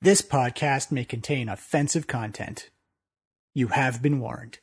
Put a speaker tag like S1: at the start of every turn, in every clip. S1: This podcast may contain offensive content. You have been warned.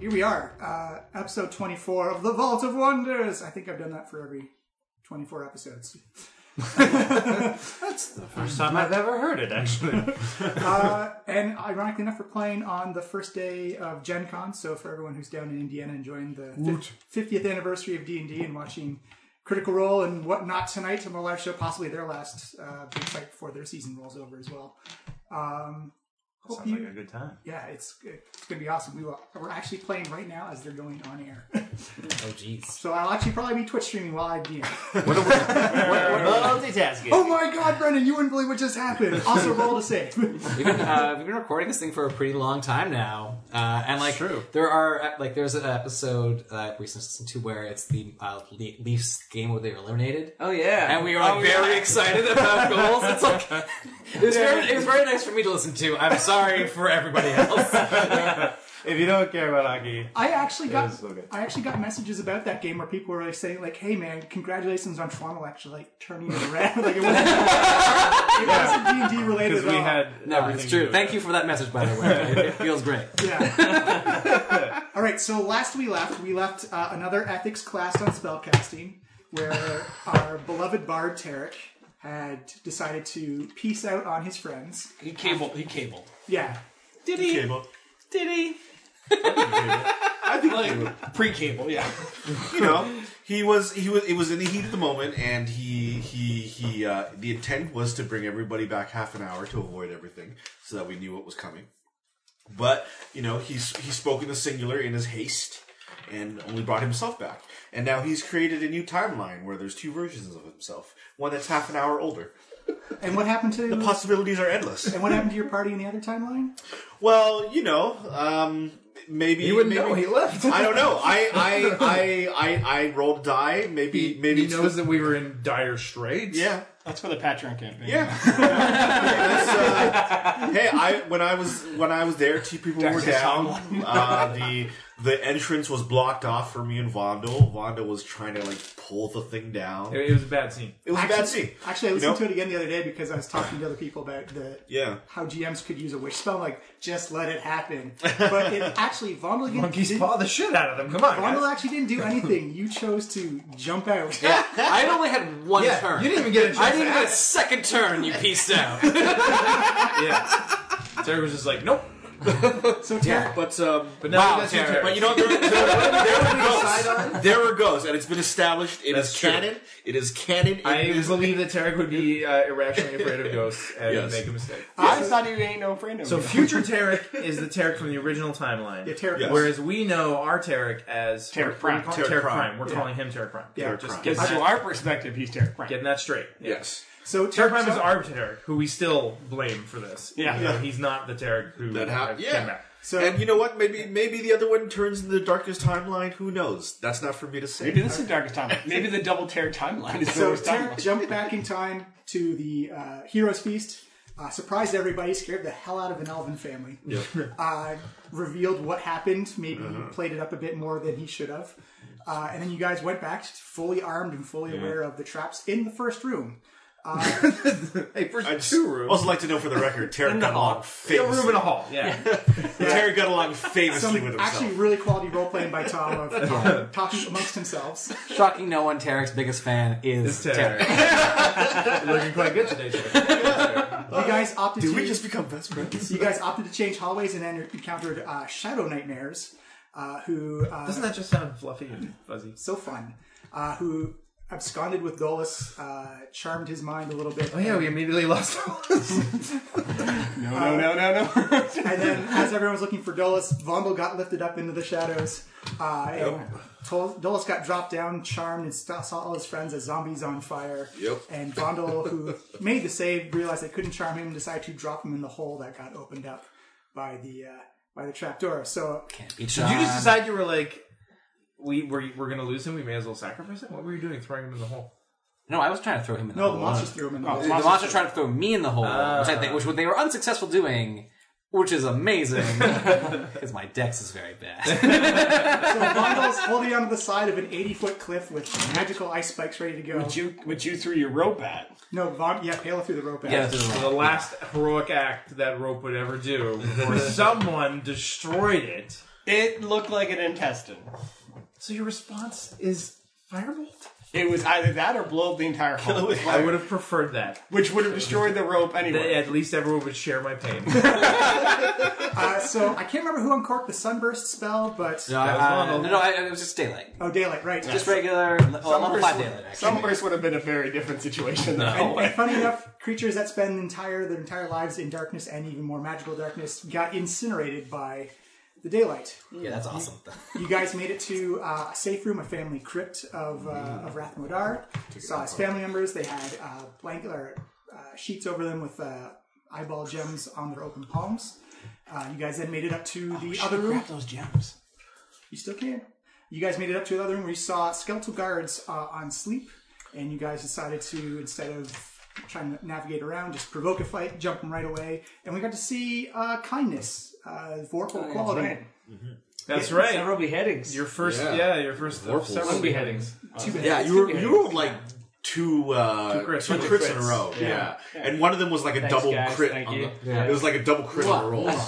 S2: Here we are, uh, episode 24 of The Vault of Wonders. I think I've done that for every 24 episodes.
S3: First time I've ever heard it, actually.
S2: Uh, and ironically enough, we're playing on the first day of Gen Con. So for everyone who's down in Indiana enjoying the fif- 50th anniversary of D&D and watching Critical Role and whatnot tonight on the live show, possibly their last uh, big fight before their season rolls over as well. Um, hope
S3: Sounds like
S2: you...
S3: a good time.
S2: yeah, it's, it's going to be awesome. We will, we're actually playing right now as they're going on air.
S4: Oh jeez.
S2: So I'll actually probably be Twitch streaming while I DM.
S3: Multitasking.
S2: Oh my god, Brendan, you wouldn't believe what just happened. Also, roll to save.
S4: We've been uh, we've been recording this thing for a pretty long time now, uh, and like
S3: true.
S4: there are uh, like there's an episode uh, we recently listened to where it's the uh, Le- Leafs game where they were eliminated.
S5: Oh yeah,
S4: And we were like
S5: Oh,
S4: very
S5: yeah.
S4: excited about goals. It's like it was, very, it was very nice for me to listen to. I'm sorry for everybody else.
S3: If you don't care about hockey,
S2: I actually got
S3: is so good.
S2: I actually got messages about that game where people were like saying like, "Hey man, congratulations on Toronto actually like turning it around." Like it wasn't it wasn't D and D related
S3: because
S2: at
S3: we
S2: all.
S3: had
S4: No, it's true. Thank you for that message, by the way. It feels great.
S2: Yeah. All right. So last we left, we left uh, another ethics class on spellcasting, where our beloved bard Tarek had decided to peace out on his friends.
S5: he cabled. He cabled.
S2: Yeah.
S5: Did he? Did he?
S6: I think
S5: Like pre-cable, yeah.
S6: you know he was he was it was in the heat of the moment, and he he he uh, the intent was to bring everybody back half an hour to avoid everything, so that we knew what was coming. But you know he's he spoke in the singular in his haste, and only brought himself back. And now he's created a new timeline where there's two versions of himself, one that's half an hour older.
S2: And what happened to
S6: The possibilities are endless.
S2: and what happened to your party in the other timeline?
S6: Well, you know, um, maybe
S4: You wouldn't
S6: maybe-
S4: know, he left.
S6: I don't know. I I I I, I rolled a die. Maybe maybe
S7: he
S6: it's
S7: knows
S6: the-
S7: that we were in dire straits.
S6: yeah.
S5: That's for the Patreon campaign.
S6: Yeah. That's, uh, hey, I when I was when I was there, two people were down. Uh, the the entrance was blocked off for me and Vondo. Vondo was trying to like pull the thing down.
S7: It, it was a bad scene.
S6: It was a bad
S2: Actually-
S6: scene.
S2: Actually, I
S6: You
S2: listened
S6: know?
S2: to it again the other day because I was talking to other people about the
S6: Yeah.
S2: how GMs could use a wish spell, like just let it happen. But it actually Vondel
S7: Monkeys
S2: didn't,
S7: paw the shit out of them. Come on,
S2: Vondel
S7: guys.
S2: actually didn't do anything. You chose to jump out.
S4: I only had one turn.
S7: you didn't even get a chance.
S4: I didn't even
S7: to
S4: get a second turn. You pieced out.
S7: ask. Yeah. Terry was just like, nope.
S2: So Tarek,
S6: But um,
S7: But now
S4: Wow,
S7: that's your
S4: Terry.
S7: turn.
S6: But you know, there, there, there were ghosts. There were ghosts, and it's been established. It is
S7: That's true.
S6: canon. It is canon. It
S7: I
S6: is-
S7: believe that Tarek would be uh, irrationally afraid of ghosts and
S6: Yes.
S7: make a mistake.
S5: I thought he ain't no friend of
S7: So
S5: mine.
S7: future Tarek is the Tarek from the original timeline.
S2: yeah, Tarek.
S6: Yes.
S7: Whereas we know our Tarek as what
S5: Tarek
S7: do you
S5: Prime.
S7: call it?
S6: Tarek
S7: Tarek
S6: Prime.
S7: Prime. We're calling him Tarek Prime.
S2: Yeah.
S6: Tarek Prime.
S5: Because from our perspective, he's Derek Brown.
S7: Getting that straight. Yeah.
S6: yes.
S2: So
S7: Tarek
S2: Tarek,
S7: Prime is
S2: so-
S7: our Tarek, who we still blame for this.
S5: Yeah.
S7: You know, he's not the Tarek who
S6: That
S7: uh,
S6: happened.
S7: came
S6: Yeah.
S7: back.
S2: So
S6: and you know what? Maybe maybe the other one turns into the darkest timeline. Who knows? That's not for me to say.
S5: Maybe this is the darkest timeline. Maybe the double tear timeline is the
S2: so
S5: worst
S2: Tarek
S5: timeline.
S2: jumped back in time to the uh, Heroes Feast. Uh, surprised everybody, scared the hell out of an elven family. Uh, revealed what happened, maybe
S6: Uh-huh.
S2: played it up a bit more than he should have. Uh, and then you guys went back fully armed and fully aware of the traps in the first room.
S7: Hey, first
S6: I just
S7: two rooms.
S6: also like to know for the record, Tarek got along
S7: a room
S6: famously.
S7: and a hall. Yeah.
S6: Tarek got along famously
S2: Some
S6: with himself.
S2: actually really quality role playing by Tom of talking, talking amongst themselves.
S4: Shocking no one, Tarek's biggest fan is
S7: It's
S4: Tarek.
S7: Tarek. You're looking quite good today, sir.
S2: You guys opted
S6: Did
S2: to
S6: we just become best friends?
S2: you guys opted to change hallways and enter, encountered uh, shadow nightmares, uh, who uh,
S7: Doesn't that just sound fluffy and fuzzy?
S2: so fun. Uh, who absconded with Dolus, uh, charmed his mind a little bit.
S7: Oh yeah, we immediately lost.
S5: No, no, no, no, no.
S2: And then, as everyone was looking for Dolus, Vondel got lifted up into the shadows. Uh, and Tol- Dolus got dropped down, charmed, and st- saw all his friends as zombies on fire.
S6: Yep.
S2: And Vondel, who made the save, realized they couldn't charm him, decided to drop him in the hole that got opened up by the uh, by the trapdoor. So
S7: Did you just decide you were like, we were we're gonna lose him. We may as well sacrifice him. What were you doing, throwing him in the hole?
S4: No, I was trying to throw him in the
S2: no,
S7: Oh,
S4: hole.
S2: the monsters Uh, threw him in the hole.
S4: The monster tried to throw me in the hole, which I think, which they were unsuccessful doing, which is amazing because my dex is very bad.
S2: So Vondel's holding onto the side of an 80 foot cliff with magical ice spikes ready to go.
S5: Which you, which you threw your rope at.
S2: No, Von, yeah, Pala threw the rope out.
S4: Yeah, through the
S7: The
S4: wall.
S7: last heroic act that rope would ever do before someone destroyed it.
S5: It looked like an intestine.
S7: So your response is firebolt.
S5: It was either that or blow up the entire hall,
S7: I would have preferred that.
S5: which would have destroyed the rope
S7: That
S5: anyway.
S7: At least everyone would share my pain.
S2: Uh, so I can't remember who uncorked the sunburst spell, but.
S4: no, I-
S7: was
S4: I-
S7: Vondel.
S4: Uh, no, no, I- it was just daylight,
S2: Oh, daylight, right.
S4: just regular le- well, level five daylight. Actually.
S5: Sunburst would have been a very different situation.
S2: And,
S5: No. Oh,
S2: and funny enough, creatures that spend entire their entire lives in darkness and even more magical darkness got incinerated by the daylight.
S4: Yeah, that's awesome.
S2: You guys made it to uh, a safe room, a family crypt of uh, of Rathmodar. Saw his family members. They had uh, blanket or uh, sheets over them with uh, eyeball gems on their open palms. Uh, you guys then made it up to
S5: Oh,
S2: the other room.
S5: those gems.
S2: You still can. You guys made it up to another room where you saw skeletal guards uh, on sleep, and you guys decided to instead of trying to navigate around, just provoke a fight, jump them right away, and we got to see uh, kindness, uh, vorpal quality.
S7: That's right.
S8: Several beheadings.
S7: Your first,
S6: Yeah.
S7: yeah, your first
S6: Vorpal.
S7: several beheadings.
S6: Yeah, you were you rolled like two uh,
S7: crits.
S6: two crits,
S7: Two
S6: in a
S7: crits.
S6: row. Yeah. and one of them was like a double
S8: guys.
S6: crit.
S8: Thank
S6: on
S8: you.
S6: The, It was like a double crit on a roll.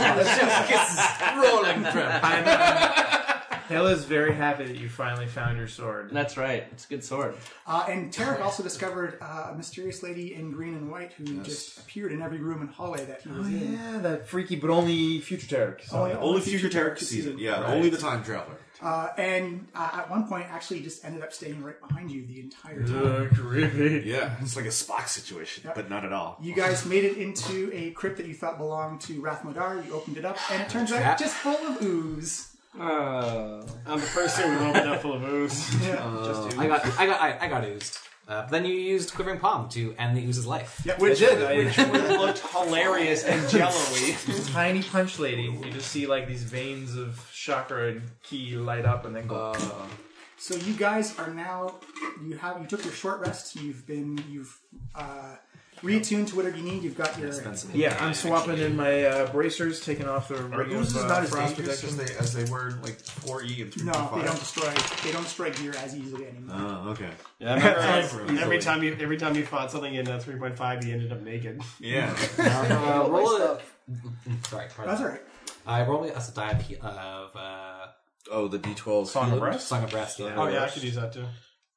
S4: rolling from.
S7: I'm, I'm- Hela's very happy that you finally found your sword.
S8: That's right. It's a good sword.
S2: Uh, and Tarek also discovered uh, a mysterious lady in green and white who just appeared in every room and hallway that he was in.
S7: Oh,
S2: Uh,
S7: Yeah, that freaky, but only future Tarek. So.
S2: Only-
S6: Only future Tarek could see it. Yeah, only the time traveler.
S2: Uh, and uh, at one point, actually, just ended up staying right behind you the entire time.
S7: creepy.
S6: Yeah, it's like a Spock situation, but not at all.
S2: You guys made it into a crypt that you thought belonged to Rathmodar. You opened it up, and it turns out just full of ooze.
S8: Oh.
S5: I'm the person who opened up full of ooze.
S4: I got, I got, I, I got oozed. Uh, but then you used Quivering Palm to end the ooze's life.
S2: Yep.
S7: Which did. I,
S5: looked hilarious and jello-y.
S7: tiny punch lady. You just see like these veins of chakra and ki light up and then go.
S2: So you guys are now you have you took your short rest. You've been you've uh, reattuned to whatever you need. You've got your
S7: yeah, I'm swapping in my uh, bracers, taking off the ring of uh, frost protection.
S6: they, as they were in, like 4E and 3.5.
S2: no. They don't destroy they don't destroy gear as easily anymore.
S6: Oh, okay.
S5: Yeah, I remember I- every time you every time you fought something in uh, 3.5, you ended up naked.
S6: Yeah.
S4: Uh, roll a, sorry,
S2: That's
S4: pardon.
S2: all right.
S4: I roll me a die of, he- of uh,
S6: oh, the D12.
S7: Song of Rest?
S4: Song of Rest. Yeah.
S5: Oh yeah, I could use that too.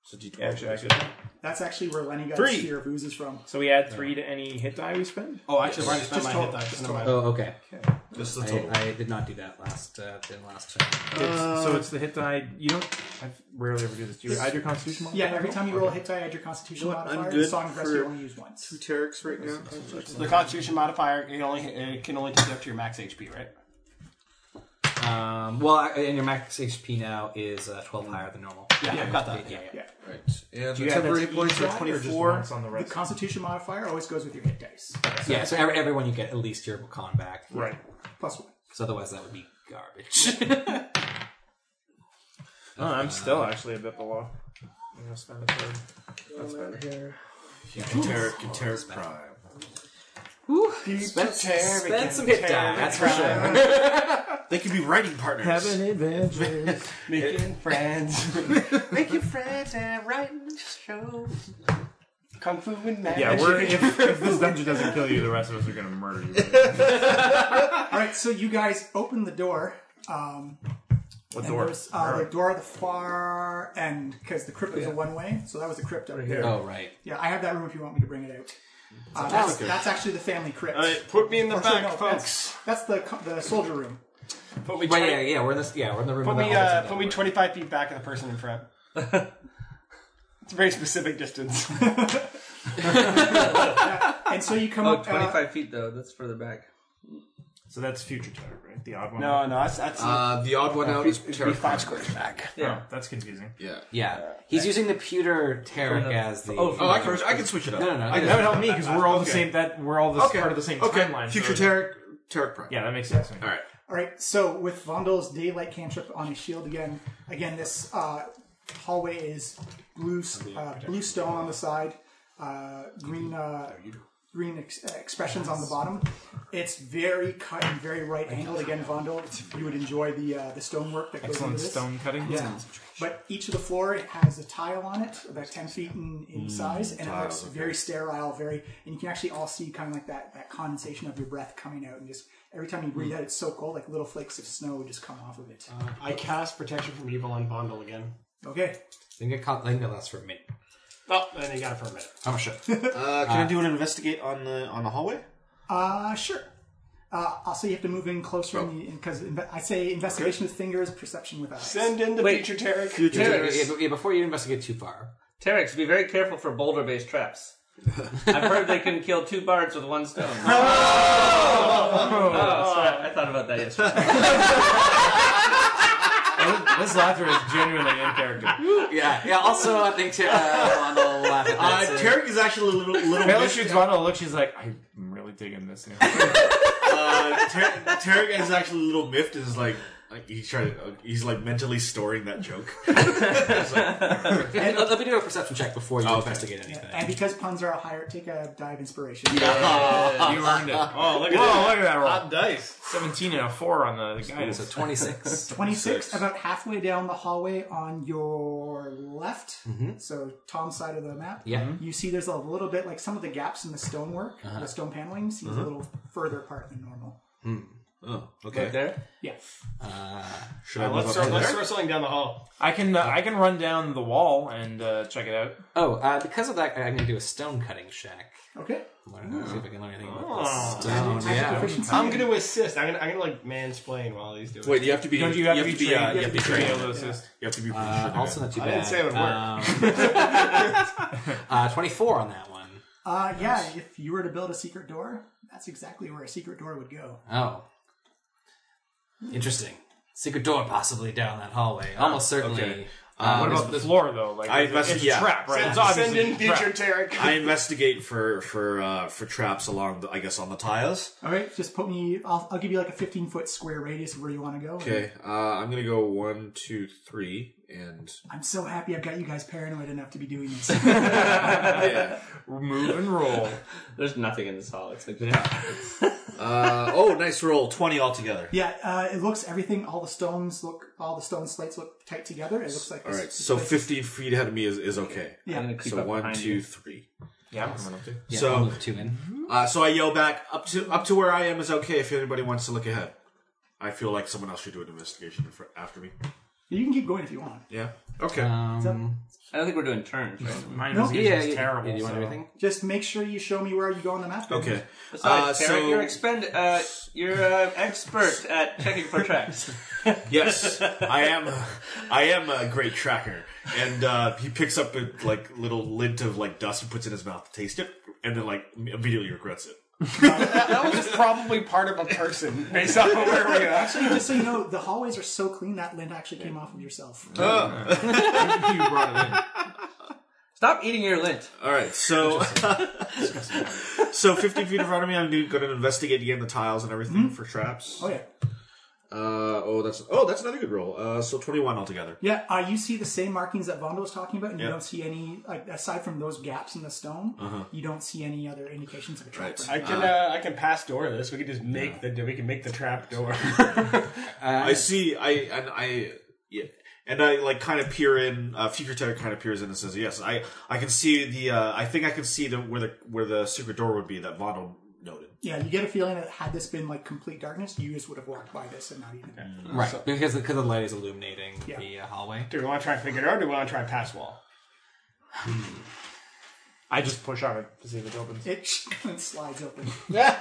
S6: So
S7: Yeah,
S6: D12.
S7: actually, I could.
S2: That's actually where Lenny got
S7: Three.
S2: his fear of ooze is
S6: Oh,
S2: from.
S7: So we add three to any hit die we spend?
S5: Oh, actually, I just
S2: Just
S5: my
S2: total-
S5: hit die.
S2: just
S5: Never mind.
S4: Oh, okay.
S6: Just the
S4: I,
S6: total.
S4: I did not do that last uh, in last turn.
S7: It's, so it's the hit die. You don't. I rarely ever do Uh, this. Do you add your constitution modifier?
S2: Yeah, every time you roll a hit die, add your Constitution
S6: You know what, I'm
S2: modifier.
S6: good
S2: The song of rest
S6: for-
S2: you only use once.
S6: Tarek's right now.
S5: The Constitution modifier it only it can only take you up to your max HP, right?
S4: Um, well, I- and your max HP now is uh, twelve higher than normal.
S5: Yeah, I've got that.
S4: Yeah, yeah.
S6: Right. And the
S7: You add that to
S6: temporary
S7: each
S6: points
S7: die
S6: are
S7: or just
S6: 24.
S7: once on the
S2: The
S7: right. side?
S2: Constitution modifier always goes with your hit dice
S4: Yeah, so every, everyone you get at least your con back.
S7: Right.
S2: plus one.
S4: Because otherwise that would be garbage.
S7: Oh, I'm still actually a bit below. I'm gonna spend a third. That's better.
S6: Tarek and Tarek Prime.
S4: spend spend some hit die, that's for sure.
S6: They could be writing partners.
S7: adventure.
S5: Making friends,
S8: Making friends and writing shows.
S5: kung fu and magic.
S8: Yeah,
S7: we're, if, if this dungeon doesn't kill you, the rest of us are gonna murder you.
S2: All right, so you guys open the door. Um,
S7: What
S2: and there's uh, the door at the far end because the
S6: Oh,
S2: crypt was a one way, so that was the crypt up there.
S4: Oh, right.
S2: Yeah, I have that room if you want me to bring it out. Uh, that's, that's actually the family crypt.
S5: All right, put me in the
S2: Or sorry,
S5: back,
S2: no,
S5: folks.
S2: That's, that's the co- the soldier room.
S5: Put me,
S4: Right,
S5: 20
S4: yeah, yeah, we're in this, yeah, we're in the room.
S5: put
S4: where
S5: me,
S4: all this
S5: uh,
S4: is
S5: put me
S4: over.
S5: 25 feet back of the person in front. It's a very specific distance.
S2: And so you come
S9: Oh,
S2: up. uh,
S9: 25 feet though. That's further back.
S7: So that's future terror, right? The odd one.
S5: no, no, that's, that's
S10: Uh, the odd one out is
S5: it'd be
S10: terrifying.
S5: five squares back.
S7: Yeah, Oh, that's confusing.
S10: Yeah.
S11: Yeah, he's using the pewter Tarek as the.
S10: Oh,
S9: Oh,
S10: oh I, can, I can switch it up.
S11: No, no, no.
S10: I
S7: That would help me because we're all the same. That we're all this
S10: Okay.
S7: part of the same
S10: okay.
S7: timeline.
S10: Future
S7: so-
S10: Tarek, Tarek Prime.
S7: Yeah, that makes sense.
S10: All right.
S2: All right, so with Vondel's daylight cantrip on his shield again, again this uh, hallway is blue, s- uh, blue stone on the side, uh, green uh, green ex- uh, expressions on the bottom. It's very cut and very right angled. Again, Vondel, you would enjoy the uh, the stonework that goes
S7: Excellent
S2: into this.
S7: stone cutting.
S2: Yeah. But each of the floor it has a tile on it, about ten feet in, in size, and it looks very sterile, very and you can actually all see kind of like that, that condensation of your breath coming out and just every time you breathe out it's so cold, like little flakes of snow just come off of it.
S5: I cast protection from evil on Bondel again.
S2: Okay.
S11: I think it caught- I think that lasts for a minute.
S5: Oh, and he got it for a minute.
S11: Oh shit!
S6: Uh, can I do an investigate on the on the hallway?
S2: Uh sure. Uh, also, you have to move in closer because I say investigation with fingers, perception with eyes.
S5: Send in the
S9: Wait.
S5: future Tarek.
S11: Yeah, yeah, yeah, before you investigate too far.
S9: Terex, be very careful for boulder-based traps. I've heard they can kill two birds with one stone. oh, sorry. Oh, I thought about that yesterday.
S7: this laughter is genuinely in character.
S11: Yeah, yeah. Also, I think uh, on the left,
S6: Uh, Tarek is actually a little little.
S7: Bella
S6: mis-
S7: shoots one. I'll look. She's like, I'm really digging this. Now.
S6: uh, Tarek, Tarek is actually a little miffed. and Is like. Like he's trying to, uh, he's like mentally storing that joke. It's like,
S11: let, let me do a perception check before you
S6: okay.
S11: investigate anything.
S2: And because puns are higher, take a dive inspiration.
S7: you earned it.
S9: oh, look
S7: Whoa! Look at that roll.
S9: Hot dice.
S7: Seventeen and a four on the
S11: It's
S7: guidance.
S11: a
S2: Mm-hmm.
S11: twenty-six.
S2: 26, about halfway down the hallway on your left, so Tom's side of the map.
S11: Yeah.
S6: Mm-hmm.
S2: You see there's a little bit, like some of the gaps in the stonework,
S6: Uh-huh.
S2: the stone paneling seems
S6: Mm-hmm.
S2: a little further apart than normal.
S6: oh, okay.
S9: There.
S2: Yeah.
S6: Should I
S5: Let's
S6: move
S5: throw,
S6: up to
S5: let's
S6: there?
S5: throw something down the hall.
S7: I can uh, I can run down the wall and uh, check it out.
S11: Oh, uh, because of that, I'm going to do a stone cutting check.
S2: Okay.
S11: Learn- See if I can learn anything about this stone.
S2: Magic
S11: yeah.
S2: proficiency.
S5: I'm going to assist. I'm going to, I'm going to like mansplain while he's doing it.
S10: Wait, you have to be.
S7: Don't you have, to, be trained?
S10: uh, you have to be
S7: to be
S10: trained.
S7: able to assist.
S6: You have to be pretty
S11: Uh,
S6: sure.
S11: also, not too
S5: I
S11: bad.
S5: didn't say it would
S11: work. uh, Twenty-four on that one.
S2: Uh, yeah, if you were to build a secret door, that's exactly where a secret door would go.
S11: Oh, interesting. Secret door possibly down that hallway. Almost certainly.
S6: okay.
S11: Uh,
S7: What about the floor though? Like
S6: I
S7: it's a-
S6: invest-
S7: it's a
S6: yeah.
S7: trap, right? It's
S5: Send
S7: obviously
S5: in
S7: a trap.
S5: future Tarek.
S6: I investigate for for uh, for traps along the I guess on the tiles.
S2: All right, just put me, I'll, I'll give you like a 15 foot square radius of where you want to go.
S6: Okay, uh, I'm gonna go one, two, three, and
S2: I'm so happy I've got you guys paranoid enough to be doing this.
S6: yeah.
S7: Move and roll.
S9: There's nothing in this hall except yeah.
S6: Uh, oh, nice roll, twenty altogether.
S2: yeah, uh, it looks everything, all the stones look, all the stone slates look tight together. It looks like
S6: All
S2: this-
S6: right, so 50 feet ahead of me is, is okay.
S2: Yeah.
S9: I'm gonna creep
S6: So
S9: up
S6: one,
S9: behind
S6: two,
S9: you.
S6: three.
S7: Yeah, I'm coming up to.
S11: yeah,
S6: so-
S11: I'll move two in.
S6: Uh, so I yell back up to up to where I am is okay. If anybody wants to look ahead, I feel like someone else should do an investigation for, after me.
S2: You can keep going if you want.
S6: Yeah. Okay.
S11: Um,
S9: I don't think we're doing turns. Right?
S7: Mine
S2: No.
S7: was
S11: yeah,
S7: just
S11: yeah,
S7: terrible.
S11: yeah, do you want
S7: so-
S11: everything?
S2: Just make sure you show me where you go on the map. then.
S6: okay.
S9: Besides,
S6: Uh,
S9: Tarek,
S6: so-
S9: you're expend. Uh, you're uh, expert at checking for traps.
S6: Yes, I am. I am a great tracker, and uh, he picks up a like little lint of like dust and puts it in his mouth to taste it, and then like immediately regrets it.
S5: That was just probably part of a person based off of where we are.
S2: Actually, just so you know, the hallways are so clean that lint actually came off of yourself.
S6: Oh.
S7: you brought it in.
S9: Stop eating your lint.
S6: All right, so so fifty feet in front of me, I'm going to investigate again the tiles and everything for traps.
S2: Oh yeah,
S6: Hmm? Uh, oh, that's oh, that's another good roll. Uh, so twenty-one altogether.
S2: yeah. Uh, you see the same markings that Vondo was talking about, and you
S6: Yeah. Uh-huh.
S2: don't see any like, aside from those gaps in the stone. You don't see any other indications of a trap.
S6: Right.
S2: Right.
S5: I can uh, I can pass door this. We can just make the we can make the trap door.
S6: I see. I and I yeah, and I like kind of peer in. Uh, Future Terror kind of peers in and says, "Yes, I I can see the. Uh, I think I can see the where the where the secret door would be that Vondel noted.
S2: Yeah, you get a feeling that had this been like complete darkness, you just would have walked by this and not even.
S11: Right, because because the light is illuminating
S2: Yeah.
S11: the uh, hallway.
S5: do we want to try and figure it out? Or do we want to try and pass wall?
S7: I just push on it to see if it opens.
S2: It slides open.
S7: yeah,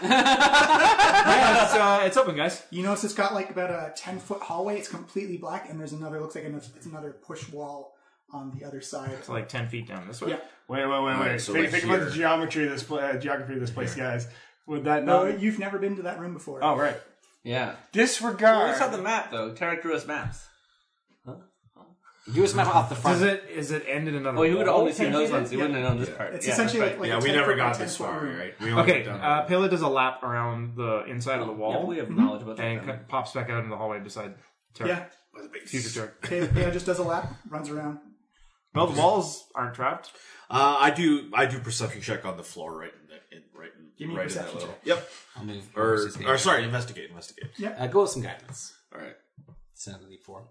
S7: it's, uh, it's open, guys.
S2: You notice it's got like about a ten foot hallway. It's completely black, and there's another looks like another, it's another push wall on the other side.
S7: So like ten feet down this way.
S2: Yeah.
S5: Wait, wait, wait, wait.
S10: Alright, so
S5: think
S10: like
S5: think about the
S10: here.
S5: geometry of this pla- uh, geography of this place, guys. Would that
S2: No,
S5: not
S2: Uh, you've never been to that room before.
S7: Oh right.
S9: Yeah.
S5: disregard?
S9: We saw the map though. Tara drew us maps.
S11: You just map off the front.
S9: Does it? Is it end in another?
S11: Oh, you would
S9: wall?
S11: only seen those ones. You
S2: Yeah.
S11: wouldn't have known this part.
S2: It's
S7: Yeah,
S2: essentially
S7: that's
S2: like, like
S6: yeah,
S2: a
S6: we
S2: 10
S6: never
S2: foot by
S6: got
S2: 10
S6: this
S2: foot
S6: far,
S2: room.
S6: right? We only
S7: Okay.
S6: got down-
S7: Uh, Pela does a lap around the inside of the
S11: Yeah,
S7: wall
S11: we have knowledge about that.
S7: and
S11: then.
S7: c- pops back out into the hallway beside Tara.
S2: Yeah.
S7: Future Tara.
S2: Pe- Peo just does a lap, runs around.
S7: Well, the walls aren't trapped.
S6: Uh, I do. I do perception check on the floor right in that. In, right. in-
S2: Give me a
S6: right
S2: perception
S6: in that little.
S2: check.
S6: Yep.
S11: I'll move.
S6: Or,
S11: versus the-
S6: or sorry, investigate. Investigate.
S11: uh, go with some guidance.
S6: All right.
S11: Sanity four.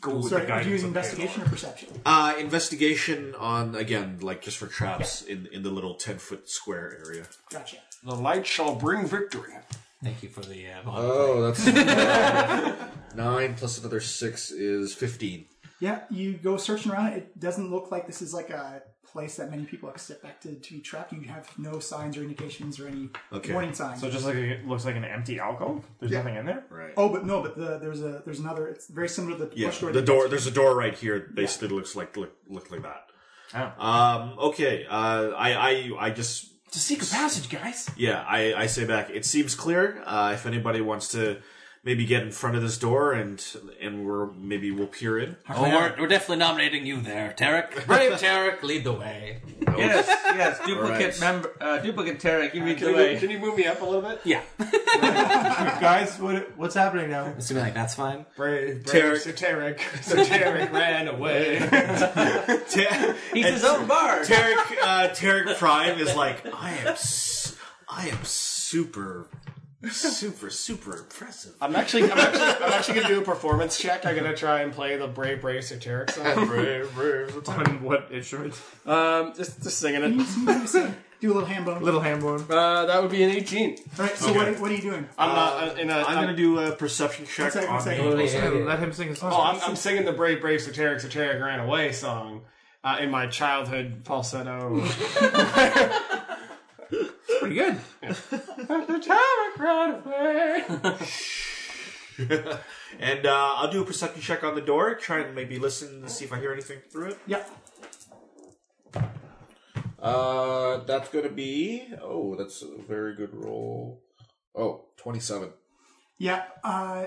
S7: Go with
S2: Sorry, do you
S7: the guidance
S2: use
S7: of
S2: investigation or perception?
S6: Uh, investigation on again, like just for traps in in the little ten foot square area.
S2: Gotcha.
S5: the light shall bring victory.
S11: Thank you for the. Uh, volume.
S10: Oh, that's nine plus another six is
S6: Fifteen.
S2: Yeah, you go searching around. It doesn't look like this is like a place that many people expected to be trapped. You have no signs or indications or any
S6: Okay.
S2: warning signs.
S7: So just like it looks like an empty alcove. There's nothing in there.
S6: Right.
S2: oh, but no, but the, there's a there's another. It's very similar to the
S6: yeah.
S2: push door.
S6: The
S2: that-
S6: door. There's a door right here. Basically, looks like look look like that.
S7: Oh.
S6: Um. Okay. Uh. I. I. I just.
S9: It's a secret passage, guys.
S6: Yeah. I. I say back. It seems clear. Uh. If anybody wants to. Maybe get in front of this door and and we're maybe we'll peer in.
S11: Oh, we're, we're definitely nominating you there, Tarek. Brave Tarek, lead the way.
S9: Yes, yes. Duplicate
S6: Alright.
S9: member. Uh, duplicate Tarek. You read
S5: Can
S9: the
S5: you, move-
S9: way.
S5: can you move me up a little bit,
S11: Yeah.
S5: guys? What, what's happening now?
S11: Assuming like that's fine.
S5: Brave, brave Tarek. So Tarek ran away.
S9: He's his own bard.
S6: Tarek, uh, Tarek Prime is like, I am, s- I am super, super, super impressive.
S5: I'm actually, I'm actually, I'm actually gonna do a performance check. I'm gonna try and play the Brave Brave Soteric song. brave Brave.
S7: On what instrument?
S5: Um, just, just singing
S2: You
S5: it.
S2: seem to say- Do a little hand bone.
S7: Little hand one.
S5: Uh, that would be an 18.
S2: All right. So what, what are you doing?
S5: I'm uh, in a.
S6: I'm gonna do a perception check
S2: second,
S6: on
S2: second.
S6: the.
S7: Let him sing a song.
S5: Oh, I'm, I'm singing the Brave Brave Soteric Soteric Ran Away song uh, in my childhood falsetto.
S7: pretty good.
S5: Soteric ran away.
S6: And uh, I'll do a perception check on the door. Try and maybe listen to see if I hear anything through it.
S2: Yeah.
S10: Uh, that's gonna be. Oh, that's a very good roll. Oh, 27.
S2: Yeah. Uh,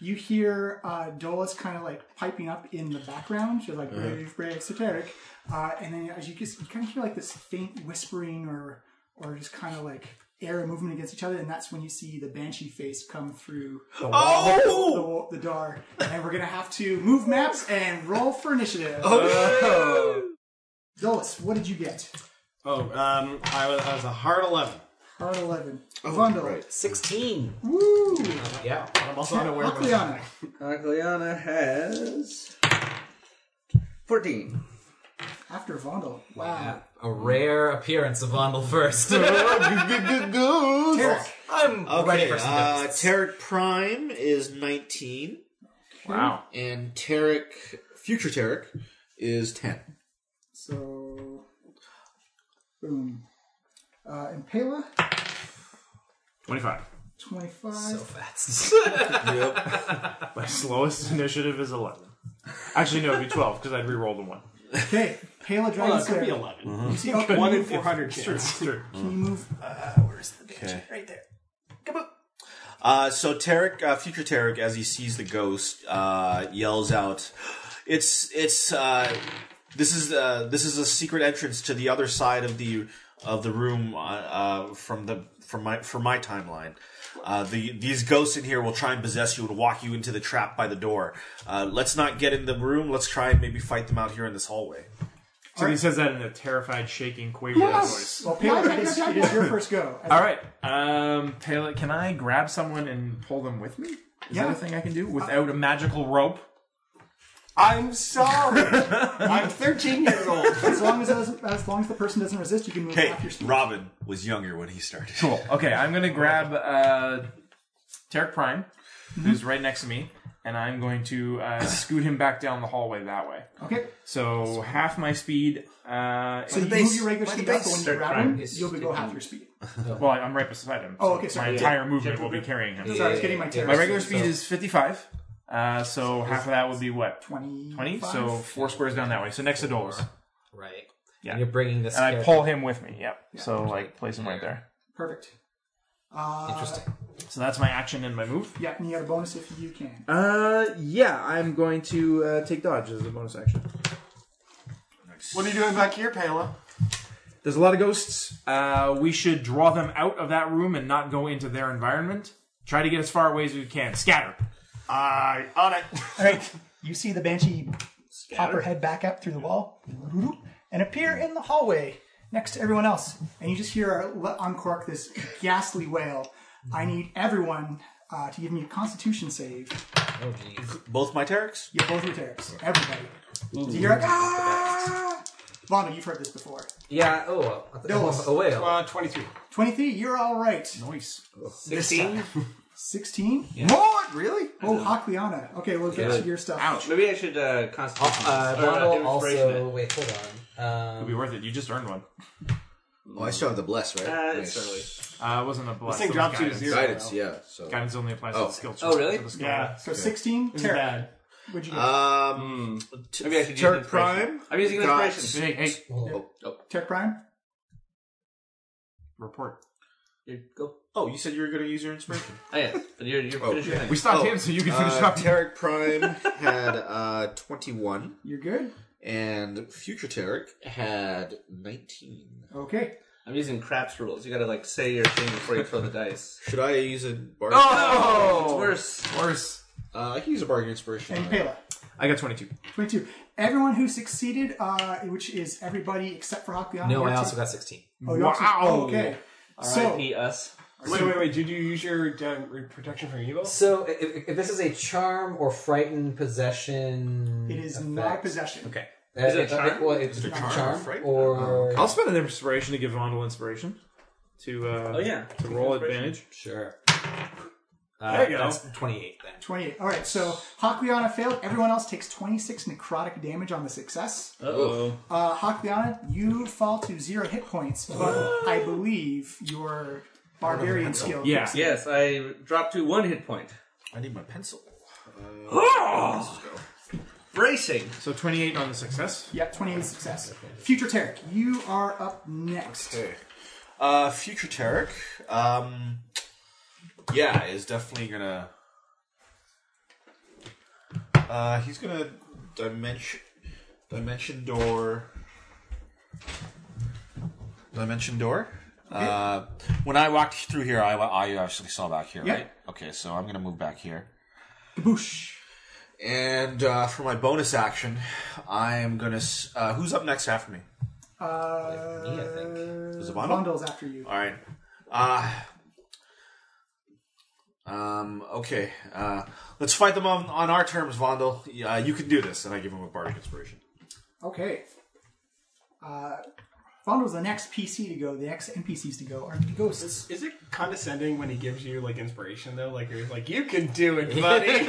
S2: you hear uh, Dola's kind of like piping up in the background. She's like brave, brave, soteric. Uh, and then as you just you kind of hear like this faint whispering or or just kind of like air movement against each other, and that's when you see the banshee face come through the wall, the, the door. And we're gonna have to move maps and roll for initiative. Dolis, what did you get?
S5: Oh, um, I was, I was a hard 11.
S2: Hard eleven. Vondel.
S11: Sixteen.
S2: Woo.
S5: Yeah, I'm also unaware of it.
S2: Akliana.
S9: Agliana has fourteen.
S2: After Vondel. Wow.
S11: A rare appearance of Vondel first.
S2: Tarek.
S11: I'm ready
S6: Okay,
S11: for some
S6: uh,
S11: ghosts.
S6: Tarek Prime is 19,
S7: Wow.
S6: and Tarek, future Tarek, is 10.
S2: So, boom. Uh, Impala,
S7: Twenty-five.
S2: 25.
S11: so fast.
S7: My slowest initiative is eleven. Actually, no, it'd be twelve because I'd re-roll the one.
S2: okay, Impala Dragon
S5: It could
S2: Slayer.
S5: be 11.
S2: You see, oh,
S5: One in 400 chance.
S7: Sure.
S2: Can you move?
S6: Okay. Right there. Uh, so Tarek, uh, future Tarek, as he sees the ghost, uh, yells out, "It's it's uh, this is uh, this is a secret entrance to the other side of the of the room uh, uh, from the from my from my timeline. Uh, the these ghosts in here will try and possess you and walk you into the trap by the door. Uh, let's not get in the room. Let's try and maybe fight them out here in this hallway."
S7: So he says that in a terrified, shaking, quavering voice.
S2: Well, Impala, it is, it is your first go.
S7: All right. Um, Pele, can I grab someone and pull them with me? Is
S2: Yeah.
S7: that a thing I can do without a magical rope?
S5: I'm sorry. I'm 13 years old.
S2: As long as, as, as long as the person doesn't resist, you can move
S6: Hey,
S2: half your speed.
S6: Robin was younger when he started.
S7: Cool. Okay, I'm gonna grab uh, Tarek Prime, who's right next to me, and I'm going to uh, scoot him back down the hallway that way.
S2: Okay,
S7: So half my speed. Uh,
S2: so you
S7: is-
S2: move your regular speed up, but when you grab him,
S11: is
S2: you'll be go
S11: sticky.
S2: half your speed.
S7: well, I'm right beside him.
S2: Oh,
S7: so
S2: okay,
S7: My
S2: sorry.
S7: entire movement will be carrying him.
S2: Sorry, I was getting my Tarek.
S7: My regular speed is 55. Uh, so half of that would be what?
S2: 20.
S7: 20? So four squares down that way. So next to Dole's.
S4: Right.
S7: Yeah.
S4: And you're bringing this.
S7: And I
S4: character-
S7: pull him with me. Yep. So like place him right there.
S2: Perfect. Uh,
S4: Interesting.
S7: So that's my action and my move.
S2: Yeah, and you got a bonus if you can.
S12: Uh, yeah, I'm going to uh, take dodge as a bonus action.
S5: What are you doing back here, Pamela?
S12: There's a lot of ghosts.
S7: Uh, we should draw them out of that room and not go into their environment. Try to get as far away as we can. Scatter.
S5: I on it.
S2: All right. You see the banshee pop her head back up through the wall and appear in the hallway next to everyone else. And you just hear her let uncork this ghastly wail. I need everyone uh, to give me a constitution save.
S4: Oh, geez.
S6: Both my Terex?
S2: Yeah, both your tariffs. Everybody. So you're like, ah! Vano, you've heard this before.
S4: Yeah. Oh, well. I thought-
S2: Those.
S4: oh, whale.
S5: Uh, 23.
S2: 23, you're all right.
S7: Noise.
S13: 16?
S2: 16?
S5: What? Really?
S2: Oh, Hakliana. Okay, we'll get to your stuff.
S13: Maybe I should uh, constitution.
S4: Uh,
S13: or, uh,
S4: Bottle
S13: inspiration
S4: also. Wait, hold on.
S7: It'd
S4: Um,
S7: be worth it. You just earned one.
S14: Oh, I still have the bless, right?
S13: it. Uh, it's
S14: Nice.
S13: early.
S7: Uh, it wasn't a bless.
S5: This thing
S7: it was
S5: dropped you to
S7: guidance.
S5: zero.
S14: Guidance, yeah. So,
S7: Guidance only applies to
S14: Oh.
S7: the skill.
S4: Oh, really?
S7: to the skill.
S5: Yeah.
S2: So 16,
S5: This is
S2: Tara.
S5: bad. Uh,
S2: What'd you get?
S14: um,
S7: Hmm.
S14: t-
S13: Maybe I should use
S14: Turk
S13: inspiration.
S14: Prime.
S13: I'm using
S14: got-
S13: inspiration.
S7: Hey, hey,
S2: Tech Prime?
S7: report.
S13: You Go.
S6: Oh, you said you were going to use your inspiration.
S13: Oh, yeah. But you're, you're
S14: Oh,
S13: finished your thing.
S7: We stopped
S14: Oh,
S7: him so you can finish
S14: Uh,
S7: up.
S14: Tarek Prime had uh, 21,
S2: You're good?
S14: and Future Tarek had 19.
S2: Okay.
S13: I'm using craps rules. You gotta like say your thing before you throw the dice.
S14: Should I use a bargain?
S6: Oh.
S13: It's worse.
S7: Worse.
S14: Uh, I can use a bargain inspiration.
S2: And
S14: on it.
S2: Pela.
S7: I got 22.
S2: 22. Everyone who succeeded, uh, which is everybody except for Hakliana.
S4: no,
S2: you're
S4: I also
S2: too-
S4: got 16.
S2: Oh, you also-
S7: Wow.
S2: oh, okay. So,
S13: R.I.P. us.
S5: Wait, wait, wait. Did you use your um, protection from evil?
S4: So, i- if, if this is a charm or frighten possession,
S2: it is
S4: effect, uh,
S2: not a possession.
S4: Okay.
S13: Is it a charm?
S4: well, it's a
S6: charm or
S4: charm,
S6: frighten?
S4: or
S12: I'll spend an inspiration to give Vondel inspiration to uh,
S13: Oh yeah.
S12: to roll advantage.
S4: sure. Uh,
S5: There you go.
S4: That's 28 then.
S2: 28. All right, so Hakliana failed. Everyone else takes 26 necrotic damage on the success.
S13: Uh-oh.
S2: Uh, Hakliana, you fall to zero hit points, but I believe your barbarian skill.
S7: Yeah.
S2: kicks in.
S13: Yes, I dropped to one hit point.
S6: I need my pencil.
S13: Bracing.
S7: So 28 on the success.
S2: Yep, 28 success. Future Tarek, you are up next.
S6: Okay. Uh, Future Tarek, um, yeah, is definitely gonna. Uh, he's gonna dimension, dimension door, dimension door. Uh, when I walked through here, I, I actually saw back here,
S2: Yeah.
S6: right? Okay, so I'm gonna move back here.
S2: Kaboosh.
S6: And uh, for my bonus action, I am gonna. S- uh, who's up next after me?
S2: Uh,
S4: Me, I think.
S6: Is it Vondel?
S2: Vondel's after you.
S6: All right. Uh, um. Okay. Uh, let's fight them on, on our terms, Vondel. Uh, you can do this, and I give him a bardic inspiration.
S2: Okay. Uh, Vondel's the next PC to go, the next NPCs to go are the ghosts.
S5: Is it condescending when he gives you like inspiration though? Like you're like, you can do it, buddy.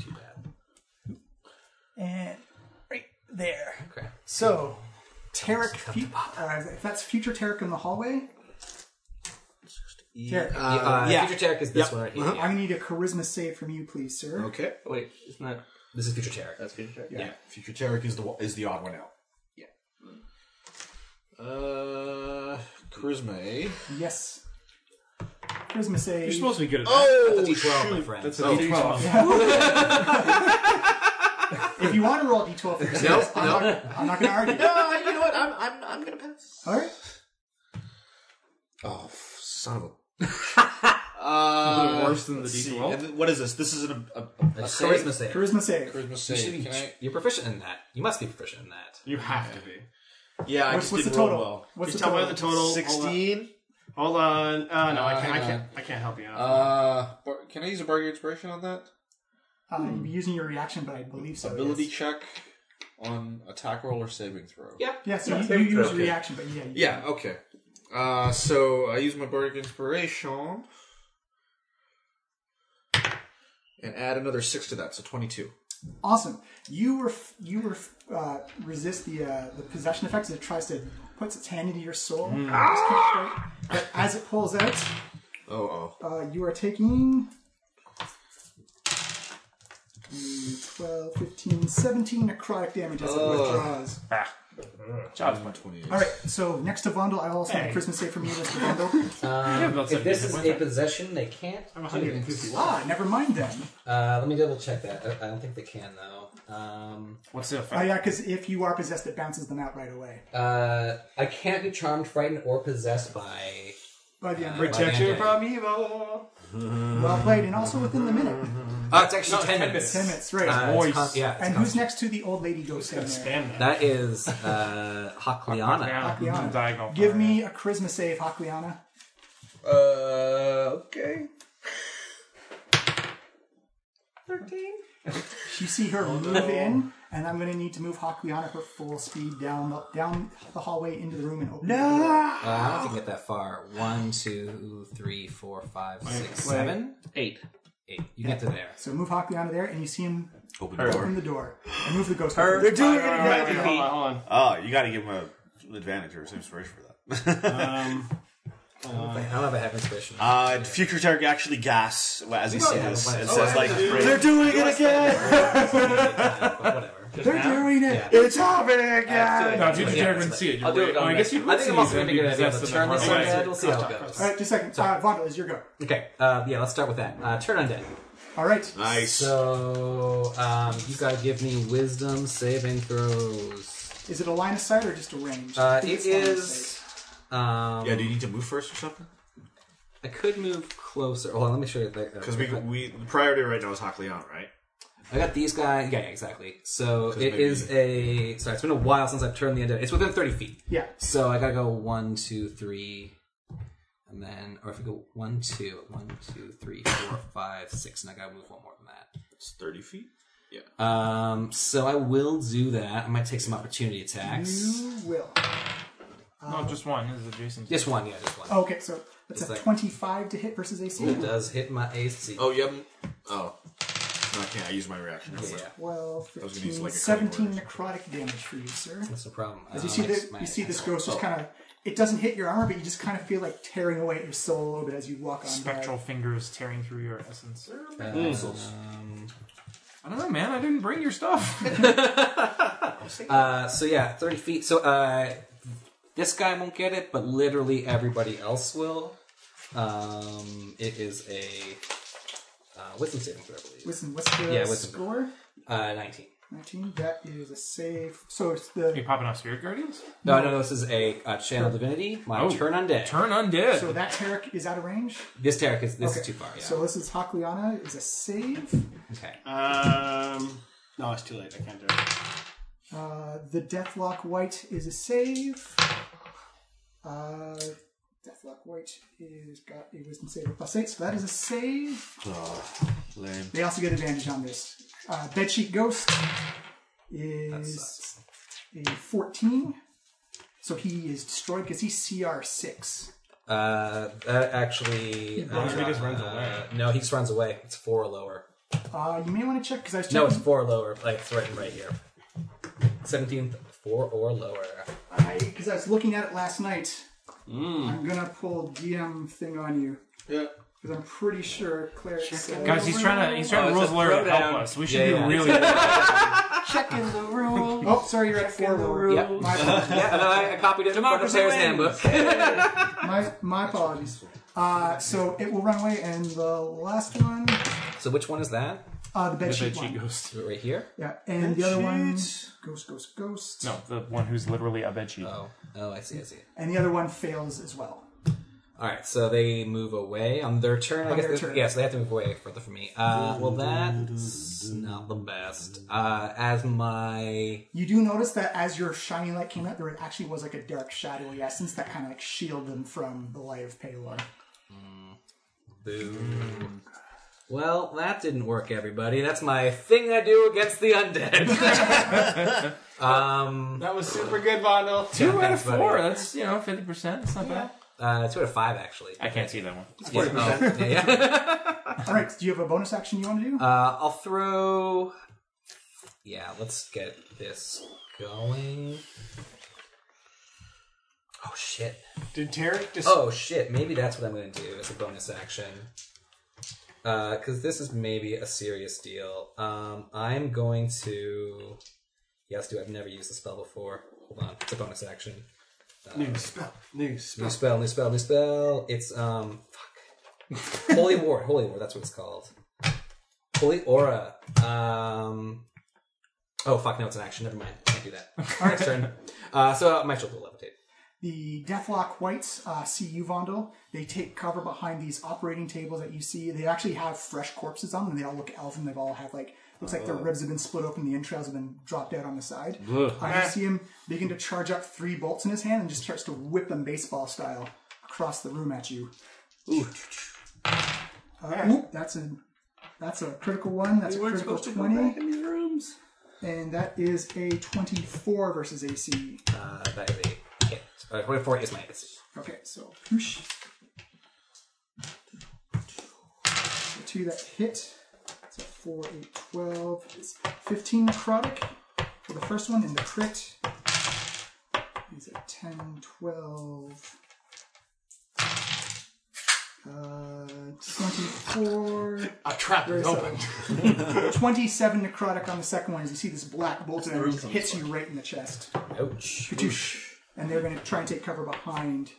S4: Too bad.
S2: And right there.
S4: Okay.
S2: So, Tarek, fu- uh, if that's future Tarek in the hallway, Tarek,
S4: Uh,
S6: yeah.
S4: Future Tarek is this one right here.
S2: I'm going to need a charisma save from you, please, sir.
S6: Okay.
S13: Oh, Wait, isn't that
S4: This is Future Tarek.
S13: that's future?
S6: Yeah. Future Tarek is the is the odd one out.
S2: Yeah.
S6: Uh, charisma. Eh?
S2: Yes. Charisma save.
S12: You're supposed to be good at that.
S6: Oh,
S4: That's a D12, my friend.
S12: That's a D12.
S2: if you want to roll a d12 for yourself, I'm not, I'm not going to argue.
S6: Uh, you know what? I'm I'm I'm gonna pass.
S2: All right.
S6: Oh, f- son of a. uh,
S12: Worse than the
S6: let's see.
S12: D12?
S6: And th- What is this? This is an, a, a
S4: A charisma save.
S2: Charisma save.
S14: Charisma save. Can I?
S4: You're proficient in that. You must be proficient in that.
S5: you have to be.
S6: yeah. I
S2: What's,
S6: just
S2: what's the
S6: didn't roll
S2: total?
S6: well.
S2: What's the
S5: Just tell me
S2: total?
S5: the total.
S14: Sixteen.
S5: Hold on. Hold on. Uh, no, I
S14: Uh, hang
S5: can't. I can't.
S14: on.
S5: I can't help you out.
S14: Uh, bar- can I use a bargain inspiration on that?
S2: Uh, you'd be using your reaction, but I believe so.
S14: Ability check on attack roll or saving throw.
S4: Yeah.
S2: Yes. Yeah, so you, you use your reaction, but yeah. You
S14: Yeah. Okay. Uh, so I use my bardic inspiration and add another six to that, so twenty-two.
S2: Awesome. You were you were uh, resist the uh, the possession effects. It tries to puts its hand into your soul. Just keep it straight. But as it pulls out,
S14: Oh, oh.
S2: uh, you are taking 12, 15, 17 necrotic damage as it withdraws.
S7: Job's fine.
S2: All right, so next to Vondel, I'll also make a Christmas save from you, Mr. Vondel.
S7: Yeah, about
S4: If
S7: 70
S4: this is
S7: points.
S4: a possession, they can't. I'm 150.
S2: ah, never mind then.
S4: Uh, let me double check that. I, I don't think they can though. Um,
S7: What's the
S2: Oh,
S7: effect?
S2: yeah, because if you are possessed, it bounces them out right away.
S4: uh, I can't be charmed, frightened, or possessed by.
S2: By the end.
S4: by the undead.
S5: evil.
S2: Well played, and also within the minute.
S11: Oh, it's actually 10 minutes.
S2: 10 minutes, right.
S11: Uh, it's con- yeah, it's
S2: and
S11: con-
S2: who's next to the old lady ghost down there?
S5: Damn that.
S11: that is uh, Hakliana.
S7: Yeah,
S2: Hakliana.
S7: diagonal.
S2: Give me a charisma save, Hakliana.
S10: Uh, okay.
S2: You see her move in, and I'm going to need to move Hakliana her full speed down the, down the hallway into the room and open the door.
S4: Uh, I don't think I can get that far. One, two, three, four, five, six, seven,
S9: Eight.
S4: eight. You get to there.
S2: So move Hakliana there, and you see him
S6: Open the door.
S2: open the door. And move the ghost. Her.
S5: doing it again. Hold on, hold on.
S6: Oh, you got to give him a an advantage or some inspiration for that.
S5: Um,
S4: I don't have a heaven inspiration.
S6: uh, the future target actually gas well, as he says and says like
S5: They're doing it again.
S4: but whatever.
S2: They're doing it.
S5: It's happening again.
S7: No, if you
S4: Yeah,
S7: yeah,
S4: it's
S7: can
S4: like-
S7: see it. You're
S11: I'll do
S7: right.
S11: it.
S7: Oh,
S11: on
S7: I guess you
S11: next-
S7: would
S11: I think
S7: see
S11: I'm also
S7: them
S11: going to get a
S7: because
S11: good idea
S7: that's
S11: to
S7: the
S11: turn this
S7: number one.
S11: undead. We'll see how it goes.
S2: All right, just a second. Uh, Vondel, is your go.
S4: Okay. Uh, yeah, let's start with that. Uh, turn undead.
S2: All right.
S6: nice.
S4: So um, you gotta give me wisdom saving throws.
S2: Is it a line of sight or just a range? I
S4: Uh,
S2: think it's
S4: it
S2: line of
S4: is. Um,
S6: yeah, do you need to move first or something?
S4: I could move closer. Hold on, let me show you. uh, Because
S6: Because we we the priority right now is Haklion, right?
S4: I got these guys. Yeah, yeah, exactly. So it
S6: maybe-
S4: is a. Sorry, it's been a while since I've turned the undead. It's within thirty feet.
S2: Yeah.
S4: So I gotta go one, two, three, and then, or if I go one, two, one, two, three, four, five, six, and I gotta move one more than that.
S6: It's thirty feet.
S4: Um, so I will do that. I might take some opportunity attacks.
S2: sight. You will.
S7: No, just one. This is adjacent.
S4: Just one, yeah, just one.
S2: Oh, okay, so that's
S4: It's
S2: a
S4: like-
S2: 25 to hit versus AC.
S4: It does hit my AC.
S6: Oh, you haven't. Oh, no, I can't. I use my reaction.
S4: yeah, yeah.
S2: 12,
S6: was gonna use
S2: 15,
S6: like a
S2: 17
S6: code word.
S2: necrotic damage for you, sir.
S4: That's the problem. Uh,
S2: As you see, the, you see this ghost
S4: Oh.
S2: just kind of. It doesn't hit your armor, but you just kind of feel like tearing away at your soul a little bit as you walk on. by.
S7: Spectral fingers tearing through your essence.
S4: uh,
S6: Mm.
S4: Um,
S7: I don't know, man. I didn't bring your stuff.
S4: uh, so yeah, thirty feet. So uh, this guy won't get it, but literally everybody else will. Um, it is a uh, wisdom saving throw, I believe.
S2: Listen, what's the
S4: Yeah, wisdom.
S2: score?
S4: Uh, Nineteen.
S2: 19. That is a save. So it's the.
S7: you popping off spirit guardians?
S4: No, no, no. This is a uh, channel divinity. My
S7: Oh.
S4: turn undead.
S7: Turn undead.
S2: So that Tarek is out of range.
S4: This Tarek is this is
S2: Okay.
S4: too far. Yeah.
S2: So this is Hakliana is a save.
S4: okay.
S5: Um, no, it's too late. I can't do it.
S2: Uh, the Deathlock White is a save. Uh, Deathlock White is got a Wisdom save of plus eight, so that is a save.
S6: Lame.
S2: They also get advantage on this. Uh, Bedsheet Ghost is a fourteen, so he is destroyed because he's CR six.
S4: Uh, that actually.
S5: runs- he just runs
S4: uh,
S5: away.
S4: No, he just runs away. It's four or lower.
S2: Uh, you may want to check because I was checking.
S4: No, it's four or lower. Like it's written right here. Seventeenth, four or lower.
S2: because I was looking at it last night. I'm gonna pull DM thing on you.
S10: Yeah.
S2: Because I'm pretty sure Cleric said-
S7: Guys, he's trying to he's trying to rules lawyer to help us. We should
S4: Yeah,
S7: be
S4: yeah.
S7: really. yeah,
S15: Checking the rules.
S2: Oh, sorry, you're at four lower.
S15: rules.
S4: Yep.
S2: My apologies.
S4: yeah, no, I, I copied it from the player's handbook.
S2: My, my apologies. Uh, so it will run away, and the last one,
S4: so which one is that?
S2: uh, the bed
S7: she
S2: sheet one.
S7: ghost.
S4: Is it right here?
S2: Yeah, and the other one, ghost, ghost, ghost.
S7: No, the one who's literally a bedsheet.
S4: Oh, oh, I see, I see.
S2: And the other one fails as well.
S4: All right, so they move away on their turn. I
S2: On
S4: guess.
S2: their
S4: they-
S2: turn.
S4: Yeah, so they have to move away further from me. Uh, well, that's not the best. Uh, as my
S2: You do notice that as your shining light came out, there actually was like a dark shadowy essence that kind of like shielded them from the light of Palor.
S4: boo. Well, that didn't work, everybody. That's my thing I do against the undead. um,
S5: That was super good, Vondel.
S7: Two out of
S4: Thanks, buddy.
S7: four. That's you know fifty percent. That's not bad.
S4: Uh, two out of five, actually.
S7: I can't see that one.
S4: Yeah, oh, yeah, yeah.
S2: All right, do you have a bonus action you want to do?
S4: Uh, I'll throw. Yeah, let's get this going. Oh shit!
S5: Did Tarek just?
S4: Oh shit! Maybe that's what I'm gonna do as a bonus action. because this is maybe a serious deal. Um, I'm going to. Yes, do I've never used the spell before. Hold on, it's a bonus action. Uh,
S5: New spell. New spell.
S4: New spell, new spell, new spell. It's um, fuck. Holy War, Holy War. That's what it's called. Holy Aura. Um, oh fuck, no, it's an action. Never mind. Can't do that. Next turn. Uh, so uh, my shield will levitate.
S2: The Deathlock Whites uh, see you, Vondel. They take cover behind these operating tables that you see. They actually have fresh corpses on them. They all look elfin. They've all have like looks like their ribs have been split open. The entrails have been dropped out on the side.
S4: Ugh.
S2: Uh, you see him begin to charge up three bolts in his hand and just starts to whip them baseball style across the room at you. Ooh. Uh, oop, that's a that's a critical one. That's a critical twenty,
S10: in these rooms.
S2: and that is a twenty-four versus AC.
S4: Uh, that is a hit. Uh, 24 is my AC.
S2: Okay, so whoosh. The two that hit. So 4, 8, 12 is 15 necrotic for the first one in the crit. These are 10, 12. Uh, 24.
S5: A trap
S2: Very
S5: is open.
S2: 27 necrotic on the second one as you see this black bolt and it hits you right in the chest.
S4: Ouch.
S2: Kadoosh. And they're going to try and take cover behind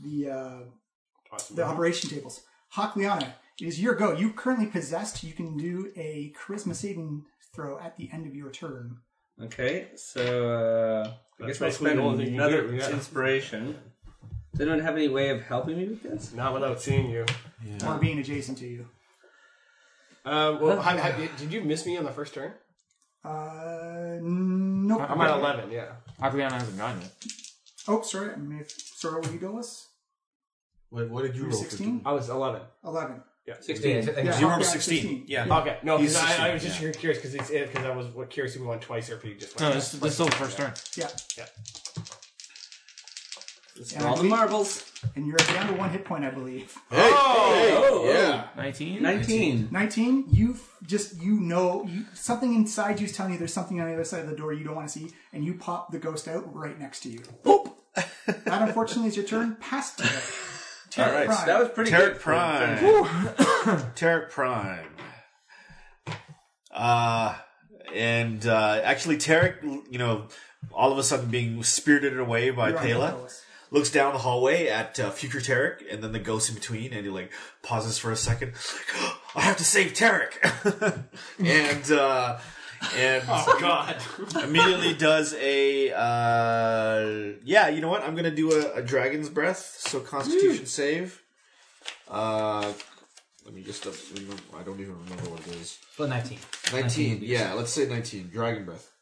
S2: the uh, the operation tables. Hakliana, it is your go. You currently possessed. You can do a charisma saving throw at the end of your turn.
S13: Okay, so uh, I
S5: That's
S13: guess I
S5: basically
S13: spend
S5: the only thing you
S13: another
S5: do, yeah.
S13: inspiration. They don't have any way of helping me with this.
S5: Not without seeing you.
S2: Or being adjacent to you.
S5: Um, well, ha- ha- did you miss me on the first turn?
S2: Uh, nope.
S5: I'm at 11, yeah.
S7: Akliana hasn't gotten it.
S2: Oh, sorry. I may have, sorry, what you go with?
S6: Wait, what did you roll?
S2: 16?
S5: I was 11.
S2: 11.
S4: 16.
S2: Yeah,
S6: You rolled
S2: Hakliana,
S6: 16. Yeah.
S5: Okay, no,
S6: He's
S5: because I,
S6: 16,
S5: I was just
S6: yeah.
S5: curious because it's because I was what, curious if we won twice or if you just
S7: No,
S5: went.
S7: this, this is still the first turn.
S2: Yeah.
S5: Yeah.
S2: And, I
S13: All the
S2: believe-
S13: marbles.
S2: and you're down to one hit point, I believe.
S10: Hey,
S6: Oh!
S10: hey,
S13: Oh,
S10: yeah.
S7: 19?
S13: 19.
S2: 19 you f- just you know you, something inside you is telling you there's something on the other side of the door you don't want to see and you pop the ghost out right next to you Boop. that unfortunately is your turn past you All
S10: right, so
S13: That was pretty
S6: Tarek
S13: good. for-
S6: Prime. Tarek Prime. Uh, and uh, actually, Tarek, you know, all of a sudden being spirited away by Pela, looks down the hallway at uh, future Tarek and then the ghost in between, and he like pauses for a second. I have to save Tarek! and, uh, and
S5: God.
S6: immediately does a uh yeah you know what i'm gonna do a, a dragon's breath so constitution save uh let me just uh, remember, i don't even remember what it is
S11: But 19.
S6: 19 yeah let's say 19 dragon breath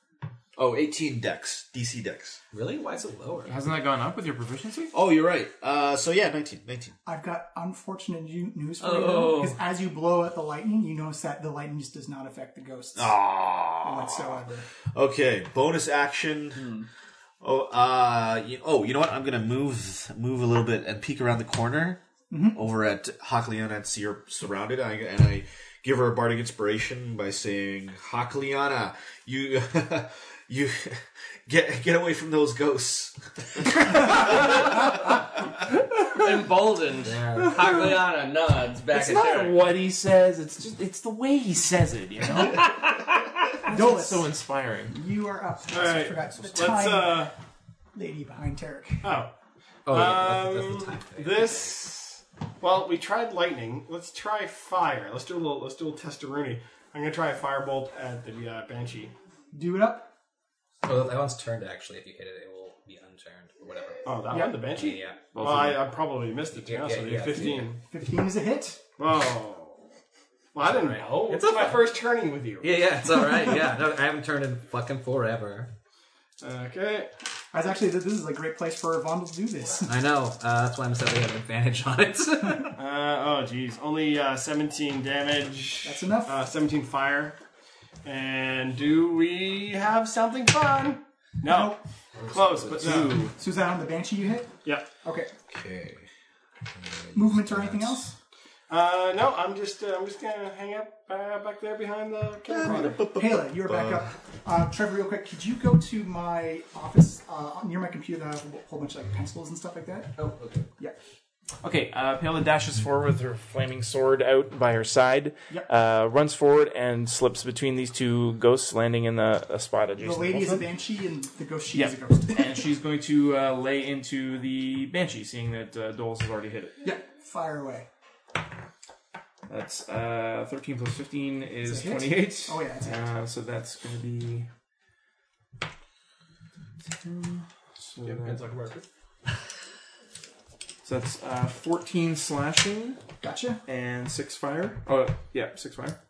S6: oh 18 dex dc dex
S4: Really? Why is it lower?
S7: Hasn't that gone up with your proficiency?
S6: oh you're right uh so yeah 19 19
S2: i've got unfortunate new- news for
S5: Oh.
S2: you because as you blow out the lightning you notice that the lightning just does not affect the ghosts
S7: Ah.
S6: Aww.
S2: whatsoever
S6: okay bonus action
S7: Hmm.
S6: oh uh you, oh you know what i'm gonna move move a little bit and peek around the corner
S7: Mm-hmm.
S6: over at Hakliana and see her surrounded. I, and I give her a bardic inspiration by saying, Hakliana, you, you get get away from those ghosts.
S13: Emboldened. Hakliana nods back
S7: It's
S13: at
S7: not
S13: Derek.
S7: what he says, it's just it's the way he says it, you know?
S2: Dolis,
S7: It's so inspiring.
S2: you are up
S5: All
S2: i
S5: right,
S2: forgot the
S5: let's.
S2: time
S5: uh...
S2: lady behind Tarek.
S5: Oh.
S4: Oh, yeah, that's, that's the
S5: Um,
S4: time. thing.
S5: this. Well, we tried lightning. Let's try fire. Let's do a little. Let's do a little testaruni. I'm gonna try a firebolt at the uh, banshee.
S2: do it up
S4: Oh, that one's turned, actually. If you hit it, it will be unturned or whatever.
S5: Oh, that one, the banshee.
S4: Yeah.
S5: Well, I, I probably missed it. To be
S4: Yeah,
S5: honest
S4: yeah,
S5: with you,
S4: yeah,
S5: fifteen.
S4: yeah.
S2: 15 is a hit
S5: Oh. Well, I didn't know. It's my first turning with you.
S4: Yeah, yeah, it's all right. Yeah, no, I haven't turned in fucking forever.
S5: Okay.
S2: i was actually this is a great place for Vondel to do this
S4: I know. Uh, that's why I'm sad they have advantage on it.
S5: Uh, oh, geez. Only uh, 17 damage.
S2: That's enough.
S5: Uh, 17 fire. And do we have something fun? No. Close, but no.
S2: suzanne the banshee you hit
S5: Yeah.
S2: okay
S6: Okay.
S2: movement or anything else
S5: Uh, no, I'm just uh, I'm just gonna hang out uh, back there behind the camera.
S2: Kayla, you're back up. Uh, Trevor, real quick, could you go to my office uh, near my computer? I have a whole bunch of like pencils and stuff like that.
S4: oh, okay.
S2: Yeah.
S7: Okay, uh, Pela dashes forward with her flaming sword out by her side, uh, runs forward and slips between these two ghosts, landing in the a spot
S2: The
S7: adjacent. to
S2: lady
S7: both
S2: is a
S7: of them.
S2: banshee and the ghost she
S7: Yeah.
S2: is a ghost.
S7: and she's going to uh, lay into the banshee, seeing that uh, Doles has already hit it.
S2: Yeah, fire away.
S7: That's uh, 13 plus 15 is
S2: It's a hit.
S7: 28.
S2: Oh, yeah, it's a hit.
S7: Uh, so that's going to be. So, that- so that's uh, 14 slashing.
S2: Gotcha.
S7: And 6 fire. Oh, yeah, 6 fire.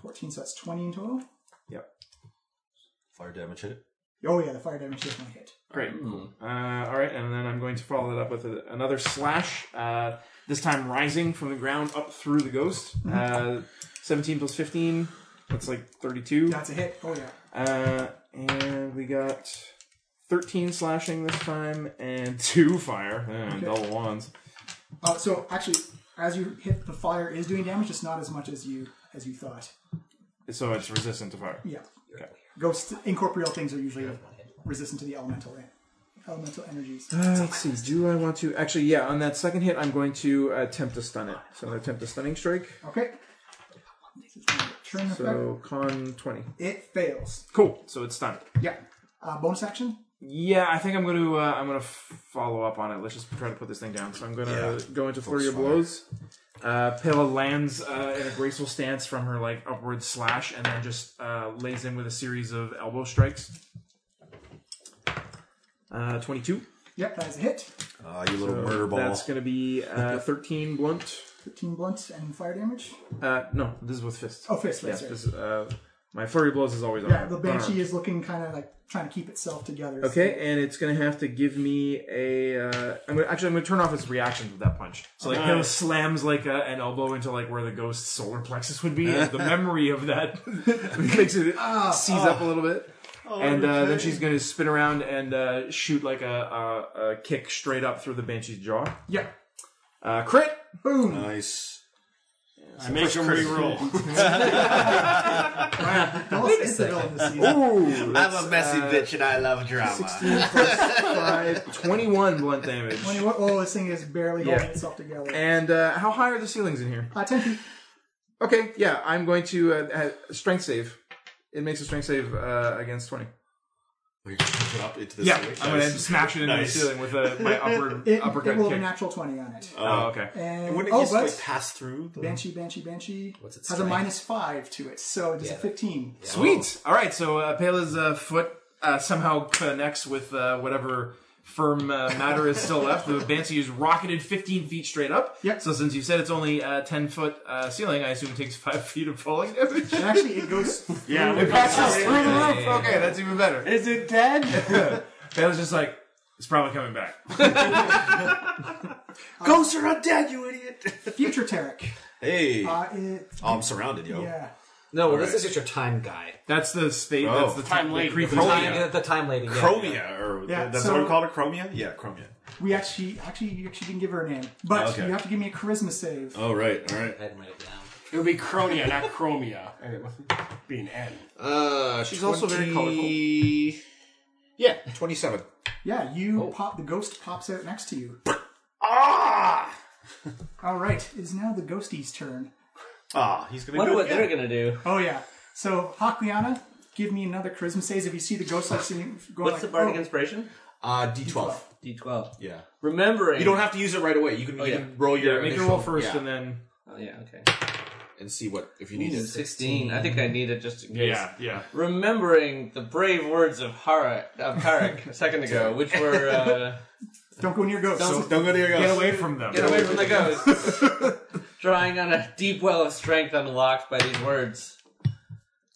S2: 14, so that's 20 in total.
S7: Yep.
S6: Fire damage hit it.
S2: Oh, yeah, the fire damage is one hit.
S7: Great. Uh, all right, and then I'm going to follow that up with a, another slash. Uh, this time rising from the ground up through the ghost.
S2: Mm-hmm.
S7: Uh, 17 plus 15. That's like 32.
S2: That's a hit. Oh, yeah.
S7: Uh, and we got 13 slashing this time and two fire. Uh, Double ones.
S2: Uh, so actually, as you hit, the fire is doing damage, just not as much as you as you thought.
S7: So it's resistant to fire.
S2: Yeah.
S7: Okay.
S2: Ghost incorporeal things are usually resistant to the elemental elemental energies.
S7: Uh, let's see. Do I want to actually? Yeah. On that second hit, I'm going to attempt to stun it. So I'm going to attempt a stunning strike.
S2: Okay. Turn
S7: So con twenty.
S2: It fails.
S7: Cool. So it's stunned.
S2: Yeah. Uh, bonus action.
S7: Yeah, I think I'm going to uh, I'm going to follow up on it. Let's just try to put this thing down. So I'm going to
S9: Yeah.
S7: go into
S9: Folks
S7: flurry of
S9: fire.
S7: blows. Uh, Pela lands uh, in a graceful stance from her like upward slash, and then just uh, lays in with a series of elbow strikes. Uh, Twenty-two.
S2: Yep, that is a hit.
S6: Ah, you little
S7: So
S6: murder ball.
S7: That's going to be uh, thirteen blunt.
S2: Thirteen blunts and fire damage.
S7: Uh, no, this is with fists.
S2: Oh, fists, right,
S7: Yes,
S2: sorry.
S7: this is, uh, my flurry of blows is always
S2: Yeah,
S7: on.
S2: the banshee is looking kind of like trying to keep itself together.
S7: Okay, and it's gonna have to give me a. Uh, I'm gonna, actually I'm gonna turn off its reaction to that punch. So like
S2: Okay.
S7: Halo slams like a, an elbow into like where the ghost's solar plexus would be, and the memory of that makes it
S9: Ah,
S7: seize
S9: ah.
S7: up a little bit.
S9: Oh,
S7: and uh,
S9: okay.
S7: then she's gonna spin around and uh, shoot like a, a, a kick straight up through the banshee's jaw.
S2: Yeah.
S7: Uh, crit.
S2: Boom.
S6: Nice.
S7: I make
S6: them
S7: them
S6: re-roll.
S7: re-roll.
S15: I'm a messy bitch and I love drama.
S7: 16 plus 5, 21 uh, blunt damage.
S2: 21. Oh, this thing is barely
S7: Yeah.
S2: holding itself together.
S7: And uh, how high are the ceilings in here?
S2: Uh, 10 feet.
S7: Okay, yeah, I'm going to uh, uh, strength save. It makes a strength save uh, against 20.
S6: Wait, push it up into the
S7: yeah,
S6: ceiling.
S7: I'm going to
S6: Nice.
S7: smash it into
S6: Nice.
S7: the ceiling with uh, my upward,
S2: It, it
S7: uppercut
S2: rolled a
S7: kick.
S2: natural 20 on it.
S7: Oh, okay.
S2: And,
S6: And Uh, wouldn't it
S2: oh,
S6: just,
S2: but
S6: like, pass through the-
S2: Banshee, Banshee, Banshee
S6: What's its
S2: has a
S6: strength?
S2: minus 5 to it, so it does a 15.
S7: Sweet. All right. So uh, Pela's uh, foot uh, somehow connects with uh, whatever firm uh, matter is still left. The Banshee is rocketed 15 feet straight up. Yep. So since you said it's only uh, 10 foot uh, ceiling, I assume it takes five feet of falling damage.
S2: And actually, it goes.
S7: Yeah,
S2: through
S7: it
S2: the-
S7: passes through the
S2: Yeah, yeah,
S7: roof.
S2: yeah.
S7: Okay, that's even better. Is it dead? Pela's just like, it's probably coming back.
S2: Ghosts are not dead, you idiot! Future Tarek.
S6: Hey.
S2: Uh, it,
S6: oh, I'm surrounded, yo.
S2: Yeah.
S11: No, well,
S6: All
S11: this
S6: right.
S11: is just your time guy.
S7: That's the spade.
S6: Oh. that's the
S11: time
S6: lady.
S11: The,
S6: Creepy
S11: time,
S6: lady.
S11: yeah, the time lady. Yeah,
S6: Chromia,
S11: yeah.
S6: or
S2: Yeah,
S6: that's
S2: so-
S6: what we call it, Chromia. Yeah, Chromia.
S2: We actually, actually, you actually didn't give her a name, but
S6: Okay.
S2: you have to give me a charisma save.
S6: Oh right, all right.
S11: I had to write it down.
S5: It would be Chronia, not Chromia. And it must be an N.
S10: Uh,
S5: She's also very
S10: 20 Yeah, twenty-seven.
S2: Yeah, you
S13: Oh.
S2: pop. The ghost pops out next to you. ah! All right, it is now the ghostie's turn.
S6: Ah, he's gonna
S13: Wonder
S6: do
S13: what
S6: it
S13: they're
S6: again.
S13: gonna do.
S2: Oh yeah. So Hakliana, give me another charisma save if you see the ghost like seeing going
S13: What's the
S2: like,
S13: bardic
S2: oh.
S13: inspiration?
S6: Uh, D12.
S13: D12.
S6: Yeah.
S13: Remembering.
S10: You don't have to use it right away. You can,
S13: Oh,
S10: you
S13: yeah.
S10: can roll your
S13: Yeah, make your
S10: initial-
S13: roll first
S10: yeah,
S13: and
S7: then.
S13: Oh yeah. Okay.
S10: and see what if you
S13: Ooh,
S10: need it.
S13: 16. I think I need it just in case.
S10: Yeah, yeah.
S13: Remembering the brave words of Hara of Tarek a second ago, which were uh,
S2: Don't go near ghosts.
S13: Don't- Don't go near ghosts.
S7: Get away from them.
S13: "Get away from the ghosts," drawing on a deep well of strength unlocked by these words.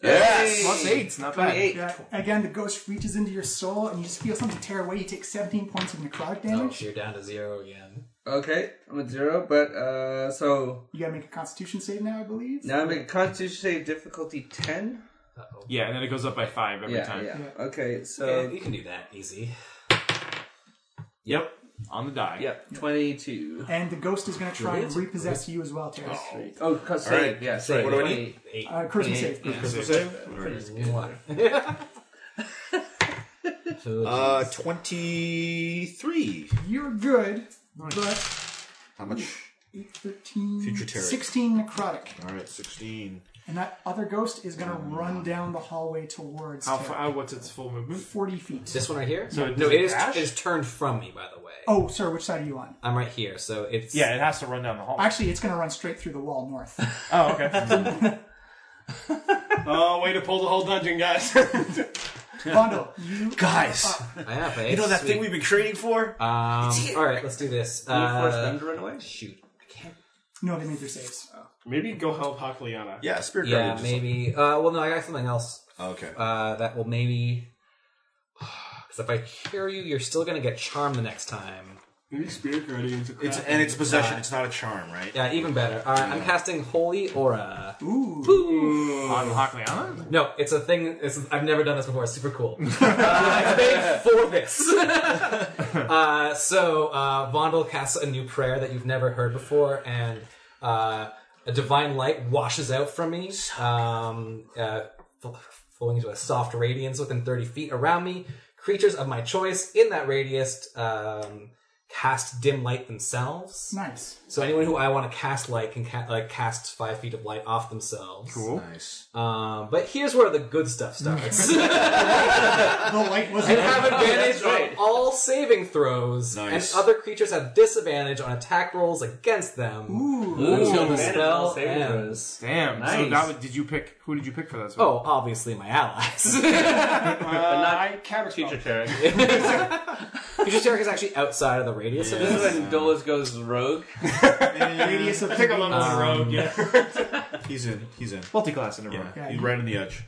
S13: Yay!
S2: Plus
S7: eight, not bad.
S13: 28.
S2: Yeah, again, the ghost reaches into your soul, and you just feel something tear away. You take 17 points of necrotic
S11: Oh,
S2: damage.
S11: so you're down to zero again.
S13: Okay, I'm at zero, but uh, so
S2: You gotta make a Constitution save now, I believe.
S13: now I'm at Constitution save difficulty ten.
S7: Yeah, and then it goes up by five every
S13: yeah,
S7: time.
S13: yeah. Okay, so
S11: Yeah, you can do that easy.
S7: Yep. On the die.
S13: Yep. Twenty-two.
S2: And the ghost is gonna try and
S13: Brilliant.
S2: repossess you as well, Terry.
S13: Oh, co- save. Yeah, save.
S10: What do I need?
S2: Uh, charisma save.
S10: Christmas save. Uh, twenty-three.
S2: You're good, but
S6: How much?
S2: 8, 13,
S6: Future terror.
S2: 16 necrotic.
S6: All right, sixteen.
S2: And that other ghost is
S13: Oh,
S2: going to run down the hallway towards
S7: How
S2: Terra.
S7: far? Uh, what's its full movement?
S2: 40 feet.
S4: This one right here?
S7: So it
S4: no,
S7: doesn't
S4: it is,
S7: dash?
S4: it is turned from me, by the way.
S2: Oh, sorry, which side are you on?
S4: I'm right here, so it's.
S7: Yeah, it has to run down the hall.
S2: Actually, it's going to run straight through the wall north.
S7: Oh, okay.
S5: Oh, way to pull the whole dungeon, guys.
S2: Bondo, you
S6: guys.
S4: I have a.
S6: You know that
S4: sweet-
S6: thing we've been training for?
S4: Um, all right, let's do this.
S13: Can you force
S4: Uh,
S13: them to run away?
S4: Shoot. I can't.
S2: No, they made their saves.
S5: Maybe go help Hakliana.
S6: Yeah, spirit
S4: Yeah,
S6: guardian. just-
S4: maybe. Uh, well, no, I got something else.
S6: Okay.
S4: Uh, that will maybe. Because if I cure you, you're still going to get charm the next time.
S5: Maybe spirit guardians.
S6: It's and it's possession. It's not a charm, right?
S4: Yeah, even better. All right, I'm casting Holy Aura.
S2: Ooh.
S7: On Hakliana?
S4: No, it's a thing. It's, I've never done this before. It's super cool. uh, it's made for this. uh, so uh, Vondel casts a new prayer that you've never heard before, and uh, a divine light washes out from me, um, uh, fl- flowing into a soft radiance within 30 feet around me. Creatures of my choice in that radius um, cast dim light themselves.
S2: Nice.
S4: So anyone who I want to cast light can ca- like cast five feet of light off themselves. Cool.
S6: Nice.
S4: Um, but here's where the good stuff starts.
S2: The light was
S4: and have advantage
S13: that's right.
S4: on all saving throws,
S6: Nice.
S4: and other creatures have disadvantage on attack rolls against them until the
S13: Advantage
S4: spell
S13: on saving
S4: ends.
S7: Damn. So
S13: Nice.
S7: that was, did you pick? Who did you pick for that? spell?
S4: Oh, obviously my allies.
S13: but not
S5: I counter
S13: teacher Tarek.
S4: Future Tarek is actually outside of the radius of
S13: This is
S4: this.
S13: when Dolas goes rogue.
S2: radius of
S5: I think I'm on the road. Yeah.
S6: He's in. He's in.
S7: Um, Multi-class in a row.
S6: Yeah, he's right on the edge.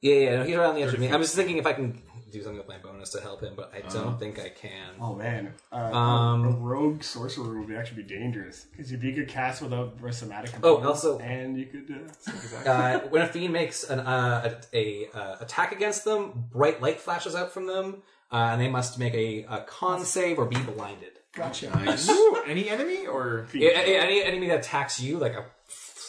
S4: Yeah, yeah, no, he's right on the edge of me. I'm just thinking if I can do something with my bonus to help him, but I don't
S13: Uh-huh.
S4: think I can.
S5: Oh man, uh,
S4: Um,
S5: a rogue sorcerer would actually be dangerous because if you could cast without a somatic
S4: Oh,
S5: component,
S4: also-
S5: and you could. Uh,
S4: Uh, when a fiend makes an, uh, a, a uh, attack against them, bright light flashes out from them, uh, and they must make a, a con save or be blinded.
S2: Gotcha.
S6: Nice.
S7: Ooh, any enemy or
S4: Yeah, a- a- Any enemy that attacks you, like a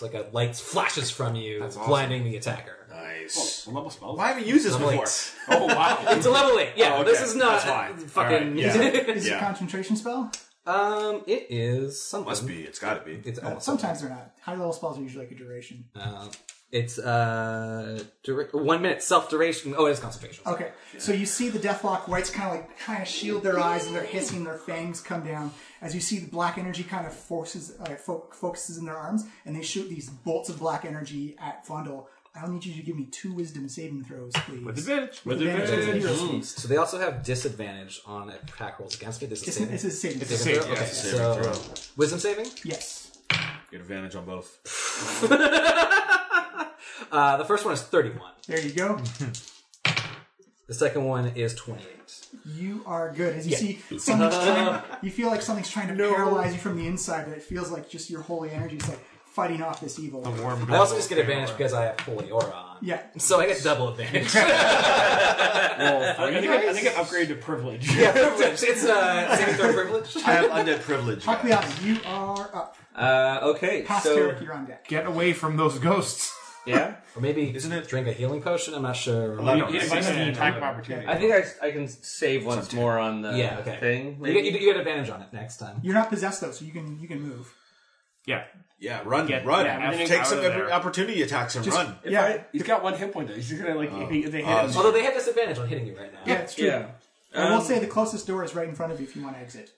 S4: like a light flashes from you, blinding the attacker.
S6: Nice.
S5: level spells.
S6: Why haven't you used this
S4: Level
S6: before?
S4: eight.
S5: Oh wow.
S4: It's a level eight. Yeah,
S6: Oh, okay.
S4: this is not
S6: That's why.
S4: fucking.
S6: All right,
S2: Is it a
S6: Yeah.
S2: concentration spell?
S4: um, it is something.
S6: Must be. It's got to be.
S4: It's almost
S2: Sometimes they're not. High level spells are usually like a duration.
S4: Uh, it's uh dura- one minute self duration. Oh, it is concentration.
S2: Okay, so you see the Deathlock whites kind of like kind of shield their eyes and they're hissing, their fangs come down. As you see the black energy kind of forces uh, fo- focuses in their arms, and they shoot these bolts of black energy at Vondel. I'll need you to give me two Wisdom saving throws, please. With
S7: advantage?
S2: With advantage. it's hero's feast.
S4: So they also have disadvantage on attack rolls against me. This is
S2: It's,
S4: saving.
S2: a- it's a saving throw.
S4: Saving
S7: save,
S4: throw?
S7: yeah,
S4: Okay,
S6: saving
S4: so wisdom saving.
S2: Yes.
S6: Get advantage on both.
S4: Uh, the first one is thirty-one.
S2: There you go.
S4: The second one is twenty-eight.
S2: You are good. As you see, something's trying, you feel like something's trying to paralyze you from the inside, but it feels like just your holy energy is like fighting off this evil.
S7: warm
S4: I also just get advantage because I have holy aura on.
S2: Yeah.
S4: So I get double advantage. Oh,
S5: I think I, I think I upgraded to privilege.
S4: yeah, privilege. It's uh, saving throw privilege.
S6: I have undead privilege. guys.
S2: Hakliana, you are up.
S13: Uh, okay,
S2: Past
S13: so
S2: Eric, you're on deck.
S7: Get away from those ghosts.
S13: yeah,
S4: Or maybe isn't it drink a healing potion? I'm not sure.
S6: Eleven.
S7: You
S5: If I had an attack of opportunity.
S13: I think I, I can save once more on the
S4: Yeah. Okay.
S13: thing.
S4: You get, you, you get advantage on it next time.
S2: You're not possessed though, so you can you can move.
S7: Yeah.
S6: Yeah, run,
S7: Get
S6: run.
S7: that out
S6: Take
S7: of
S6: some
S7: there.
S6: opportunity attacks and run.
S5: If
S2: yeah.
S5: I, he's got one hit point though. He's just gonna like if, he, if they hit
S6: Uh,
S5: him.
S4: Although they have disadvantage on hitting you right now.
S2: yeah, it's true.
S13: Yeah, um,
S2: I will say the closest door is right in front of you if you want to exit.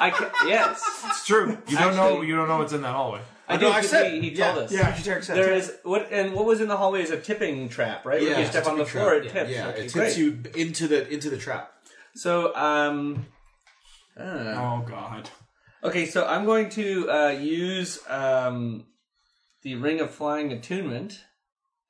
S13: I can, yes,
S7: It's true. You don't know.
S13: Actually-
S7: You don't know what's in that hallway.
S13: I do.
S6: no, I
S13: think
S6: said-
S13: he, he
S6: yeah,
S13: told us.
S2: Yeah, Jarek said
S13: There is what and what was in the hallway is a tipping trap, right?
S6: Yeah,
S13: when you step on the
S6: tipping
S13: floor,
S6: trap.
S13: it tips.
S6: Yeah,
S13: Okay,
S6: it tips
S13: great.
S6: you into the into the trap.
S13: So um, uh,
S5: Oh god.
S13: Okay, so I'm going to uh, use um, the Ring of Flying Attunement.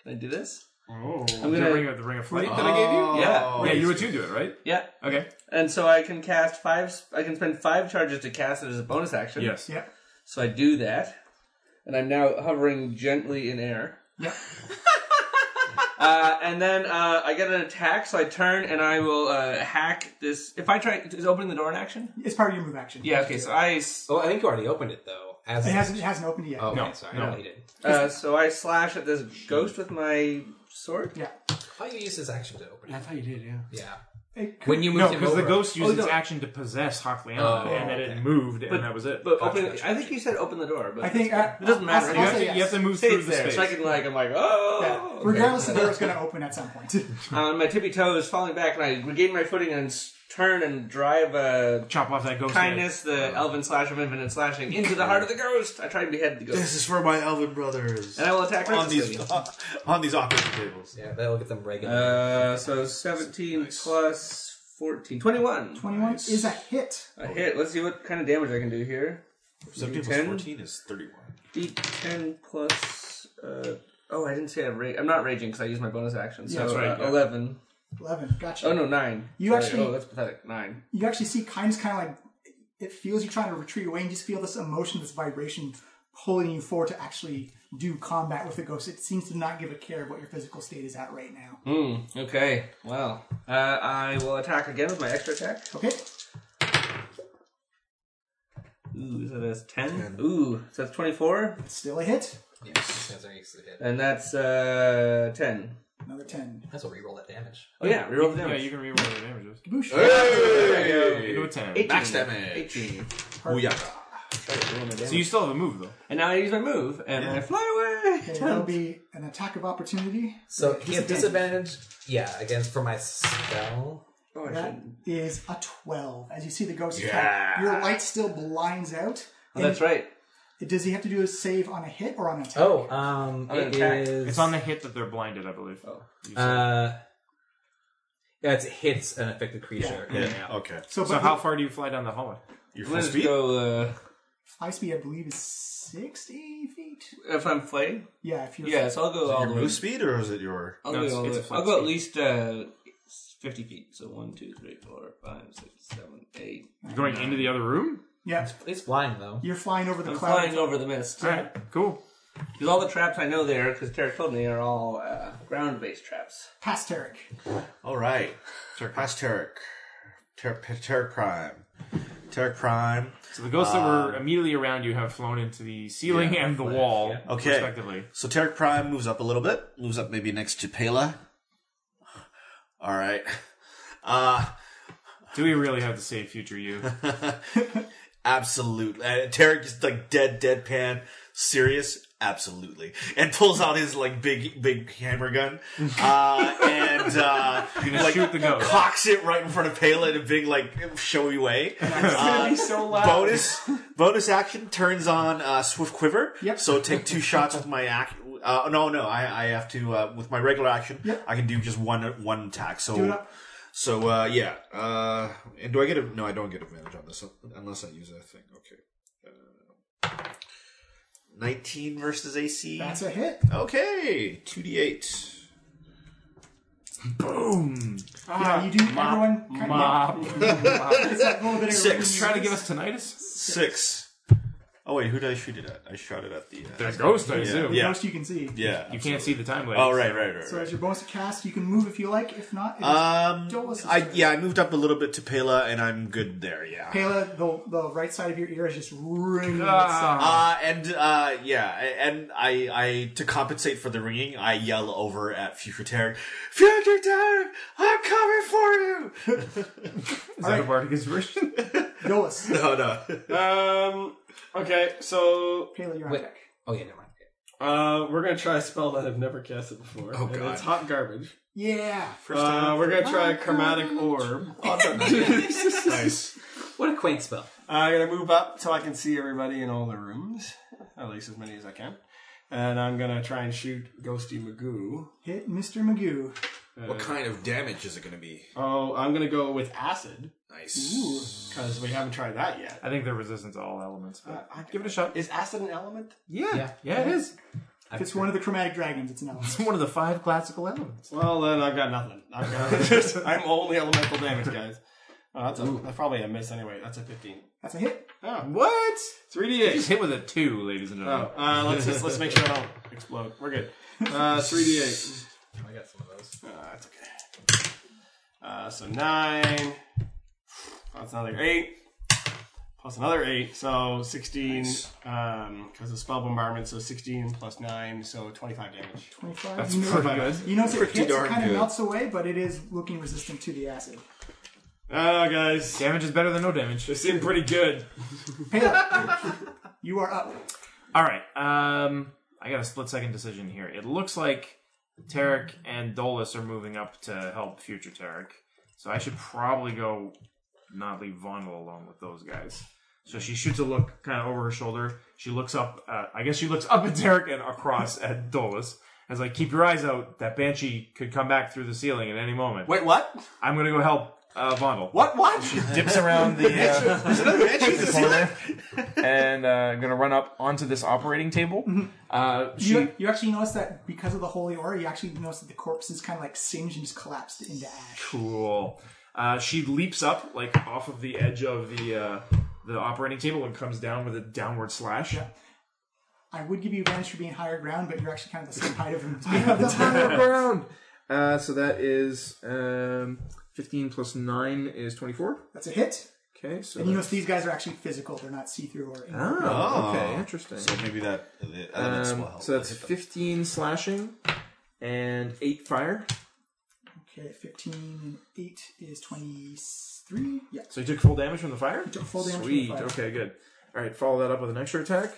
S13: Can I do this?
S5: Oh.
S13: I'm
S7: The
S13: gonna,
S7: ring of the ring of flame.
S6: I gave you?
S13: Yeah.
S7: yeah, you were two do it, right?
S13: yeah,
S7: Okay.
S13: and so I can cast five. I can spend five charges to cast it as a bonus action.
S7: Yes.
S2: Yeah.
S13: So I do that, and I'm now hovering gently in air.
S2: Yep.
S13: Uh, and then uh, I get an attack, so I turn and I will uh, hack this. If I try, is opening the door an action?
S2: It's part of your move action.
S13: Yeah. Okay. So I s-
S4: Oh, I think you already opened it though. As
S2: It hasn't it hasn't opened yet.
S4: Oh,
S7: No,
S4: okay, sorry,
S7: no.
S4: no, he didn't.
S13: uh, so I slash at this ghost with my sword.
S2: Yeah.
S4: I thought you used his action to open
S5: I
S4: it.
S5: thought you did, yeah.
S4: Yeah.
S2: It could-
S4: When you
S7: no,
S4: moved him
S7: because the
S4: over.
S7: ghost used
S4: Oh,
S7: its
S4: no.
S7: action to possess Hockleyanna,
S4: Oh,
S7: and then
S4: okay.
S7: it moved,
S13: But-
S7: and that was it.
S13: But open, I think you said open the door. But
S2: I think I-
S13: it doesn't matter.
S2: I'll- I'll
S13: you, have
S2: say
S13: to,
S2: yes.
S13: you have to move
S2: Stays
S13: through the
S2: there.
S13: space. So I can like, I'm like, oh.
S2: Yeah.
S13: okay.
S2: Regardless, the door is going to open at some point.
S13: on my tippy toes, falling back, and I regain my footing and s- turn and drive uh,
S7: chop off that ghost
S13: kindness, the elven slash of infinite slashing into the heart of the ghost. I try and behead the ghost.
S6: This is for my elven brothers.
S13: And I will attack
S6: on
S13: Rex's
S6: these on these opposite tables.
S4: Yeah, that'll get them regular.
S13: Uh, so 17 plus 14. 21.
S2: 21 is a hit.
S13: A hit. Let's see what kind of damage I can do here.
S6: 17 plus 14 is 31.
S13: D10 plus. Uh, oh, I didn't say I rage. I'm not raging because I used my bonus action. So
S2: Yeah, that's right,
S13: uh,
S2: yeah.
S13: 11.
S2: 11. Gotcha.
S13: Oh, no, 9.
S2: You
S13: Sorry.
S2: actually-
S13: Oh, that's pathetic. 9.
S2: You actually see kindness kind of like it feels you're trying to retreat away, and you just feel this emotion, this vibration pulling you forward to actually do combat with the ghost. It seems to not give a care of what your physical state is at right now.
S13: Hmm. Okay. Well, uh, I will attack again with my extra attack.
S2: Okay.
S13: Ooh, so that's 10. Ooh, so that's 24.
S2: Still a hit.
S4: Yes, that's an easy hit.
S13: And that's uh, 10.
S2: Another 10.
S4: That's a reroll that damage.
S13: Oh, yeah, reroll the
S7: Yeah,
S13: damage.
S7: you can reroll the damages.
S2: Kaboosh.
S13: Hey!
S7: Into a 10.
S13: 18.
S7: Max damage.
S13: 18.
S6: Booyah.
S7: So you still have a move, though.
S13: And now I use my move, and I fly.
S2: Okay, that'll be an attack of opportunity.
S4: So
S2: With
S4: he has disadvantage. Yeah, against for my spell.
S13: Oh,
S4: I
S2: That is a 12. As you see the ghost attack,
S4: Yeah.
S2: your light still blinds out.
S13: Oh, that's right.
S2: Does he have to do a save on a hit or on an attack?
S4: Oh, um,
S2: On an
S4: it
S2: attack.
S4: is-
S7: It's on the hit that they're blinded, I believe. Oh.
S4: Uh, yeah, it hits an affected creature.
S7: Yeah. Yeah.
S6: Okay.
S7: So,
S2: So, but
S7: how
S2: he-
S7: far do you fly down the hallway?
S6: Your
S13: full Let's speed? go, uh,
S2: High speed, I believe, is 60 feet?
S13: If I'm flying?
S2: Yeah, if you're-
S13: Yeah, so I'll go
S2: Is it
S13: all
S2: your
S13: the
S2: move
S13: way.
S6: speed, or is it your-
S13: I'll,
S6: No,
S13: go,
S6: it's-
S13: all
S6: it's
S13: the-
S6: a flat
S13: I'll go at
S6: speed.
S13: least uh, 50 feet. So 1, 2, 3, 4, 5, 6, 7, 8.
S7: You're going into the other room?
S2: Yeah.
S4: It's flying, though.
S2: You're flying over the
S13: I'm
S2: cloud.
S13: flying over the mist.
S7: Alright, cool.
S13: Because all the traps I know there, because Tarek told me, are all uh, ground based traps.
S2: Past Tarek.
S6: All right. Past Tarek. Tarek, Tarek Prime. Tarek Prime.
S7: So the ghosts that were immediately around you have flown into the ceiling
S6: Yeah.
S7: and the wall,
S6: Okay.
S7: respectively.
S6: So Tarek Prime moves up a little bit, moves up maybe next to Pela. All right. Uh,
S7: Do we really have to save future you?
S6: absolutely. Uh, Tarek is like dead, deadpan, serious. Absolutely, and pulls out his like big, big hammer gun, uh, and uh,
S7: gonna
S6: like,
S7: shoot the ghost.
S6: cocks it right in front of Pela in a big, like showy way.
S2: gonna
S6: Uh,
S2: be so loud.
S6: Bonus, bonus action turns on uh, swift quiver.
S2: Yep.
S6: So take two shots with my act. Uh, no, no, I, I have to uh, with my regular action. I can do just one one attack. So
S2: Do it up.
S6: so uh, yeah, uh, and do I get a? No, I don't get advantage on this unless I use that thing. Okay, uh, nineteen versus AC.
S2: That's a hit.
S6: Okay, two d eight.
S7: Boom.
S2: yeah, you do. everyone kind
S7: Ah, mop,
S2: of. It's that little bit of
S6: Six.
S7: Trying to give us tinnitus?
S6: Six. Oh wait, who did I shoot it at? I shot it at the. Uh,
S7: The ghost, I
S6: yeah.
S7: assume.
S6: Yeah.
S2: Most you can see.
S6: Yeah.
S7: You can't see the time lapse.
S6: Oh right, right, right.
S2: So
S6: right.
S2: as your bonus cast, you can move if you like. If not, it is
S6: Um,
S2: Dolus'
S6: I
S2: turn.
S6: yeah, I moved up a little bit to Pela, and I'm good there. Yeah.
S2: Pela, the, the right side of your ear is just ringing. with
S7: Ah.
S2: sound.
S6: Uh, and uh, yeah, and I, I to compensate for the ringing, I yell over at Future Terror, Future Terror, I'm coming for you.
S7: Is that a bardic inspiration?
S2: Dolus.
S6: Uh, No, no.
S5: Um. Okay, so
S2: Pela, you're on
S5: Wait.
S2: deck.
S4: Oh yeah, never mind.
S5: uh, we're gonna try a spell that I've never casted before.
S6: Oh,
S5: and
S6: God.
S5: it's hot garbage.
S2: Yeah.
S5: Uh, we're gonna try a chromatic orb.
S6: nice.
S4: What a quaint spell.
S5: I'm gonna move up so I can see everybody in all the rooms, at least as many as I can. And I'm gonna try and shoot Ghosty Magoo.
S2: Hit Mr. Magoo.
S6: What kind of damage is it going to be?
S5: Oh, I'm gonna go with acid
S6: Nice.
S5: because we haven't tried that yet.
S7: I think they're resistant to all elements. but-
S5: Uh, I, Give it a shot. Is acid an element?
S7: yeah. yeah. it is.
S2: If it's one of the chromatic dragons, it's an element.
S7: It's one of the five classical elements.
S5: Well, then I've got nothing. I've got, I'm only elemental damage, guys. Oh, that's, a, that's probably a miss anyway. That's a 15.
S2: That's a hit.
S5: Oh,
S7: What? Just
S5: 3d8.
S7: hit with a two, ladies and
S5: Oh,
S7: gentlemen.
S5: uh, let's just, let's make sure I don't explode. We're good. Uh, 3d8.
S4: I got some of those.
S5: Uh, that's okay. Uh, so nine. That's another eight. plus another eight, so sixteen. Because of spell bombardment, so sixteen plus nine, so twenty-five damage.
S2: 25. you know, You know, it hits, it kind of melts away, but it is looking resistant to the acid.
S5: Oh, guys,
S7: damage is better than no damage. This seemed pretty good.
S2: you are up.
S7: All right. Um, I got a split second decision here. It looks like Tarek and Dolus are moving up to help future Tarek, so I should probably go not leave Vondel alone with those guys. So she shoots a look kind of over her shoulder. She looks up. Uh, I guess she looks up at Tarek and across at Dolus. As like, keep your eyes out. That banshee could come back through the ceiling at any moment.
S5: Wait, what?
S7: I'm gonna go help uh, Vondel.
S5: What? What?
S7: She dips around the. Uh,
S5: There's another banshee in the ceiling?
S7: and uh, I'm gonna run up onto this operating table. Uh, she,
S2: You, you actually notice that because of the holy aura, you actually notice that the corpse is kind of like singed and just collapsed into ash.
S7: Cool. Uh, she leaps up like off of the edge of the uh, the operating table and comes down with a downward slash.
S2: I would give you advantage for being higher ground, but you're actually kind of the same height of him.
S7: Uh, so that is um, 15 plus 9 is 24.
S2: That's a hit.
S7: Okay, so
S2: and you notice these guys are actually physical; they're not see-through or.
S7: Oh, okay, interesting.
S6: So maybe that the elements
S7: Um,
S6: will help.
S7: So that's 15 slashing and 8 fire.
S2: Okay, fifteen and eight is twenty-three. Yeah.
S7: So you took full damage from the fire?
S2: took full damage from
S7: Sweet.
S2: the fire.
S7: Okay, good. All right, follow that up with an extra attack.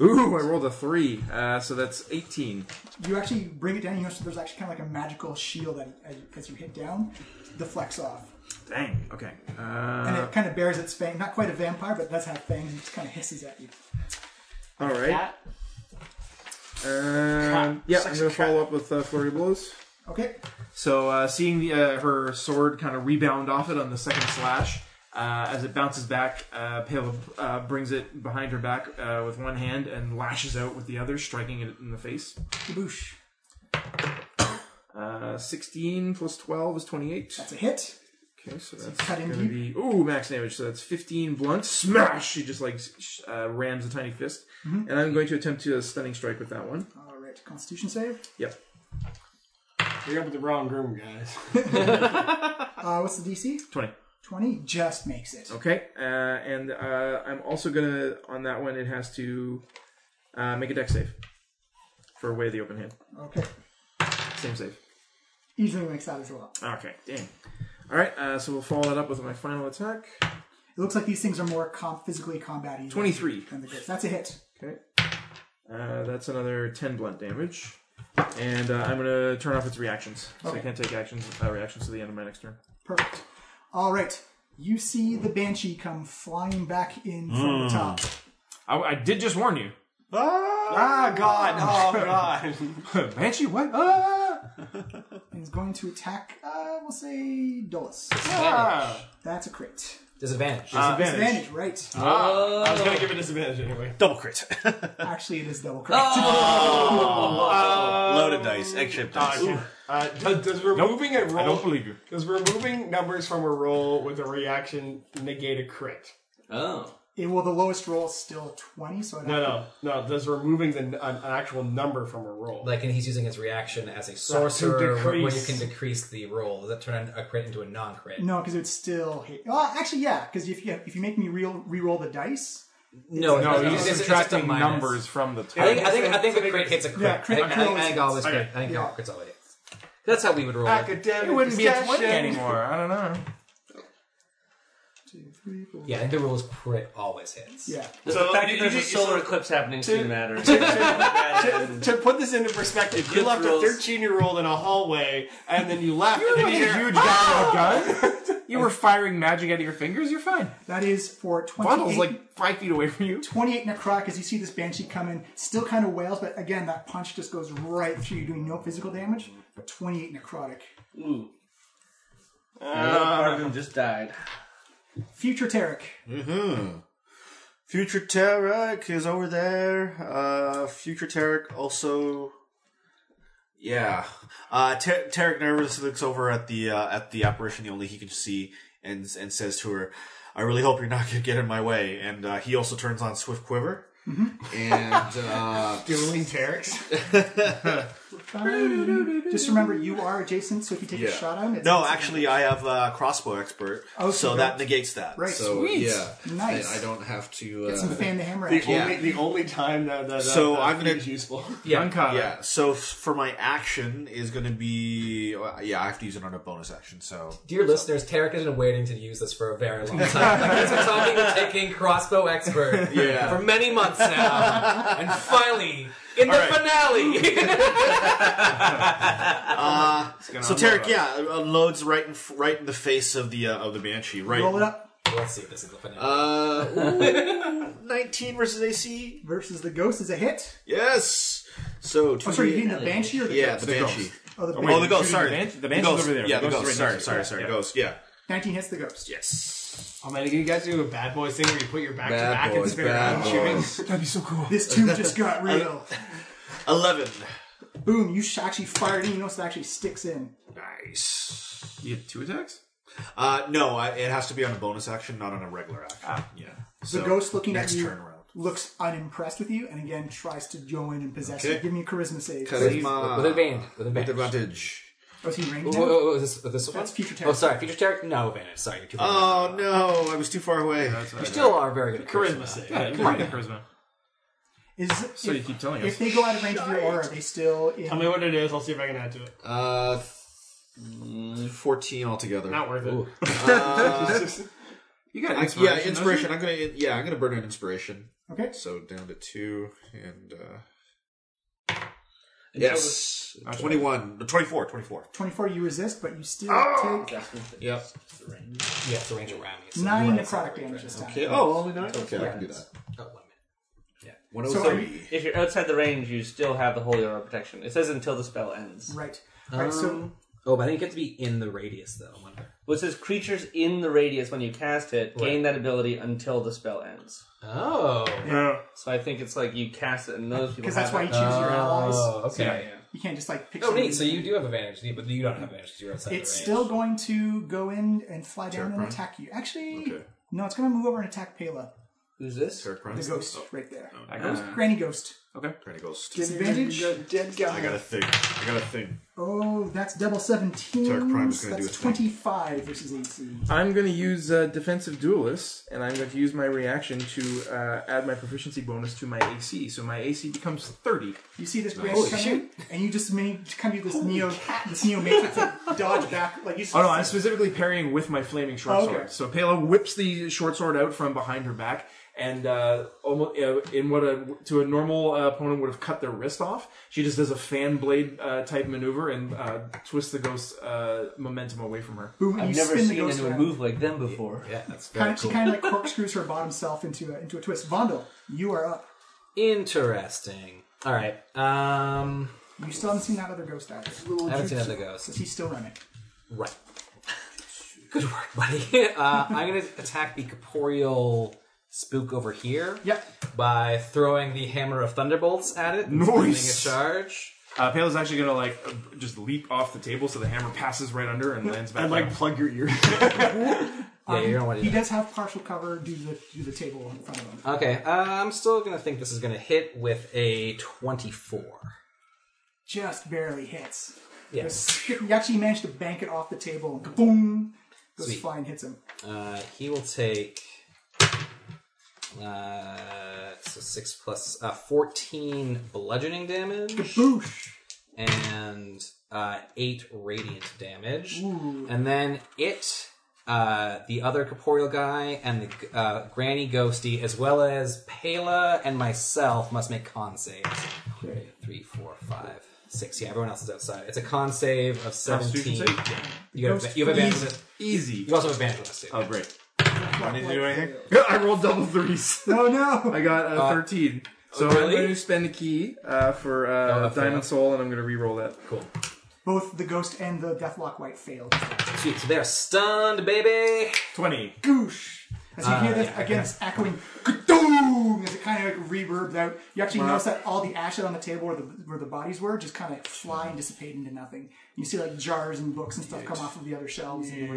S7: Ooh, I rolled a 3. Uh, so that's 18.
S2: You actually bring it down. You notice that there's actually kind of like a magical shield that, as you- as you hit down, deflects off,
S7: Dang. Okay. Uh,
S2: and it kind of bears its fang. Not quite a vampire, but it does have fangs. and just kind of hisses at you.
S7: all right. Um, yeah, I'm going to follow up with uh, flurry of blows.
S2: Okay.
S7: So uh, seeing the, uh, her sword kind of rebound off it on the second slash, uh, as it bounces back, uh, Pale uh, brings it behind her back uh, with one hand and lashes out with the other, striking it in the face.
S2: Kaboosh.
S7: Uh, 16 plus 12 is 28.
S2: That's a hit.
S7: Okay, so that's
S2: cut in
S7: going to be ooh max damage. So that's 15 blunt smash. She just like sh- uh, rams a tiny fist,
S2: Mhm.
S7: and I'm going to attempt to a stunning strike with that one.
S2: All right, Constitution save.
S7: Yep.
S5: You're up in the wrong room, guys.
S2: Uh, what's the DC?
S7: 20.
S2: Twenty just makes it.
S7: Okay, uh, and uh, I'm also gonna on that one. It has to uh, make a deck save for away the open hand.
S2: Okay.
S7: Same save.
S2: Easily makes that as well.
S7: Okay, dang. All right, uh, so we'll follow that up with my final attack.
S2: It looks like these things are more com- physically combative.
S7: 23.
S2: Than the goods. That's a hit.
S7: Okay. Uh, that's another 10 blunt damage. And uh, I'm going to turn off its reactions. So
S2: Okay.
S7: I can't take actions uh, reactions to the end of my next turn.
S2: Perfect. All right. You see the banshee come flying back in from
S5: Hmm.
S2: the
S7: Mm.
S2: top.
S7: I, I did just warn you.
S5: Ah, God! Oh, God!
S7: Banshee, what? Ah!
S2: And is going to attack. Uh, we'll say Dolus.
S5: Ah.
S2: That's a crit.
S11: Disadvantage.
S7: Uh,
S5: Ah.
S2: Disadvantage, right?
S5: Ah, I was gonna give it disadvantage anyway.
S6: Double crit.
S2: Actually, it is double crit.
S5: Ah!
S6: Loaded dice, egg shaped dice.
S5: Uh, uh, does, does removing a roll?
S6: I don't believe you.
S5: Does removing numbers from a roll with a reaction negate a crit?
S11: Oh.
S2: Yeah, well, the lowest roll is still twenty, so it
S5: No, no, no. Does removing the, an, an actual number from a roll?
S11: Like, and he's using his reaction as a sorcerer where where you
S5: decrease.
S11: can decrease the roll. Does that turn a crit into a non crit?
S2: No, because it would still hit. Well, actually, yeah, because if you if you make me re- re-roll the dice,
S11: No,
S7: No,
S11: no,
S7: you're
S11: it's- it's- it's just a
S7: subtracting
S11: minus.
S7: numbers from the top.
S11: I think I think I think the crit hits a crit.
S7: Yeah, crit-
S11: I think, I
S7: crit
S11: think, I
S7: always
S11: think always
S7: hits.
S11: crit. I think all crits always hits. That's how we would roll. it.
S5: Academic
S7: It wouldn't be a 20
S5: discussion.
S7: anymore. I don't know.
S11: Yeah, I think the rule is crit always hits.
S2: Yeah.
S13: Does the fact that there's a solar eclipse happening soon matter? That
S5: To put this into perspective, you
S13: Good
S5: left
S13: rules.
S5: a 13 year old in a hallway, and then you left.
S7: You're
S5: and
S7: Ah!
S5: then
S7: a
S5: you hear-
S7: huge guy with a gun. You were firing magic out of your fingers. You're fine.
S2: that is for twenty.
S7: Bundle's like five feet away from you.
S2: 28 necrotic as you see this banshee coming. Still kind of wails, but again, that punch just goes right through you, doing no physical damage. But 28 necrotic.
S13: Ooh. part of him Uh, just died.
S2: Future Tarek.
S6: Mm-hmm. Future Tarek is over there. Uh, Future Tarek also. Yeah. Uh, Ter- Tarek nervous looks over at the uh, at the apparition, the only he can see, and and says to her, "I really hope you're not gonna get in my way." And uh, he also turns
S2: Mm-hmm.
S6: on Swift Quiver. And uh,
S5: dueling Tarek's.
S2: shot at him. Just remember, you are adjacent, so if you take a shot at him, it's
S6: No, actually, I have uh, crossbow expert,
S2: Oh,
S6: so
S2: so
S6: that
S2: you're-
S6: negates that.
S2: Right,
S6: so,
S2: sweet.
S10: Yeah.
S2: Nice.
S10: I, I don't have to. Uh,
S2: Get some fan to hammer
S5: The
S2: at.
S5: only the only time that, that
S6: So
S5: that,
S6: I'm
S5: that
S6: gonna-
S5: is useful.
S2: Uh,
S6: Yeah. So f- for my action is going to be uh, yeah, I have to use it on a bonus action. So
S4: Dear listeners, Tarek has been waiting to use this for a very long time. He's been talking to taking crossbow expert
S6: Yeah.
S4: for many months now, and finally, in the
S6: All right. uh,
S4: gonna
S6: so
S4: unload
S6: Tarek,
S4: us.
S6: yeah, uh, loads right in f- right in the face of the uh, of the banshee. Right.
S4: Roll it
S2: up.
S4: finale. Let's see if this is the finale.
S6: Uh, ooh, 19 versus AC
S2: versus the ghost is a hit.
S6: Yes. So
S2: Oh, sorry, you mean the banshee or the
S6: yeah,
S2: ghost?
S6: the
S2: The
S6: banshee.
S2: ghost. Oh, the
S6: the
S2: banshee.
S6: ghost.
S2: Shooting
S6: Sorry,
S2: the banshee? The banshee's
S6: ghost,
S2: over there.
S6: Yeah, the,
S2: The ghost
S6: ghost.
S2: is right
S6: sorry,
S2: next to
S6: sorry,
S2: it.
S6: sorry,
S2: Yeah.
S6: ghost. Yeah.
S2: Nineteen hits the ghost.
S6: Yes.
S5: Oh man, you guys do a bad boys thing where you put your back
S6: Bad
S5: to back
S6: boys,
S5: and spare
S6: bad
S5: around shooting.
S6: boys.
S2: That'd be so cool. This tube just got real.
S6: Eleven.
S2: Boom! You sh- actually fired, and you notice it actually sticks in.
S6: Nice.
S7: You have two attacks.
S6: Uh, no, I, it has to be on a bonus action, not on a regular action.
S2: Ah.
S6: yeah.
S2: The
S6: So,
S2: ghost looking
S6: next
S2: at you
S6: turn round.
S2: looks unimpressed with you, and again tries to join and possess
S6: Okay.
S2: you. Give me a charisma save.
S6: Charisma.
S4: With advantage. With
S6: With
S4: advantage.
S6: advantage.
S2: Was he
S4: Oh,
S2: ranked? now?
S4: oh, oh, this, this one?
S2: That's future
S4: Oh,
S2: Tarek.
S4: sorry, future Tarek? No, advantage. Sorry, you're too far.
S6: Oh no, I was too far away.
S4: you still are very good at charisma.
S7: uh, Yeah,
S4: Come on.
S7: you're charisma.
S2: Is
S7: So you keep telling
S2: if
S7: us.
S2: they go out of range of your aura, are they still in?
S5: Tell me what it is. I'll see if I can add to it.
S6: Uh, mm, fourteen altogether.
S5: Not worth it.
S6: Uh,
S5: You got
S6: I-
S5: inspiration,
S6: yeah,
S5: don't
S6: inspiration.
S5: you?
S6: I'm gonna yeah, I'm gonna burn an inspiration.
S2: Okay.
S6: So down to two and. uh
S2: And
S6: Yes,
S2: that was-
S6: 21, Uh, no, 24, 24.
S2: Twenty-four, you resist, but you still take
S6: Yep.
S4: Yeah, it's the range around me.
S2: nine necrotic damage this time.
S6: Okay. Oh, only nine. Okay, I can do that. One oh
S13: So if you're outside the range, you still have the holy aura protection. It says until the spell ends.
S2: Right.
S4: Um, oh, but I think you have to be in the radius, though. I wonder.
S13: Well, it says creatures in the radius when you cast it gain that ability until the spell ends.
S4: Oh.
S13: Yeah. So I think it's like you cast it and those people.
S2: Because that's why
S13: have
S2: you
S7: uh,
S13: it.
S2: choose your allies.
S4: Oh, okay.
S13: Yeah, yeah.
S2: You can't just like pick.
S4: Oh,
S2: somebody.
S4: neat. So you do have advantage, neat, but you don't have advantage because you're outside
S2: It's
S4: the range.
S2: still going to go in and fly down and
S4: Terrapron.
S2: attack you. Actually, no, it's going to move over and attack Pela,
S13: Who's this?
S2: the
S6: Oh.
S2: ghost right there.
S7: Oh,
S6: that ghost?
S2: Granny Ghost.
S6: Okay. Pretty ghost.
S2: Disadvantage.
S5: Dead guy.
S6: I got a thing. I got a thing.
S2: Oh, that's double seventeen.
S7: Tarek Prime is
S2: that's
S7: gonna do his thing.
S2: twenty-five versus AC.
S7: I'm going to use uh, Defensive Duelist, and I'm going to use my reaction to uh, add my proficiency bonus to my AC. So my AC becomes 30.
S2: You see this branch come in, and you just made kind of do this neo, this neo matrix like, dodge back, like you.
S7: Oh no, I'm specifically parrying with my flaming short
S2: Oh, okay.
S7: sword. So Pela whips the short sword out from behind her back, and uh, almost uh, in what a to a normal uh, opponent would have cut their wrist off, she just does a fan blade uh, type maneuver and uh, twists the ghost's uh, momentum away from her.
S2: Boom, and
S13: I've
S2: you
S13: never
S2: spin the
S13: seen
S2: ghost
S13: anyone
S2: around.
S13: move like them before.
S4: Yeah, that's
S2: kind of, she kind of like corkscrews her bottom self into a, into a twist. Vondo, you are up.
S4: Interesting. All right. Um,
S2: You still haven't seen that other ghost either.
S4: I haven't seen another ghost.
S2: Does he still run it?
S4: right. Good work, buddy. uh, I'm going to attack the corporeal spook over here. Yep. By throwing the hammer of thunderbolts at it. and spending
S7: Nice.
S4: A charge.
S7: Uh, Pela's actually gonna like uh, just leap off the table so the hammer passes right under and lands back.
S5: I'd like
S7: down.
S5: plug your ear.
S4: Yeah, you don't want to
S2: He
S4: do that.
S2: does have partial cover due to the, due to the table in front of him.
S4: Okay, uh, I'm still going to think this is going to hit with a 24.
S2: Just barely hits.
S4: Yeah.
S2: Just- He actually managed to bank it off the table and boom, goes
S4: Sweet.
S2: flying, hits him.
S4: Uh, he will take uh, so six plus uh, fourteen bludgeoning damage, and uh, eight radiant damage,
S2: Ooh.
S4: and then it. Uh, the other corporeal guy and the uh, granny ghosty, as well as Pela and myself, must make con saves. Three, four, five, six. Yeah, everyone else is outside. It's a con save of seventeen.
S7: Constitution save?
S4: Yeah. You, have, you have advantage. on it.
S7: Easy.
S4: You also have advantage on this save.
S7: Oh great.
S2: I
S7: need to do anything. I rolled double threes.
S2: No, Oh, no.
S7: I got uh,
S4: Uh,
S7: 13. So
S4: really?
S7: I'm going to spend a key uh, for uh,
S4: fair.
S7: Diamond Soul, and I'm going to re-roll that.
S4: Cool.
S2: Both the ghost and the Deathlock White failed.
S4: Sweet. So they're stunned, baby.
S7: 20.
S2: Goosh. As you
S4: Uh,
S2: hear this,
S4: yeah.
S2: again, this echoing kadoom as it kind of like reverbs out. You actually
S4: Wow.
S2: notice that all the ashes on the table where the, where the bodies were just kind of fly and dissipate into nothing. You see like jars and books and stuff come off of the other shelves. and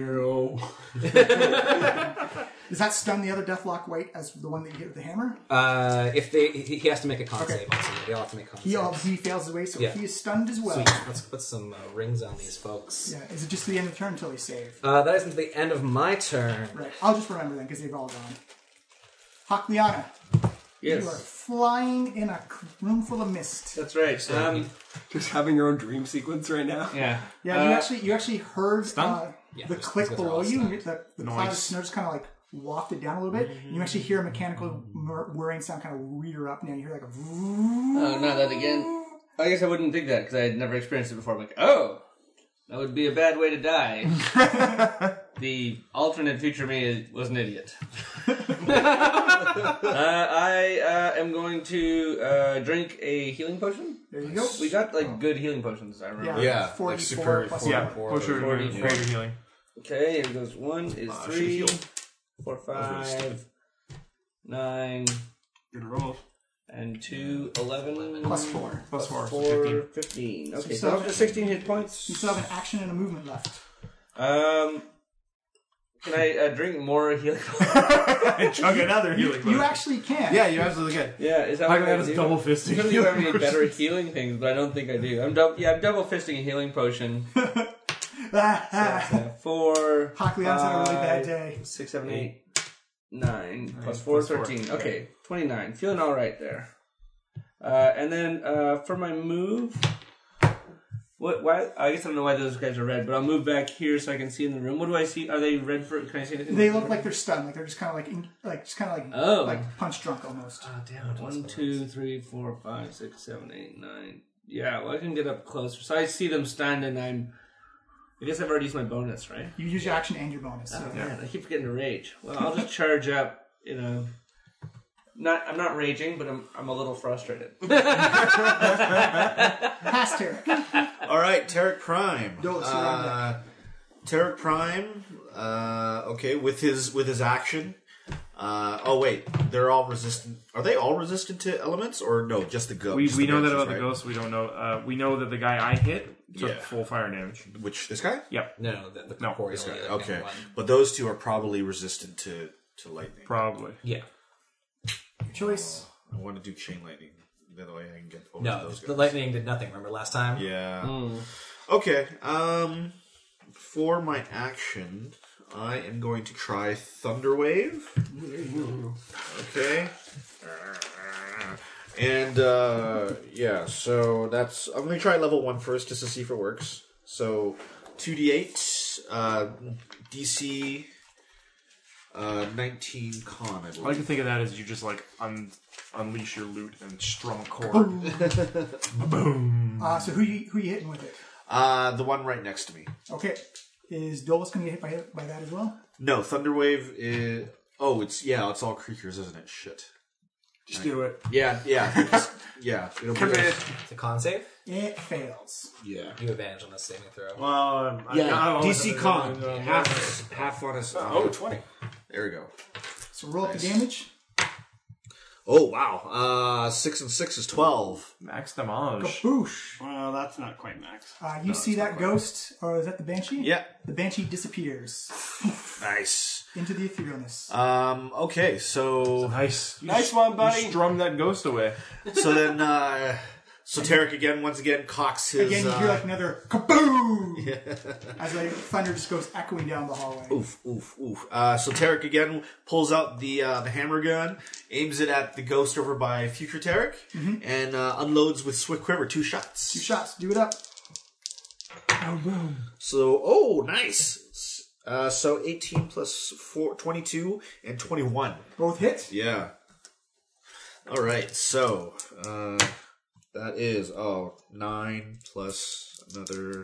S2: Does that stun the other Deathlock White as the one that you hit with the hammer?
S4: Uh, if they, he he has to make a con
S2: Okay.
S4: save. Also. They all have to make con
S2: He
S4: saves.
S2: obviously fails his way, so
S4: Yeah.
S2: he is stunned as well.
S4: Sweet. Let's put some uh, rings on these folks.
S2: Yeah, is it just the end of the turn until he's saved?
S4: Uh, that isn't the end of my turn.
S2: Right. I'll just remember them because they've all gone. Hakliana, you are flying in a c- room full of mist.
S13: That's right.
S5: Um, just having your own dream sequence right now.
S7: Yeah.
S2: Yeah, you actually you actually heard uh,
S5: stunned?
S2: the click below you, and the, the cloud of
S5: Nice.
S2: snow just kind of like wafted down a little bit. And you actually hear a mechanical mur- whirring sound kind of rear up now. You hear like a vroom.
S13: Oh, not that again. I guess I wouldn't think that because I had never experienced it before. I'm like, oh, that would be a bad way to die. the alternate future me is- was an idiot. uh, I uh, am going to uh, drink a healing potion.
S2: There you go.
S13: We got like good healing potions. I remember.
S6: Yeah, Yeah, like 44 superior plus
S7: Yeah, potion of greater healing.
S13: Okay, here goes one is
S2: Ah,
S7: Uh, should've
S13: three,
S7: healed.
S13: four,
S7: was really
S13: five, nine. Good roll. And two, eleven.
S2: Plus four.
S13: Plus four.
S7: so
S13: fifteen. Okay, so,
S2: still
S13: after sixteen hit points.
S2: You still have an action and a movement left.
S13: Um, can I uh, drink more healing?
S7: chug another healing.
S2: You actually can.
S7: Yeah, you absolutely can.
S13: Yeah, is that
S7: Like
S13: what
S7: that
S13: I
S7: is
S13: do?
S7: double fisting.
S13: Usually you have any better healing things, but I don't think I do. I'm double. Yeah, I'm double fisting a healing potion.
S2: Ah, ah.
S13: Uh, four.
S2: Haklian's had a really bad
S13: five,
S2: day.
S13: Six, seven, eight, nine,
S2: Nine,
S13: plus four,
S2: plus four.
S13: thirteen. Okay, twenty-nine. Feeling all right there. Uh, and then uh, for my move, what? Why? I guess I don't know why those guys are red, but I'll move back here so I can see in the room. What do I see? Are they red for? Can I see anything?
S2: They look like they're stunned, like they're just kind of like, in, like just kind of like,
S13: Oh. Uh.
S2: like punch drunk almost. Oh
S13: damn! One, two, three, four, five, six, seven, eight, nine. Yeah, well, I can get up closer. So I see them stand, and I'm. I guess I've already used my bonus, right?
S2: You use your action and your bonus.
S13: Oh,
S2: so-
S13: man, I keep forgetting to rage. Well, I'll just charge up. You know, not I'm not raging, but I'm I'm a little frustrated.
S2: Pass Tarek.
S6: All right, Tarek Prime.
S2: Don't surrender.
S6: Uh, Tarek Prime. Uh, okay, with his with his action. Uh, oh wait, they're all resistant. Are they all resistant to elements, or no? Just the ghost.
S7: We, we know that about the
S6: right?
S7: ghost. We don't know. Uh, we know that the guy I hit took
S6: Yeah.
S7: full fire damage.
S6: Which this guy?
S7: Yep.
S4: No, the, the
S7: No,
S4: corporeal,
S6: This guy.
S4: yeah,
S6: Okay,
S4: one.
S6: but those two are probably resistant to to lightning.
S7: Probably.
S4: Yeah.
S2: Your choice.
S6: I want to do chain lightning. That way I can get over
S4: No,
S6: those guys.
S4: the lightning did nothing. Remember last time?
S6: Yeah.
S7: Hmm.
S6: Okay. Um, for my action, I am going to try Thunderwave. Okay. And uh, yeah, so that's I'm gonna try level one first just to see if it works. So two d eight, uh, DC uh, nineteen con. I believe.
S7: I like to think of that as you just like un- unleash your loot and strum a chord. Boom.
S2: Uh, so who you who you hitting with it?
S6: Uh, the one right next to me.
S2: Okay, is Dolus going to get hit by by that as well?
S6: No, Thunderwave is. Oh, it's yeah, it's all creatures, isn't it? Shit.
S5: Just do it.
S6: Yeah, yeah, just- yeah. It'll be-
S4: It's a con save.
S2: It fails.
S6: Yeah.
S4: You advantage on the saving throw.
S5: Well, um, I- I don't know
S6: DC
S5: what-
S6: con
S5: uh,
S6: half half on us.
S5: Oh, 20.
S6: There we go.
S2: So roll up the damage.
S6: Oh wow, uh, six and six is twelve.
S7: Max damage.
S2: Kaboosh!
S5: Well, that's not quite max.
S2: Uh, you see that ghost, or is that the banshee?
S6: Yeah.
S2: The banshee disappears
S6: Nice.
S2: into the etherealness.
S5: Uh.
S6: Um. Okay. So
S7: Nice. You
S5: Nice
S7: s-
S5: one,
S7: you
S5: buddy.
S7: strum that ghost away.
S6: so then uh, so Tarek again once again cocks his.
S2: Again, you
S6: uh,
S2: hear like another kaboom as like thunder just goes echoing down the hallway.
S6: Oof, oof, oof. Uh, so Tarek again pulls out the uh, the hammer gun, aims it at the ghost over by future Tarek,
S5: Mm-hmm.
S6: and uh, unloads with Swift Quiver two shots.
S2: Two shots. Do it up.
S6: So, oh, nice. Uh, so 18 plus 4, 22 and 21.
S2: Both hit.
S6: Yeah. All right, so uh, that is, oh, 9 plus another,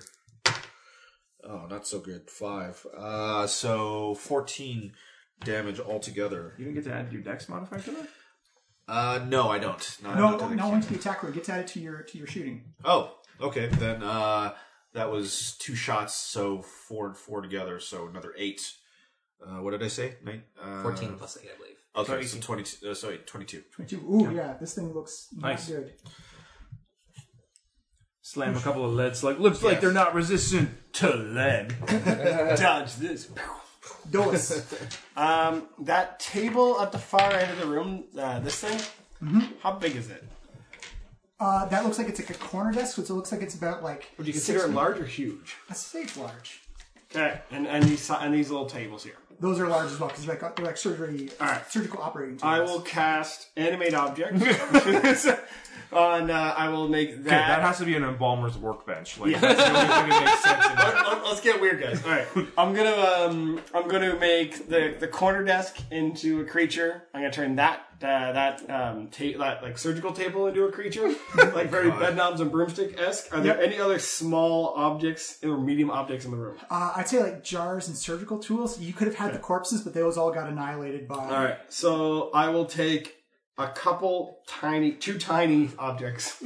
S6: oh, not so good, 5. Uh, so 14 damage altogether.
S7: You didn't get to add your dex modifier to that?
S6: Uh, no, I don't. I
S2: No,
S6: don't think I
S2: no
S6: can.
S2: one to the attacker gets added to your to your shooting.
S6: Oh, okay. Then uh, that was two shots, so four and four together, so another eight Uh, what did I say? Nine, uh,
S4: 14 plus 8, I believe.
S6: Okay, so 22. Uh, sorry, 22.
S2: 22. Ooh, yeah. this thing looks
S7: Nice.
S2: not good.
S7: Slam a couple of lead slugs. Looks like
S2: Yes.
S7: they're not resistant to lead.
S5: Dodge this.
S2: Dos.
S5: um, that table at the far end of the room, uh, this thing,
S7: Mm-hmm.
S5: how big is it?
S2: Uh, that looks like it's like a corner desk, so it looks like it's about like.
S5: Would you consider
S2: six-
S5: it large or huge?
S2: I'd say it's large.
S5: Okay, and, and, these, and these little tables here.
S2: Those are large as well because they're like, they're like surgery, surgical operating tables.
S5: I will cast animate object on. Uh, I will make
S7: Okay,
S5: that.
S7: that has to be an embalmer's workbench. Like,
S5: Yeah.
S7: that's the only thing that makes sense.
S5: Let, us get weird, guys. All right, I'm gonna um, I'm gonna make the the corner desk into a creature. I'm gonna turn that uh, that um ta- that like surgical table into a creature, like very bedknobs and broomstick esque. Are there any other small objects or medium objects in the room?
S2: Uh, I'd say like jars and surgical tools. You could have had the corpses, but those all got annihilated by.
S5: All right, so I will take a couple tiny, two tiny objects,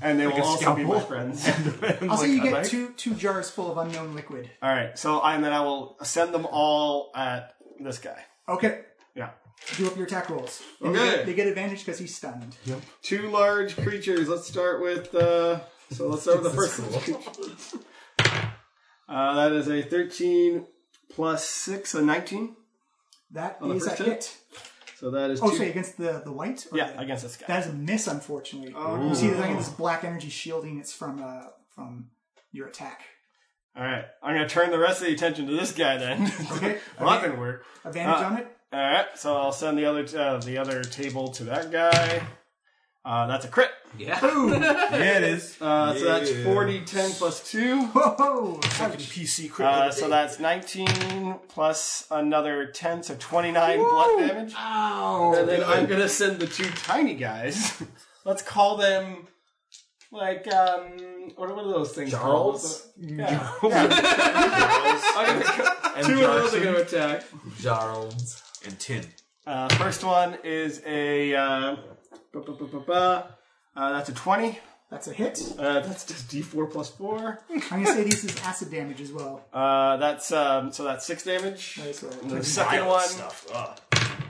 S5: and they
S2: Like
S5: will
S2: a
S5: also be my
S2: scalpel?
S5: friends.
S2: Also, you get two two jars full of unknown liquid.
S5: All right, so I, and then I will send them all at this guy.
S2: Okay,
S5: Yeah.
S2: do up your attack rolls. And they
S5: Okay.
S2: get- They get advantage because he's stunned.
S5: Yep. Two large creatures. Let's start with. Uh, so let's start with the first one. Uh, that is a 13 plus 6, a 19.
S2: That
S5: on the
S2: is a
S5: first
S2: hit.
S5: So that is
S2: Oh,
S5: two-
S2: sorry, against the the white. Or
S5: Yeah,
S2: the-
S5: against this guy.
S2: That is a miss, unfortunately.
S5: Oh,
S2: you
S5: no.
S2: see, the thing this black energy shielding. It's from uh from your attack.
S5: All right, I'm gonna turn the rest of the attention to this guy then. okay, well, that didn't work.
S2: Advantage on it?
S5: All right, so I'll send the other uh, the other table to that guy. Uh, that's a crit.
S4: Yeah.
S5: Boom.
S4: Yeah, it is.
S5: Uh, So that's
S4: Yeah.
S5: 40, 10 plus 2.
S2: Whoa!
S5: PC crit. Uh, so that's 19 plus another 10, so 29 blood damage.
S4: Ow.
S5: And then I'm going to send the two tiny guys. Let's call them, like, um, what are, what are those things
S4: Jarls?
S5: called? Yeah.
S4: Jarls.
S5: I'm gonna-
S4: And
S5: two of those are
S4: Jarson.
S5: going to attack.
S4: Jarls.
S6: And tin.
S5: Uh, first one is a. Uh, bu- bu- bu- bu- bu. Uh, that's a 20.
S2: That's a hit.
S5: Uh, that's just d4 plus 4.
S2: I'm gonna say this is acid damage as well.
S5: Uh, that's um, so that's six damage. And the
S2: Nice.
S5: second
S2: Wild
S5: one.
S2: stuff.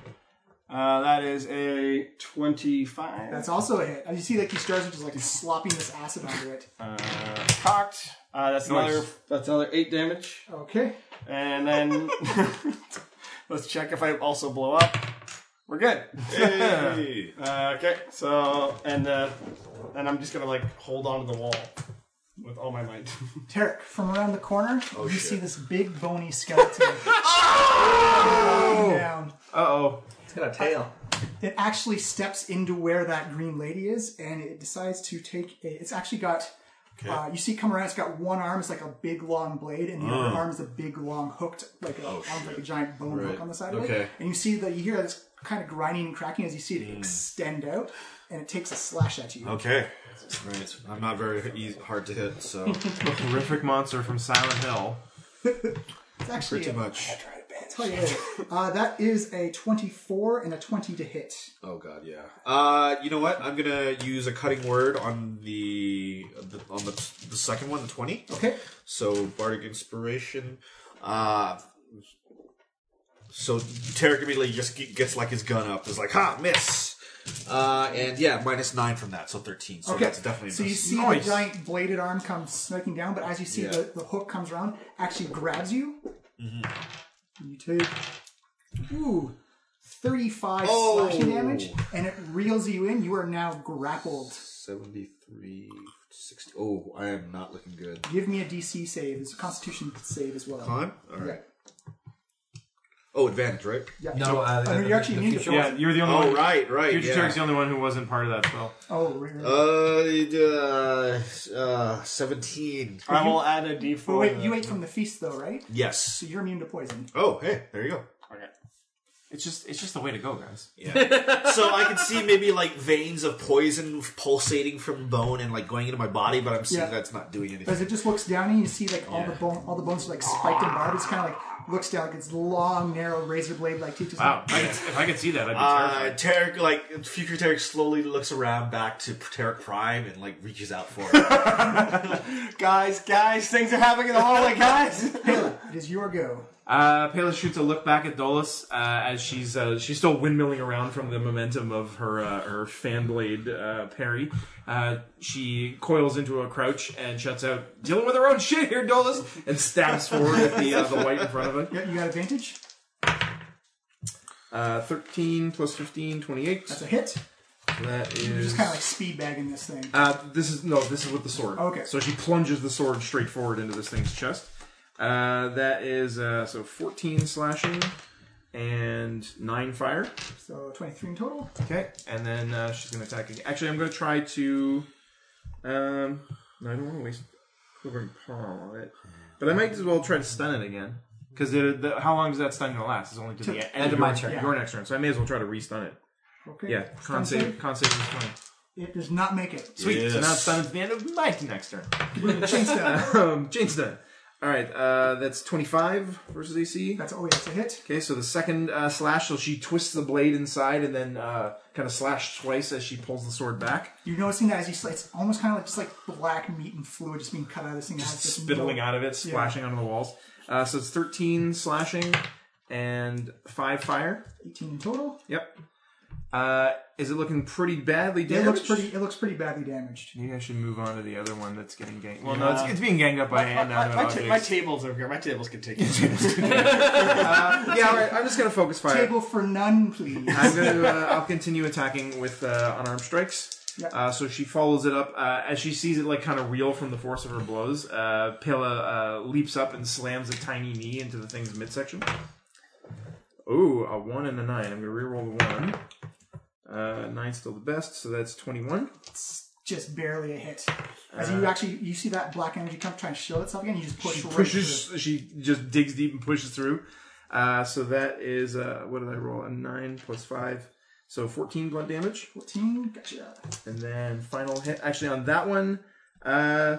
S5: Uh, that is a twenty-five.
S2: That's also a hit. And You see, like these jars are just like slopping this acid onto it.
S5: Uh, cocked. Uh, that's
S2: Nice.
S5: another. That's another eight damage.
S2: Okay.
S5: And then let's check if I also blow up. We're good.
S6: Hey.
S5: uh, okay. So and uh, and I'm just gonna like hold on to the wall with all my might.
S2: Tarek, from around the corner,
S6: Oh,
S2: you see this big bony skeleton. down.
S7: Uh oh.
S4: It's got a tail.
S2: It actually steps into where that green lady is, and it decides to take. A, it's actually got. Uh, you see, come around. It's got one arm. It's like a big long blade, and the
S6: Mm.
S2: other arm is a big long hooked, like a, almost like a giant bone
S6: Oh, Right.
S2: hook on the side of it.
S6: Okay. Mm.
S2: And you see that you hear this kind of grinding and cracking as you see it extend out, and it takes a slash at you.
S6: Okay. Right. I'm not very easy, hard to hit, so.
S7: A horrific monster from Silent Hill.
S2: It's actually
S6: Pretty
S2: a-
S6: much.
S2: Tell you what. Uh, that is a 24 and a 20 to hit.
S6: Oh god, yeah. Uh, you know what? I'm gonna use a cutting word on the, the on the, the second one, the twenty.
S2: Okay.
S6: So bardic inspiration. Uh, so Tarek immediately just ge- gets like his gun up. Is like, ha, miss. Uh, and yeah, minus nine from that, so thirteen. So
S2: okay.
S6: that's definitely. a
S2: so you
S6: miss.
S2: see the giant bladed arm come smoking down, but as you see
S6: Yeah. Mm-hmm.
S2: the, the hook comes around, actually grabs you. You take ooh 35
S6: Oh.
S2: slashing damage, and it reels you in. You are now grappled.
S6: 73, 60. Oh, I am not looking good.
S2: Give me a DC save. It's a Constitution save as well.
S6: Con? Alright. Oh, advantage, right?
S2: Yeah. No, uh, Oh, no, you're actually immune to future-
S7: Yeah, you're the only
S6: Oh,
S7: one.
S6: right, right,
S7: Future
S6: yeah.
S7: Tarek's the only one who wasn't part of that spell.
S2: Oh, right, right.
S6: Uh, uh, uh, 17.
S2: But you- But wait, you
S6: ate
S2: ate from the feast though, right?
S6: Yes.
S2: So you're immune to poison.
S6: Oh, hey, there you go.
S5: Okay.
S7: It's just it's just the way to go, guys.
S6: Yeah. so I can see maybe like veins of poison pulsating from bone and like going into my body, but I'm seeing
S2: Yeah.
S6: that's not doing
S2: As
S6: anything.
S2: it just looks down and you see like all the bone, all the bones are like spiked and barbed. It's kind of like looks down like it's long, narrow razor blade like teaches.
S7: Wow. Oh, If I could, if I could see that, I'd be
S6: Uh,
S7: terrified.
S6: Tarek, like, future Tarek slowly looks around back to Tarek Prime and like reaches out for it.
S5: guys, guys, things are happening in the hallway, guys.
S2: It is your go.
S7: Uh, Pela shoots a look back at Dolus uh, as she's uh, she's still windmilling around from the momentum of her uh, her fan blade uh, parry. Uh, she coils into a crouch and shuts out, dealing with her own shit here, Dolus, and stabs forward at the, uh, the white in front of it.
S2: Yeah, you got advantage.
S7: Uh, 13 plus 15, 28.
S2: That's a hit.
S7: That
S2: You're
S7: is.
S2: just kind of like speed bagging this thing.
S7: Uh, this is no. This is with the sword.
S2: Okay.
S7: So she plunges the sword straight forward into this thing's chest. Uh, that is uh, so fourteen slashing and nine fire.
S2: So 23 in total.
S7: Okay. And then uh, she's gonna attack again. Actually, I'm gonna try to. Um, no, I don't want to waste quivering palm on it, but I might as well try to stun it again. Because how long does that stun gonna last? It's only to the
S2: To-
S7: end
S2: end
S7: of
S2: of
S7: my
S2: my
S7: turn,
S2: turn.
S7: your next turn. So I may as well try to re-stun it.
S2: Okay.
S7: Yeah. Con
S2: Stun
S7: save.
S2: save.
S7: Con save is twenty.
S2: It does not make it.
S7: Sweet. So now it's done at the end of my next turn.
S2: Chainstone.
S7: um, Chainstone. All right, uh, that's 25 versus AC.
S2: That's oh yeah, it's a hit.
S7: Okay, so the second uh, slash, so she twists the blade inside and then uh, kind of slash twice as she pulls the sword back,
S2: You're noticing that as you slice, it's almost kind of like just like black meat and fluid just being cut out of this thing. Just
S7: spitting out of it, splashing onto the walls. Uh, so it's 13 slashing and 5 fire.
S2: 18 in total.
S7: Yep. Uh, is it looking pretty badly
S2: It
S7: damaged?
S2: looks pretty. It looks pretty badly damaged.
S7: Maybe I should move on to the other one that's getting ganked. Well, no, it's, it's being ganged up by
S5: my,
S7: hand.
S5: My,
S7: now
S5: my,
S7: that
S5: my,
S7: I'm
S5: ta-
S7: object.
S5: my table's over here. My tables can take it.
S7: Uh, yeah, all right, I'm just gonna focus fire.
S2: Table for none, please.
S7: I'm going to. Uh, I'll continue attacking with uh, unarmed strikes.
S2: Yep.
S7: Uh, so she follows it up uh, as she sees it like kind of reel from the force of her blows. Uh, Pela uh, leaps up and slams a tiny knee into the thing's midsection. Ooh, a one and a nine. I'm going to reroll the one. Uh, nine's still the best, so that's twenty-one.
S2: just barely a hit. As
S7: Uh,
S2: you actually you see that black energy come trying to shield itself again, you just push
S7: She
S2: right
S7: pushes. She just digs deep and pushes through. Uh, so that is uh, what did I roll? A nine plus five, so fourteen blood damage.
S2: Fourteen, gotcha.
S7: And then final hit. Actually, on that one, uh,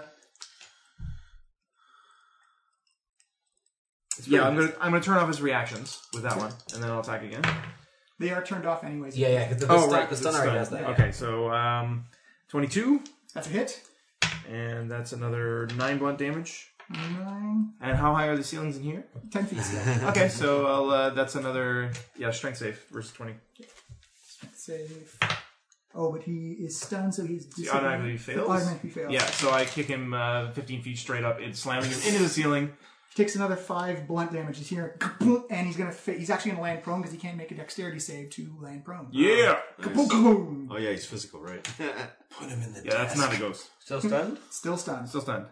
S7: yeah, I'm gonna I'm gonna turn off his reactions with that one, and then I'll attack again.
S2: They are turned off anyways.
S4: Yeah, yeah, 'cause the-
S7: oh,
S4: stun-
S7: right,
S4: the stun already does that.
S7: Okay, so um, 22,
S2: That's a hit.
S7: and that's another nine blunt damage.
S2: Nine,
S7: And how high are the ceilings in here?
S2: ten feet. still.
S7: okay, so I'll, uh, that's another yeah strength save versus 20.
S2: Save. Oh, but he is stunned, so he's
S7: He automatically fails.
S2: Automatically fails.
S7: Yeah, so I kick him uh, 15 feet straight up, and slamming him into the ceiling.
S2: He takes another five blunt damage. He's here, kaboom, and he's gonna. Fa- he's actually gonna land prone because he can't make a dexterity save to land prone.
S7: Yeah.
S2: Kaboom, kaboom.
S6: Oh yeah, he's physical, right?
S5: Put him in the
S7: Yeah, that's not a ghost.
S5: Still stunned?
S2: Still stunned.
S7: Still stunned.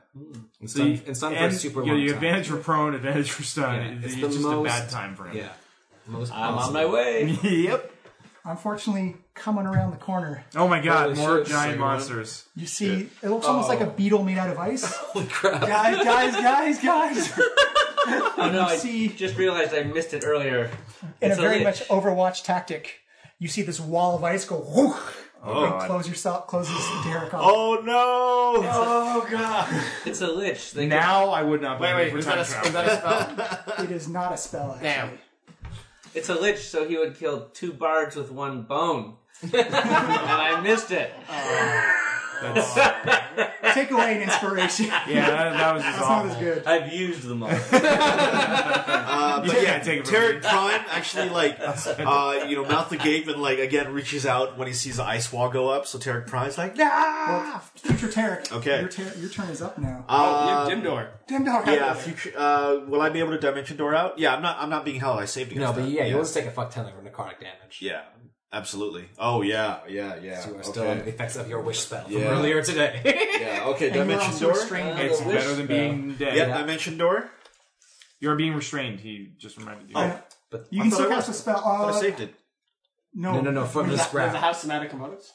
S4: And
S7: So you-
S4: stunned- and stunned for a
S7: and
S4: super
S7: you,
S4: long
S7: you
S4: time.
S7: advantage for prone, advantage for stun.
S4: Yeah,
S7: It-
S4: it's
S7: it's
S4: the
S7: just a
S4: most-
S7: bad time for him.
S4: Yeah. Most
S13: I'm on
S4: possible.
S13: my way.
S7: yep.
S2: Unfortunately, coming around the corner,
S7: Oh my god,
S4: Holy
S7: more
S4: shit,
S7: giant
S4: second one.
S7: monsters.
S2: you see it looks almost like a
S6: Oh.
S2: beetle made out of ice.
S4: Holy crap.
S2: guys, guys, guys, guys.
S13: Oh no! I
S2: see-
S13: just realized I missed it earlier.
S2: in a
S13: It's a
S2: very
S13: lich.
S2: much Overwatch tactic, you see this wall of ice go. Whoo,
S7: God.
S2: close yourself, closes Derek off.
S6: oh no!
S5: Oh, God.
S13: It's a lich. They
S7: Now I would not.
S5: Wait,
S7: blame you
S5: wait.
S7: for
S5: Was
S7: time
S5: that, a,
S7: travel.
S5: was that a spell?
S2: It is not a spell. Actually.
S5: Damn.
S13: It's a lich, so he would kill two bards with one bone. and I missed it.
S2: Take away an inspiration.
S7: yeah, that, that was just
S2: That's not as
S7: awful.
S2: good.
S13: I've used them all.
S6: Uh, but
S7: Yeah,
S6: yeah,
S7: take it from
S6: Tarek Prime actually like uh, you know mouth the gape and like again reaches out when he sees the ice wall go up. So Tarek Prime's like, Uh, nah.
S2: Well, Ah, future Tarek.
S6: Okay.
S2: Your, ter- your turn is up now.
S6: Uh,
S5: Dim door.
S2: Damn dog.
S6: yeah, future. Uh, will I be able to dimension door out? Yeah, I'm not. I'm not being held. I saved
S4: No,
S6: against
S4: but
S6: that.
S4: yeah, you'll just take a fuck ton of necrotic damage.
S6: yeah, absolutely. Oh yeah, yeah, yeah.
S4: You are
S6: okay.
S4: still under the effects of your wish spell from
S6: Yeah.
S4: earlier today.
S10: Yeah, okay,
S2: And you're
S10: dimension
S2: also
S10: door.
S6: Uh,
S2: restrained.
S7: It's
S13: wish
S7: better than being dead.
S6: yeah, dimension door.
S7: You're being restrained. He just reminded you.
S6: Oh,
S2: you
S6: I
S2: can
S6: thought
S2: still
S6: I
S2: cast a
S6: was-
S2: spell.
S6: I
S2: Uh,
S6: saved it.
S2: no,
S4: no, no, no, from the
S5: Was the
S4: scrap.
S5: house somatic components?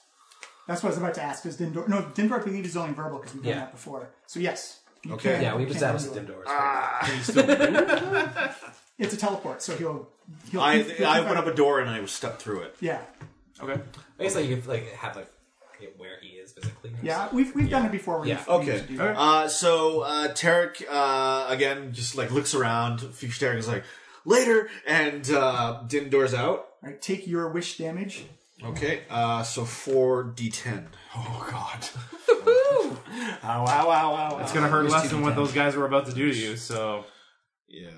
S2: That's what I was about to ask. Is Dimdor? No, Dimdor, I believe is only verbal because we've done
S4: Yeah.
S2: that before. So yes. you
S6: Okay.
S2: can-
S4: Yeah, we've
S2: you can
S4: established
S2: do it.
S4: dim doors.
S2: It's a teleport, so he'll. he'll
S6: I
S2: he'll keep
S6: I opened
S2: out-
S6: up a door and I was stuck through it.
S2: Yeah.
S7: Okay.
S4: Basically, you could like have like it where he is physically. or
S2: Yeah, we've we've done it before. when
S4: Yeah.
S2: we've- we used
S6: Okay.
S2: to do that.
S6: Uh, so uh, Tarek uh, again just like looks around. Future Tarek is like later, and uh, dim doors out.
S2: All right, take your wish damage.
S6: Okay. Uh, so four d10.
S5: Oh, God. Ow, ow, ow, ow,
S7: It's
S5: ow.
S7: gonna hurt less than what those guys were about to do to you. So
S6: Yeah.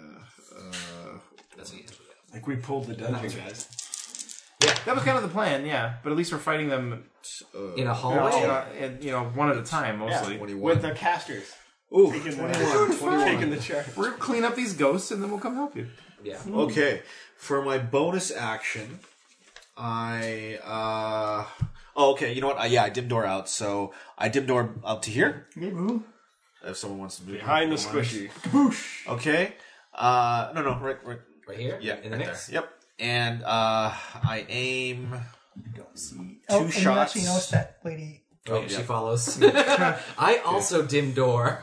S4: That's what he ends with.
S5: Like we pulled the dungeon,
S4: That's right.
S5: guys.
S7: Yeah, that was kind of the plan. Yeah, but at least we're fighting them uh,
S5: In a hallway?
S7: You know, and, you know, one at a time mostly.
S5: Oh. Yeah, with the casters.
S6: Ooh,
S5: taking the,
S6: 21, 21.
S5: taking the charge.
S7: We're gonna clean up these ghosts and then we'll come help you.
S4: Yeah.
S6: Okay. For my bonus action, I uh oh, okay, you know what? Uh, yeah, I dim door out, so I dim door up to here.
S2: move.
S6: If someone wants to move
S5: Behind
S6: if
S5: the
S6: someone
S5: squishy.
S6: wants. Okay. Uh no no, right right
S4: right here?
S6: Yeah,
S4: In the
S6: right
S4: mix?
S6: there. Yep. And uh I aim
S2: Oh,
S6: two
S2: and you
S6: shots.
S2: actually noticed that lady.
S4: Oh,
S6: Yeah.
S4: she follows. I also dim door.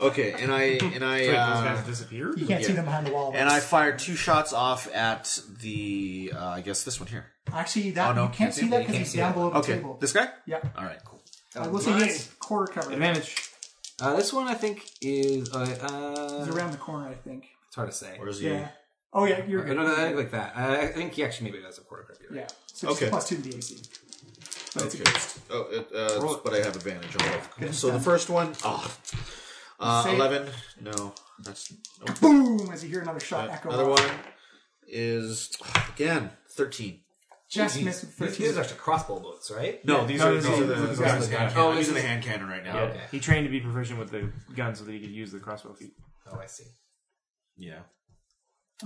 S6: Okay, and I and I
S4: Wait, those
S6: uh,
S4: guys disappeared?
S2: You can't see them behind the wall.
S6: And I fire two shots off at the uh, I guess this one here.
S2: Actually, that
S6: Oh,
S2: you can't see that because he's down below the
S6: okay.
S2: table.
S6: This guy?
S2: Yeah.
S6: All right, cool.
S2: I will say he's quarter covered.
S4: Uh, this one I think is uh, uh,
S2: He's around the corner, I think.
S4: It's hard to say.
S6: Or
S2: is he- Yeah. Oh, yeah, you're good.
S4: No, no, I think like that. Uh, I think he actually maybe does a quarter grip.
S2: Yeah. So it's
S6: Okay.
S2: plus two to the AC.
S6: Okay. Oh, it, uh, it's- but I have advantage on
S2: Okay.
S6: both. So the first one, oh, uh,
S2: Save.
S6: eleven. No, that's nope.
S2: Boom! As you hear another shot echo.
S6: Uh, another
S2: off.
S6: one is again thirteen.
S2: Just missed with
S4: These,
S2: 13.
S4: these are actually crossbow bullets, right?
S6: No, these are, these are the, these are the hand cannon.
S4: Oh,
S6: I'm
S4: these
S6: using
S4: are
S6: the hand cannon right now.
S7: Yeah. He trained to be proficient with the gun so that he could use the crossbow feet.
S4: Oh, I see.
S6: Yeah.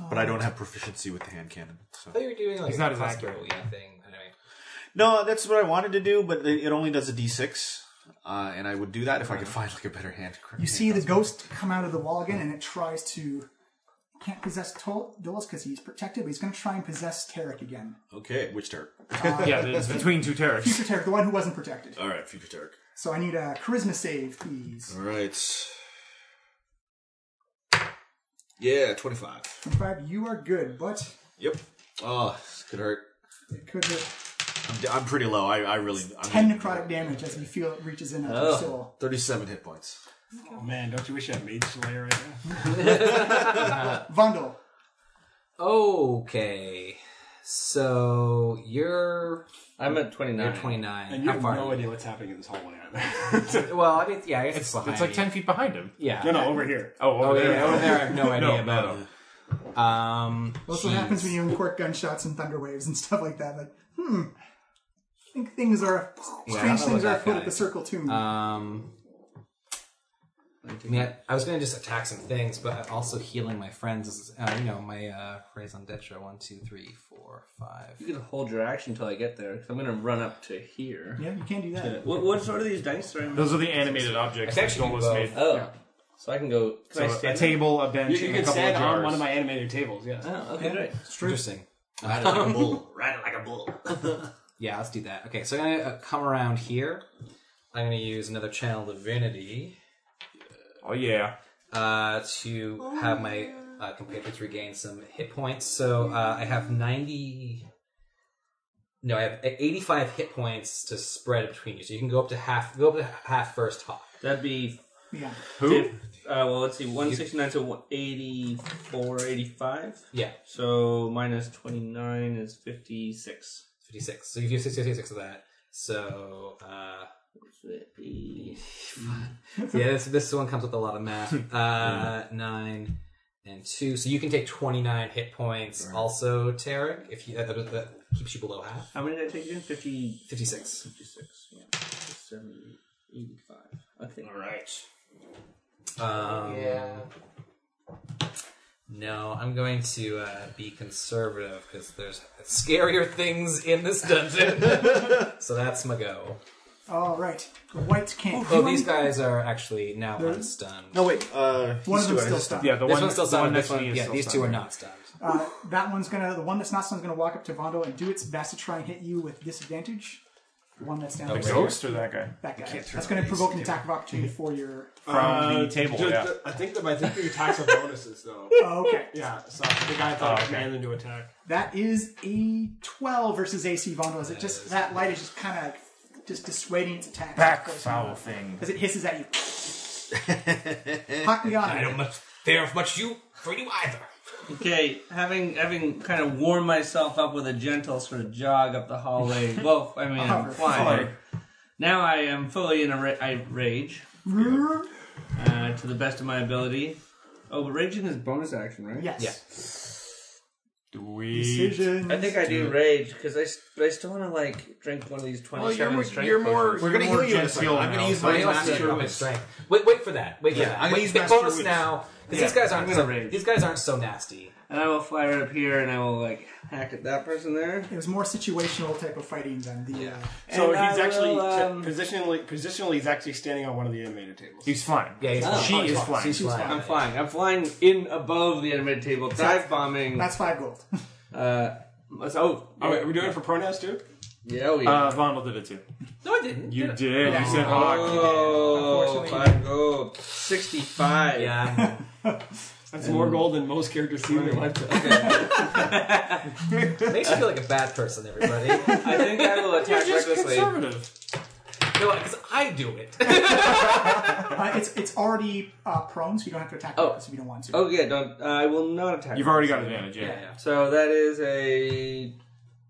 S6: But I don't have proficiency with the hand cannon. So.
S4: thought you were doing like
S7: He's not
S4: a
S7: as
S4: crossbow
S7: accurate.
S4: yeah, thing. Anyway.
S6: No, that's what I wanted to do, but it it only does a d6, uh, and I would do that if I could find like a better hand.
S2: You see the ghost come out of the wall again, and it tries to. Can't possess Tol- Dolos because he's protected, but he's going to try and possess Tarek again.
S6: Okay, which Turk?
S7: yeah, it's between two
S2: Future
S7: Tareks.
S2: Tarek, the one who wasn't protected.
S6: All right, future Turk.
S2: So I need a charisma save, please.
S6: All right. Yeah, twenty-five.
S2: 25, you are good, but
S6: Yep. Oh, this could hurt.
S2: it could have
S6: I'm, d- I'm pretty low. I, I really. I'm
S2: 10 necrotic damage as you feel it reaches in at your
S4: Oh.
S2: soul.
S6: Thirty-seven hit points.
S5: Oh man, don't you wish you had Mage Slayer right now?
S2: Vondel.
S4: Okay. So you're.
S13: I'm at 29.
S4: You're 29.
S5: And you
S4: How
S5: have
S4: far
S5: no
S4: are you?
S5: idea what's happening in this hallway.
S4: well, I mean, yeah, I guess it's,
S7: It's,
S4: behind.
S7: it's like
S4: you.
S7: ten feet behind him.
S4: Yeah.
S5: No, no, over here.
S7: Oh, over
S4: oh,
S7: there.
S4: yeah, over there. I have no idea
S7: No,
S4: about. Um,
S2: That's what
S4: jeez.
S2: happens when you import gunshots and thunder waves and stuff like that. Like, hmm. I think things are.
S4: Yeah, I don't
S2: strange
S4: know
S2: things are
S4: about that
S2: afoot
S4: guy.
S2: at the circle tomb.
S4: Um, I mean, I, I was gonna just attack some things, but I'm also healing my friends. This is, Uh, you know, my uh, raison d'etre. One, two, three, four, five.
S13: You can hold your action until I get there, because I'm going to run up to here.
S2: yeah, you can do that.
S13: What, what sort of these dice? Sorry, I'm-
S7: Those are the animated objects
S4: I
S7: that
S4: actually do
S7: Dolos
S4: both.
S7: made.
S13: Oh. So I can go.
S7: So
S13: Can I
S7: a
S13: stand?
S7: table, a bench,
S5: You, you
S7: and a
S5: can
S7: couple
S5: stand
S7: of jars.
S5: on one of my animated tables, yes.
S13: Oh, okay, right.
S4: Interesting.
S6: Ride it like a bull. Ride it like a bull.
S4: Yeah, let's do that. Okay, so I'm gonna uh, come around here. I'm gonna use another channel divinity
S7: Oh yeah.
S4: uh, to have my uh, compatriots regain some hit points. So uh, I have 90. No, I have 85 hit points to spread between you. So you can go up to half. Go up to half first hop.
S13: That'd be.
S2: Yeah.
S7: Who?
S13: Uh, well, let's see. 169 to 184, 85.
S4: Yeah,
S13: So minus 29 is 56.
S4: 56. So you do 66 of that. So uh, yeah, this this one comes with a lot of math. Uh, nine and two, so you can take 29 hit points. Also, Tarek, if you that, that- that keeps you below half.
S13: How many did I take again? 50,
S4: 56.
S13: 56. Yeah. 70, 85. Okay.
S5: All right.
S4: Um,
S15: Yeah.
S4: No, I'm going to uh, be conservative because there's scarier things in this dungeon. so that's my go.
S2: All right. The whites can't.
S4: Oh,
S2: do
S4: these
S2: anything.
S4: guys are actually now unstunned.
S6: No wait. Uh,
S2: One of them's
S6: he's two, I
S2: still
S6: just-
S2: stunned.
S7: Yeah, the
S4: this
S7: one
S4: one's still
S7: the one
S4: stunned.
S7: next
S4: This
S7: to
S4: one,
S7: me is
S4: yeah,
S7: still
S4: these two are
S7: stunned.
S4: not stunned.
S2: Uh, that one's gonna. The one that's not stunned is gonna walk up to Vondel and do its best to try and hit you with disadvantage. The one that's down
S7: The
S2: there.
S7: ghost or that guy?
S2: That guy. That's gonna provoke an attack of opportunity for your.
S7: From the table, yeah.
S5: I think that I think Uh, the attacks are bonuses though.
S2: Oh, okay.
S5: Yeah, so the guy thought
S7: Oh, okay.
S5: oh, command them to attack.
S2: That is a 12 versus AC Vondo. Is it just that light is just kind of just dissuading its attack?
S7: Back foul thing.
S2: As it hisses at you. Hakuyana.
S4: much care of much you for you either.
S13: Okay, having having kind of warmed myself up with a gentle sort of jog up the hallway. well, I mean, I'm
S2: Hover.
S13: flying. Now I am fully in a ra- I rage
S2: Brrr.
S13: uh, to the best of my ability. Oh, but raging is bonus action, right?
S2: Yes.
S13: Do
S7: we? Decisions.
S13: I think I do
S7: Do-
S13: rage because I, s- but I still want to like drink one of these twenty.
S7: Well, you're more-
S13: strength
S7: you're more-
S13: potions.
S7: We're gonna you're more heal you in a second. genteel I'm gonna now, use so my I don't master see it.
S4: Up in strength. Wait, wait for that. Wait for
S13: Yeah,
S4: that.
S13: I'm gonna
S4: Wait,
S13: use
S4: but
S13: Master
S4: bonus
S13: Wiz.
S4: now because
S13: Yeah,
S4: these guys aren't
S13: I'm
S4: so,
S13: gonna rage.
S4: these guys aren't so nasty.
S13: And I will fly right up here and I will like hack at that person there.
S2: It was more situational type of fighting than the. Uh,
S5: So
S13: And
S5: he's
S13: I
S5: actually
S13: will,
S5: t-
S13: um,
S5: positionally, positionally, he's actually standing on one of the animated tables.
S7: He's flying.
S5: Yeah, he's flying.
S13: Oh,
S5: She
S13: oh,
S5: is
S13: she's
S5: flying.
S13: She's
S5: She's
S13: flying. I'm
S5: flying.
S13: flying. I'm flying in above the animated table, dive bombing.
S2: That's five gold.
S13: Uh, let's, oh,
S5: Oh, wait, are we doing it for pronouns too?
S13: Yeah, oh, yeah.
S7: Uh, Vondel did it too.
S13: No, I didn't.
S7: You did. You said
S13: oh, five gold, sixty-five.
S4: Yeah,
S5: That's more gold than most characters see in their lifetime.
S4: Makes you feel like a bad person, everybody.
S13: I think I will attack
S4: You're just
S13: recklessly.
S7: Conservative.
S4: No, because I do it.
S2: uh, it's it's already uh, prone, so you don't have to attack oh. if you don't want to.
S13: Oh yeah, don't. I will not attack.
S7: You've already got advantage, yeah.
S2: Yeah, yeah.
S13: So that is a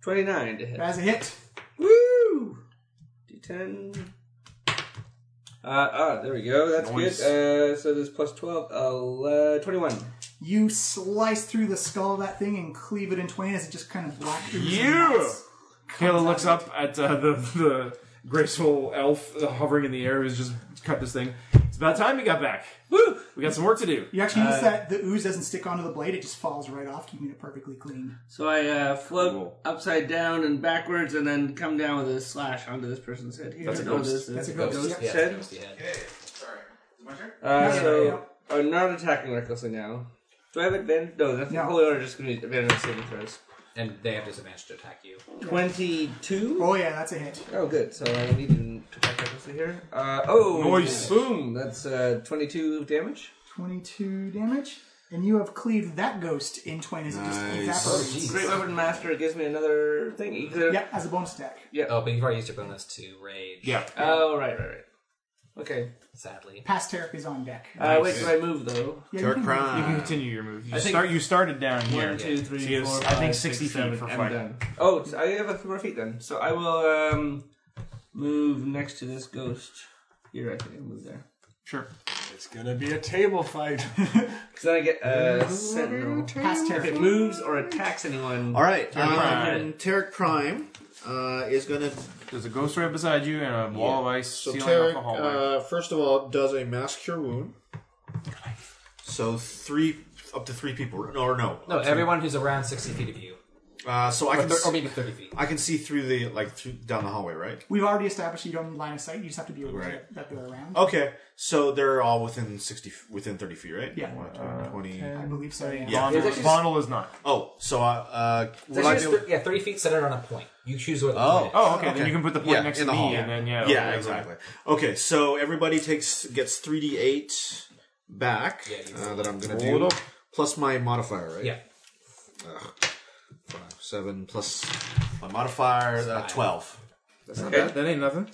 S13: twenty-nine to hit.
S2: That's a hit.
S13: Woo! D10. Uh, ah, there we go. That's
S2: Nice.
S13: good. Uh, so there's plus uh, 12, ele- 21.
S2: You slice through the skull of that thing and cleave it in twain as it just kind of black. oozes
S7: Yeah.
S2: and melts.
S7: Kayla looks up at uh, the the graceful elf uh, hovering in the air who's just cut this thing. It's about time you got back. Woo! We got some work to do.
S2: You actually
S7: Uh,
S2: notice that the ooze doesn't stick onto the blade; it just falls right off, keeping it perfectly clean.
S13: So I uh, float upside down and backwards and then come down with a slash onto this person's head here.
S7: That's a
S13: Onto
S7: ghost.
S13: this-
S2: That's a ghost, yeah.
S13: head.
S2: That's a ghosty head.
S13: Uh,
S2: Yeah,
S13: so
S2: yeah, yeah.
S13: I'm not attacking recklessly now. Do I have advantage? No, that's the holy order just going to be advantage on saving throws.
S4: and they have disadvantage to attack you.
S13: 22?
S2: Oh, yeah, that's a hit.
S13: Oh, good. So I need to attack recklessly here. Uh, oh,
S2: Nice.
S13: boom. That's uh, 22 damage.
S2: Twenty-two damage, and you have cleaved that ghost in twain as it just evaporates.
S13: Great Weapon Master gives me another thing. You could-
S2: Yep, as a bonus attack.
S13: Yeah.
S4: Oh, but you've already used your bonus to rage.
S7: Yeah.
S13: Oh, right, right, right. Okay.
S4: Sadly.
S2: Past Tarek is on deck.
S13: Uh, wait, do I move though?
S2: Yeah, you Dark can move. Crown.
S7: You can continue your move. You
S13: I think-
S7: start. You started down here.
S13: One, two, three,
S7: So you-
S13: four,
S7: I think
S13: five,
S7: sixty
S13: six,
S7: feet
S13: seven,
S7: for
S13: I'm
S7: fighting.
S13: done. Oh, so I have a few more feet then. So I will um, move next to this ghost. Here, I think I'll move there.
S7: Sure.
S5: It's gonna be a table fight.
S13: Because then I get a sentinel.
S2: Past
S13: If it moves or attacks anyone.
S6: All right,
S13: Tarek Prime.
S6: um, Tarek Prime uh, is going to.
S7: There's a ghost right beside you and a wall of ice
S6: So
S7: sealing
S6: Tarek,
S7: off the hallway.
S6: uh, first of all, does a mass cure wound. So three, up to three people. No, or no,
S4: No,
S6: up to-
S4: everyone who's around sixty feet of you.
S6: Uh, so I
S4: Or
S6: can,
S4: thir-
S6: s-
S4: or maybe 30 feet.
S6: I can see through the like through, down the hallway, right?
S2: We've already established you don't need line of sight. You just have to be aware
S6: Right.
S2: that they're around.
S6: Okay, so they're all within sixty, f- within thirty feet, right?
S2: Yeah.
S6: One, two,
S2: Uh,
S6: twenty.
S2: I believe so, yeah.
S6: Yeah.
S4: There's actually- Vondel
S7: is not.
S6: Oh, so I. Uh,
S4: So
S6: would I
S4: it's
S6: be-
S4: just th- yeah, thirty feet centered on a point. You choose where the
S6: Oh,
S4: point is.
S6: Yeah, in the hall. yeah, exactly. Okay, so everybody takes gets three d eight back uh, that I'm gonna
S7: Roll it
S6: do
S7: up.
S6: plus my modifier, right?
S4: Yeah.
S6: Ugh. Five, seven plus my modifier, uh, twelve. That's
S7: Okay, that ain't nothing.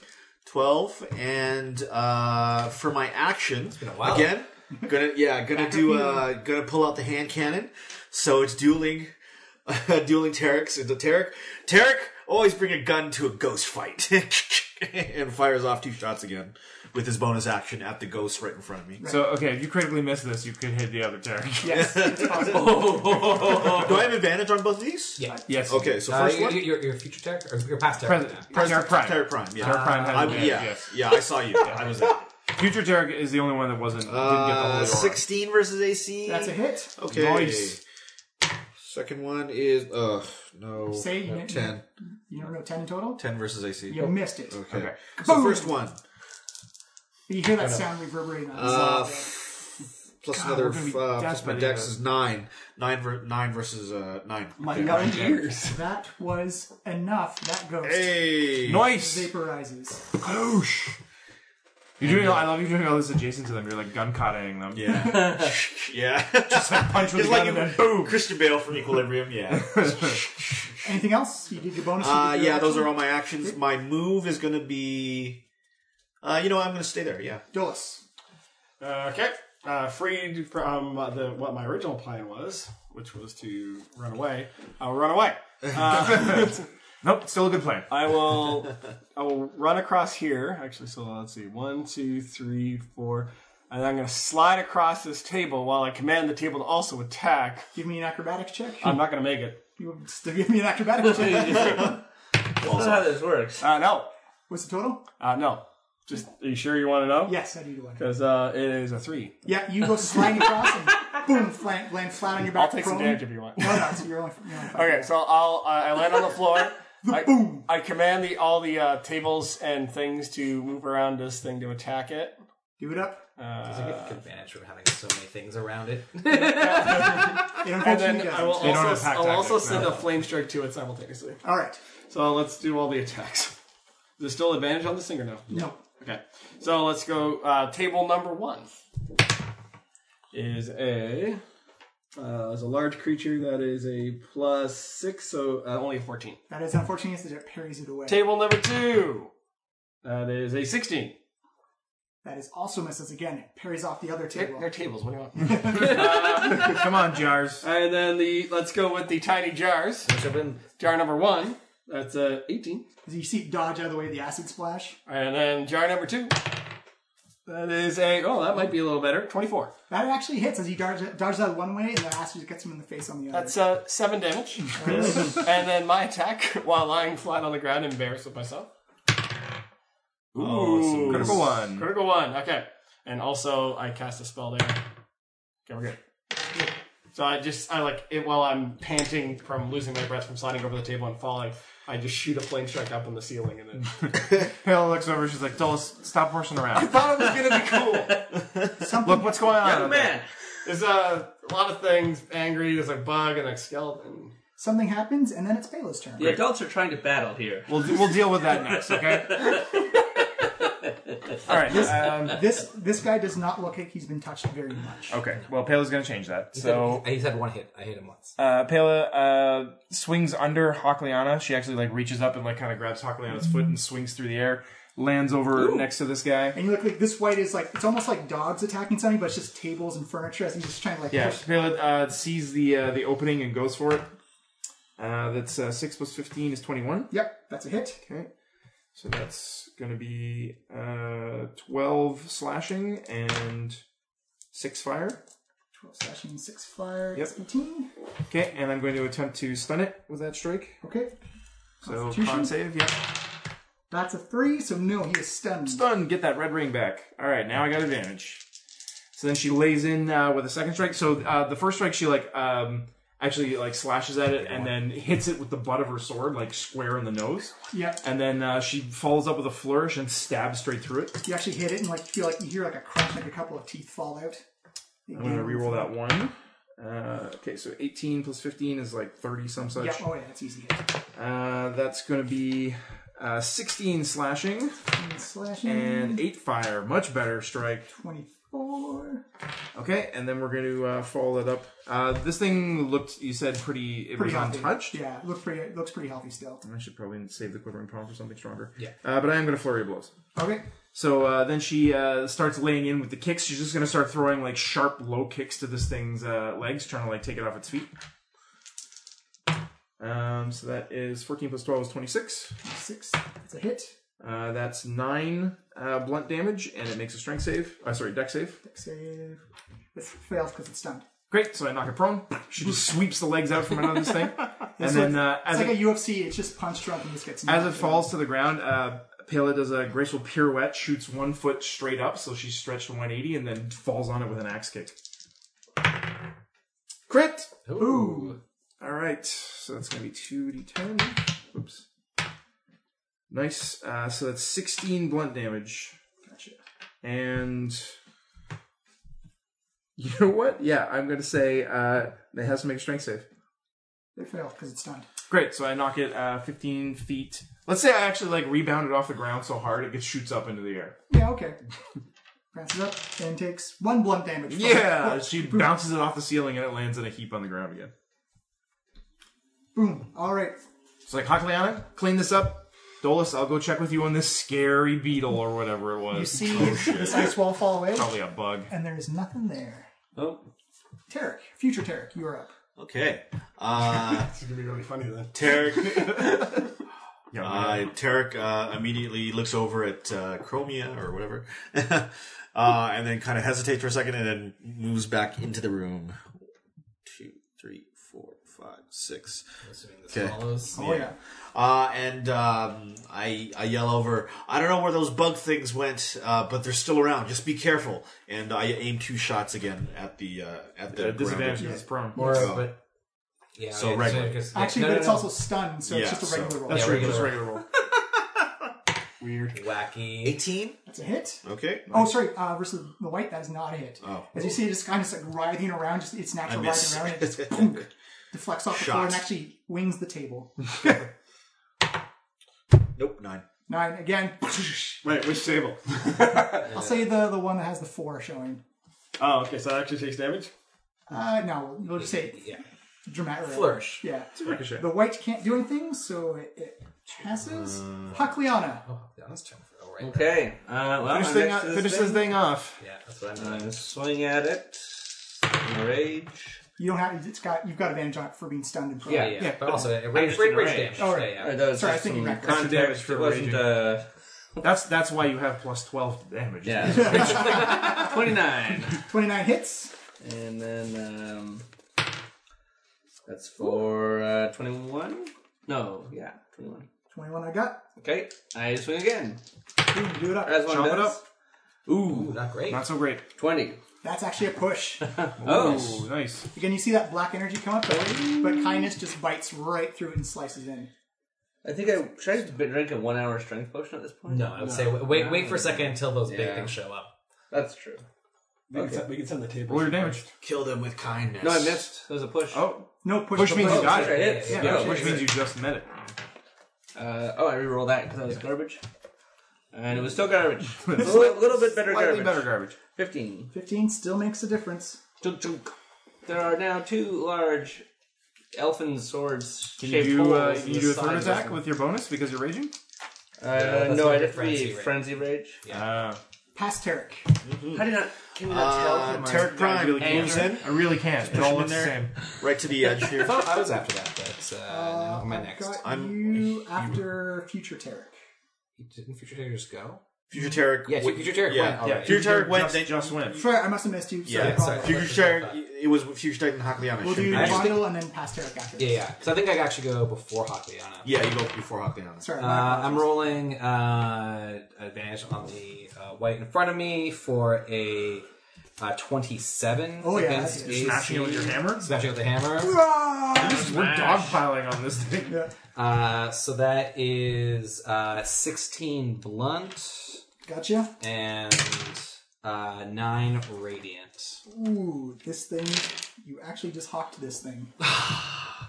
S6: Twelve, and uh, for my action
S7: while.
S6: again, gonna yeah, gonna
S7: Back
S6: do
S7: up here.
S6: uh, gonna pull out the hand cannon. So it's dueling, dueling Tarek's into Tarek. Tarek always bring a gun to a ghost fight, and fires off two shots again with his bonus action at the ghost right in front of me.
S7: So okay, if you critically miss this, you could hit the other Tarek.
S6: Yes. Oh, Do I have advantage on both of these?
S4: Yeah.
S7: Yes.
S6: Okay, so
S4: Uh,
S6: first
S4: your,
S6: one.
S4: your, your future tech or your past tech.
S7: Present- present Tarek Prime.
S6: Tarek Prime, yeah.
S7: Tarek Prime has
S6: I-
S7: advantage,
S6: yeah,
S7: yes.
S6: yeah, I saw you. I was there.
S7: Future Tarek is the only one that wasn't didn't get the
S6: Uh,
S7: holy aura.
S6: 16 versus AC.
S2: That's a hit.
S6: Okay.
S7: Nice.
S6: Second one is, ugh, no.
S2: Say you
S6: no,
S2: didn't-
S6: 10.
S2: You don't know ten in total.
S6: 10 versus AC.
S2: You missed it.
S6: Okay.
S2: Okay.
S6: So
S2: Kaboom!
S6: first one.
S2: You hear that
S6: Kinda-
S2: sound reverberating on the
S6: Uh,
S2: side.
S6: f- plus
S2: God,
S6: another,
S2: we're gonna
S6: f-
S2: be
S6: uh, plus
S2: death
S6: my
S2: by the
S6: dex
S2: end.
S6: is 9. 9, ver- nine versus uh, 9.
S2: My
S6: Okay.
S2: God,
S6: Yeah.
S2: That was enough. That ghost.
S6: Hey.
S7: Nice.
S2: Vaporizes.
S7: Whoosh. You're doing. I love you doing all this adjacent to them. You're like gun cottoning them.
S6: Yeah. yeah. Just
S7: like punch with
S6: It's
S7: the
S6: like
S7: gun and
S6: you-
S7: then boom.
S6: Christian Bale from Equilibrium, yeah.
S2: Anything else? You did your bonus.
S6: Uh,
S2: you did your
S6: yeah, those
S2: action?
S6: are all my actions. My move is going to be. Uh, you know, what, I'm going to stay there. Yeah.
S2: Dulles.
S5: Uh, okay. Uh, freed from uh, the what my original plan was, which was to run away. I'll run away. Uh,
S7: nope, still a good plan.
S5: I will. I will run across here. Actually, so let's see. One, two, three, four. And I'm going to slide across this table while I command the table to also attack.
S2: Give me an acrobatics check.
S5: I'm not going to make it.
S2: You still give me an acrobatics check.
S5: That's not how this works. Uh, no.
S2: What's the total?
S5: Uh, no. Just, are you sure you want to know?
S2: Yes, I do want
S5: Because uh, it is a three.
S2: Yeah, you go sliding across and boom, flan- land flat on your back.
S5: I'll take some
S2: prone.
S5: damage if you want.
S2: No, no, so you're only, you're only
S5: Okay, so I'll I I land on the floor. I, boom! I command the all the uh, tables and things to move around this thing to attack it.
S2: Do it up.
S5: Uh,
S11: Does it get advantage from having so many things around it?
S5: and then I will
S11: They don't
S5: also,
S11: have pack
S5: I'll also
S11: tactics,
S5: send
S11: no.
S5: a flame strike to it simultaneously.
S2: All right.
S5: So let's do all the attacks. Is there still advantage on this thing or no?
S2: No.
S5: Okay. So let's go. Uh, table number one is a uh, is a large creature that is a plus six, so uh, only a fourteen.
S2: That is unfortunate that it parries it away.
S5: Table number two. That is a 16.
S2: That is also misses again. It parries off the other table.
S5: They're tables. What do you want?
S7: Come on, jars.
S5: And then the let's go with the tiny jars. Jar number one. That's uh, 18.
S2: You see it dodge out of the way of the acid splash.
S5: And then jar number two. That is a oh, that might be a little better. 24.
S2: That actually hits as he dodges, dodges out one way and the acid gets him in the face on the other.
S5: That's uh, seven damage. and then my attack while lying flat on the ground, embarrassed with myself. Ooh,
S7: Oh, some critical one.
S5: Critical one. Okay. And also, I cast a spell there. Okay, we're good. So I just I like it while I'm panting from losing my breath from sliding over the table and falling. I just shoot a flame strike up in the ceiling and then
S7: Pale looks over. She's like, "Dolls, stop horsing around."
S5: thought it was gonna be cool.
S7: Look what's going on. out there.
S5: There's uh, a lot of things angry. There's a bug and a skeleton.
S2: Something happens and then it's Bela's turn.
S13: The adults are trying to battle here.
S7: We'll we'll deal with that next, okay? All right.
S2: This,
S7: um,
S2: this this guy does not look like he's been touched very much.
S7: Okay. Well, Pala's gonna change that.
S6: Oh.
S7: So
S11: he's had one hit. I hit him once.
S7: Uh, Pela uh, swings under Hakliana. She actually like reaches up and like kind of grabs Hakliana's foot and swings through the air, lands over
S2: Ooh.
S7: next to this guy.
S2: And you look like this white is like it's almost like dogs attacking something, but it's just tables and furniture as he's just trying to like
S7: Yeah,
S2: push.
S7: Pela uh, sees the uh, the opening and goes for it. Uh, that's uh, six plus fifteen is twenty one.
S2: Yep, that's a hit.
S7: Okay, so that's gonna be uh, twelve slashing and six fire.
S2: Twelve slashing, six fire.
S7: Yep.
S2: Eighteen.
S7: Okay, and I'm going to attempt to stun it with that strike.
S2: Okay.
S7: So
S2: Constitution?
S7: con save, yeah.
S2: That's a three, so no, he is stunned.
S7: Stunned. Get that red ring back. All right, now I got advantage. So then she lays in uh, with a second strike. So uh, the first strike, she like um, actually like slashes at it and then hits it with the butt of her sword, like square in the nose.
S2: Yep.
S7: And then uh, she follows up with a flourish and stabs straight through it.
S2: You actually hit it and like feel like you hear like a crack, like a couple of teeth fall out.
S7: I'm gonna reroll that one. Uh, okay, so 18 plus 15 is like 30 some such.
S2: Yep. Oh yeah, that's easy.
S7: Uh, that's gonna be uh, 16 slashing
S2: Slashing.
S7: and eight fire. Much better strike.
S2: Twenty-four.
S7: Okay, and then we're going to uh, follow that up. Uh, this thing looked, you said, pretty. It
S2: Pretty
S7: was
S2: healthy.
S7: untouched.
S2: Yeah, looks pretty. Looks pretty healthy still.
S7: I should probably save the quivering palm for something stronger.
S2: Yeah.
S7: Uh, but I am going to flurry of blows.
S2: Okay.
S7: So uh, then she uh, starts laying in with the kicks. She's just going to start throwing like sharp, low kicks to this thing's uh, legs, trying to like take it off its feet. Um, so that is 14 plus 12 is 26.
S2: Six. That's a hit.
S7: Uh, that's nine uh, blunt damage, and it makes a strength save. Uh, sorry, deck save.
S2: Deck save. This fails because it's stunned.
S7: Great. So I knock it prone. She just sweeps the legs out from under this thing, and
S2: So
S7: then
S2: it's-
S7: uh, as
S2: it's
S7: it,
S2: like a UFC. It's just punch drunk and just gets.
S7: as it
S2: knocked
S7: falls to the ground, uh, Pela does a graceful pirouette, shoots one foot straight up, so she's stretched to 180, and then falls on it with an axe kick. Crit.
S2: Ooh.
S7: All right. So that's gonna be two d10. Oops. Nice. Uh, so that's 16 blunt damage.
S2: Gotcha.
S7: And you know what? Yeah, I'm gonna say uh, it has to make a strength save.
S2: It failed because it's stunned.
S7: Great. So I knock it uh, 15 feet. Let's say I actually like rebound it off the ground so hard it gets shoots up into the air.
S2: Yeah. Okay. Bounces up and takes one blunt damage. from it.
S7: Yeah, she bounces it off the ceiling and it lands in a heap on the ground again.
S2: Boom. All right.
S7: It's like Hakliana, clean this up. Dolus, I'll go check with you on this scary beetle or whatever it was.
S2: You see
S7: Oh, shit. Oh.
S2: this ice wall fall away,
S7: Probably a bug.
S2: and there is nothing there.
S13: Oh.
S2: Tarek, future Tarek, you are up.
S6: Okay. Uh,
S5: it's gonna be really funny then.
S6: Tarek Yeah, uh, Tarek uh, immediately looks over at uh, Chromia or whatever, uh, and then kind of hesitates for a second, and then moves back into the room. Two, three, four, five, six.
S4: Assuming this
S6: Okay.
S4: follows.
S2: Oh,
S6: Yeah. Uh, and um, I I yell over. I don't know where those bug things went, uh, but they're still around. Just be careful. And I aim two shots again at the uh, at the
S7: Uh, disadvantage
S6: ground.
S7: is prone.
S2: More
S6: So-
S2: of
S7: it.
S4: Yeah,
S6: So
S4: okay,
S6: regular.
S4: because-
S2: Actually,
S4: No,
S2: but
S4: no,
S2: it's
S4: no.
S2: also stunned, so it's just a regular roll.
S4: Yeah,
S7: roll.
S6: Weird.
S4: Wacky.
S6: 18?
S2: That's a hit.
S6: Okay.
S2: Oh, sorry. Uh, versus the white, that is not a hit.
S6: Oh.
S2: As you see, it just kind of just like writhing around, just its natural
S6: I miss.
S2: writhing around, and it just boom, deflects off the floor
S6: Shot.
S2: and actually wings the table.
S6: Nope, nine.
S2: Nine again.
S5: Wait, which table?
S2: I'll say the the one that has the four showing.
S5: Oh, okay, so that actually takes damage?
S2: Uh, no, we'll just say
S4: yeah.
S2: dramatic
S5: Flourish.
S2: Yeah,
S5: It's a ricochet.
S2: The white can't do anything, so it, it passes. Huckliana.
S13: Okay. Uh, well,
S2: Finish
S13: I'm
S2: thing
S13: next
S2: off-
S13: to
S2: finish this thing
S7: off.
S4: Yeah, that's what
S13: I'm gonna swing at it. Rage.
S2: You don't have. It's got. You've got advantage on it for being stunned and prone.
S13: Yeah, yeah, but also it
S2: I'm
S13: rage-
S2: just
S13: rage-
S2: in a
S13: rage damage.
S2: Oh,
S13: Yeah,
S2: right.
S13: yeah. Alright, that
S2: Oh,
S13: was
S2: Sorry, I
S13: just
S2: think you
S13: some
S2: wrecked
S13: con
S2: that.
S13: damage for It wasn't, raging. uh,
S7: That's that's why you have plus twelve damage.
S13: Yeah. 29.
S2: 29 hits.
S13: And then um, that's for uh, 21? No, yeah, 21.
S2: 21 I got.
S13: Okay, I swing again.
S2: Boom, do it up.
S13: As one
S2: Chop it
S13: does.
S2: up.
S13: Ooh, not
S4: great.
S7: Not so great.
S13: 20.
S2: That's actually a push.
S13: Oh.
S7: nice.
S2: Again, you see that black energy come up, but, but kindness just bites right through it and slices in.
S13: I think I should I just drink a one hour strength potion at this point?
S4: No, I would say wait, wait, wait for a second until those big
S13: Yeah.
S4: things show up.
S13: That's true.
S5: We can
S13: Okay.
S5: set- we can send the table.
S7: Roll your damage.
S6: Kill them with kindness.
S13: No, I missed. That was a push.
S7: Oh.
S2: No,
S7: push Push means you got it. Yeah, push means you
S13: just met it. Uh, oh, I rerolled that because that was garbage. And it was still garbage. a little, little bit better
S7: Slightly
S13: garbage.
S7: better garbage.
S13: 15.
S2: 15 still makes a difference.
S13: Chunk, chunk. There are now two large elfin swords.
S7: Can you
S13: shaped
S7: do, uh,
S13: holes
S7: you
S13: in the
S7: do a
S13: side
S7: third
S13: of this
S7: attack
S13: one.
S7: with your bonus because you're raging?
S13: Uh, no, I did three. Frenzy Rage.
S7: Yeah.
S2: Past Tarek.
S13: How did I? Can you
S6: not tell Uh,
S13: tell?
S6: from my- Tarek Prime I really can't. moves in.
S7: I really can't. It all
S6: him in
S7: looks the
S6: there.
S7: same.
S6: Right to the edge here.
S4: I thought I was after that, but uh, no, my
S2: I've
S4: next.
S2: got
S4: I'm
S2: you after future Tarek.
S4: didn't future Tarek just go?
S6: Future Tarek.
S4: Yeah, Future Tarek went.
S6: Yeah,
S4: already.
S6: Future Tarek went. then-
S2: Sorry, I must have missed you. Sorry.
S6: Yeah, Future Tarek. It was Future Tarek and Hakliana.
S2: We'll
S6: Shouldn't
S2: do
S6: be-
S2: Bondle and then past Tarek after.
S4: Yeah, yeah. So I think I actually go before Hakliana.
S6: Yeah, you go before Hakliana.
S2: Sorry.
S4: Uh, I'm rolling uh, advantage on the uh, white in front of me for a uh, 27
S2: Oh, yeah,
S4: against
S2: that's it.
S4: AC.
S2: Smashing it with your hammer?
S4: Smashing it with the hammer.
S2: Ah!
S7: We're dogpiling on this thing.
S4: Uh, so that is uh, 16 blunt
S2: Gotcha.
S4: and uh, 9 radiant.
S2: Ooh, this thing. You actually just hawked this thing.
S7: It,
S4: I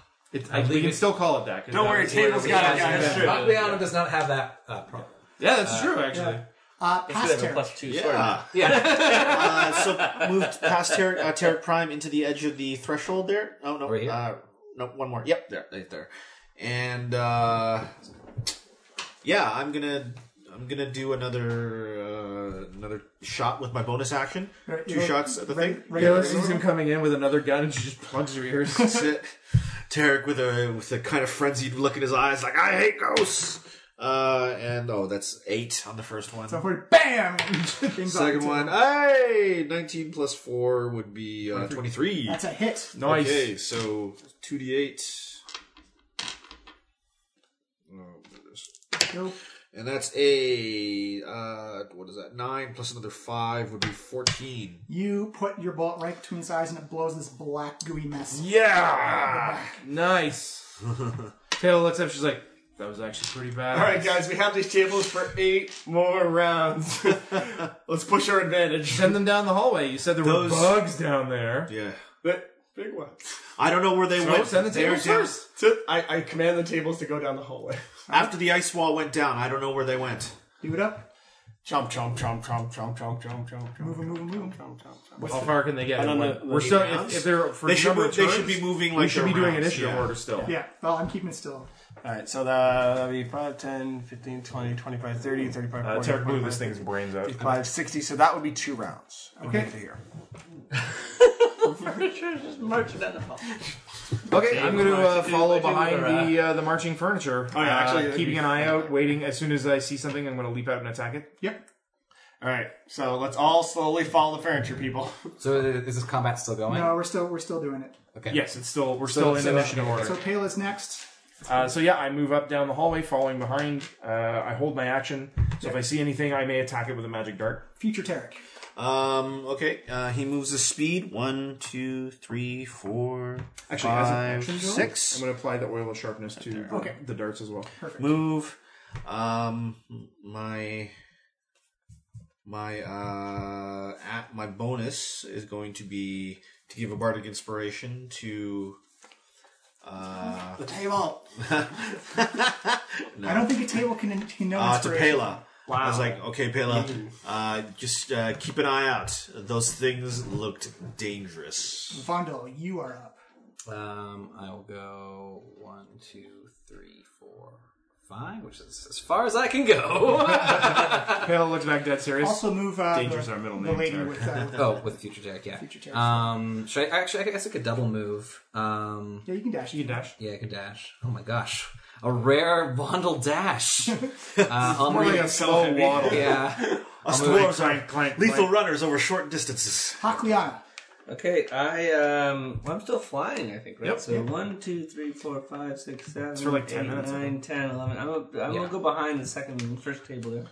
S7: I, we
S4: believe
S7: can
S4: it-
S7: still call it that. 'cause
S4: Don't
S7: that
S4: worry,
S7: was-
S4: Table's
S7: yeah,
S4: got it,
S7: yeah,
S4: guys.
S7: that's true.
S4: Hakliana does not have that uh, problem.
S7: Yeah, that's
S4: Uh,
S7: true. Actually,
S2: Uh,
S13: It should
S2: past
S13: have a
S2: Tarek.
S13: plus two.
S6: Yeah. uh, so moved past Tarek, uh, Tarek Prime into the edge of the threshold there. Oh, no. Uh, no, one more. Yep, there. Right there. And, uh, yeah, I'm gonna. I'm gonna do another uh, another shot with my bonus action.
S2: Right,
S6: Two
S2: you're-
S6: shots at the thing.
S7: Kayla sees him coming in with another gun and she just plugs her ears.
S6: That's it. Tarek with a with a kind of frenzied look in his eyes, like I hate ghosts. Uh, and oh, that's eight on the first one.
S2: So for bam! Things
S6: Second
S2: off.
S6: one, hey, nineteen plus four would be uh, twenty-three.
S2: That's a hit.
S7: Nice.
S6: Okay, so two d eight.
S2: Nope.
S6: And that's a uh, what is that? Nine plus another five would be fourteen.
S2: You put your bolt right between his eyes and it blows this black gooey mess.
S7: Yeah,
S6: Ah.
S7: nice. Kayla looks up. She's like, "That was actually pretty bad."
S5: All right, guys, we have these tables for eight more rounds. Let's push our advantage.
S7: Send them down the hallway. You said there
S6: Those-
S7: were bugs down there.
S6: Yeah.
S5: But big one.
S6: I don't know where they
S5: So,
S6: went.
S5: send the
S6: They were
S5: tables
S6: down-
S5: first. So, I, I command the tables to go down the hallway.
S6: After the ice wall went down, I don't know where they went.
S2: Do it up.
S5: Chomp, chomp, chomp, chomp, chomp, chomp, chomp, chomp.
S2: Move him, move him, move him.
S7: How far can they get?
S5: I don't know.
S7: We're still if, if they're for
S6: They should
S7: number
S6: move- they
S7: of
S6: should
S7: turns,
S6: be moving
S7: We
S6: like
S7: should
S6: their
S7: be doing
S6: rounds,
S7: initiative
S6: yeah.
S7: order still.
S2: Yeah, well, I'm keeping it still.
S5: All right, so that'll be 5, 10, 15, 20, 25, 30, 35,
S7: Uh,
S5: 40.
S7: Tarek blew this thing's brains out.
S5: 55, 60. So that would be two rounds.
S2: Okay.
S5: Here.
S13: furniture just marching down the hall.
S7: Okay, I'm going to uh, follow behind the uh, the marching furniture.
S5: Oh, yeah,
S7: Uh,
S5: actually, that'd
S7: keeping
S5: be-
S7: an eye out, waiting. As soon as I see something, I'm going to leap out and attack it.
S2: Yep.
S5: All right, so let's all slowly follow the furniture, people.
S4: So is this combat still going?
S2: No, we're still we're still doing it.
S4: Okay.
S7: Yes, it's still we're
S2: So-
S7: still in
S2: so-
S7: initiative order.
S2: So Pala's next.
S7: Uh, so yeah, I move up down the hallway, following behind. Uh, I hold my action. So if I see anything, I may attack it with a magic dart.
S2: Future Tarek.
S6: Um, okay. Uh, he moves his speed. One, two, three, four,
S7: Actually,
S6: five,
S7: as an action, Joel,
S6: six.
S7: I'm going to apply the oil of sharpness to
S6: Okay.
S7: the darts as well.
S6: Move. Um, my my uh at my bonus is going to be to give a bardic inspiration to uh
S2: The table.
S6: No.
S2: I don't think a table can can know
S6: Uh, to
S2: inspiration.
S6: Pela. I was like, okay, Pela,
S7: Mm-hmm.
S6: uh, just uh, keep an eye out. Those things looked dangerous.
S2: Vondel, you are up.
S4: Um, I will go one, two, three, four, five, which is as far as I can go.
S7: Pale looks back dead serious.
S2: Also move, uh, Danger's the- our middle the name, lady sorry. with, uh,
S4: oh, with future Jack, yeah.
S2: Future Jack.
S4: Um, should I actually? I guess I could double move. Um,
S2: yeah, you can dash.
S7: You can dash.
S4: Yeah, I can dash. Oh my gosh, a rare bondle dash. uh, I'll
S6: More
S4: move-
S6: like a slow waddle.
S4: Yeah,
S6: Us
S4: I'll move-
S6: dwarves are lethal runners over short distances.
S2: Hakliana.
S13: Okay, I um, well, I'm still flying. I think right.
S6: Yep.
S13: So
S6: Yep.
S13: one, two, three, four, five, six, seven,
S6: for like 10
S13: eight,
S6: minutes, I
S13: nine, 10, 11. I'm, gonna- I'm
S4: Yeah.
S13: gonna go behind the second first table there.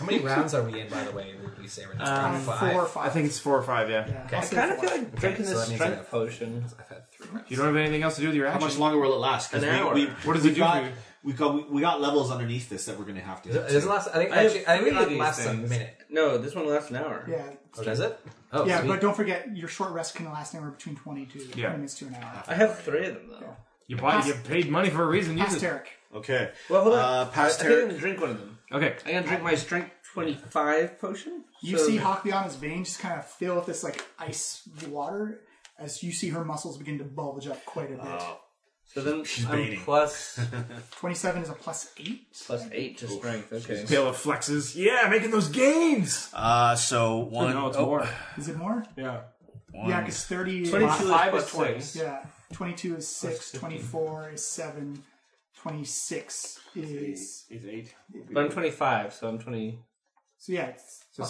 S4: How many rounds are we in, by the way? Would we say we're just
S13: Um,
S4: round
S13: four
S4: five?
S13: or five. I think
S7: it's four or five. Yeah.
S13: I kind of feel like drinking
S4: so
S13: this
S4: that means I
S13: strength
S4: have-
S13: potion.
S4: I've had three.
S7: You don't have anything else to do with your
S6: How
S7: action.
S6: much longer will it last? 'Cause
S7: An
S6: we-
S7: hour.
S6: we-
S7: What does
S6: we
S7: it do
S6: got,
S7: for you?
S6: We got, we, we got levels underneath this that we're going to have to
S4: Does it-
S6: hit,
S4: does it
S6: too.
S4: last- I think-
S13: I have
S4: Actually, I think
S13: three
S4: it
S13: of these
S4: lasts a
S13: things.
S4: minute.
S13: No, this one lasts an hour.
S2: Yeah.
S4: Oh, does it? Oh,
S2: yeah,
S4: sweet.
S2: but don't forget your short rest can last anywhere between twenty to
S7: Yeah.
S2: minutes to an hour.
S13: I have three of them though.
S7: You buy, you paid money for a reason. Use
S2: Pass
S7: it.
S2: Tarek.
S6: Okay.
S13: Well, hold on.
S6: Uh, past
S13: I, I think
S6: Tarek.
S13: I'm gonna drink one of them.
S7: Okay.
S13: I'm gonna drink my strength 25 potion.
S2: You see Hakliana's veins just kind of fill with this like ice water as you see her muscles begin to bulge up quite a bit.
S13: So then
S2: She's
S13: I'm
S2: baiting.
S13: plus
S2: Twenty-seven is a plus eight.
S13: plus eight to strength. Okay.
S7: Pale of flexes. Yeah, making those gains.
S6: Uh, so one.
S7: no, it's
S6: oh,
S7: more.
S2: Is it more?
S7: Yeah.
S2: Yeah, because 30
S13: 22 is
S2: five
S13: plus
S2: twenty.
S13: six.
S2: Yeah. 22 is 6, 24 is 7, 26 is.
S5: He's eight.
S13: But I'm 25, so I'm 20.
S2: So yeah, it's.
S5: Oh,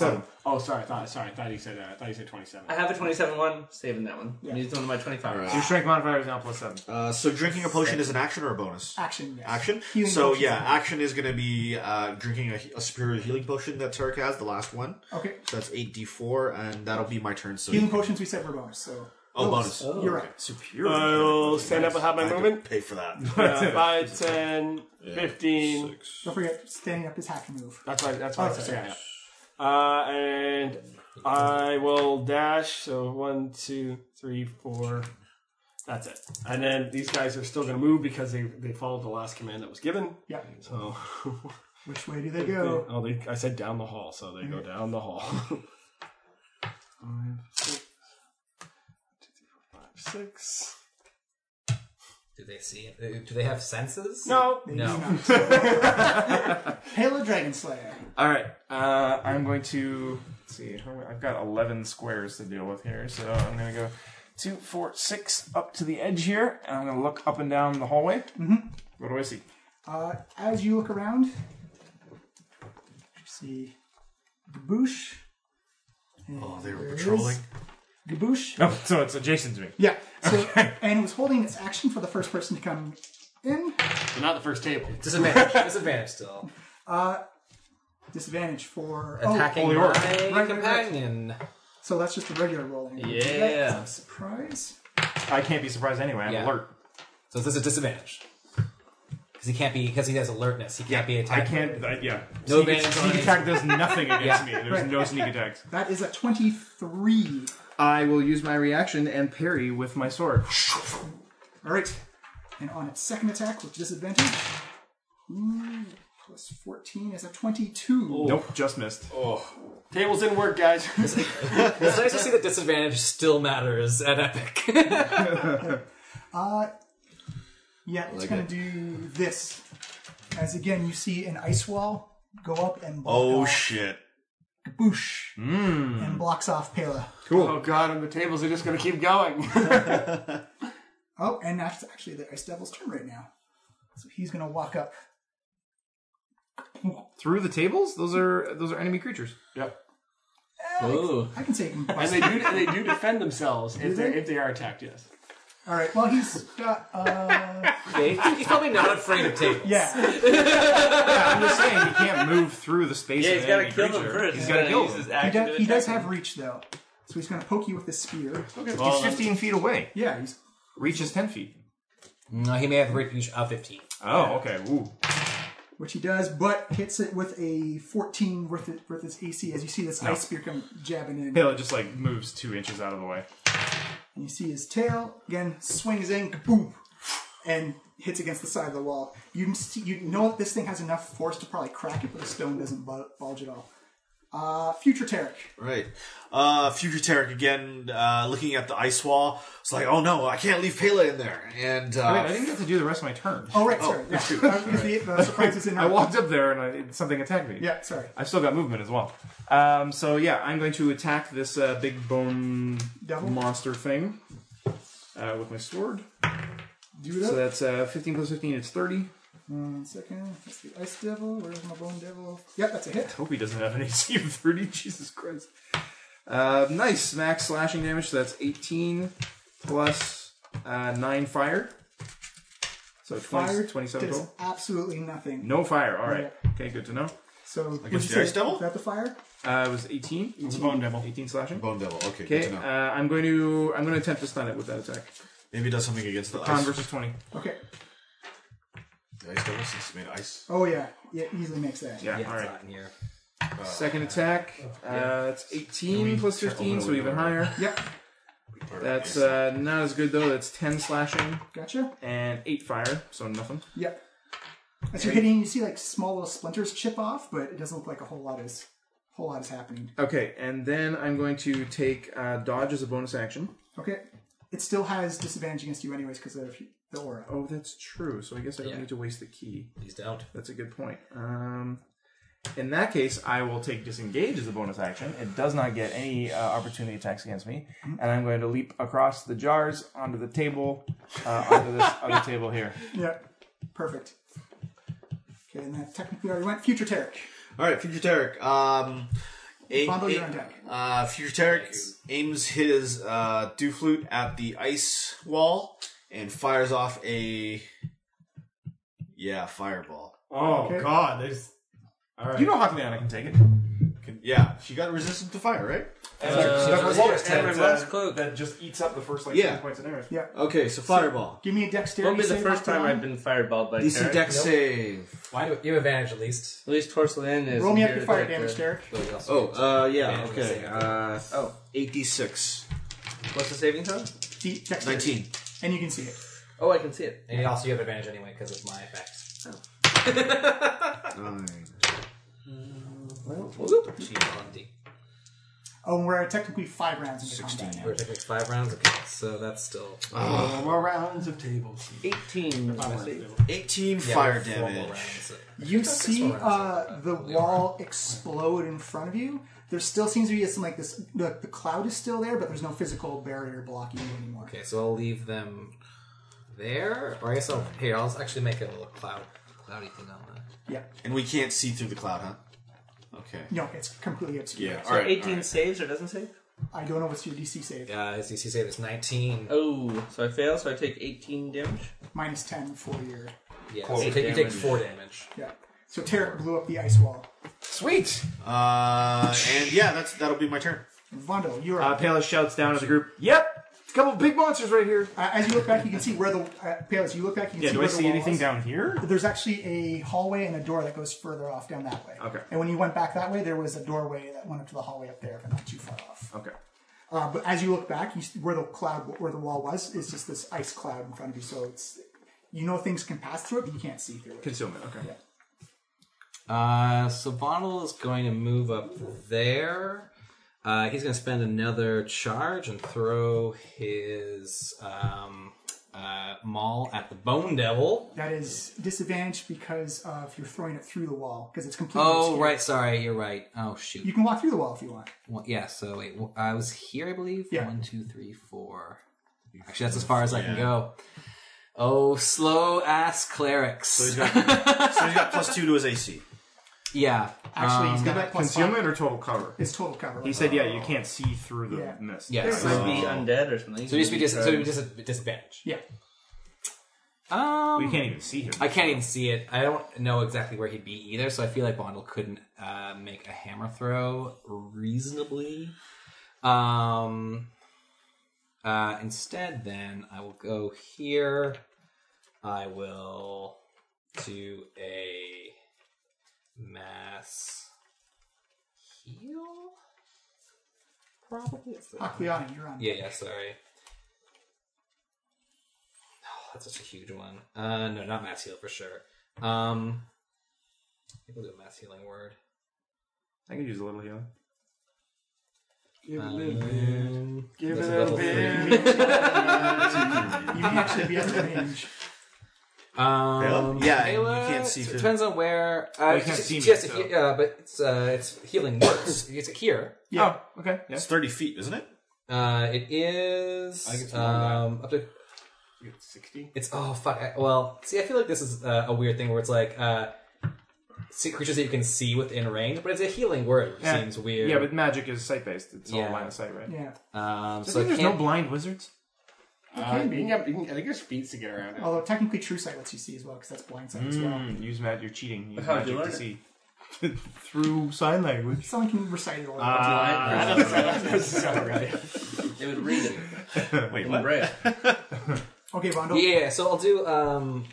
S5: sorry. I thought sorry. I thought you said uh, I thought you said twenty-seven.
S13: I have a 27 one, saving that one. I'm using one of my 25.
S6: Alright.
S7: So your strength modifier is now plus seven.
S6: Uh, so drinking a potion is an action or a bonus?
S2: Action. Yes.
S6: Action.
S2: Uh, Healing
S6: so
S2: potion.
S6: yeah, action is going to be uh, drinking a, a superior healing potion that Tarek has, the last one.
S2: Okay.
S6: So that's eight d four, and that'll be my turn. So
S2: Healing potions we said were bonus, so.
S6: Oh, bonus.
S2: You're right.
S6: Superior.
S5: I'll stand up and have my
S6: I could
S5: movement.
S6: Pay for that.
S5: Uh, five, 10, 15.
S2: Don't forget, standing up is hack and move.
S5: That's what I, that's what I
S2: Oh,
S5: said. Yeah, yeah. Uh, and I will dash. So one, two, three, four. That's it. And then these guys are still going to move because they they followed the last command that was given.
S2: Yeah.
S5: So
S2: Which way do they go?
S5: Oh, Mm-hmm. they, I said down the hall, so they go down the hall. Five, six. One, two, three, four, five, six.
S4: Do they see? uh, Do they have senses?
S5: No.
S4: No.
S2: Halo Dragon Slayer.
S7: All right. Uh, I'm going to let's see. how many- I've got 11 squares to deal with here, so I'm going to go two, four, six up to the edge here, and I'm going to look up and down the hallway. Mm-hmm. What do I see?
S2: Uh, as you look around, you see Gaboosh.
S6: Oh, they
S2: There
S6: were
S2: it is.
S6: patrolling.
S2: Gaboosh.
S7: No, so it's adjacent to me.
S2: Yeah. So, and it was holding its action for the first person to come in.
S5: But not the first table.
S4: Disadvantage. Disadvantage still.
S2: Uh, disadvantage for
S4: Attacking
S2: oh,
S4: my
S2: Right, right, right.
S4: companion.
S2: So that's just a regular rolling.
S4: Yeah.
S2: I'm surprised.
S7: I can't be surprised anyway. I'm
S4: Yeah.
S7: alert.
S4: So is this a disadvantage? Because he can't be because he has alertness. He can't be
S7: I
S4: attacked.
S7: can't. I, yeah.
S4: No
S7: sneak,
S4: advantage on
S7: sneak attack does nothing against
S4: Yeah.
S7: me. There's no sneak attacks.
S2: That is a 23.
S7: I will use my reaction and parry with my sword.
S2: All right. And on its second attack with disadvantage, mm, plus 14 is a 22.
S7: Nope, just missed.
S5: Oh, tables didn't work, guys.
S4: it's nice to see that disadvantage still matters at Epic.
S2: Uh, yeah, it's
S4: Oh. like
S2: going
S4: it.
S2: to do this. As again, you see an ice wall go up and block it
S6: Oh
S2: off.
S6: shit!
S2: kaboosh,
S4: Hmm.
S2: and blocks off Pela.
S5: Cool. Oh god, and the tables are just going to keep going.
S2: Oh, and that's actually the Ice Devil's turn right now. So he's going to walk up.
S7: Through the tables, those are those are enemy creatures.
S5: Yep.
S2: Oh. I can say
S5: and they do and they do defend themselves if they if they are attacked. Yes.
S2: All right. Well, he's got. Uh,
S11: Okay, he's probably not afraid of tables.
S2: Yeah.
S7: yeah, I'm just saying he can't move through the space.
S2: Yeah,
S7: of
S2: he's
S7: an
S2: gotta
S7: enemy
S2: kill them
S7: creature.
S2: first.
S7: He's
S2: He's
S7: got to
S2: gotta
S7: kill
S2: use
S7: them.
S2: his He, does, he does have reach though, so he's going to poke you with this spear.
S7: Okay. He's 15 feet away.
S2: Yeah, he's
S7: Reach is 10 feet.
S11: No, he may have reached uh, 15.
S7: Oh, okay. Ooh.
S2: which he does, but hits it with a 14 worth of, worth his AC as you see this
S7: No.
S2: ice spear come jabbing in.
S7: Halo just like moves two inches out of the way.
S2: And you see his tail again swings in, boom, and hits against the side of the wall. You can see, you know that this thing has enough force to probably crack it, but the stone doesn't bul- bulge at all. Uh, future Tarek.
S6: Right. Uh, Future Tarek again, uh, looking at the ice wall. It's like, oh no, I can't leave Pela in there. And uh,
S7: Wait, I didn't get to do the rest of my turn.
S2: Oh, right, sorry. Yeah.
S7: shoot.
S2: Uh, because the- the surprise is in
S7: I
S2: her.
S7: walked up there and I, something attacked me.
S2: Yeah, sorry.
S7: I've still got movement as well. Um, so yeah, I'm going to attack this uh, big bone
S2: Devil?
S7: monster thing uh, with my sword.
S2: Do it
S7: So
S2: up.
S7: that's uh, 15 plus 15 is 30.
S2: One second. That's the ice devil. Where's my bone devil? Yep, that's a hit.
S7: hope he doesn't have an AC of 30. Jesus Christ. Uh, nice. Max slashing damage. So that's 18 plus uh, 9 fire. So 20,
S2: Fire
S7: 27
S2: does
S7: total.
S2: absolutely nothing.
S7: No fire. All right. Okay, good to know.
S2: So
S7: Against
S2: what'd you
S7: the
S2: say?
S7: ice devil?
S2: Is that the fire?
S7: Uh, it was 18. It's
S6: Bone
S7: Devil. 18 slashing.
S6: Bone Devil. Okay. Good
S7: Okay.
S6: to
S7: Uh,
S6: know.
S7: I'm going to I'm going to attempt to stun it with that attack.
S6: Maybe it does something against the
S7: Con
S6: ice.
S7: versus 20.
S2: Okay.
S6: The ice devil since it's made ice.
S2: Oh yeah, yeah, easily makes that.
S7: Yeah. all right.
S6: Uh,
S7: Second attack. Uh, it's 18 plus 15, so even higher.
S2: Yep.
S7: That's uh, not as good though. That's 10 slashing.
S2: Gotcha.
S7: And 8 fire, so nothing.
S2: Yep. As you're hitting, you see like small little splinters chip off, but it doesn't look like a whole lot is whole lot is happening.
S7: Okay, and then I'm going to take uh, dodge as a bonus action.
S2: Okay. It still has disadvantage against you anyways because of the aura.
S7: Oh, that's true. So I guess I don't need to waste the key.
S11: He's down.
S7: That's a good point. Um, in that case, I will take disengage as a bonus action. It does not get any uh, opportunity attacks against me, and I'm going to leap across the jars onto the table, uh, onto this other table here.
S2: Yep. Perfect. Okay, and that technically already went. Future Tarek.
S6: All right, Future Tarek. Um, aim,
S2: Fondle, you're
S6: aim-
S2: on deck.
S6: Uh, Future Tarek aims his uh, dew flute at the ice wall and fires off a yeah fireball.
S7: Oh, Okay. God,
S6: There's
S7: All right. You know Hakliana can take it.
S6: yeah, she got resistant to fire, right?
S7: that just eats up the first
S6: like, Yeah. 10
S7: points of arrows.
S2: Yeah.
S6: Okay, so fireball.
S2: Give me a dexterity.
S13: Won't be the
S2: save
S13: first time
S2: Octagon.
S13: I've been fireballed by
S6: DC
S13: Tarek.
S6: Dex save.
S11: Why do you have advantage at least?
S13: At least Torsalin is.
S2: Roll me up
S13: here
S2: your fire
S13: that, uh,
S2: damage, Derek.
S6: Oh, uh, yeah,
S13: Advantage
S6: okay.
S13: save.
S6: Uh,
S13: Oh.
S6: 86.
S4: Oh.
S13: What's the saving throw?
S2: D- dexterity.
S6: 19.
S2: And you can see it.
S13: Oh, I can see it.
S11: And also you have advantage anyway because it's my effects.
S6: Nine.
S2: Oh, and we're technically five rounds into combat.
S11: We're taking five rounds. Okay, so that's still
S5: Four more rounds of tables.
S13: 18.
S6: 18
S11: Yeah,
S6: fire
S11: four more
S6: damage.
S11: rounds.
S2: You see uh, the wall explode in front of you. There still seems to be some like this. The, the cloud is still there, but there's no physical barrier blocking you anymore.
S11: Okay, so I'll leave them there, or I guess I'll here. I'll actually make a little cloud, cloudy thing on that.
S2: Yeah.
S6: And we can't see through the cloud, huh? Okay.
S2: No, it's completely obscured.
S6: Yeah,
S13: So 18 saves or doesn't save?
S2: I don't know what's your DC save.
S11: Yeah, his DC save is 19.
S13: Oh, so I fail, so I take 18 damage.
S2: Minus 10 for your.
S11: Yeah,
S13: Cool.
S11: so you take, you
S13: Eight
S11: take
S13: damage.
S11: four damage.
S2: Yeah. So Tarek blew up the ice wall.
S7: Sweet.
S6: Uh, and yeah, that's that'll be my turn.
S2: Vondo, you're
S7: Uh,
S2: up.
S7: Pala shouts down at the group. Yep, a couple big monsters right here.
S2: Uh, as you look back, you can see where the uh, Pale, as you look back, you can
S7: Yeah,
S2: see
S7: do I
S2: where the
S7: see
S2: wall
S7: anything
S2: is.
S7: down here?
S2: There's actually a hallway and a door that goes further off down that way.
S7: Okay.
S2: And when you went back that way, there was a doorway that went up to the hallway up there, but not too far off.
S7: Okay.
S2: Uh, but as you look back, you, see where the cloud, where the wall was, is just this ice cloud in front of you. So it's, you know, things can pass through it, but you can't see through it.
S7: Concealment. Okay.
S11: Uh, so Bonnell is going to move up there. Uh, he's going to spend another charge and throw his um,
S4: uh, Maul at the Bone Devil.
S2: That is disadvantage because of you're throwing it through the wall because it's completely.
S4: Oh,
S2: obscured.
S4: right. Sorry, you're right. Oh, shoot.
S2: You can walk through the wall if you want.
S4: Well, yeah, so it, I was here, I believe.
S2: Yeah.
S4: One, two, three, four. Actually, that's as far as I can go. Oh, slow ass clerics. So he's got,
S6: so he's got plus two to his AC.
S4: Yeah.
S2: Actually, he's
S4: um,
S2: got that plus
S9: concealment
S2: five.
S9: or total cover?
S2: It's total cover.
S9: He said, yeah, you can't see through the
S2: Yeah.
S9: mist.
S4: Yeah,
S9: Yes.
S4: so-
S13: Might be undead or something.
S4: So it would just be dis- so it would be
S13: Retarded.
S4: dis- disadvantage.
S2: Yeah.
S4: Um,
S9: We can't even see him.
S4: I can't even see it. I don't know exactly where he'd be either, so I feel like Bondle couldn't uh, make a hammer throw reasonably. Um, uh, instead, then I will go here. I will do a mass heal. Probably.
S2: Akliani, you're on.
S4: Yeah, yeah, sorry. Oh, that's such a huge one. Uh, no, not mass heal for sure. Um, people do a mass healing word.
S9: I could use a little healing.
S5: Give
S4: it a little bit.
S5: Give
S4: That's
S5: it
S4: a
S5: a
S4: level
S5: little bit.
S4: three.
S2: you may actually be at the range.
S4: Um,
S6: Caleb? Yeah, you
S4: Caleb,
S6: can't see
S4: it
S6: through-
S4: Depends on where. Uh,
S6: Well, you
S4: she-
S6: can't see
S4: she
S6: me,
S4: has to
S6: so-
S4: he- uh, but it's uh, it's healing words. it's here.
S2: Yeah.
S9: Oh, okay. Yeah.
S6: It's 30 feet, isn't it?
S4: Uh, it is.
S6: I think it's more than that.
S4: um, up to
S5: sixty.
S4: It's oh fuck. I, well, see, I feel like this is uh, a weird thing where it's like uh, see creatures that you can see within range, but it's a healing word. Which
S9: Yeah.
S4: Seems weird.
S9: Yeah, but magic is sight based. It's
S4: Yeah.
S9: all line of sight, right?
S2: Yeah.
S4: Um,
S9: So,
S4: so
S9: I
S4: I
S9: think there's
S4: can't-
S9: no blind wizards.
S5: Uh,
S2: can be.
S5: You can get, you can, I think there's speeds to get around it.
S2: Although technically, true sight lets you see as well because that's blind sight as
S7: Hmm.
S2: well.
S9: Mm, use magic. You're cheating. Use
S5: How'd you
S9: magic to
S5: learn
S9: see through sign language.
S2: Someone can recite it all.
S9: Ah.
S13: It would read it.
S6: Wait,
S13: what? Right.
S2: okay, Bondo.
S4: Yeah, yeah, so I'll do. um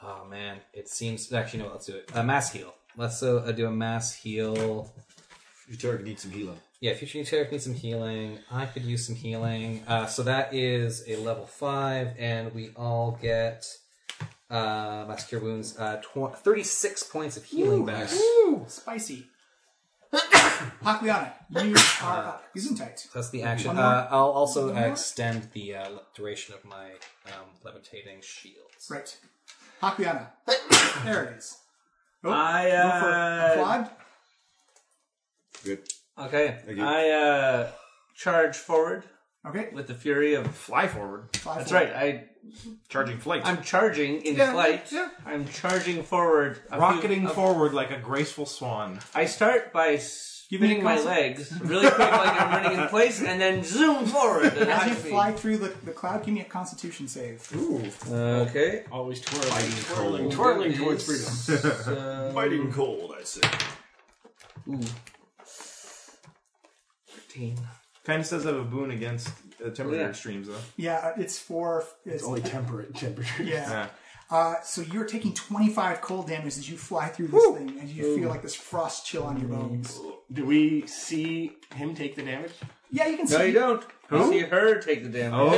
S4: Oh man, it seems actually no. Let's do it. A mass heal. Let's uh, do a mass heal.
S6: Futurg needs some healing.
S4: Yeah, future Euteric needs some healing. I could use some healing. Uh, so that is a level five, and we all get uh, mass cure wounds. Uh, tw- Thirty-six points of healing back.
S2: Ooh, spicy. Hakliana, you are up. Isn't tight.
S4: That's the action.
S2: One more?
S4: Uh, I'll also
S2: One more?
S4: extend the uh, le- duration of my um, levitating shields.
S2: Right. Hakliana. there it is. Oh,
S13: I,
S2: go for
S13: uh,
S2: a quad.
S6: Good.
S13: Okay.
S6: Thank you.
S13: I uh, charge forward.
S2: Okay.
S13: With the fury of
S9: fly forward.
S2: Fly
S13: That's
S2: forward.
S13: right.
S9: Charging flight.
S13: I I'm charging in
S9: Yeah,
S13: flight.
S9: yeah.
S13: I'm charging forward. a few-
S9: Rocketing
S13: a-
S9: forward like a graceful swan.
S13: I start by spinning my
S2: concept.
S13: legs really quick, like I'm running in place, and then zoom forward. And
S2: As you
S13: high
S2: fly through the, the cloud, give me a Constitution save.
S5: Ooh.
S13: speed. okay.
S5: Always twirling, twirling,
S13: cold.
S5: twirling
S13: It
S5: towards
S13: is-
S5: freedom.
S13: So-
S6: Fighting cold, I say.
S13: Ooh. Thirteen.
S9: Kind of says I have a boon against uh, temperature
S13: Yeah.
S9: extremes, though.
S2: Yeah, uh, it's four. It's,
S5: It's only temperate temperatures.
S2: Yeah.
S9: Yeah.
S2: Uh, so you're taking 25 cold damage as you fly through this thing, and you feel like this frost chill on your bones.
S5: Do we see him take the damage?
S2: Yeah, you can see.
S13: No, you don't. You see her take the damage.
S9: Oh!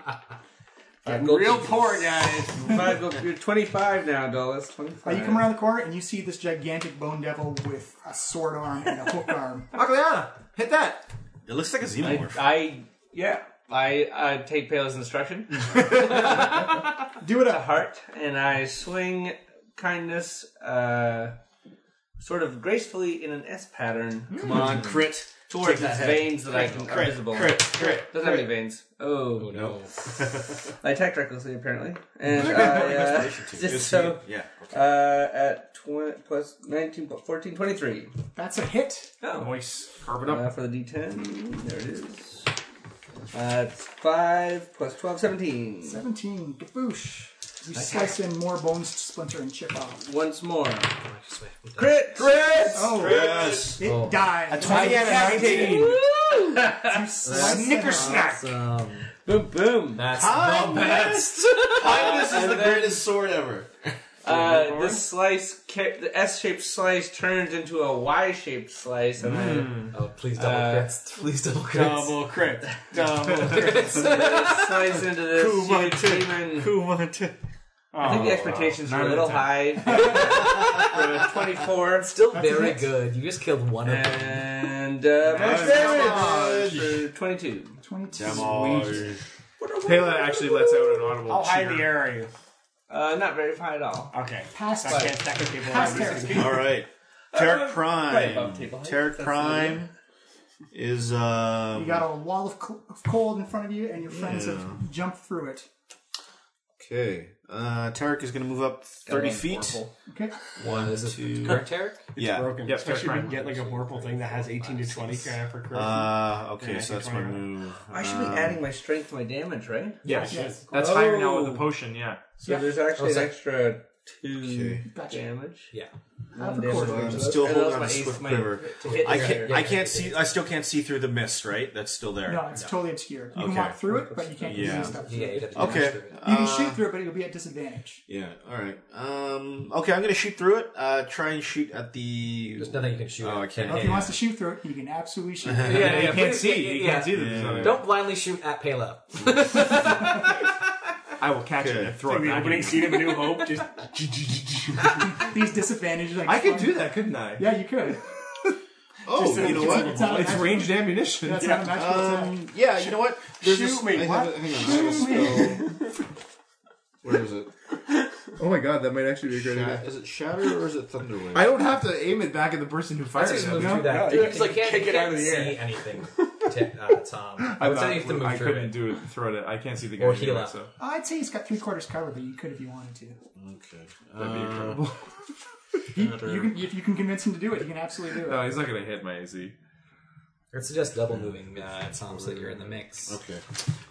S13: Five gold
S5: Real
S13: pieces.
S5: poor guys.
S13: Five gold- You're 25 now, Dulles. 25.
S2: Uh, you come around the corner and you see this gigantic bone devil with a sword arm and a hook arm.
S9: Akliana, hit that!
S6: It looks like a
S13: I,
S6: xenomorph.
S13: I yeah. I, I take Pale's instruction.
S2: Do it
S13: a
S2: up.
S13: heart, and I swing kindness, uh, sort of gracefully in an S pattern. Come on,
S6: Crit.
S13: towards its veins that I can are visible.
S6: Crit, crit.
S13: Doesn't have any veins. Oh,
S6: No.
S13: I attacked recklessly apparently, and I uh, just so
S6: Yeah.
S13: uh, at tw- plus 19, plus 14, 23.
S2: That's a hit.
S13: Oh,
S9: Nice. Carve it
S13: uh,
S9: up.
S13: for the D10, there it is. Uh, it's 5 plus 12, 17.
S2: 17. Kaboosh. You slice in more bones to splinter and chip off.
S13: Once more. Crit! Crit!
S2: Oh,
S6: Yes.
S2: it dies.
S5: and a 19.
S2: You slice it off.
S4: Um,
S13: Boom, boom.
S4: that's
S6: How
S4: the best.
S6: This is the greatest sword ever.
S13: Uh, the slice, ca- the S-shaped slice turns into a Y-shaped slice, and
S6: Hmm.
S4: oh, please double
S13: Uh,
S4: crits. Please double crits.
S5: Double crit. Double crit.
S13: I slice into this huge demon. I think the expectations were a little high. For Twenty-four,
S4: Still very good. You just killed one of them.
S13: uh, and uh, much damage. For Twenty-two.
S2: 22.
S6: Sweet.
S7: Pela actually lets out an audible
S5: How high
S7: cheer.
S5: in the air are you?
S13: Uh, not very high at all.
S5: Okay.
S2: Past
S5: I
S2: it.
S5: can't stack with people
S2: Past
S5: over six
S2: it.
S5: feet.
S6: All right.
S5: Uh,
S6: Tarek
S5: right above
S6: Prime.
S5: table height.
S6: Tarek
S5: That's
S6: Prime is um,
S2: you got a wall of, co- of cold in front of you, and your friends
S6: Yeah.
S2: have jumped through it.
S6: okay. Uh, Tarek is going to move up thirty
S2: Got one
S6: feet.
S2: Warple. Okay.
S6: One,
S4: this is
S6: two-
S4: current Tarek?
S5: It's
S6: yeah,
S5: broken. Especially if you can get like a Warple thing that has 18 to 20 kind of per curve.
S6: Uh, okay,
S5: Yeah,
S6: so that's my
S5: 20.
S6: move.
S13: I should be
S6: Um,
S13: adding my strength to my damage, right?
S7: Yes. Yes. That's higher now with
S5: Oh.
S7: the potion, yeah.
S13: So
S7: Yeah.
S13: there's actually
S7: Okay.
S13: an extra two
S2: Gotcha.
S13: damage.
S4: Yeah.
S13: One
S2: Of
S13: damage
S2: course.
S13: left.
S6: I'm still
S13: And that
S6: holding
S13: was
S6: on
S13: my
S6: to
S13: ace-
S6: Swift
S13: my-
S6: Quiver.
S13: to hit
S6: I
S13: the-
S6: can't.
S13: yeah,
S6: I
S13: to
S6: can't
S13: hit the-
S6: see. I still can't see through the mist, right? That's still there.
S2: No, it's totally obscured. You
S6: Okay.
S2: can walk through it, but you can't
S6: Yeah.
S2: do stuff.
S6: Yeah,
S2: through
S6: you'd have
S2: it.
S6: to Okay,
S2: You
S6: shoot through it.
S2: can
S6: uh,
S2: shoot through it, but it'll be at disadvantage.
S6: Yeah. All right. Um. Okay. I'm gonna shoot through it. Uh. Try and shoot at the. There's
S4: nothing you can shoot.
S6: Oh, I can't.
S2: Well, if he wants to shoot through it, he can absolutely shoot.
S6: Yeah,
S2: through it.
S6: yeah, You can't
S4: please-
S6: see. You can't see them. Yeah.
S4: Don't blindly shoot at Pela.
S7: I will catch it and throw
S5: Like
S7: it
S5: the
S7: back.
S5: opening
S7: at
S5: scene
S7: you.
S5: of A New Hope. Just
S2: These disadvantages. Like,
S7: I could
S2: fun-
S7: do that, couldn't I?
S2: Yeah, you could.
S6: Oh,
S7: Just
S6: you know what?
S7: It's, it's ranged ammunition.
S2: That's not a magical attack.
S6: Um. Yeah. You know what? There's
S2: Shoot
S6: this-
S2: me,
S6: I have
S2: what?
S6: a- hang on. I have
S2: Shoot
S6: a spell. Where is it?
S16: Oh my god, that might actually be a great
S6: Shat-
S16: idea.
S6: Is it shatter or is it thunderwave?
S7: I don't have to aim it back at the person who fires
S16: just
S7: it.
S16: move
S7: No,
S16: through
S7: no,
S16: that.
S7: you
S16: It's
S7: can
S16: like,
S7: kick
S4: can't-
S7: it out
S4: can't
S7: of the
S4: see
S7: air.
S4: anything, to, uh, Tom. I would
S7: thought
S4: say you have to move
S7: I
S4: through
S7: couldn't
S4: it.
S7: do it. Throw it. I can't see the guy.
S4: Or heal
S7: anyway,
S4: up.
S7: So.
S2: I'd say he's got three quarters cover, but you could if you wanted to.
S6: Okay. Uh,
S7: That'd
S6: Uh-huh.
S7: be incredible.
S2: You can, if you can convince him to do it, you can absolutely do it.
S7: no, he's not gonna hit my AC.
S4: I'd suggest double moving, uh, Tom, so that you're in the mix.
S6: Okay.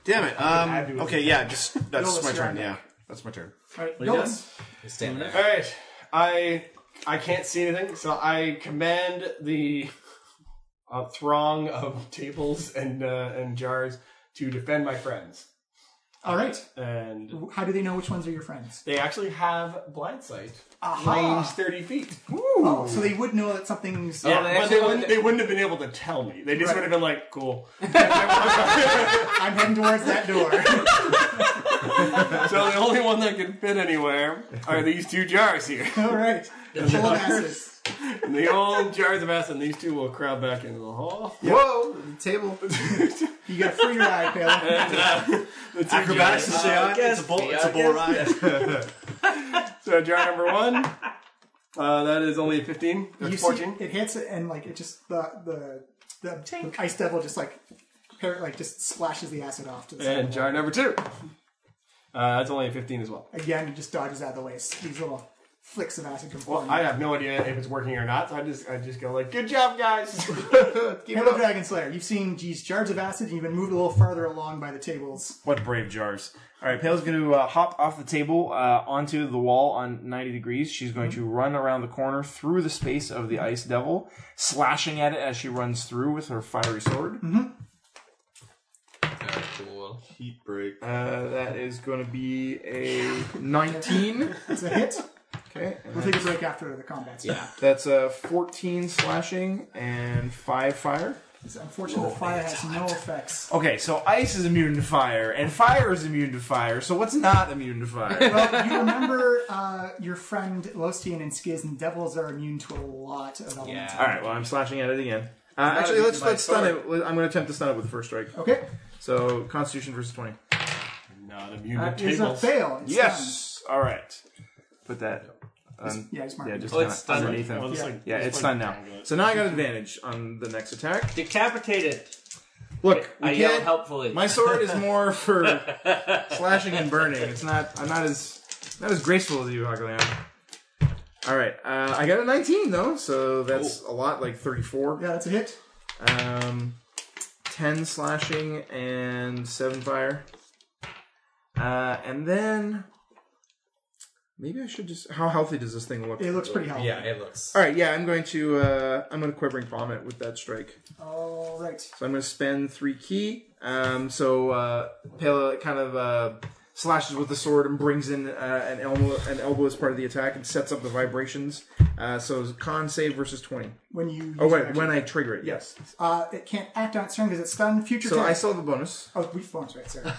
S6: Damn it. Um. Okay. Yeah. Just that's
S7: Yolas,
S6: my
S7: you're
S6: turn.
S7: on
S6: Yeah. That's my turn.
S2: Alright,
S5: What are you doing?
S4: You stand there.
S5: All right, I I can't see anything, so I command the uh, throng of tables and uh, and jars to defend my friends.
S2: All right.
S5: And
S2: How do they know which ones are your friends?
S5: they actually have blind sight,
S2: Aha.
S5: range thirty feet.
S2: Oh, so they would know that something's.
S5: Yeah, they, but they, wouldn't, they wouldn't have been able to tell me. They just
S2: Right.
S5: would have been like, "Cool."
S2: I'm heading towards that door.
S5: so the only one that can fit anywhere are these two jars here.
S2: All right. Full of asses.
S5: And the old jars of acid, and these two will crowd back into the hall.
S7: Whoa! Table.
S2: You got free ride, Pale.
S5: And, uh, the two
S6: Acrobatics to
S5: jars-
S6: stay on. It's a bull. It's a bull ride.
S5: So jar number one, uh, that is only a 15. That's
S2: You
S5: 14.
S2: see, it hits it, and like it just the the the, the ice devil just like par- like just splashes the acid off to the side.
S5: and jar number two. Uh, that's only a 15 as well.
S2: Again, it just dodges out of the way. These little flicks of acid come
S5: Well,
S2: flying.
S5: I have no idea if it's working or not, so I just I just go like, good job, guys. Keep it
S2: Hello,
S5: up.
S2: Dragon Slayer. You've seen G's jars of acid, and you've been moved a little farther along by the tables.
S7: What brave jars. All right, Pale's going to uh, hop off the table uh, onto the wall on 90 degrees. She's going to run around the corner through the space of the ice devil, slashing at it as she runs through with her fiery sword.
S4: Cool.
S6: Heat break.
S7: Uh, that is going to be a 19.
S2: That's a hit.
S7: Okay. and
S2: We'll take a break after the combat. Yeah.
S7: That's a 14 slashing and 5 fire.
S2: Unfortunately, the fire has no effects.
S7: Okay, so ice is immune to fire, and fire is immune to fire. So what's not immune to fire?
S2: Well, you remember uh, your friend Lostian and Skiz and devils are immune to a lot of elements.
S7: All right. Well, I'm slashing at it again. Uh,
S2: Not
S7: actually,
S2: immune
S7: let's
S2: to my
S7: let's stun
S2: sword.
S7: it. I'm going to attempt to stun it with the first strike.
S2: Okay.
S7: So Constitution versus twenty.
S5: Not immune
S2: That is a fail. It's
S7: yes. All right. Put that. Um,
S2: yeah, just mark
S7: yeah,
S2: it.
S7: just
S2: Oh,
S7: kinda
S2: it's stunned.
S7: underneath him.
S2: Well, it's like-
S7: yeah,
S2: it's
S7: it's
S2: like
S7: stunned now.
S2: dangle it.
S7: So now I got advantage on the next attack.
S13: Decapitate it.
S7: Look, we
S13: I yell
S7: can't,
S13: helpfully.
S7: My sword is more for slashing and burning. It's not. I'm not as not as graceful as you, Hakaleon. All right, uh, I got a 19 though, so that's a lot, like 34.
S2: Yeah, that's a hit.
S7: Um, 10 slashing and 7 fire. Uh, and then maybe I should just. How healthy does this thing look?
S2: It looks pretty healthy.
S4: Yeah, it looks.
S7: All right, yeah, I'm going to uh, I'm going to quivering palm it with that strike.
S2: All right.
S7: So I'm going to spend three key. Um, so uh, Pela kind of uh, slashes with the sword and brings in uh, an elbow, an elbow as part of the attack and sets up the vibrations. Uh, so con save versus twenty.
S2: When you
S7: Oh
S2: use
S7: wait,
S2: your
S7: when I
S2: action.
S7: trigger it, yes.
S2: uh, it can't act on its turn because it's stunned. Future.
S7: So
S2: turn.
S7: I still have a bonus.
S2: Oh, we bonus right, sorry.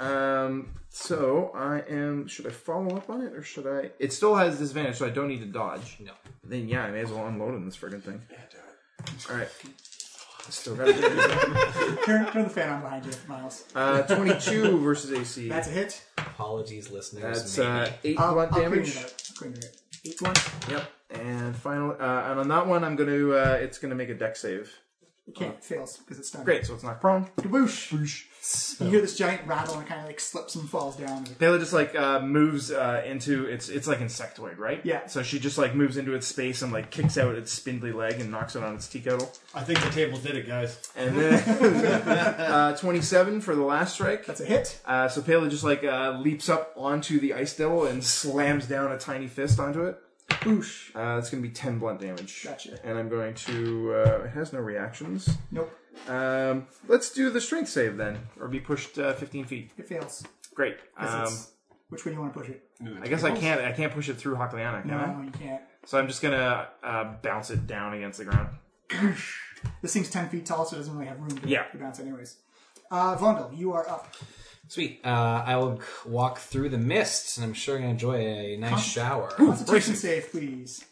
S7: Um, so I am. Should I follow up on it or should I? It still has disadvantage, so I don't need to dodge.
S4: No.
S7: Then yeah, I may as well unload on this friggin' thing. Yeah, do it. All right.
S2: Still got it. turn, turn the fan on behind you, Miles.
S7: Uh, 22 versus AC.
S2: That's a hit.
S4: Apologies, listeners.
S7: That's uh,
S2: Maybe.
S7: 8
S2: I'll-
S7: blunt
S2: I'll clean
S7: damage.
S2: it up. I'll clean it up. Eight blunt.
S7: Yep. And final, uh, and on that one, I'm going to. Uh, it's going to make a deck save.
S2: It can't it fails because it's done.
S7: Great, so it's knocked prone.
S2: Whoosh. You hear this giant rattle and it kind of like slips and falls down.
S7: Pela just like uh, moves uh, into its it's like insectoid, right?
S2: Yeah.
S7: So she just like moves into its space and like kicks out its spindly leg and knocks it on its tea kettle.
S17: I think the table did it, guys.
S7: And then uh, twenty-seven for the last strike. That's
S2: a hit.
S7: Uh, so Pela just like uh, leaps up onto the ice devil and slams down a tiny fist onto it.
S2: Boosh.
S7: Uh, that's gonna be ten blunt damage.
S2: Gotcha.
S7: And I'm going to. Uh, it has no reactions.
S2: Nope.
S7: Um, let's do the strength save then, or be pushed uh, fifteen feet.
S2: It fails.
S7: Great.
S2: 'Cause
S7: Um,
S2: it's- which way do you want to push it?
S7: I guess I can't. I can't push it through Hakliana, can
S2: No,
S7: I?
S2: you can't.
S7: So I'm just gonna uh, bounce it down against the ground.
S2: This thing's 10 feet tall, so it doesn't really have room to,
S7: Yeah.
S2: to bounce, anyways. Uh, Vondel, you are up.
S4: Sweet. Uh, I will walk through the mist, and I'm sure you'll enjoy a nice shower.
S2: Constitution save, please.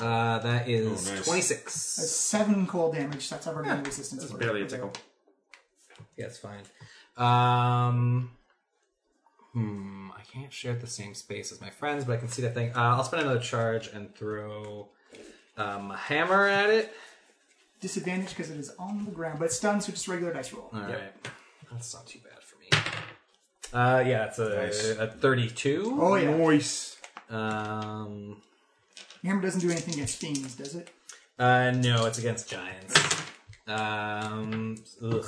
S4: Uh, that is
S2: Oh, nice.
S4: 26.
S2: That's seven cold damage. That's already yeah. resistance. for it.
S4: Yeah, it's fine. Um, hmm, I can't share the same space as my friends, but I can see that thing. Uh, I'll spend another charge and throw um, a hammer at it.
S2: Disadvantage because it is on the ground, but it's stunned, so just regular dice roll.
S4: All right, that's not too bad for me. Uh, yeah, it's a, a 32.
S2: Oh, yeah.
S7: Nice.
S4: Um,
S2: Hammer doesn't do anything against fiends, does it?
S4: Uh, no, it's against giants. Um, ugh.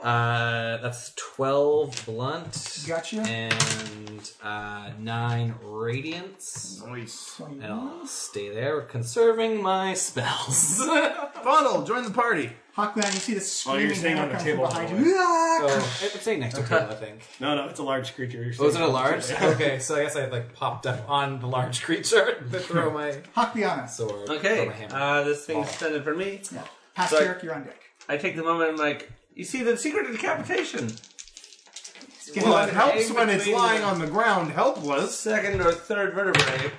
S4: Uh, that's twelve blunt.
S2: Gotcha.
S4: And uh, nine radiance.
S7: Nice.
S4: And I'll stay there, conserving my spells.
S7: Funnel, join the party.
S2: Hawkman, you see this
S4: Oh,
S2: screaming
S4: you're staying
S2: hammer
S4: on the
S2: come
S4: table
S2: from behind
S4: all the
S2: you.
S4: way.
S2: Ah!
S4: Oh, I'm staying next to Caleb, I think.
S5: No, no, it's a large creature. You're
S4: Oh, is it
S5: saying-
S4: a large? okay, so I guess I like popped up on the large creature to throw my
S2: Hakpiana.
S4: sword.
S13: Okay,
S4: throw my hammer.
S13: uh, this thing's
S4: Ball.
S13: extended for me.
S2: Yeah. Past
S13: So I-
S2: Eric, you're on deck.
S13: I take the moment and I'm like, you see, the secret of decapitation.
S2: getting Well, it better. helps
S13: Aim
S2: when it's
S13: between
S2: lying
S13: the
S2: on
S7: the ground helpless.
S13: Second or third vertebrae.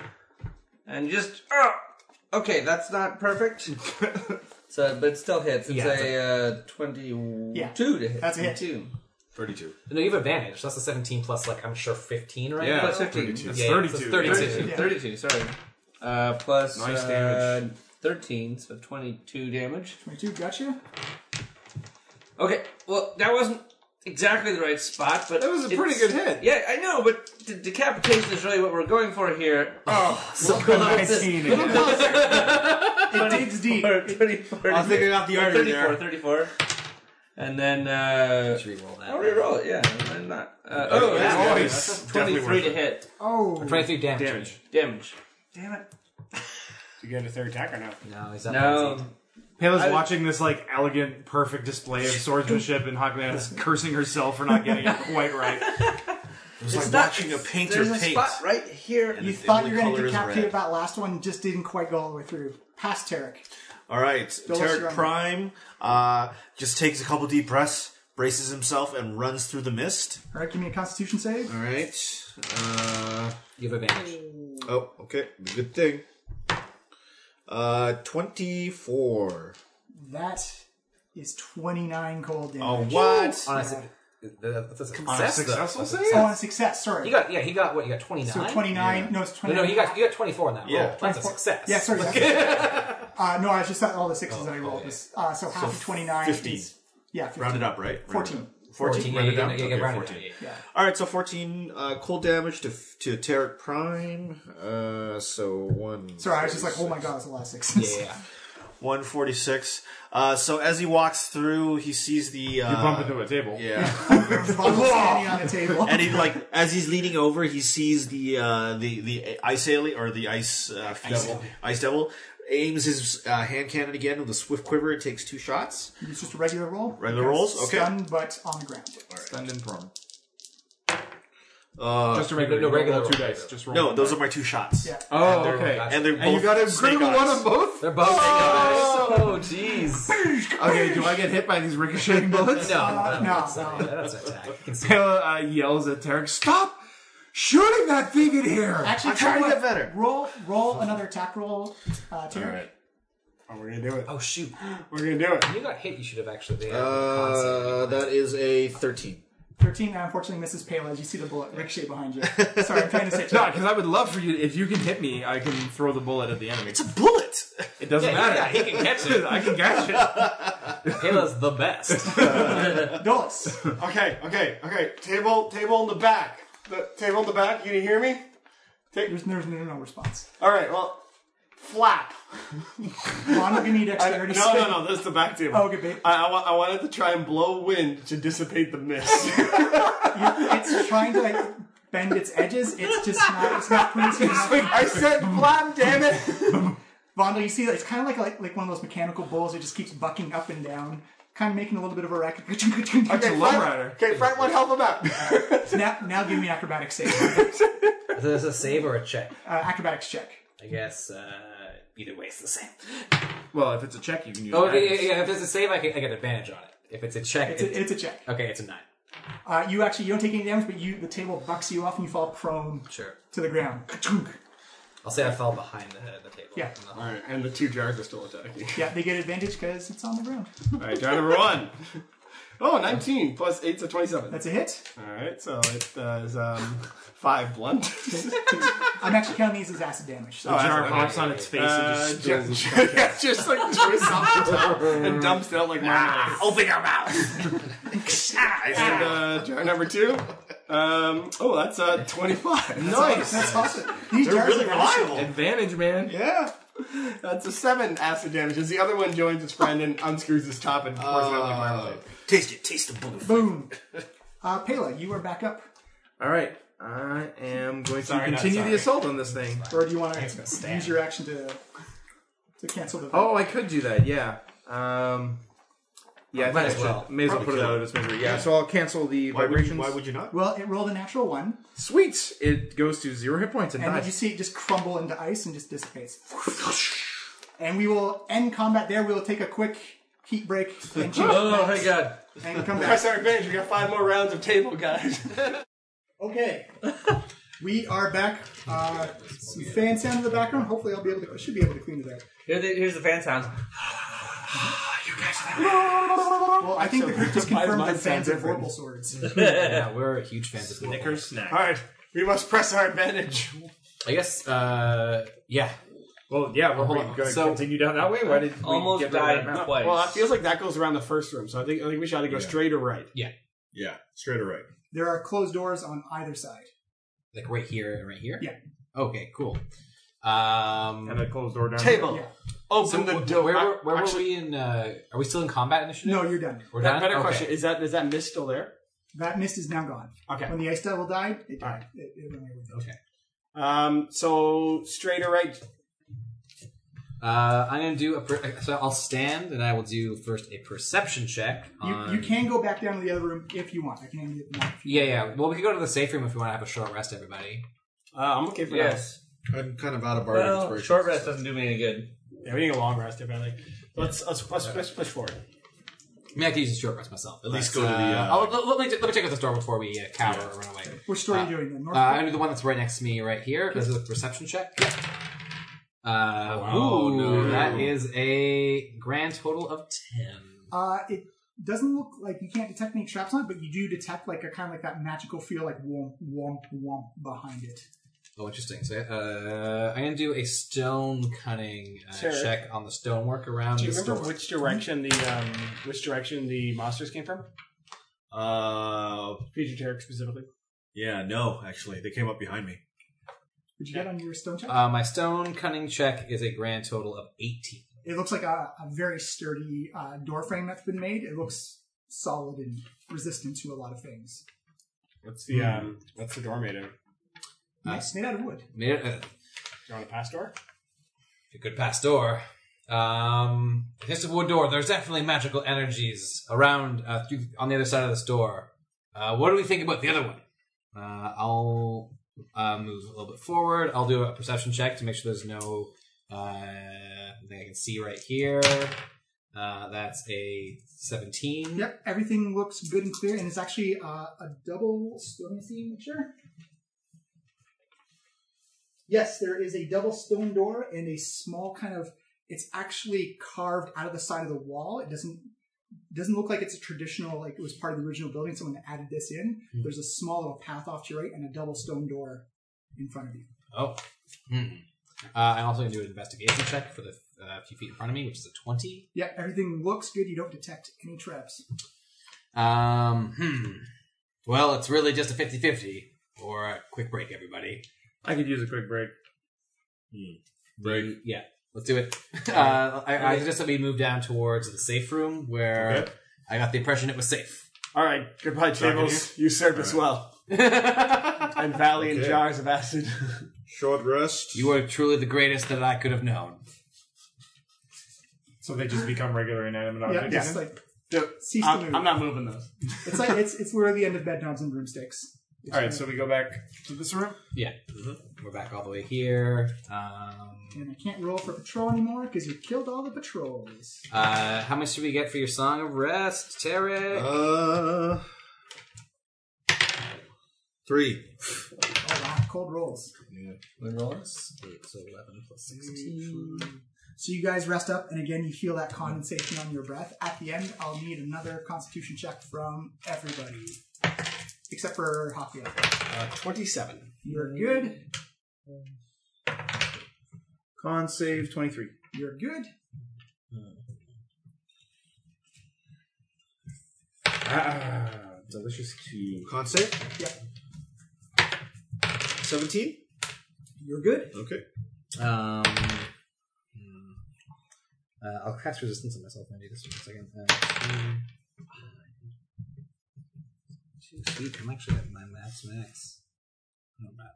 S13: And just. ah! okay, that's not perfect. so, but it still hits. It's
S4: Yeah, it's
S13: a, uh, 22
S4: Yeah.
S13: to hit.
S4: That's a hit.
S13: 22.
S6: 32.
S4: No, you have advantage. That's a 17 plus, like, I'm sure 15, right?
S13: Yeah,
S4: now?
S13: plus 15. That's
S4: Yeah, yeah,
S13: 32.
S4: so it's 32.
S13: 32, 32, sorry. Uh, plus
S4: Nice
S13: uh,
S4: damage.
S13: 13, so 22 damage.
S2: 22, gotcha.
S13: Okay, well, that wasn't exactly the right spot, but that was
S7: a pretty good hit.
S13: Yeah, I know, but de- decapitation is really what we're going for here. Oh,
S7: so
S2: It digs deep.
S13: I think I got the order 34, 34. And then uh,
S4: re-roll that.
S13: I'll re-roll it. Yeah, why not? Uh,
S4: Oh,
S13: oh,
S4: yeah,
S13: yeah,
S4: nice.
S13: that's
S4: Definitely
S13: twenty-three to
S4: worth it.
S13: hit.
S2: Oh,
S4: damage.
S13: Damage. Damn it.
S5: Did you get a third attack or no?
S4: No, he's
S13: No.
S7: Pela's
S13: I-
S7: watching this like elegant, perfect display of swordsmanship, and Hawkman is cursing herself for not getting it quite right. It
S6: was
S2: like
S6: watching a painter
S13: There's a spot right here.
S2: you thought you were going to decapitate that last one, just didn't quite go all the way through. Past Tarek.
S6: All right,
S2: Phyllis, you're
S6: Tarek
S2: on.
S6: Prime uh, just takes a couple deep breaths, braces himself, and runs through the mist.
S2: All right, give me a Constitution save.
S6: All right. Uh,
S4: you have advantage.
S6: Oh, okay. Good thing. Uh, 24.
S2: That is 29 cold damage.
S6: Oh, what?
S4: On a,
S2: Yeah.
S4: su- that's a success,
S2: On a
S4: though.
S2: successful
S4: That's a
S2: save? Oh, on a success, sorry.
S4: You got, yeah, he got what? You got 29?
S2: So 29 no, it's 29.
S4: No, no, you got, you got 24 in that
S2: Yeah.
S4: roll. That's a success.
S2: Yeah, sorry. that's- uh, no, I just thought all the
S6: Oh,
S2: sixes that I rolled. was- Uh, so half of 29
S6: 15.
S2: is... Yeah, 15.
S6: Round it up, right? Round
S2: 14.
S6: it up. 14.
S4: Fourteen,
S6: round
S4: yeah,
S6: it
S4: yeah,
S6: down?
S4: yeah, yeah,
S6: Okay,
S4: round it
S6: 14.
S4: down, yeah,
S2: yeah.
S6: All right, so 14 uh, cold damage to to Tarek Prime. Uh, so 1.
S2: Sorry, I was just like, oh my god, that's a lot of sixes.
S6: 146. Uh, so as he walks through, he sees the. Uh,
S7: You bump into a table.
S6: Yeah.
S2: Bottle standing on a table.
S6: and he like as he's leaning over, he sees the uh, the the ice alien or the ice uh, devil. Ice devil aims his uh, hand cannon again with a swift quiver. It takes two shots.
S2: It's just a regular roll.
S6: Regular
S2: Because
S6: rolls? Okay.
S2: Stunned, but on the ground.
S7: Stunned and prone.
S6: Uh,
S7: Just a regular- No, no, regular roll. two dice. Just roll
S6: No,
S7: one
S6: those
S7: die.
S6: are my two shots.
S2: Yeah.
S7: Oh,
S6: and they're,
S7: okay.
S6: And they're both
S7: And you got a
S6: snake
S7: critical one
S6: eyes.
S7: on both. They're
S4: both
S7: Oh, jeez. okay, do I get hit by these ricocheting bullets?
S4: No,
S2: Uh, no, that's
S4: no, that's an attack.
S7: Pela uh, yells at Tarek, "Stop shooting that thing in here!"
S2: Actually,
S7: I'm trying to
S2: tell you what,
S7: get better.
S2: Roll, roll another attack roll. Uh, Tarek.
S6: All right.
S5: Oh, we're gonna do it.
S4: Oh shoot,
S5: we're gonna do it.
S4: You got hit. You should have actually. they had
S6: Uh,
S4: concept.
S6: that is a 13.
S2: 13 unfortunately misses Pale as you see the bullet ricochet behind you. Sorry, I'm trying to say
S7: No, because I would love for you. If you can hit me, I can throw the bullet at the enemy. It's a
S6: bullet.
S7: It doesn't
S2: Yeah,
S7: matter.
S2: yeah, he can catch it.
S7: I can catch it.
S4: Kayla's the best.
S2: Dulles.
S5: Okay, okay, okay. Table, table in the back. The table in the back. You can hear me?
S2: There's, there's no, no response.
S5: All right. Well, flap.
S2: Monogamy dexterity.
S5: I, no, no, no. That's the back table.
S2: Oh, okay, babe.
S5: I, I, wa- I wanted to try and blow wind to dissipate the mist.
S2: It's trying to like bend its edges. It's just not. It's not printing.
S5: I said flap, damn it.
S2: Vondo, you see, that it's kind of like, like like one of those mechanical bulls. It just keeps bucking up and down, kind of making a little bit of a racket.
S5: Okay, Frank- Okay, Frank, one help him out.
S2: now, now give me acrobatics save.
S4: Is this a save or a check?
S2: Uh, acrobatics check.
S4: I guess uh, either way it's the same.
S7: Well, if it's a check, you can use.
S4: Oh, yeah,
S7: that.
S4: yeah, yeah, if it's a save, I, can, I get advantage on it. If it's a check,
S2: It's a- it's a check.
S4: Okay, it's a nine.
S2: Uh, you actually you don't take any damage, but you the table bucks you off and you fall prone
S4: Sure.
S2: to the ground. Ka-chunk.
S4: I'll say I fell behind the, the table.
S2: Yeah.
S5: All right, and the two jars are still attacking.
S2: Yeah, they get advantage because it's on the ground.
S5: All right, jar number one. Oh, 19 plus 8 to 27.
S2: That's a hit.
S5: All right, so it uh, is um, 5 blunt.
S2: I'm actually counting these as acid damage. So
S5: Oh, acid, okay. Uh, jar- yeah, just like twists off the top and dumps it out like ah, open your mouth. and uh, jar number two. Um, oh, that's uh, 25.
S7: Nice.
S5: That's awesome.
S2: These
S5: They're
S2: jars
S5: really
S2: are awesome.
S5: reliable.
S7: Advantage, man.
S5: Yeah. That's a seven acid damage. As the other one joins its friend and unscrews his top and pours it out like marmalade.
S6: Taste it. Taste the bullet.
S2: Boom. Uh, Pela, you are back up.
S7: All right, I am going
S5: Sorry,
S7: to
S5: not
S7: continue
S5: sorry.
S7: the assault on this thing.
S2: Or do you want to
S7: It's gonna stand.
S2: use your action to to cancel the?
S7: Oh, I could do that. Yeah. Um, yeah,
S2: Might
S7: I think I
S2: as
S7: should.
S2: well.
S7: May as well
S2: Probably
S7: put it
S2: kill
S7: out
S2: it.
S7: of its misery. Yeah.
S2: Yeah.
S7: So I'll cancel the
S2: Why would you-
S7: vibrations.
S2: why would you not? Well, it rolled a natural one,
S7: Sweet. It goes to zero hit points and,
S2: and
S7: dies.
S2: did you see it just crumble into ice and just dissipates. And we will end combat there. We will take a quick heat break and change
S18: Oh,
S2: back
S18: my God.
S2: and come back.
S5: Press our advantage. We got five more rounds of table, guys.
S2: Okay. we are back. Uh, some fan sound in the background. Hopefully, I'll be able to. I should be able to clean it out.
S18: Here they- here's the fan sounds.
S2: Well, I think the group just
S5: Why is
S2: confirmed
S5: mine
S2: they're fans of
S5: sound different?
S2: verbal swords.
S4: yeah, we're huge fans of Snickers.
S5: snack. All right, we must press our advantage.
S4: I guess, uh, yeah.
S7: Well, yeah, well,
S5: hold on.
S4: So-
S7: continue down that way? Why did we
S5: Almost
S7: get rid of
S5: died
S7: that map?
S5: twice. Well, it feels like that goes around the first room, so I think I think we should either go straight or right.
S4: Yeah.
S5: Yeah, straight or right.
S2: There are closed doors on either side.
S4: Like right here and right here?
S2: Yeah.
S4: Okay, cool. Um,
S7: and a closed door down
S5: Table.
S2: Yeah.
S5: Open
S4: so
S5: the
S4: wh-
S5: door.
S4: Where,
S5: I-
S4: were- where
S5: actually-
S4: were we in? Uh, are we still in combat initiative?
S2: No, you're done.
S4: We're
S5: That
S4: done?
S5: better
S4: Okay.
S5: question is that is that mist still there?
S2: That mist is now gone.
S5: Okay.
S2: When the ice devil died, it died. It, it went away with it.
S4: Okay.
S5: Um, so straight or right?
S4: Uh, I'm gonna do a. Per- so I'll stand and I will do first a perception check.
S2: You,
S4: on-
S2: you can go back down to the other room if you want. I can hand you the map.
S4: Uh, Yeah, yeah. Well, we could go to the safe room if we want to have a short rest, everybody.
S5: Uh, I'm okay for
S18: Yes.
S19: I'm kind of out of bardic
S18: Well,
S19: inspiration.
S18: short rest doesn't do me any good.
S5: that. Yeah, we need a long rest. Apparently. Let's let's, let's, let's push forward.
S4: I mean, I could use a short rest myself. At
S5: least
S4: but,
S5: go to the, uh,
S4: I'll- let, let me, let me check out the store before we uh, cower or run away.
S2: Which store
S4: Uh,
S2: are you doing then?
S4: Uh, I'm gonna do the one that's right next to me, right here. This is a perception check. Uh,
S20: Oh,
S4: ooh,
S20: no.
S4: that is a grand total of ten.
S2: Uh, it doesn't look like you can't detect any traps on it, but you do detect like a kind of like that magical feel, like womp womp womp behind it.
S4: Oh, interesting. So uh, I'm gonna do a stone cutting uh,
S5: Sure.
S4: check on the stonework around
S5: Do you
S4: the
S5: remember
S4: store.
S5: which direction the um, which direction the monsters came from?
S13: Uh,
S5: Fiji Tarek specifically.
S13: yeah, no, actually. They came up behind me.
S2: Did you get on your stone check?
S4: Uh, my stone cunning check is a grand total of 18.
S2: it looks like a, a very sturdy uh, door frame that's been made. It looks solid and resistant to a lot of things.
S5: What's the um, what's the door made of?
S4: Uh,
S2: Nice, made out of wood.
S4: Made it, uh,
S5: You want a pass door?
S4: a good past door. Um, this is a wood door. There's definitely magical energies around uh, through, on the other side of this door. Uh, what do we think about the other one? Uh, I'll uh, move a little bit forward. I'll do a perception check to make sure there's no uh, thing I can see right here. Uh, that's a 17.
S2: Yep, everything looks good and clear, and it's actually uh, a double. Let me see, make sure. Yes, there is a double stone door and a small kind of it's actually carved out of the side of the wall. It doesn't doesn't look like it's a traditional like it was part of the original building. Someone added this in.
S4: Hmm.
S2: There's a small little path off to your right and a double stone door in front of you.
S4: Oh. Hmm. Uh, I'm also going to do an investigation check for the uh, few feet in front of me, which is a 20.
S2: Yeah, everything looks good. You don't detect any traps.
S4: Um, hmm. Well, it's really just a 50 50 or a quick break, everybody.
S7: I could use a quick break.
S4: Break? Yeah, let's do it. Uh, I, I suggest that we move down towards the safe room where
S5: Okay.
S4: I got the impression it was safe.
S5: All right, goodbye, Tables. You served us well. and Valley and
S4: Okay.
S5: jars of acid.
S4: Short rest. You are truly the greatest that I could have known.
S7: So they just become regular inanimate
S2: Yeah,
S7: objects.
S2: just like cease to move.
S7: I'm not moving those.
S2: It's like it's it's literally the end of bed knobs and broomsticks.
S7: All right, so we go back to this room.
S4: Yeah. We're back all the way here. Um,
S2: and I can't roll for patrol anymore because you killed all the patrols.
S4: uh, how much did we get for your Song of Rest, Tarek?
S6: Uh,
S4: three.
S2: Oh wow, cold rolls.
S4: Yeah. rolls? Eight, so 11 plus 16.
S2: So you guys rest up, and again you feel that condensation on your breath. At the end, I'll need another Constitution check from everybody, except for Hockey.
S5: Uh, Twenty-seven.
S2: You're good.
S7: Con save 23.
S2: You're good.
S7: Ah, delicious cube.
S6: Con save?
S2: Yeah.
S6: 17?
S2: You're good.
S6: Okay.
S4: Um, hmm. uh, I'll cast resistance on myself when I do this in a second. Uh, two, two, sweet. I'm actually at my max max. No, not.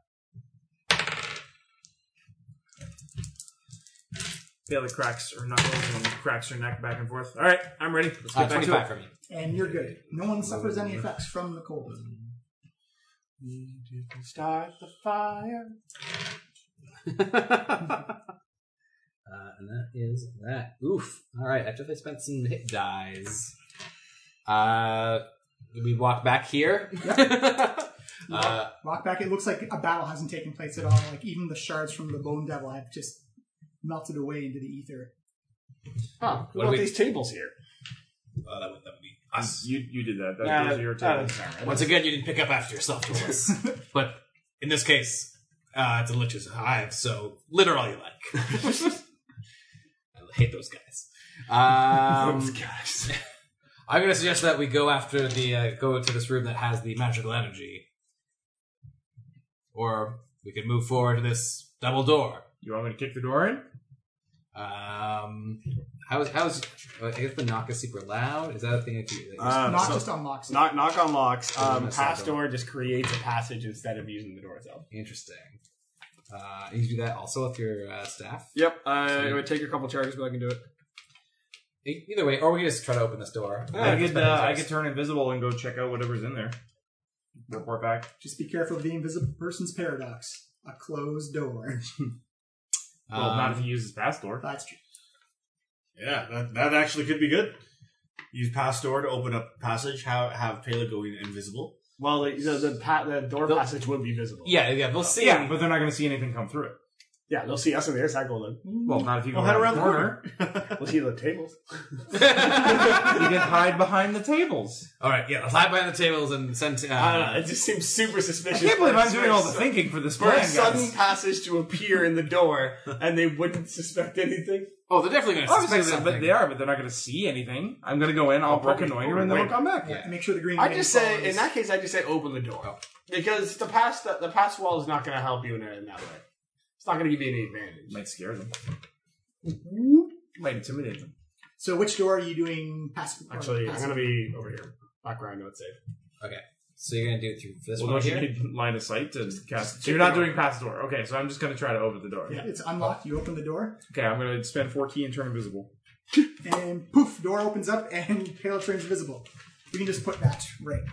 S7: Bailey cracks her knuckles and cracks her neck back and forth. All right, I'm ready. Let's
S4: Uh,
S7: get back to
S4: 25
S7: it.
S4: for me.
S2: And you're good. No one suffers any effects from the cold.
S5: Start the fire.
S4: Uh, and that is that. Oof. All right. After I spent some hit dies, uh, we walk back here. uh,
S2: Walk back. It looks like a battle hasn't taken place at all. Like even the shards from the Bone Devil have just melted away into the ether.
S5: Huh.
S2: What do we-
S5: tables here?
S4: well, that would, that would be
S7: You, you did that. That
S5: Nah,
S7: was your
S5: that
S7: turn.
S5: was alright.
S4: Once again, you didn't pick up after yourself, Torres. but in this case, uh, it's a lich's hive, so litter all you like. I hate those guys. Um,
S5: Those guys.
S4: I'm going to suggest that we go after the uh, go to this room that has the magical energy, or we could move forward to this double door.
S7: You want me to kick the door in?
S4: Um, how's how's I guess the knock is super loud. Is that a thing? That you,
S5: Uh,
S4: not
S5: so-
S2: unlocks.
S5: Knock, knock unlocks.
S4: Doesn't
S5: Um,
S4: necessarily
S5: pass door just creates a passage instead of using the door itself.
S4: Interesting. Uh, you can do that also with your uh, staff.
S5: Yep, uh, it would take a couple charges, but I can do it.
S4: E- Either way, or we can just try to open this door.
S7: I could uh, I could turn invisible and go check out whatever's in there. Report back.
S2: Just be careful of the invisible person's paradox. A closed door.
S7: Well, not if he uses pass door.
S2: That's true.
S6: Yeah, that, that actually could be good. Use pass door to open up passage. Have have Pela going invisible.
S5: Well, the the, the, pa- the door passage would be visible.
S4: Yeah, yeah, we'll see.
S7: Yeah, but they're not going to see anything come through it.
S5: Yeah, they'll see us on the other side going.
S7: Well, not if you go
S5: head
S7: around the
S5: we'll see the tables.
S7: you can hide behind the tables.
S4: All right, yeah, let's hide behind the tables and send. Uh,
S5: I don't know. It just seems super
S7: I
S5: suspicious.
S7: can't believe
S5: for
S7: I'm
S5: a
S7: doing all the
S5: sudden-
S7: thinking for this
S5: For
S7: plan,
S5: a sudden
S7: guys.
S5: passage to appear in the door, and they wouldn't suspect anything.
S4: Oh, they're definitely
S7: Obviously, they- but they are, but they're not going to see anything. I'm going to go in, I'll reconnoiter, and then Oh, we'll come back.
S2: Make sure the green.
S5: I
S2: man
S5: just say,
S2: follows.
S5: in that case, I just say open the door because the past the, the past wall is not going to help you in, in that way. It's not going to give you any advantage.
S7: Might scare them. Mm-hmm. Might intimidate them.
S2: So which door are you doing? Pass-
S5: Actually, I'm
S2: pass-
S5: going to be over here. Background note save.
S4: Okay, so you're gonna do it through this
S7: Well,
S4: one
S7: don't you
S4: here.
S7: need line of sight to cast? So you're not doing pass door. Okay, so I'm just going to try to open the door.
S2: It's unlocked. You open the door,
S7: Okay, I'm going to spend 4T and turn invisible.
S2: and poof, door opens up, and Pale Train's visible. We can just put that right.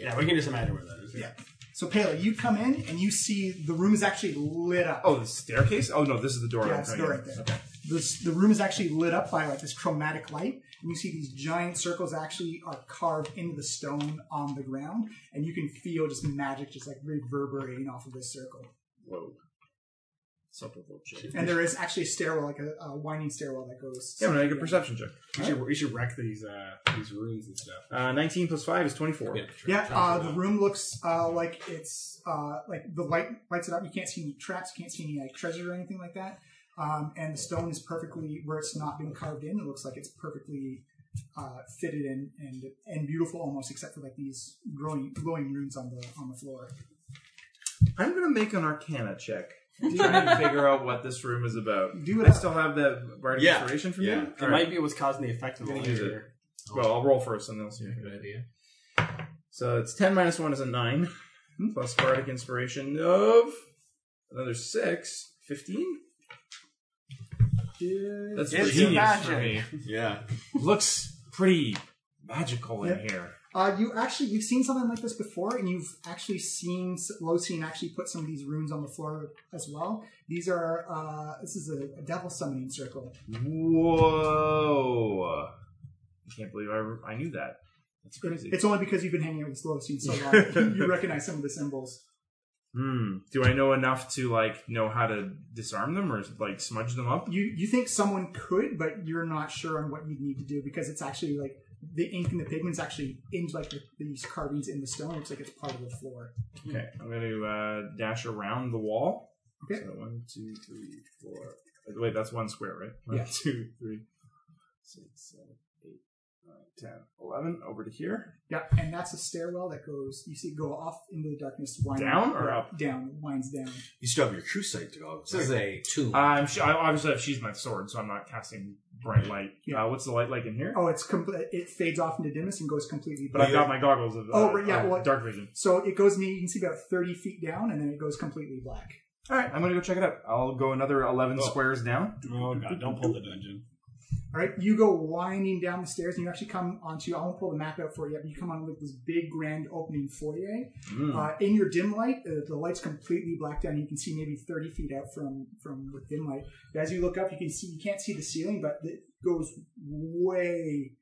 S5: Yeah, we can just imagine where that is.
S2: Yeah. So Pale, you come in and you see the room is actually lit up.
S7: Oh, the staircase? Oh no, this is the door.
S2: Yeah,
S7: I'm
S2: it's the
S7: coming
S2: door
S7: in.
S2: right there. This, the room is actually lit up by like this chromatic light, and you see these giant circles actually are carved into the stone on the ground, and you can feel just magic just like reverberating off of this circle.
S7: Whoa.
S2: And there is actually a stairwell, like a, a winding stairwell that goes.
S7: Yeah, I'm gonna make a perception check. You
S2: Alright.
S7: should, you should wreck these uh, these runes and stuff. Uh, 19 plus 5 is 24.
S2: Yeah, uh, the room looks uh, like it's uh, like the light lights it up. You can't see any traps. You can't see any like treasure or anything like that. Um, and the stone is perfectly where it's not been carved in. It looks like it's perfectly uh, fitted and, and and beautiful, almost except for like these growing glowing runes on the on the floor.
S7: I'm gonna make an Arcana check. Trying to figure out what this room is about.
S2: Do it
S7: I still have the bardic
S5: Yeah.
S7: inspiration from
S5: Yeah.
S7: you.
S5: It might be what's causing the effect of
S7: I'm gonna
S5: all
S7: use it.
S5: here.
S7: Well, I'll roll first, and then I'll see. Good idea. So it's ten minus one is a nine, plus bardic inspiration of another six. Fifteen.
S2: It's
S7: That's pretty genius for me.
S2: magic.
S7: Yeah, looks pretty magical in
S2: Yeah.
S7: here.
S2: Uh, you actually you've seen something like this before, and you've actually seen Losine actually put some of these runes on the floor as well. These are uh, this is a, a devil summoning circle.
S7: Whoa! I can't believe I, I knew that. That's crazy.
S2: It's only because you've been hanging out with Losine so long, you recognize some of the symbols.
S7: Hmm. Do I know enough to like know how to disarm them or like smudge them up?
S2: You you think someone could, but you're not sure on what you'd need to do because it's actually like the ink and the pigments actually in like the, these carvings in the stone. It's like it's part of the floor.
S7: Okay, I'm going to uh, dash around the wall.
S2: Okay.
S7: So one, two, three, four. uh, Wait, that's one square, right? One,
S2: Yeah.
S7: two, three, six, seven, eight, nine, ten, eleven. Over to here.
S2: Yeah, and that's a stairwell that goes. You see, go off into the darkness, winding
S7: Down or up?
S2: Down, winds down.
S6: You still have your true sight to go.
S7: two. I'm sh- I obviously I've sheathed my sword, so I'm not casting bright light.
S2: Yeah.
S7: Uh, what's the light like in here?
S2: Oh, it's complete. It fades off into dimness and goes completely.
S7: But I've
S2: black.
S7: got my goggles of uh,
S2: oh, right, yeah,
S7: uh,
S2: well,
S7: dark vision.
S2: So it goes. You can see about thirty feet down, and then it goes completely black.
S7: All right, I'm gonna go check it out. I'll go another eleven
S2: Oh.
S7: squares down.
S5: Oh god, don't pull the dungeon.
S2: All right, you go winding down the stairs, and you actually come onto. I won't pull the map out for you, but you come on like this big grand opening foyer.
S7: Mm.
S2: Uh, in your dim light, uh, the light's completely blacked out. and You can see maybe thirty feet out from from with dim light. But as you look up, you can see you can't see the ceiling, but it goes way,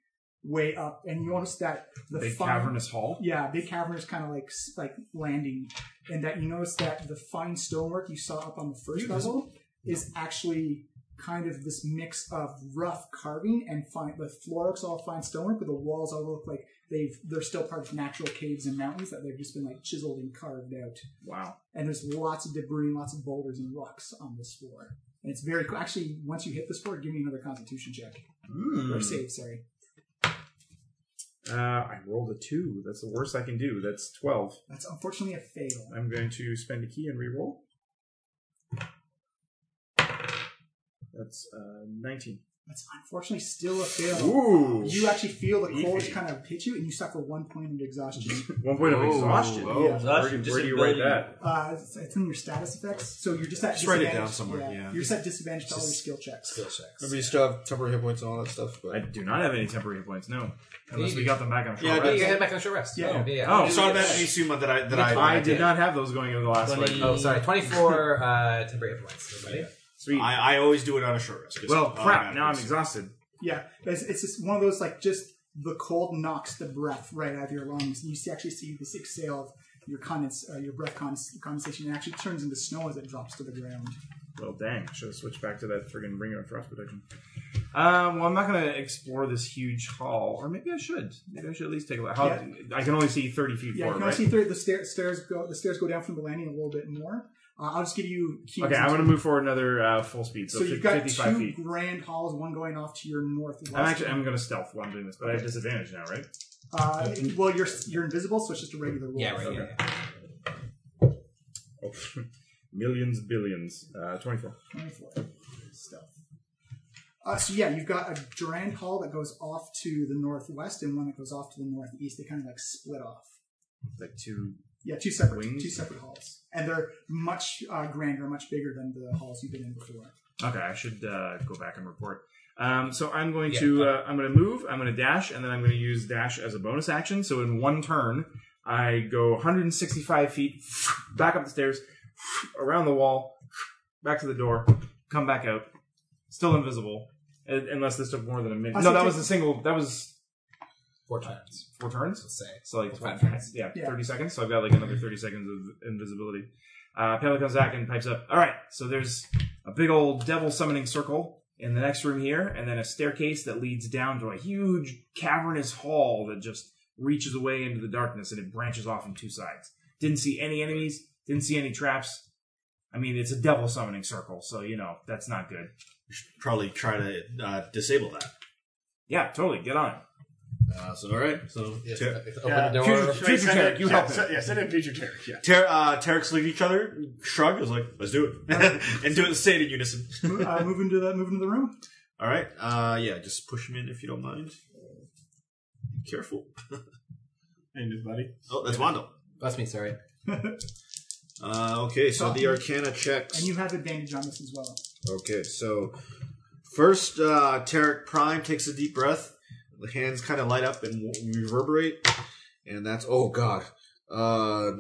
S2: way up, and you notice that the
S7: Big
S2: fine-
S7: cavernous hall.
S2: Yeah, big cavernous kind of like s- like landing, and that you notice that the fine stonework you saw up on the first level is actually kind of this mix of rough carving and fine. The floor looks all fine stonework, but the walls all look like they've they're still part of natural caves and mountains that they've just been like chiseled and carved out.
S7: Wow.
S2: And there's lots of debris, lots of boulders and rocks on this floor. And it's very cool. Actually, once you hit this floor, give me another Constitution check
S7: Mm.
S2: or save. Sorry.
S7: Uh, I rolled a two. That's the worst I can do. That's twelve.
S2: That's unfortunately a fail.
S7: I'm going to spend a key and re-roll. That's uh, 19.
S2: That's unfortunately still a fail.
S7: Ooh.
S2: You actually feel the cold
S7: Beefy.
S2: kind of hit you, and you suffer one point of exhaustion.
S21: Mm-hmm.
S7: One point of
S2: Oh,
S7: exhaustion.
S2: oh,
S7: Yeah.
S2: exhaustion,
S7: Where, do- where do you write that?
S2: Uh, it's it's in your status effects, so you're just at
S21: Just write it
S2: disadvantage-
S21: down somewhere, yeah.
S2: You're set disadvantage to all your skill checks.
S21: Remember, you still have temporary hit points and all that stuff. But
S7: I do not have any temporary hit points. No, unless we got them back on short
S21: Yeah,
S7: rest.
S21: I did. You had
S4: back on short rest.
S7: Yeah.
S4: Oh, yeah.
S7: Oh,
S4: You
S7: so
S4: did.
S7: I bet you assume that I that I I did not have those going into the last.
S4: Twenty-
S7: one.
S4: Oh, sorry, twenty-four uh, temporary hit points. Everybody.
S7: Sweet.
S6: I, I always do it on a short rest. Just
S21: Oh,
S7: Well, crap.
S6: automatic.
S7: Now I'm exhausted.
S2: Yeah, it's, it's just one of those like just the cold knocks the breath right out of your lungs, and you see, actually see this exhale of your condens, uh, your breath cons- condensation, and actually turns into snow as it drops to the ground.
S7: Well, dang. Should have switched back to that friggin' ring of frost protection. Um, well, I'm not going to explore this huge hall, or maybe I should. Maybe I should at least take a look. How,
S2: Yeah.
S7: I can only see 30 feet
S2: Yeah, you
S7: forward,
S2: can
S7: right?
S2: see through the stair- stairs. Go the stairs go down from the landing a little bit more. Uh, I'll just give you. keys
S7: Okay, I'm
S2: into-
S7: going to move forward another uh, full speed, so,
S2: So you've got
S7: 55
S2: two
S7: feet.
S2: grand halls, one going off to your northwest.
S7: I'm actually I'm going to stealth while I'm doing this, but I have disadvantage now, right?
S2: Uh, well, you're you're invisible, so it's just a regular roll.
S7: Yeah, right,
S2: Okay.
S7: Oh, millions, billions. Uh, 24.
S2: 24. Stealth. Uh, so yeah, you've got a grand hall that goes off to the northwest and one that goes off to the northeast. They kind of like split off.
S7: Like two.
S2: Yeah, two separate
S7: Wings?
S2: two separate halls, and they're much uh, grander, much bigger than the halls you've been in before.
S7: Okay, I should uh, go back and report. Um, so I'm going to uh, I'm going to move. I'm going to dash, and then I'm going to use dash as a bonus action. So in one turn, I go 165 feet back up the stairs, around the wall, back to the door, come back out, still invisible,
S9: uh,
S7: un- unless this took more than a minute.
S2: I
S7: No,
S2: see
S7: that
S2: two-
S7: was a single. That was
S4: Four turns.
S7: Four turns.
S4: Let's say.
S7: So like
S4: Or five
S7: five turns.
S4: turns.
S7: Yeah,
S4: Yeah.
S7: thirty seconds. So I've got like another thirty seconds of invisibility.
S9: Uh, Pele comes back and pipes up. All right, so there's a big old devil summoning circle in the next room here, and then a staircase that leads down to a huge cavernous hall that just reaches away into the darkness and it branches off on two sides. Didn't see any enemies, didn't see any traps. I mean, it's a devil summoning circle, so you know, that's not good.
S6: You should probably try to uh, disable that.
S9: Yeah, totally. Get on it.
S6: Uh, so, all right. So,
S11: Yes,
S6: Ter-
S11: it's
S6: Yeah. Future, future Tarek, you
S5: yeah,
S6: help
S5: se-
S6: him.
S5: yeah, send in future Tarek. Yeah.
S6: Ter- uh, Tarek's look at each other, shrug, is like, let's do it. and do it, say it in unison.
S2: Mo- uh, move into the move into the room.
S6: All right. Uh, yeah, just push him in if you don't mind. Be careful.
S5: and his buddy.
S6: Oh, that's Wando.
S11: That's me, sorry.
S6: Uh, okay, so the Arcana checks.
S2: And you have advantage on this as well.
S6: Okay, so first, uh, Tarek Prime takes a deep breath. The hands kind of light up and w- reverberate, and that's oh god. Uh,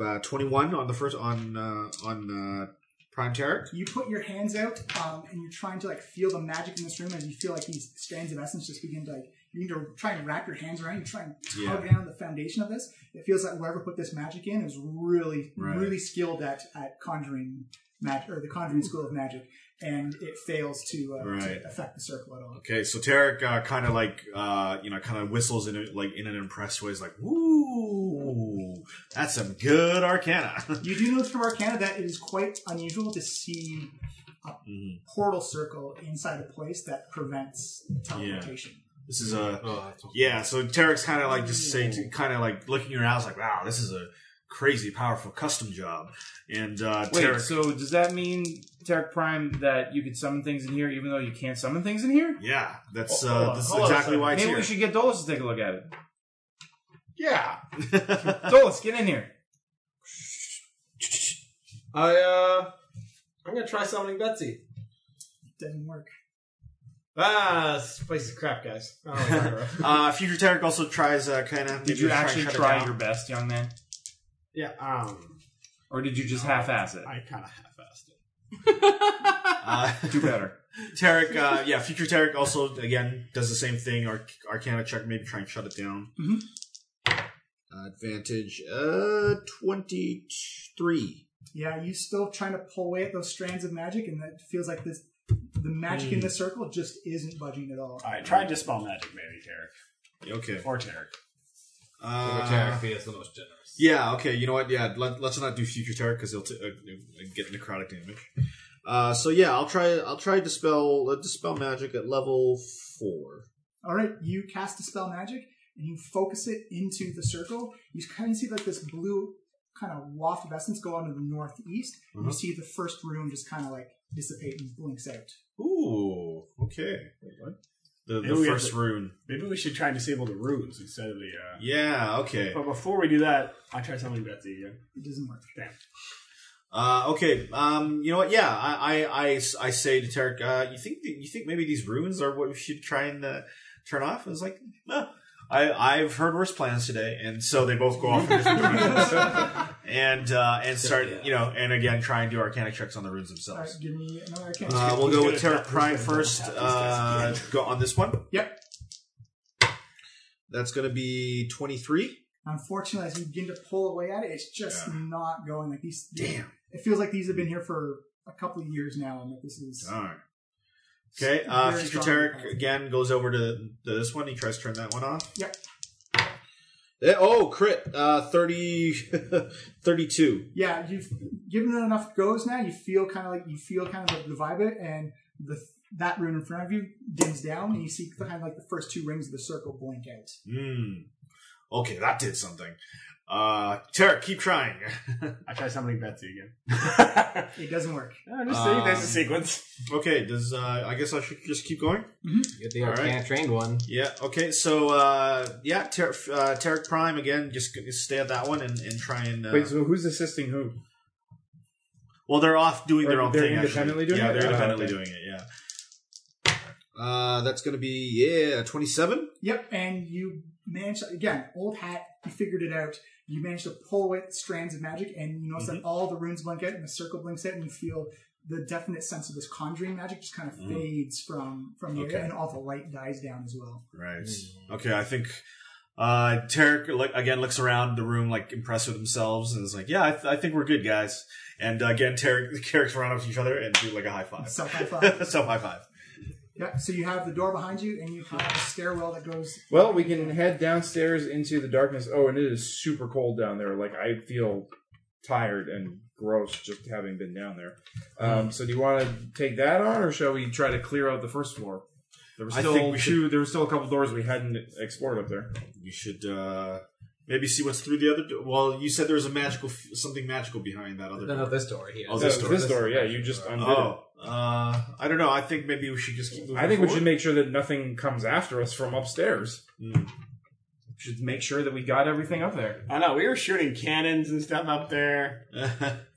S6: uh, twenty one on the first on uh, on uh, Prime Tarek.
S2: You put your hands out, um, and you're trying to like feel the magic in this room, and you feel like these strands of essence just begin to like. You need to try and wrap your hands around. You try and tug
S6: Yeah.
S2: down the foundation of this. It feels like whoever put this magic in is really,
S6: Right.
S2: really skilled at at conjuring magic or the conjuring school of magic, and it fails to, uh,
S6: Right.
S2: to affect the circle at all.
S6: Okay, so Tarek uh, kind of like uh, you know kind of whistles in a, like in an impressed way. He's like, "Woo, that's some good Arcana."
S2: You do know through Arcana that it is quite unusual to see a
S6: Mm-hmm.
S2: portal circle inside a place that prevents teleportation.
S6: This is a yeah. So Tarek's kind of like
S9: Mm.
S6: just say, kind of like looking around, is like, wow, this is a crazy powerful custom job. And uh,
S9: Wait,
S6: Tarek,
S9: so does that mean Tarek Prime that you could summon things in here, even though you can't summon things in here?
S6: yeah, that's
S9: Oh, hold
S6: uh,
S9: on,
S6: this is
S9: hold on a
S6: exactly
S9: second.
S6: why it's
S9: Maybe
S6: here.
S9: we should get Dolus to take a look at it.
S5: Yeah.
S9: Dolus, get in here.
S11: I uh, I'm gonna try summoning Betsy.
S2: Doesn't work.
S5: Ah, this place is crap, guys. I don't like Myra.
S6: uh, Future Tarek also tries uh, kind of.
S9: Did you actually try your best, young man?
S5: yeah. Um,
S9: Or did you just half-ass it?
S5: I kind of half-assed it.
S6: Uh,
S9: Do better.
S6: Tarek, uh, yeah, Future Tarek also again does the same thing. Arc- Arcana check, maybe try and shut it down.
S9: Mm-hmm.
S2: Mhm.
S6: Advantage, uh, twenty-three.
S2: Yeah, you still trying to pull away at those strands of magic, and that feels like this the magic in
S5: Hmm.
S2: this circle just isn't budging at all.
S5: All right, try dispel magic, maybe Tarek.
S6: Okay.
S5: Or Tarek.
S6: Uh,
S11: Photography is the most generous.
S6: Yeah. Okay. You know what? Yeah. Let, let's not do future terror because they'll t- uh, uh, get necrotic damage. Uh, so yeah, I'll try. I'll try dispel uh, dispel magic at level four.
S2: All right, you cast a spell magic and you focus it into the circle. You kind of see like this blue kind of waft of essence go out to the northeast, and
S6: Uh-huh.
S2: you see the first room just kind of like dissipate and blinks out.
S6: Ooh. Okay. The,
S5: Maybe
S6: the
S5: we have
S6: first
S5: to-
S6: rune.
S5: Maybe we should try and disable the runes instead of the. Uh...
S6: Yeah. Okay.
S5: But before we do that, I try something Betsy again.
S2: It doesn't work.
S5: Damn.
S6: Uh, okay. Um. You know what? Yeah. I. I. I, s- I say to Tarek, uh, you think that- you think maybe these runes are what we should try and uh, turn off? I was like, no. I, I've heard worse plans today, and so they both go off in different directions. and uh, and start you know, and again try and do arcana checks on the runes
S2: All right,
S6: themselves.
S2: give me another arcane.
S6: Uh,
S2: check.
S6: we'll go with Tarek Prime first. Uh, go on this one.
S2: Yep.
S6: That's going to be twenty three.
S2: Unfortunately, as you begin to pull away at it, it's just not going. Like these,
S6: Damn.
S2: It feels like these have been here for a couple of years now, and that this is.
S6: Darn. Okay. Uh,
S2: Very
S6: Future
S2: strong
S6: Tarek again goes over to, to this one. He tries to turn that one off.
S2: Yep.
S6: Eh, Oh, crit. Uh, 30, 32.
S2: yeah, you've given it enough goes now. You feel kind of like you feel kind of like the vibe of it, and the that rune in front of you dims down, and you see kind of like the first two rings of the circle blink out.
S6: Mm. Okay, that did something. Uh, Tarek, keep trying.
S5: I try something Betsy again.
S2: It doesn't work.
S5: I'm just saying, there's a
S9: Um,
S5: sequence.
S6: Okay, does uh, I guess I should just keep going?
S11: Get the
S6: All right.
S11: arcana trained one.
S6: Yeah. Okay. So uh, yeah, Ter- uh, Tarek Prime again. Just g- stay at that one and, and try and uh,
S9: Wait, so who's assisting who?
S6: Well, they're off doing their
S9: Or
S6: own
S9: they're
S6: thing. actually.
S9: independently doing
S6: yeah,
S9: it?
S6: they're
S9: Oh,
S6: independently
S9: okay.
S6: doing it. Yeah. Uh, that's going to be yeah, twenty-seven.
S2: Yep, and you managed again, old hat. You figured it out. You managed to pull away the strands of magic, and you notice
S6: Mm-hmm.
S2: that all the runes blink out, and the circle blinks out, and you feel the definite sense of this conjuring magic just kind of
S6: Mm.
S2: fades from from the
S6: Okay.
S2: area, and all the light dies down as well.
S6: Right. Okay. I think Uh, Tarek like, again looks around the room like impressed with themselves and is like, "Yeah, I, th- I think we're good, guys." And uh, again, Tarek the characters run up to each other and do like a high five.
S2: Self high five.
S6: Self high five.
S2: Yeah, so you have the door behind you, and you have a stairwell that goes.
S7: Well, we can head downstairs into the darkness. Oh, and it is super cold down there. Like I feel tired and gross just having been down there. Um, so do you want to take that on, or shall we try to clear out the first floor? There were
S6: I
S7: still
S6: think we
S7: two.
S6: should-
S7: There were still a couple doors we hadn't explored up there.
S6: You should uh, maybe see what's through the other. Do- well, you said there was a magical f- something magical behind that
S4: No,
S6: other. door.
S4: no, this door here.
S6: Oh, this
S7: No,
S6: door.
S7: Uh, this door, yeah, you just undid it.
S6: Oh, uh, I don't know. I think maybe we should just keep. Moving
S7: I think we
S6: forward.
S7: should make sure that nothing comes after us from upstairs. Hmm. Should make sure that we got everything up there.
S5: I know we were shooting cannons and stuff up there.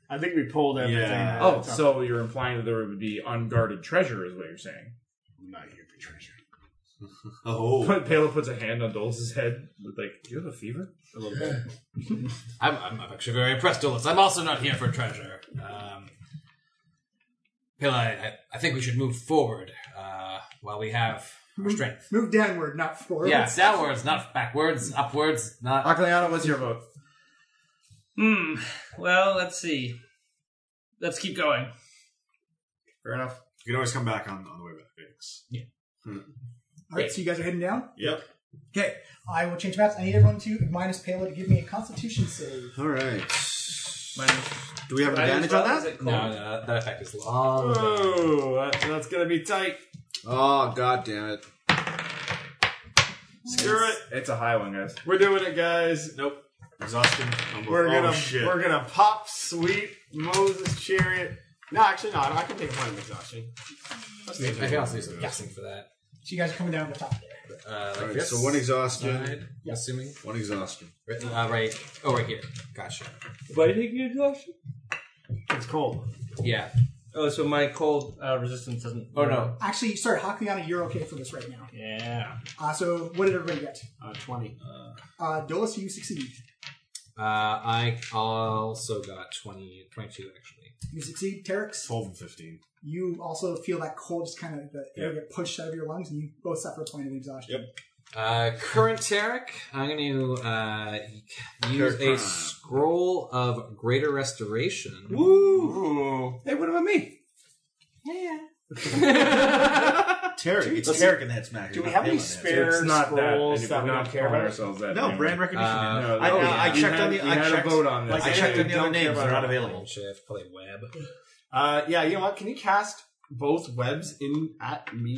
S5: I think we pulled everything.
S7: Oh, so you're implying that there would be unguarded treasure, is what you're saying?
S5: Not here for treasure.
S6: Oh.
S7: But Pala puts a hand on Dole's head, with like, "Do you have a fever?" A little bit.
S4: I'm, I'm, I'm actually very impressed, Dolus. I'm also not here for treasure. Um, Pilla, I, I- I think we should move forward uh, while we have our strength.
S2: Move downward, not forward.
S4: Yeah, downwards, not backwards, upwards, not.
S7: Akliana, what's your vote?
S13: Hmm. Well, let's see. Let's keep going.
S7: Fair enough.
S6: You can always come back on, on the way back. Thanks.
S4: Yeah.
S2: All right, so you guys are heading down.
S6: Yep.
S2: Okay, I will change maps. I need everyone to minus Payload to give me a Constitution save.
S6: All right. Do we have an advantage on that?
S4: No, no, that effect is long.
S5: Oh, that, that's gonna be tight.
S22: Oh, god damn it.
S5: Screw it.
S7: It's a high one, guys.
S5: We're doing it, guys.
S6: Nope. Exhaustion. I'm-
S5: We're
S6: oh,
S5: gonna
S6: shit.
S5: we're gonna pop sweet Moses chariot. No, actually, no. I can take a point of exhaustion. Let's
S4: I
S5: take
S4: can also use some
S5: Yeah.
S4: guessing for that.
S2: So you guys are coming down to the top.
S4: Uh, like
S22: All right,
S4: this
S22: so one exhaustion.
S4: side, I'm Assuming.
S22: One exhaustion.
S4: Right, uh, right. Oh, right here. Gotcha.
S13: Why did you take exhaustion?
S5: It's cold.
S4: Yeah.
S13: Oh, so my cold uh, resistance doesn't.
S4: Oh, no.
S2: Actually, sorry, Hakliana, you're okay for this right now.
S5: Yeah.
S2: Uh, so what did everybody get?
S5: Uh, Twenty.
S2: Uh, Dolus, you succeed.
S4: Uh, I also got 20, 22, actually.
S2: You succeed, Terex.
S6: 12 and 15.
S2: You also feel that cold, just kind of the air get pushed out of your lungs, and you both suffer a point of exhaustion.
S4: Uh, current Tarek, I'm going to uh, use a scroll of greater restoration.
S5: Woo! Hey, what about me?
S23: Yeah.
S6: Tarek. It's
S5: Listen,
S6: Tarek and that smack.
S5: do we have any spare
S7: It's not that,
S5: scrolls
S7: and
S5: that,
S7: we're
S5: we
S7: not
S5: don't care
S7: calling
S5: about?
S7: ourselves that.
S6: No,
S7: name.
S6: brand recognition.
S4: Uh,
S6: no,
S7: no,
S6: I,
S7: no,
S6: no, I
S7: we
S6: checked
S7: had-
S6: on the.
S7: we
S6: I
S7: had a
S6: checked,
S7: vote on this.
S6: Like, I checked on the other names. They're not available.
S4: Shift, probably web.
S5: Uh, yeah, you know what? Can you cast both webs in at me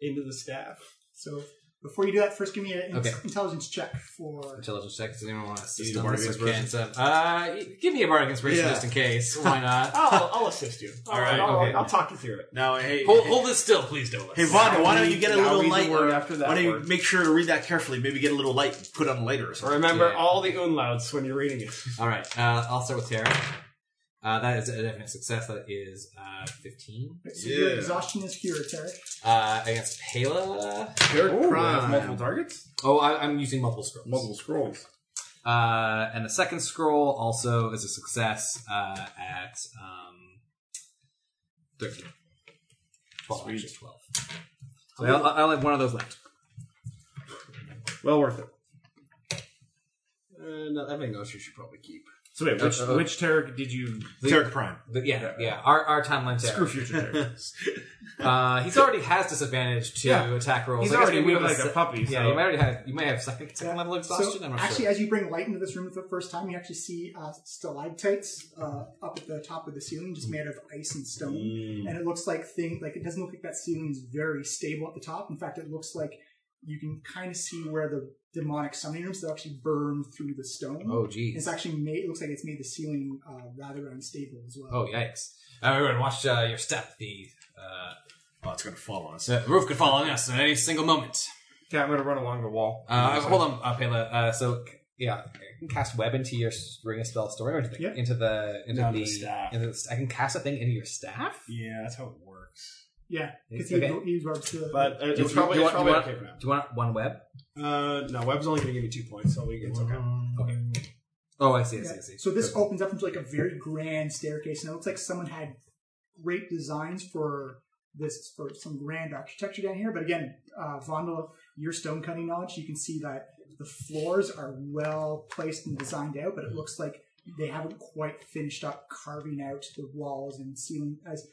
S5: into the staff?
S2: So before you do that, first give me an
S4: Okay.
S2: intelligence check for.
S4: Intelligence check. Does anyone want to assist
S6: need a
S4: on
S6: bardic
S4: this? or
S6: inspiration?
S4: can't, uh, Uh, give me a bardic inspiration
S6: Yeah. Oh,
S4: just in case. Why not?
S5: I'll, I'll assist you. All
S4: right,
S5: I'll,
S4: okay.
S5: I'll talk you through it.
S6: Now, hey,
S4: hold,
S6: hey-
S4: hold it still, please, Dolan.
S6: Hey, Vonda, why don't you get a
S7: Now
S6: little
S7: read the
S6: light?
S7: word after that
S6: why don't you
S7: word.
S6: make sure to read that carefully? Maybe get a little light and put on lighter or something.
S5: Remember
S4: Yeah.
S5: all the umlauts when you're reading it.
S4: All right. Uh, I'll start with Tara. Uh, that is a definite success. That is uh, 15.
S2: So your
S6: Yeah.
S2: exhaustion is cured, Tarek.
S4: Uh, against Pala.
S7: Ooh, we have
S6: Prime.
S7: multiple targets,
S4: Oh, I, I'm using multiple scrolls.
S7: multiple scrolls.
S4: Uh, and the second scroll also is a success uh, at um, 13. 12.
S7: Sweet.
S4: actually, 12. So I, I only have one of those left.
S7: Well worth it.
S5: Uh, no, I think those you should probably keep.
S7: So wait, which
S4: Uh, uh,
S7: which Tarek did you?
S6: Tarek Prime.
S4: But yeah, yeah. Our, our timeline
S7: Screw future Tarek.
S4: Uh, he's already has disadvantage to
S7: Yeah.
S4: attack rolls.
S7: He's
S4: I guess
S7: already
S4: we would
S7: with,
S4: have
S7: like,
S4: se-
S7: a puppy,
S4: Yeah,
S7: so-
S4: you might already have. You may have second second level exhaustion.
S2: So,
S4: I'm not
S2: actually,
S4: sure.
S2: as you bring light into this room for the first time, you actually see uh, stalactites uh, up at the top of the ceiling, just made of ice and stone.
S4: Mm.
S2: And it looks like thing like it doesn't look like that ceiling's very stable at the top. In fact, it looks like you can kind of see where the demonic summoning rooms that actually burn through the stone.
S4: oh geez.
S2: It's actually made. It looks like it's made the ceiling uh, rather unstable as well.
S4: Oh yikes! Uh, everyone, watch uh, your step. The uh,
S6: Oh, it's gonna fall on us.
S4: the roof could fall on us at any single moment.
S7: Okay, I'm gonna run along the wall.
S4: Uh, hold on, uh, Pela. Uh, so yeah, I can cast web into your ring of spell story or into the
S2: Yep.
S4: into the into
S5: No,
S4: the,
S5: the staff.
S4: into the- I can cast a thing into your staff.
S5: Yeah, that's how it works.
S2: Yeah, because
S4: Okay.
S2: he absorbs the.
S5: But uh,
S4: Do
S5: it's
S4: you-
S5: probably,
S4: do you
S5: it's
S4: want- do
S5: probably
S4: you
S5: okay for now.
S4: Do you want one web?
S5: Uh, no, web's only going to give me two points, so we, it's okay.
S9: Um,
S4: Okay. Oh, I see. I see. I
S2: Yeah.
S4: see.
S2: So this opens up into like a very grand staircase, and it looks like someone had great designs for this is for some grand architecture down here. But again, uh, Vondel, your stone cutting knowledge, you can see that the floors are well placed and designed out, but it looks like they haven't quite finished up carving out the walls and ceiling as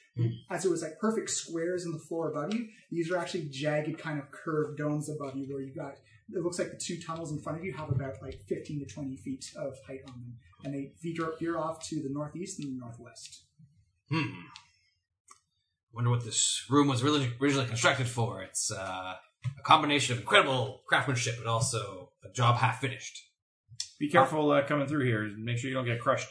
S2: as it was like perfect squares in the floor above you. These are actually jagged, kind of curved domes above you, where you got it looks like the two tunnels in front of you have about like 15 to 20 feet of height on them, and they veer, veer off to the northeast and the northwest.
S4: Hmm. Wonder what this room was really originally constructed for. It's uh, a combination of incredible craftsmanship, but also a job half finished.
S9: Be careful uh, coming through here. Make sure you don't get crushed.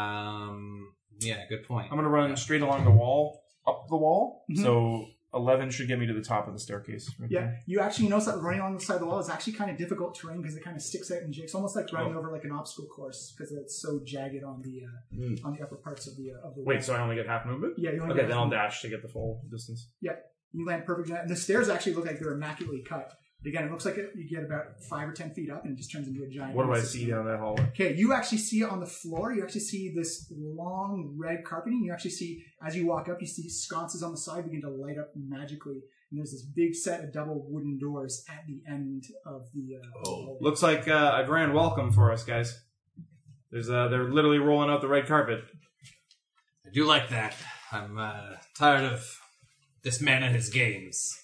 S4: Um. Yeah. Good point.
S9: I'm gonna run straight along the wall, up the wall. So eleven should get me to the top of the staircase. right
S2: Yeah,
S9: there.
S2: you actually notice that running along the side of the wall is actually kind of difficult terrain because it kind of sticks out and jigs. It's almost
S9: Oh.
S2: like running over like an obstacle course because it's so jagged on the uh,
S9: Mm.
S2: on the upper parts of the uh, of the wall.
S9: Wait, so I only get half movement?
S2: Yeah, you only
S9: okay.
S2: get
S9: then
S2: half
S9: I'll dash to get the full distance.
S2: Yeah, you land perfectly. And the stairs actually look like they're immaculately cut. But again, it looks like it, you get about five or ten feet up and it just turns into a giant.
S9: What do I
S2: massive-
S9: see down that hallway?
S2: Okay, you actually see it on the floor. You actually see this long red carpeting. You actually see, as you walk up, you see sconces on the side begin to light up magically. And there's this big set of double wooden doors at the end of the. Uh,
S9: Oh,
S2: hallway.
S9: Looks like uh, a grand welcome for us, guys. There's uh, they're literally rolling out the red carpet.
S4: I do like that. I'm uh, tired of this man and his games.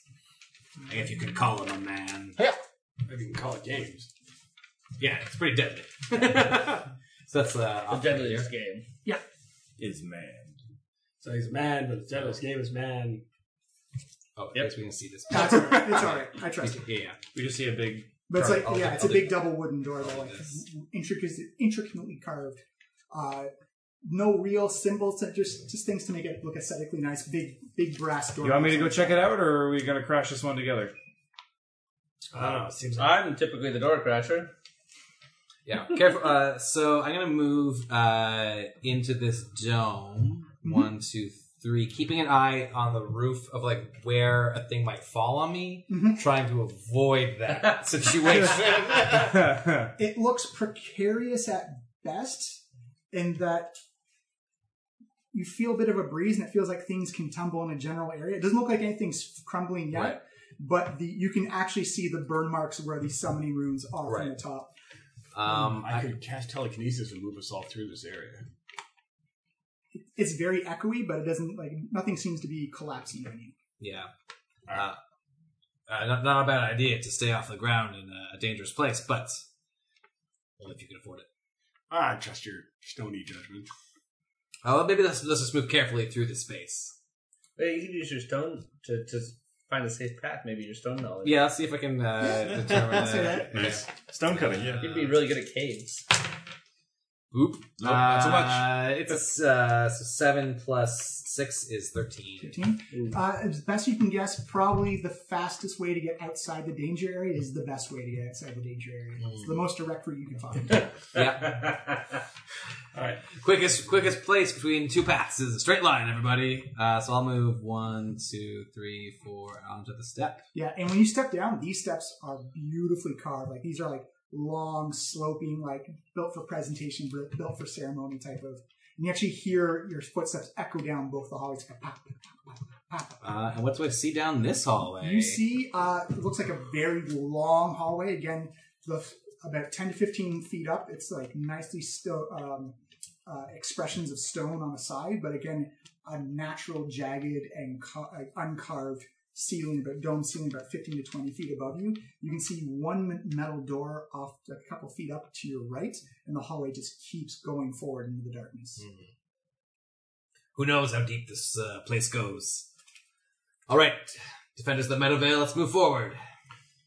S4: If you could call it a man.
S5: Yeah. If you can call it games.
S4: Yeah, it's pretty deadly. so that's uh,
S5: The deadliest game.
S2: Yeah.
S9: Is man.
S5: So he's man, but the deadliest game is man.
S4: Oh, yes, we can see this.
S2: That's all right. It's all right. I trust you.
S4: Yeah,
S9: we just see a big.
S2: But it's
S9: Sorry,
S2: like,
S9: I'll
S2: yeah,
S9: do-
S2: it's a
S9: I'll
S2: big
S9: do-
S2: double wooden door, but like intricately, intricately carved. Uh, no real symbols, just just things to make it look aesthetically nice. Big, big brass door.
S9: You want me to go check it out, or are we gonna crash this one together?
S5: I don't know. It Uh, seems
S13: I'm typically the door crasher.
S4: Yeah, careful. Uh, so I'm gonna move uh, into this dome. One, two, three. Keeping an eye on the roof of like where a thing might fall on me,
S2: Mhm.
S4: trying to avoid that situation.
S2: it looks precarious at best in that you feel a bit of a breeze and it feels like things can tumble in a general area. It doesn't look like anything's crumbling yet,
S4: Right.
S2: but the you can actually see the burn marks where these summoning runes are from the top.
S4: Um,
S5: I, could cast telekinesis and move us all through this area.
S2: It's very echoey, but it doesn't like nothing seems to be collapsing on you.
S4: yeah, uh, uh, not, not a bad idea to stay off the ground in a dangerous place, but only if you can afford it.
S5: Ah, trust your stony judgment.
S4: Oh, maybe let's let's just move carefully through this space.
S13: Wait, you can use your stone to, to find a safe path. Maybe your stone knowledge.
S4: Yeah, let's see if I can uh, determine.
S13: I'll say
S4: uh,
S13: that.
S4: yeah.
S5: Stone cutting, yeah.
S13: You'd be really good at caves.
S4: Oop.
S13: Nope, not so much.
S4: Uh, it's uh, so seven plus six is thirteen.
S2: Fifteen. Uh, as best you can guess, probably the fastest way to get outside the danger area is the best way to get outside the danger area. It's the most direct route you can find.
S4: yeah. All right. Quickest quickest place between two paths is a straight line, everybody. Uh, so I'll move one, two, three, four onto the step.
S2: Yeah, and when you step down, these steps are beautifully carved. Like these are like long, sloping, like built for presentation, bu- built for ceremony type of. And you actually hear your footsteps echo down both the hallways. Like, pop,
S4: Uh, and what do I see down this hallway?
S2: You see, uh, it looks like a very long hallway. Again, the, about 10 to 15 feet up. It's like nicely sto- um, uh, expressions of stone on the side, but again, a natural, jagged, and ca- like uncarved ceiling, about dome ceiling, about 15 to 20 feet above you. You can see one me- metal door off a couple feet up to your right, and the hallway just keeps going forward into the darkness.
S4: Who knows how deep this uh, place goes? All right, defenders of the Meadow Vale, let's move forward.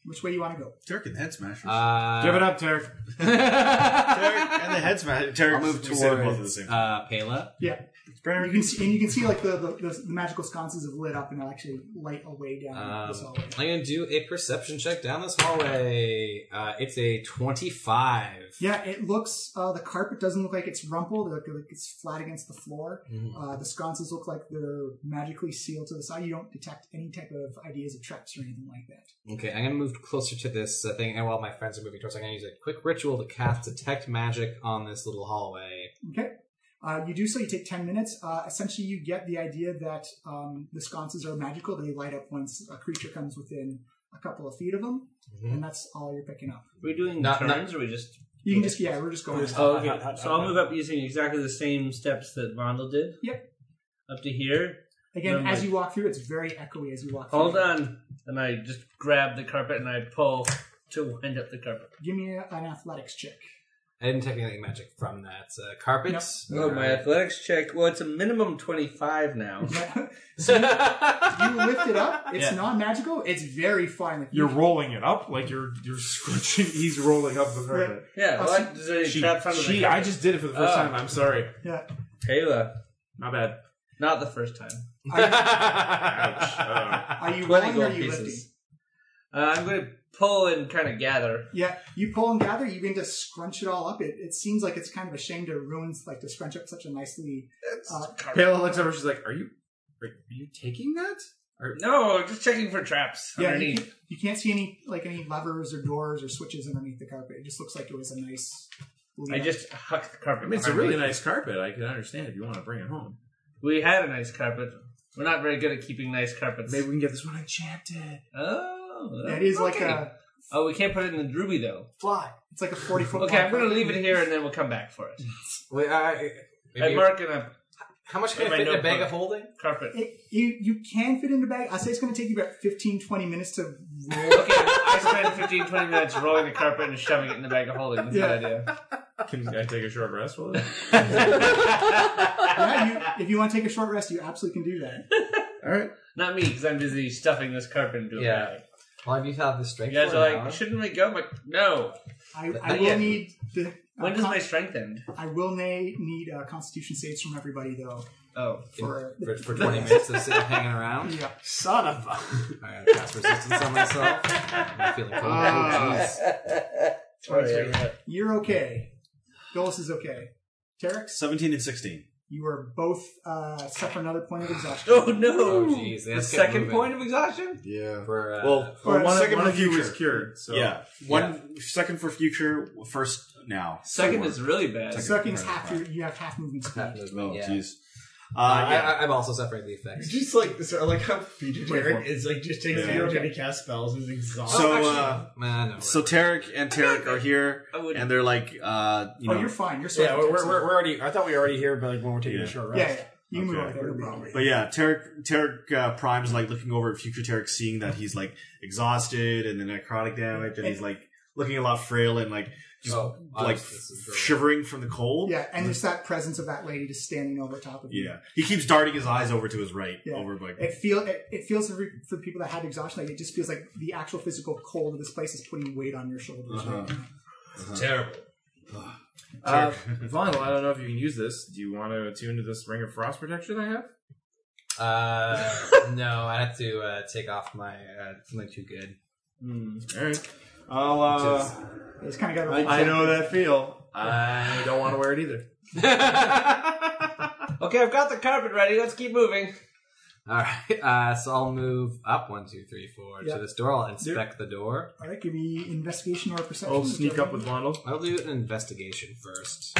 S2: Which way you want to go?
S6: Turk and the head smashers.
S4: Uh,
S6: Give it
S9: up, Turk.
S6: and the head smash. Turk.
S4: I'll move
S6: we said both at the
S4: towards
S6: same time.
S4: uh, Pela.
S2: Yeah. You can see, and you can see like the, the, the magical sconces have lit up and actually light away down
S4: Um,
S2: this hallway.
S4: I'm gonna do a perception check down this hallway. Uh, it's a 25.
S2: Yeah, it looks. Uh, the carpet doesn't look like it's rumpled. It look like it's flat against the floor.
S4: Mhm.
S2: Uh, the sconces look like they're magically sealed to the side. You don't detect any type of ideas of traps or anything like that.
S4: Okay, I'm gonna move closer to this uh, thing, and while my friends are moving towards, I'm gonna use a quick ritual to cast detect magic on this little hallway.
S2: Okay. Uh, you do so, you take 10 minutes. Uh, essentially, you get the idea that um, the sconces are magical. They light up once a creature comes within a couple of feet of them,
S13: Mhm.
S2: and that's all you're picking up.
S13: We're doing
S2: Not- not-
S13: turns, or we just
S2: You can just, yeah, we're just going.
S13: Oh, okay. So I'll move up using exactly the same steps that Vondel did.
S2: Yep.
S13: Up to here.
S2: Again,
S13: Then,
S2: as
S13: like,
S2: you walk through, it's very echoey as you walk
S13: hold
S2: through.
S13: on, and I just grab the carpet and I pull to wind up the carpet.
S2: Give me a, an athletics check.
S4: I didn't take anything magic from that. Uh, carpets.
S13: Oh, my athletics check. Well, it's a minimum twenty-five now.
S2: You lift it up. It's
S13: Yeah.
S2: not magical. It's very fine. Like,
S7: You're
S2: you-
S7: rolling it up like you're you're scrunching. He's rolling up the carpet.
S13: Yeah,
S2: I'll
S13: what?
S2: see-
S13: Is there any
S7: She-
S13: traps under the
S7: she- I
S13: carpet?
S7: just did it for the first
S13: Oh.
S7: time. I'm sorry.
S2: Yeah.
S13: Taylor.
S7: My bad.
S13: Not the first time.
S2: Are you
S13: 20
S2: rolling or
S13: gold
S2: are you
S13: pieces. Uh, I'm going to pull and kind of gather.
S2: Yeah, you pull and gather. You begin to scrunch it all up. It, it seems like it's kind of a shame to ruin, like to scrunch up such a nicely. Uh,
S7: Pale looks over. She's like, "Are you are you taking that?" Or,
S13: no, just checking for traps
S2: yeah, you,
S13: underneath.
S2: can't- you can't see any like any levers or doors or switches underneath the carpet. It just looks like it was a nice.
S13: I just huck the
S7: I
S13: carpet.
S7: mean, it's a
S13: behind
S7: really
S13: me.
S7: nice carpet. I can understand if you want to bring it home.
S13: We had a nice carpet. We're not very good at keeping nice carpets.
S7: Maybe we can get this one enchanted.
S13: Oh,
S2: That is like
S13: okay.
S2: a-
S13: Oh, we can't put it in the ruby though.
S2: fly. It's like a forty foot.
S13: Okay, I'm going to leave it here and then we'll come back for it.
S4: Wait, I,
S13: I mark it up.
S4: How much can I fit in a bag of holding?
S13: Carpet.
S2: It, you you can fit in the bag. I say it's going to take you about 15, 20 minutes to roll.
S13: I spent 15, 20 minutes rolling the carpet and shoving it in the bag of holding. That's a good idea.
S7: Can I take a short rest while it?
S2: yeah, you, if you want to take a short rest, you absolutely can do that.
S7: All right.
S13: Not me, because I'm busy stuffing this carpet into a
S4: Yeah.
S13: bag.
S4: Well, have you had the strength?
S13: You guys
S4: for
S13: are
S4: an
S13: like,
S4: hour?
S13: shouldn't we go? I'm like, no.
S2: I,
S13: But
S2: I
S13: not
S2: will
S13: yet.
S2: need the. uh,
S13: When does
S2: con-
S13: my strength end?
S2: I will nay, need uh, Constitution saves from everybody though.
S13: Oh,
S2: For-
S4: for, for 20 minutes of sitting hanging around.
S2: Yeah.
S5: Son of a.
S4: I gotta cast resistance on myself. I'm feeling cold. Oh,
S2: Ah.
S4: Sorry,
S2: Sorry.
S4: Oh, yeah.
S2: You're okay. Dolus is okay. Tarek,
S6: 17 and 16.
S2: you are both uh, suffer another point of exhaustion.
S13: Oh no!
S4: Oh, jeez.
S13: The second point of exhaustion?
S6: Yeah.
S4: For, uh,
S6: well,
S13: For
S6: well, one,
S13: second
S6: one
S13: for
S6: of you
S13: future.
S6: is cured. So.
S13: Yeah.
S6: Yeah. One second for future, first now.
S13: Second is really bad.
S2: Second is half your. You have half movement speed.
S6: Oh,
S4: Yeah.
S6: jeez.
S4: Uh,
S6: yeah.
S4: I, I'm also suffering the effects.
S5: Just like this, I like how Peter
S6: Twenty-four.
S5: Tarek is like just takes
S6: Yeah.
S5: zero to cast spells is
S4: oh,
S5: exhausted.
S6: So, uh, so Tarek and Tarek are here, and they're like, uh, you
S2: Oh,
S6: know,
S5: Yeah, we're, we're, we're
S6: already.
S5: already. I thought we were already here, but like when we're taking
S6: Yeah.
S5: a short
S2: Yeah,
S5: rest.
S2: yeah. You can move over there, no problem.
S6: But yeah, Tarek Tarek uh, Prime's like looking over at future Tarek, seeing that he's like exhausted and the necrotic damage, and he's like looking a lot frail and like just
S4: Oh,
S6: like
S4: honest, this is great.
S6: shivering from the cold.
S2: Yeah, and there's that presence of that lady just standing over top of you.
S6: yeah. He keeps darting his eyes over to his right,
S2: Yeah.
S6: over like
S2: It feel it, it feels for, for people that had exhaustion, like it just feels like the actual physical cold of this place is putting weight on your shoulders.
S6: Uh-huh.
S2: Right now.
S13: Terrible.
S7: Uh, Vonel, I don't know if you can use this. Do you want to attune to this ring of frost protection I have?
S4: Uh, no, I have to uh, take off my uh, something too good.
S7: All right. I'll. Uh,
S2: It's kind of got.
S7: I, I know that feel. I don't want to wear it either.
S13: Okay, I've got the carpet ready. Let's keep moving.
S4: All right, uh, so I'll move up one, two, three, four
S2: Yeah.
S4: to this door. I'll inspect the door.
S2: All right, give me investigation or perception.
S7: Oh,
S2: whichever one.
S7: Vondel.
S4: I'll do an investigation first.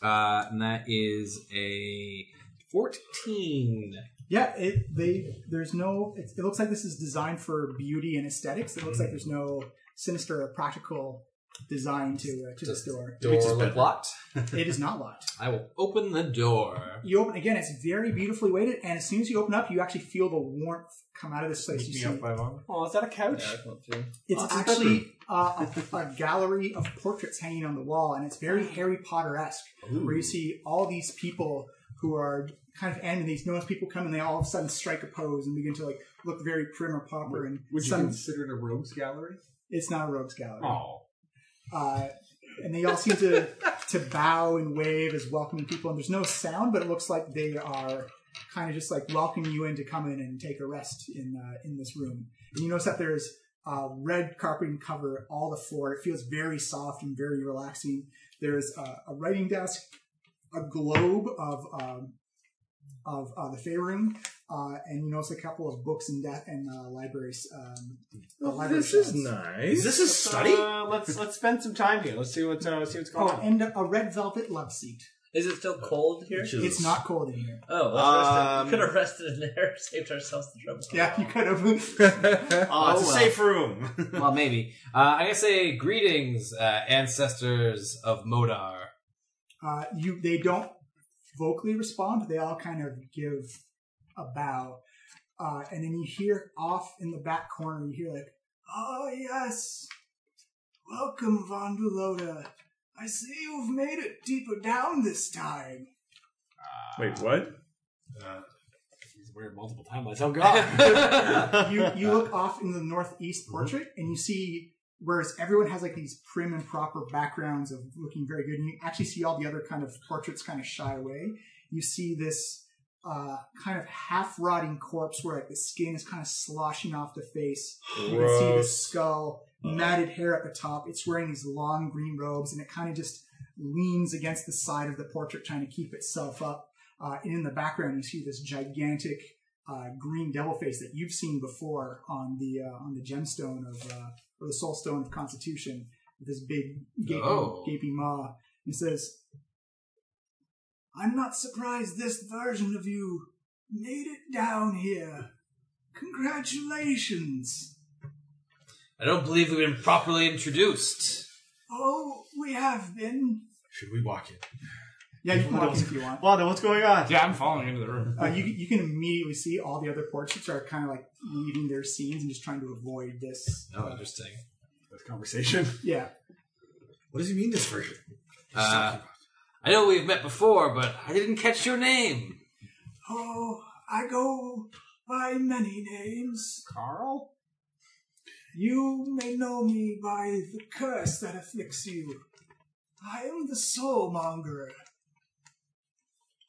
S4: Uh, and that is a fourteen.
S2: Yeah, it they there's no. It, it looks like this is designed for beauty and aesthetics. It looks like there's no sinister or practical design to uh, to this door.
S4: Door look locked.
S2: it is not locked.
S4: I will open the door.
S2: You open again. It's very beautifully weighted, and as soon as you open up, you actually feel the warmth come out of this place. You see,
S5: Oh, is that a couch?
S2: It's actually uh, a, a gallery of portraits hanging on the wall, and it's very Harry Potter esque, where you see all these people who are kind of enemies. Notice people come and they all of a sudden strike a pose and begin to like look very prim or proper. And
S5: Would you
S2: some,
S5: consider it a rogues gallery?
S2: it's not a rogues gallery.
S5: Oh.
S2: Uh, and they all seem to to bow and wave as welcoming people. And there's no sound, but it looks like they are kind of just like welcoming you in to come in and take a rest in uh, in this room. And you notice that there's uh, red carpeting cover all the floor. It feels very soft and very relaxing. There's uh, a writing desk, a globe of um, of uh, the Faerun, uh, and you notice a couple of books and de- and uh, libraries. Um, uh, library
S7: this is
S2: shelves.
S7: nice. Is this
S5: a study? Uh, let's let's spend some time here. Let's see what's uh, see what's going
S2: Oh,
S5: on.
S2: and a red velvet love seat.
S13: Is it still cold here?
S2: It's Jesus. not cold in here.
S13: Oh, let's rest it.
S2: Um,
S13: we could have rested in there, saved ourselves the trouble.
S2: Yeah, you could have.
S11: Oh,
S2: it's
S11: well.
S6: room.
S11: well, maybe. Uh, I gotta say, greetings, uh, ancestors of Modar.
S2: Uh, you, they don't vocally respond. They all kind of give a bow, uh, and then you hear off in the back corner. You hear like, "Oh yes, welcome, Vonduloda. I see you've made it deeper down this time."
S9: Wait, what?
S11: Uh,
S2: he's wearing multiple timelines. Oh god! you you look off in the northeast portrait, and you see whereas everyone has like these prim and proper backgrounds of looking very good, and you actually see all the other kind of portraits kind of shy away. You see this uh, kind of half rotting corpse where like the skin is kind of sloshing off the face. You can see the
S9: Gross.
S2: skull, matted hair at the top. It's wearing these long green robes, and it kind of just leans against the side of the portrait, trying to keep itself up. Uh, and in the background, you see this gigantic uh, green devil face that you've seen before on the uh, on the gemstone of uh, or the soul stone of Constitution. With this big gaping,
S15: Oh.
S2: gaping maw, and says,
S15: I'm not surprised this version of you made it down here. Congratulations.
S4: I don't believe we've been properly introduced.
S15: Oh, we have been.
S6: Should we walk in?
S2: "Yeah, you can walk in if you want."
S6: Wanda, what's going on?
S7: Yeah, I'm following into the room.
S2: Uh, you, you can immediately see all the other portraits are kind of like leaving their scenes and just trying to avoid this.
S11: Oh, interesting.
S6: This conversation.
S2: Yeah.
S6: What does he mean, this version?
S4: Uh, I know we've met before, but I didn't catch your name.
S15: Oh, I go by many names. Carl? You may know me by the curse that afflicts you. I am the soul monger.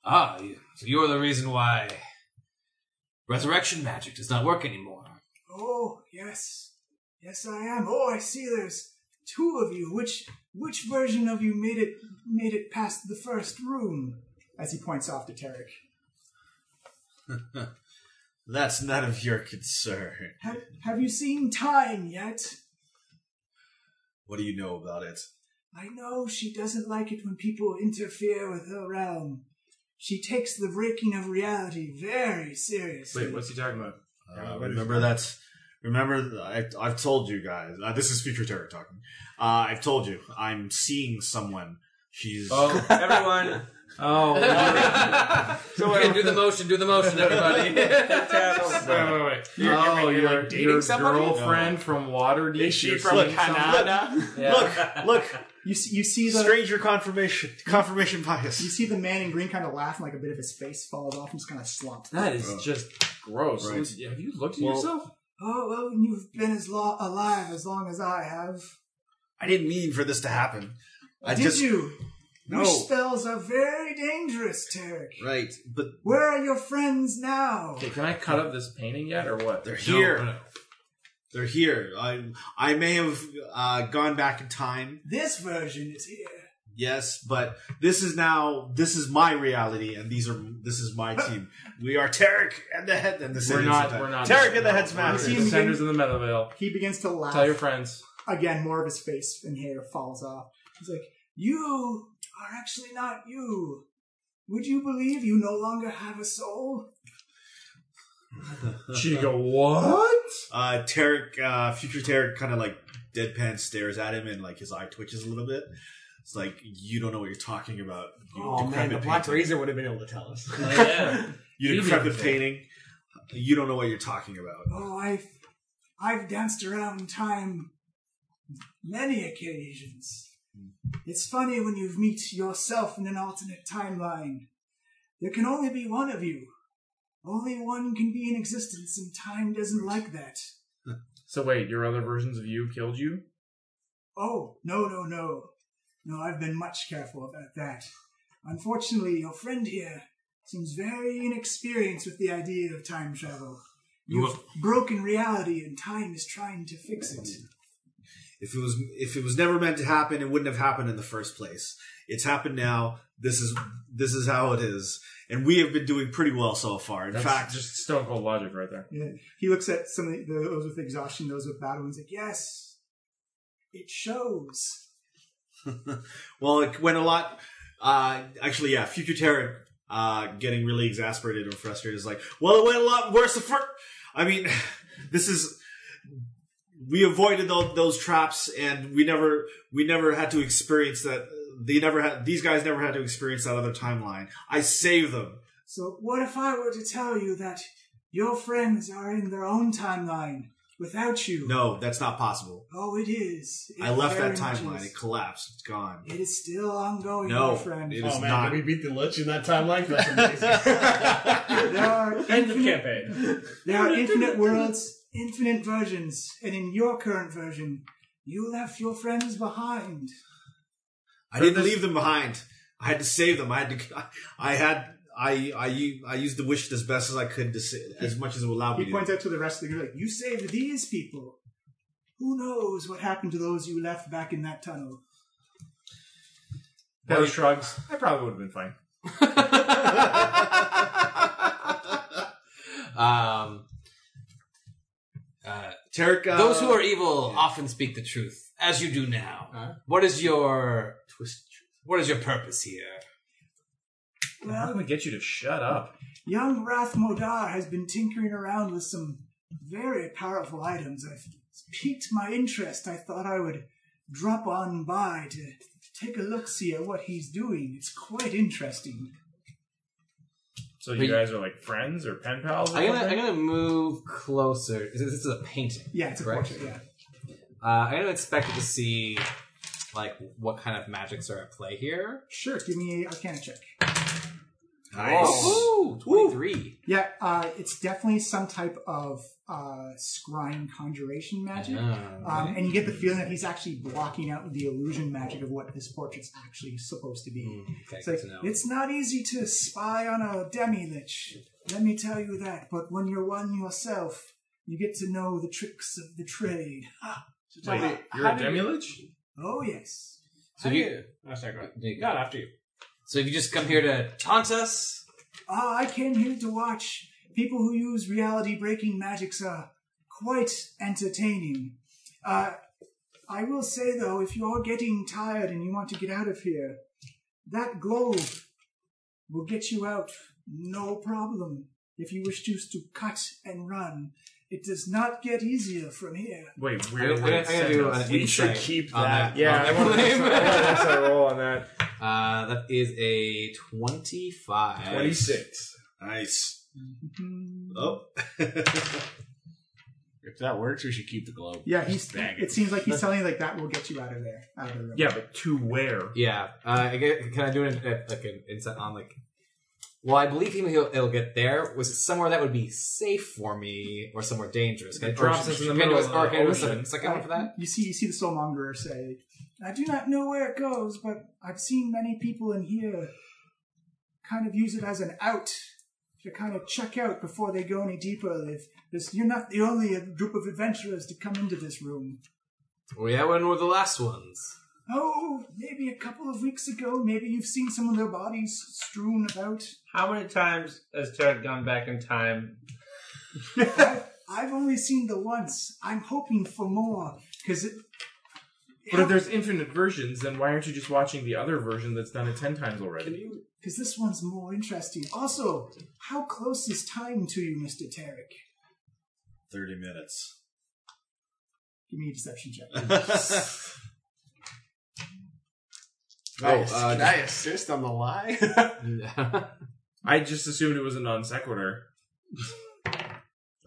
S4: Ah, you- so you're the reason why resurrection magic does not work anymore.
S15: Oh, yes. Yes, I am. Oh, I see there's two of you. Which which version of you made it made it past the first room?
S2: As he points off to Tarek.
S6: That's none of your concern.
S15: Have, have you seen time yet?
S6: What do you know about it?
S15: I know she doesn't like it when people interfere with her realm. She takes the breaking of reality very seriously.
S9: Wait, what's he talking about?
S6: Uh, remember that's remember th- I, I've told you guys uh, this is future terror talking. Uh, I've told you I'm seeing someone. She's
S4: Oh,
S13: everyone.
S7: Oh,
S4: so okay, do the motion, do the motion, everybody.
S7: wait, wait, wait. oh, your, your girlfriend from Waterdeep. Is
S6: she from Canada? Look, look.
S2: You see, you see the
S6: stranger confirmation confirmation bias.
S2: You see the man in green kind of laugh and like a bit of his face falls off and just kind of slumped.
S7: That is just gross. Have you looked at
S2: Well-
S7: yourself?
S15: Oh, well, you've been as lo- alive as long as I have.
S6: I didn't mean for this to happen. I
S15: Did
S6: just,
S15: you?
S6: No.
S15: Wish spells are very dangerous, Tarek.
S6: Right, but
S15: Where are your friends now?
S7: Okay, can I cut up this painting yet, or what?
S6: They're here. They're here. I I may have uh, gone back in time.
S15: This version is here.
S6: Yes, but this is now this is my reality, and these are this is my team. we are Tarek and the head and the
S7: We're
S6: Saiyans
S7: not.
S6: of
S7: We're not.
S6: Tarek and the head
S7: We're
S6: smash.
S7: the Defenders of the Metal Veil.
S2: He begins to laugh.
S7: Tell your friends.
S2: Again, more of his face and hair falls off.
S15: He's like, You are actually not you. Would you believe you no longer have a soul?
S7: Chico, what?
S6: Uh, Tarek, uh, future Tarek, kind of like deadpan stares at him, and like his eye twitches a little bit. It's like you don't know what you're talking about. You decrepit painting.
S5: would have been able to tell us.
S13: Oh,
S6: You
S5: He'd be
S6: decrepit
S5: able to.
S6: painting. You don't know what you're talking about.
S15: Oh, I've, I've danced around time many occasions. It's funny when you meet yourself in an alternate timeline. There can only be one of you. Only one can be in existence, and time doesn't like that.
S7: So wait, your other versions of you killed you.
S15: Oh, no, no, no. No, I've been much careful about that. Unfortunately, your friend here seems very inexperienced with the idea of time travel.
S6: You
S15: You've broken reality, and time is trying to fix it.
S6: If it was if it was never meant to happen, it wouldn't have happened in the first place. It's happened now. This is this is how it is, and we have been doing pretty well so far. In
S7: That's
S6: fact,
S7: just stone cold logic right there.
S2: Yeah. He looks at some of the, those with exhaustion, those with battle, and he's like,
S15: Yes, it shows.
S6: well, it went a lot. Uh, actually, yeah, future Terran uh, getting really exasperated and frustrated is like, well, it went a lot worse the first. I mean, this is we avoided tho- those traps, and we never we never had to experience that. They never had these guys never had to experience that other timeline. I saved them.
S2: So, what if I were to tell you that your friends are in their own timeline without you?
S6: No, that's not possible.
S2: Oh, it is. It
S6: I left that
S2: very much
S6: timeline.
S2: is.
S6: It collapsed. It's gone.
S2: It is still ongoing,
S6: No,
S2: my friend.
S6: it is Oh, man, not.
S24: We beat the Lich in that timeline. That's amazing.
S2: There are
S24: End of
S2: infinite-
S24: campaign.
S2: There are infinite worlds, infinite versions, and in your current version, you left your friends behind.
S6: I didn't leave them behind. I had to save them. I had to. I had. I I u- I used the wish as best as I could to sa- as much as it allowed me.
S25: He
S6: to.
S25: points out to the rest of the group, like,
S2: You saved these people. Who knows what happened to those you left back in that tunnel?
S7: Or shrugs. I probably would have been fine.
S4: Um, uh,
S6: Tarek, uh,
S4: those who are evil often speak the truth, as you do now. What is your twist? What is your purpose here?
S7: How can we get you to shut up?
S2: Young Rath Modar has been tinkering around with some very powerful items. I've it's piqued my interest. I thought I would drop on by to take a look see at what he's doing. It's quite interesting.
S7: So you guys are like friends or pen pals? Or
S4: I'm gonna,
S7: something?
S4: I'm gonna move closer. This is a painting.
S25: Yeah, it's a
S4: correct?
S25: portrait, yeah.
S4: Uh, I'm gonna expect to see like what kind of magics are at play here.
S25: sure, give me a Arcana check.
S4: Whoa. Twenty-three.
S25: Yeah, uh, it's definitely some type of uh, scrying conjuration magic.
S4: Ah.
S25: um, and you get the feeling that he's actually blocking out the illusion magic of what this portrait's actually supposed to be.
S4: okay,
S25: it's, like,
S4: good to know.
S2: It's not easy to spy on a demi lich, let me tell you that, but when you're one yourself, you get to know the tricks of the trade. Ah, so tell me, how do you- Oh, yes.
S4: So if you,
S2: Oh, sorry, go ahead.
S4: Not
S24: after you.
S4: So if you just come here to taunt us,
S2: Ah, I came here to watch. People who use reality breaking magics are quite entertaining. Uh, I will say, though, if you're getting tired and you want to get out of here, that globe will get you out no problem if you wish just to cut and run. It does not get easier from here.
S7: Wait,
S4: I
S7: where
S4: gotta-
S7: would
S4: I
S7: it
S4: gotta
S7: send
S4: do
S7: us?
S4: an insight on that.
S7: Yeah,
S4: On
S7: I want an
S4: that
S7: extra, I
S4: claim.
S7: want an extra roll on that.
S4: uh, that is a twenty-five.
S7: 26.
S6: Nice. Oh.
S24: If that works, we should keep the globe.
S25: Yeah, he's.
S24: Bag
S25: It seems like he's telling you like that will get you out of there, out of the room.
S7: but to where?
S4: Yeah. Uh, I get, can I do an uh, like an insight on like? Well, I believe even he'll, it'll get there. Was it somewhere that would be safe for me, or somewhere dangerous? Can I-
S7: It
S4: or
S7: drops
S4: should-
S7: us in
S4: should
S7: the
S4: I do
S7: middle
S4: a-
S7: of
S4: or
S7: the
S4: can I do a
S7: ocean. Oh.
S4: second one for that?
S25: You see, you see the soulmongerer say,
S2: I do not know where it goes, but I've seen many people in here kind of use it as an out to kind of check out before they go any deeper. If this, you're not the only group of adventurers to come into this room.
S4: Well, Oh, yeah, when were the last ones?
S2: Oh, maybe a couple of weeks ago, maybe you've seen some of their bodies strewn about.
S13: How many times has Jared gone back in time?
S2: I've only seen the once. I'm hoping for more because it.
S7: But if there's infinite versions, then why aren't you just watching the other version that's done it ten times already?
S2: Because this one's more interesting. Also, how close is time to you, Mr. Tarek?
S6: 30 minutes.
S2: Give me a deception check.
S24: Nice.
S7: Oh, uh,
S24: Can I assist on the lie?
S7: I just assumed it was a non sequitur.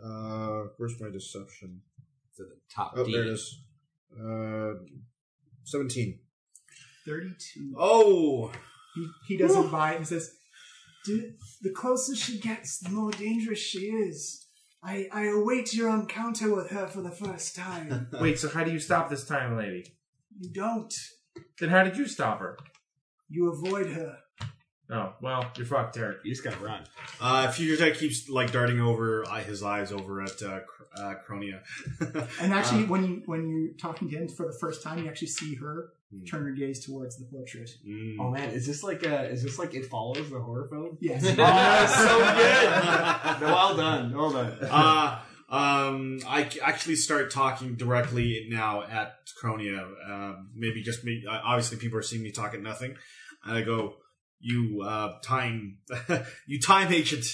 S26: Uh, where's my deception?
S4: To the top.
S26: Oh,
S4: D.
S26: there it is. Uh, seventeen.
S25: 32.
S6: Oh!
S25: He, he doesn't
S2: Whew.
S25: buy it and says,
S2: Do, the closer she gets, the more dangerous she is. I, I await your encounter with her for the first time.
S7: Wait, so how do you stop this time, lady?
S2: You don't.
S7: Then how did you stop her?
S2: You avoid her.
S7: Oh, well, you're fucked, Derek.
S6: You just gotta run. Uh, Future Tech keeps like darting over uh, his eyes over at uh, Cr- uh, Cronia.
S25: and actually,
S7: Um,
S6: Uh,
S25: when you when you're talking to him for the first time, you actually see her
S7: Hmm.
S25: turn her gaze towards the portrait.
S24: Oh man, is this like a? Is this like it follows the horror film?
S25: Yes.
S24: oh, that's so good. well done. Well done.
S6: uh, um, I c- actually start talking directly now Um, at Cronia. Uh, maybe just me. Uh, obviously, people are seeing me talk at nothing, and I go, you uh, time you time agent.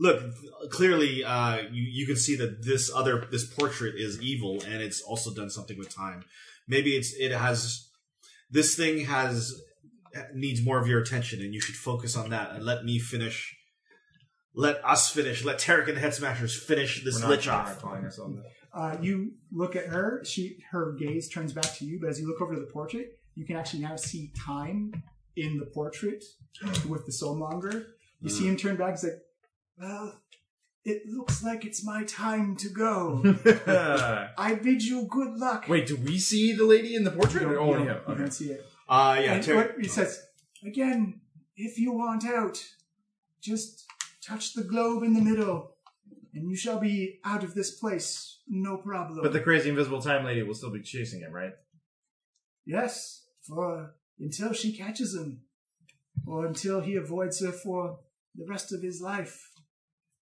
S6: Look, clearly uh, you you can see that this other this portrait is evil, and it's also done something with time. Maybe it's it has this thing has needs more of your attention, and you should focus on that and let me finish. Let us finish. Let Tarek and the Head Smashers finish this
S7: We're not
S6: lich off.
S7: clarifying us on that.
S2: Uh, you look at her. She her gaze turns back to you, but as you look over to the portrait, you can actually now see time in the portrait with the soulmonger. You
S7: Hmm.
S2: see him turn back. He's like,
S27: Well, it looks like it's my time to go. I bid you good luck.
S7: Uh, Wait, do we see the lady in the portrait?
S2: You don't-
S7: or
S2: you
S7: only
S2: don't-
S7: him?
S2: you
S7: Okay.
S2: don't see it.
S6: Uh,
S2: And what- he says,
S27: Again, if you want out, just touch the globe in the middle, and you shall be out of this place, no problem.
S7: But the crazy invisible time lady will still be chasing him, right?
S27: Yes, for until she catches him, or until he avoids her for the rest of his life.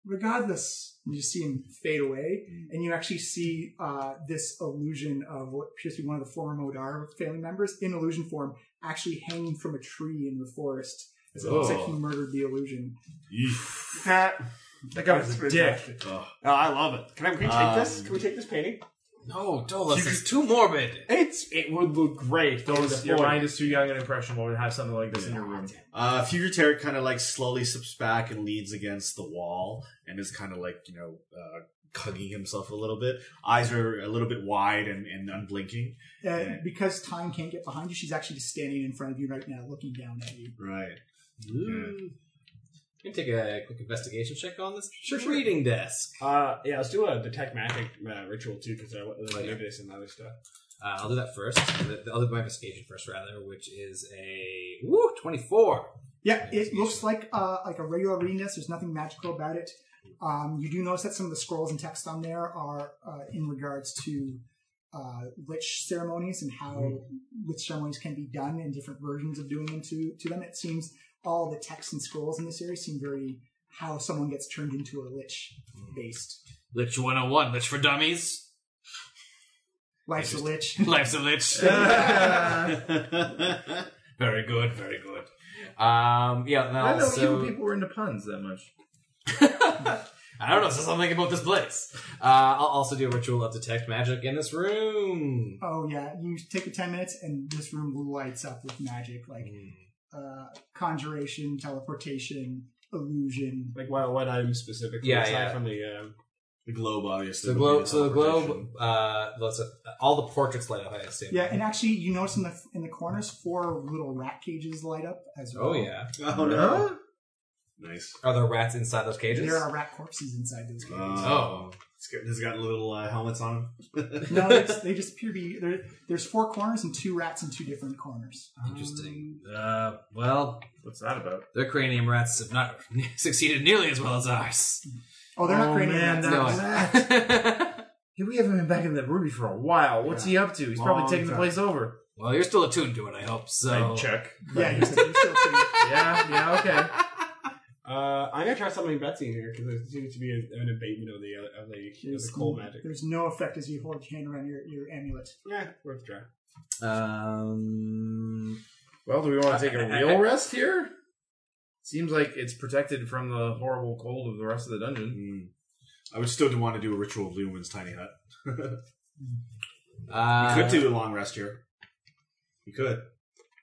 S2: regardless. And you see him fade away, and you actually see uh, this illusion of what appears to be one of the former Modar family members in illusion form actually hanging from a tree in the forest. As it looks like he
S5: Oh.
S2: murdered the illusion.
S5: That, that guy was a dick.
S6: Oh,
S5: I love it. Can, I, can we take
S2: Um,
S5: this? Can we take this painting?
S4: No, don't.
S5: This is too morbid. It's it would look great. in the
S7: Don't, your
S5: form.
S7: mind is too young and impressionable to have something like this in your room.
S6: Uh, Future Terror kind of like slowly slips back and leans against the wall and is kind of like, you know, uh, cugging himself a little bit. Eyes are a little bit wide and, and unblinking.
S2: Uh, because time can't get behind you, she's actually just standing in front of you right now, looking down at you.
S6: Right.
S4: Ooh. Can you take a quick investigation check on this reading desk?
S5: Uh, yeah, let's do a detect magic uh, ritual too, because I was maybe there's some other stuff.
S4: Uh, I'll do that first. The- I'll do my investigation first, rather, which is a woo twenty-four.
S2: Yeah, it looks like uh, like a regular reading desk. There's nothing magical about it. Um, you do notice that some of the scrolls and text on there are uh, in regards to uh, lich ceremonies and how lich ceremonies can be done and different versions of doing them to, to them. It seems all the texts and scrolls in this area seem very how someone gets turned into a lich based.
S28: Lich 101, Lich for Dummies.
S2: Life's a lich.
S28: Life's a Lich.
S4: Very good, very good. Um, yeah, and then
S7: I don't know
S4: also,
S7: evil people were into puns that much.
S4: I don't know, so something about this place. Uh, I'll also do a ritual of detect magic in this room.
S2: Oh yeah, you take the ten minutes and this room lights up with magic, like uh, conjuration, teleportation, illusion.
S5: Like what? What item specifically?
S4: Yeah,
S5: aside
S4: yeah.
S5: from the um,
S6: the globe, obviously.
S4: So the globe, so the globe, uh, let's, all the portraits light up, I assume.
S2: Yeah, and actually, you notice in the in the corners, four little rat cages light up as well.
S4: Oh yeah.
S2: Oh, no.
S6: Nice. Uh,
S4: Are there rats inside those cages?
S2: There are rat corpses inside those cages.
S4: Oh.
S6: It's got, has got little uh, helmets on them.
S2: no, they just, they just appear to be there. There's four corners and two rats in two different corners.
S4: Interesting. Uh, well,
S7: what's that about?
S4: Their cranium rats have not succeeded nearly as well as ours.
S2: Oh, they're not cranium
S7: man,
S2: rats.
S7: that
S4: No,
S7: was that. Hey, we haven't been back in the Ruby for a while. What's he up to? He's probably
S4: Long
S7: taking the
S4: time.
S7: place over.
S4: Well, you're still attuned to it, I hope. So
S7: I check.
S2: Yeah, you're still, you're still
S7: yeah, yeah, okay.
S5: Uh, I'm gonna try something Betsy here because there seems to be a, an abatement of the uh, of the, of the coal magic.
S2: There's no effect as you hold your hand around your, your amulet.
S5: Yeah, worth trying.
S4: Um.
S7: Well, do we want to take a real rest here? Seems like it's protected from the horrible cold of the rest of the dungeon.
S6: Hmm. I would still want to do a ritual of Lumen's tiny hut.
S4: Uh,
S6: we could do a long rest here. We could.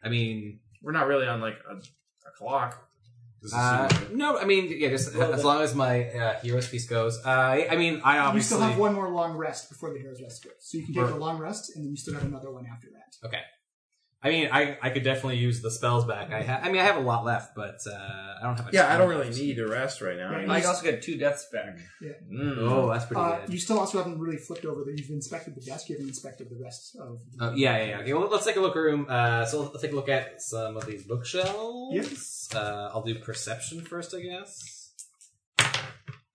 S4: I mean,
S7: we're not really on like a, a clock.
S4: Uh, no, I mean, yeah, just
S7: Well,
S4: as
S7: then-
S4: long as my uh, hero's piece goes. Uh, I I mean, I
S2: you
S4: obviously.
S2: still have one more long rest before the hero's rest goes, so you can take
S4: Right.
S2: a long rest, and then you still have another one after that.
S4: Okay. I mean, I, I could definitely use the spells back. I ha- I mean, I have a lot left, but uh, I don't have. A
S7: Yeah, I
S4: ton
S7: don't
S4: of
S7: really
S4: those.
S7: need a rest right now.
S2: Right, I also
S29: get two deaths back.
S2: Yeah.
S7: Mm.
S4: Oh, that's pretty
S2: Uh,
S4: good.
S2: you still also haven't really flipped over. that You've inspected the desk. You haven't inspected the rest of. The
S4: Oh, yeah, yeah, yeah. Okay, well, let's take a look room. Uh, so let's take a look at some of these bookshelves.
S2: Yes.
S4: Uh, I'll do perception first, I guess.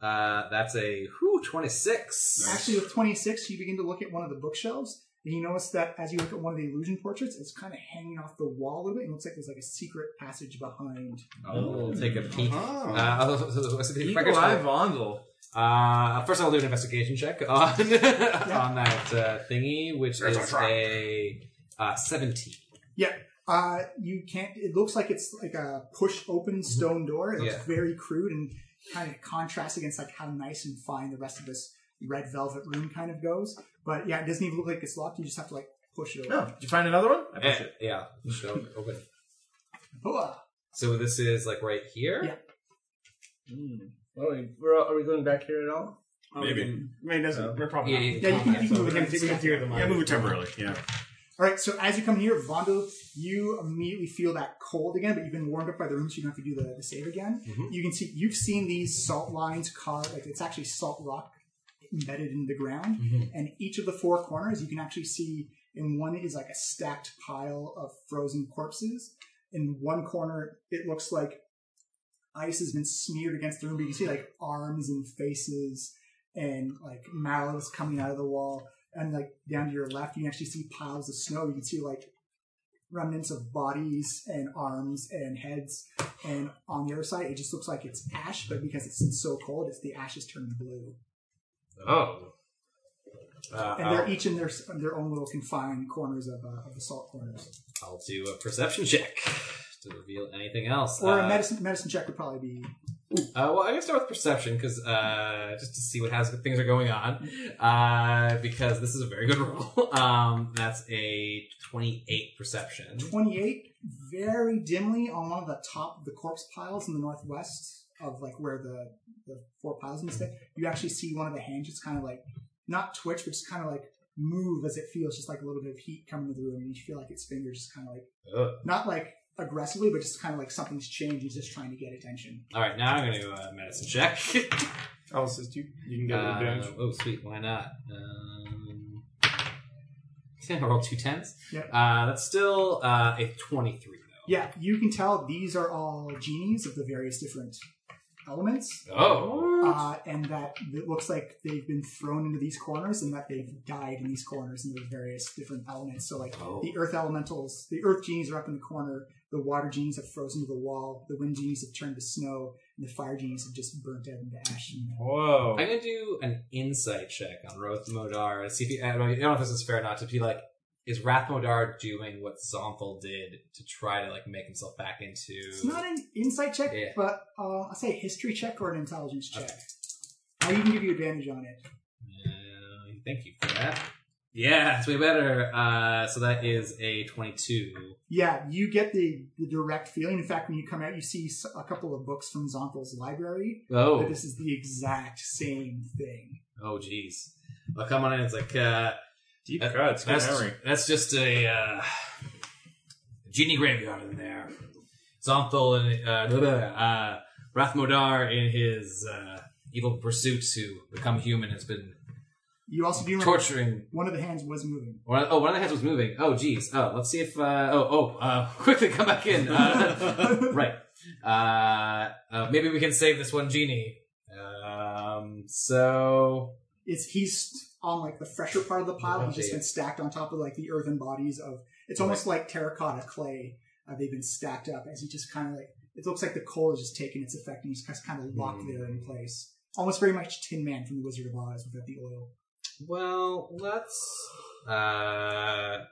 S4: Uh, that's a whew, 26.
S2: Actually, with 26, you begin to look at one of the bookshelves, and you notice that as you look at one of the illusion portraits, it's kind of hanging off the wall a little bit. It looks like there's like a secret passage behind.
S4: I'll take a peek.
S2: Uh-huh.
S4: Uh, I'll- so- so- so- so-
S2: Eagle
S4: records-
S2: Eye
S4: Uh, first I'll do an investigation check on, on that uh, thingy, which
S2: There's a
S4: is
S2: trap.
S4: a uh, 17.
S2: Yeah, Uh, you can't. It looks like it's like a push open stone door. It looks
S4: Yeah.
S2: very crude and kind of contrasts against like how nice and fine the rest of this red velvet room kind of goes. But yeah, it doesn't even look like it's locked. You just have to like push it
S7: No.
S2: open.
S7: Did you find another one?
S4: Eh, Yeah. Show it open.
S2: Hooah.
S4: So this is like right here.
S2: Yeah.
S30: Hmm. Well, we- we're all, are we going back here at all?
S4: uh,
S6: Maybe. Maybe it doesn't. we're probably
S4: Yeah,
S6: not.
S4: yeah, Yeah, you can- you
S2: can move it.
S6: We can do them.
S2: Yeah, move it
S6: temporarily. Yeah.
S2: All right, so as you come here, Vondo, you immediately feel that cold again, but you've been warmed up by the room, so you don't have to do the, the save again. You can see you've seen these salt lines carved, like it's actually salt rock embedded in the ground,
S31: Mhm.
S2: and each of the four corners you can actually see. In one is like a stacked pile of frozen corpses. In one corner, it looks like ice has been smeared against the room, but you can see like arms and faces and like mouths coming out of the wall. And like down to your left, you can actually see piles of snow. You can see like remnants of bodies and arms and heads. And on the other side, it just looks like it's ash, but because it's so cold, it's the ash is turned blue.
S13: Oh.
S2: and they're each in their their own little confined corners of, uh, of the salt corners.
S4: I'll do a perception check to reveal anything else.
S2: Or a
S4: Uh,
S2: medicine medicine check would probably be
S4: Uh, well, I'm gonna start with perception because uh, just to see what has things are going on. Uh, because this is a very good roll. um, that's a 28 perception.
S2: 28 very dimly on one of the top of the corpse piles in the northwest of like where the, the four piles and stuff you actually see one of the hands just kind of like not twitch but just kind of like move as it feels just like a little bit of heat coming to the room and you feel like its fingers just kind of like
S4: Ugh.
S2: not like aggressively but just kind of like something's changed he's just trying to get attention
S4: All right, now I'm gonna do a medicine check.
S7: I'll assist you. You
S2: can get
S9: Uh,
S2: an advantage.
S4: Oh, sweet. Why not? Um, I think I rolled two tens.
S2: Yep.
S4: Uh, that's still uh, a 23.
S2: yeah you can tell these are all genies of the various different elements
S4: Oh.
S2: uh, and that it looks like they've been thrown into these corners and that they've died in these corners into the various different elements. So, like
S4: Oh.
S2: the earth elementals, the earth genies are up in the corner, the water genies have frozen to the wall, the wind genies have turned to snow, and the fire genies have just burnt out into ash.
S4: Whoa. I'm gonna do an insight check on Roth Modar. to See if he, I don't know- I don't know if this is fair or not. To be like, is Wrath Modar doing what Zonthal did to try to like make himself back into?
S2: It's not an insight check,
S4: Yeah.
S2: but uh, I'll say a history check or an intelligence check. I even give you advantage on it.
S4: Uh, thank you for that. Yeah, it's way better. Uh, so that is a 22.
S2: Yeah, you get the, the direct feeling. In fact, when you come out, you see s- a couple of books from Zonkel's library.
S4: Oh.
S2: That this is the exact same thing.
S4: Oh, jeez. Well, come on in. It's like uh,
S7: deep
S4: cuts.
S7: good
S4: That's,
S7: memory.
S4: that's just a uh, genie graveyard in there. Zonthal and uh, blah, blah, uh, Rathmodar in his uh, evil pursuit to become human has been
S2: You also do remember
S4: torturing.
S2: One of the hands was moving.
S4: One of, oh, one of the hands was moving. Oh, jeez. Oh, let's see if. Uh, oh, oh, uh, quickly come back in. Uh, right. Uh, uh, maybe we can save this one genie. Um, so
S2: It's he's on like the fresher part of the pile.
S4: Oh,
S2: he's just
S4: dear.
S2: been stacked on top of like the earthen bodies of. It's almost like terracotta clay. Uh, they've been stacked up as he just kind of like. It looks like the coal is just taking its effect and he's just kind of locked there in place. Almost very much Tin Man from the Wizard of Oz without the oil.
S4: Well, let's Uh,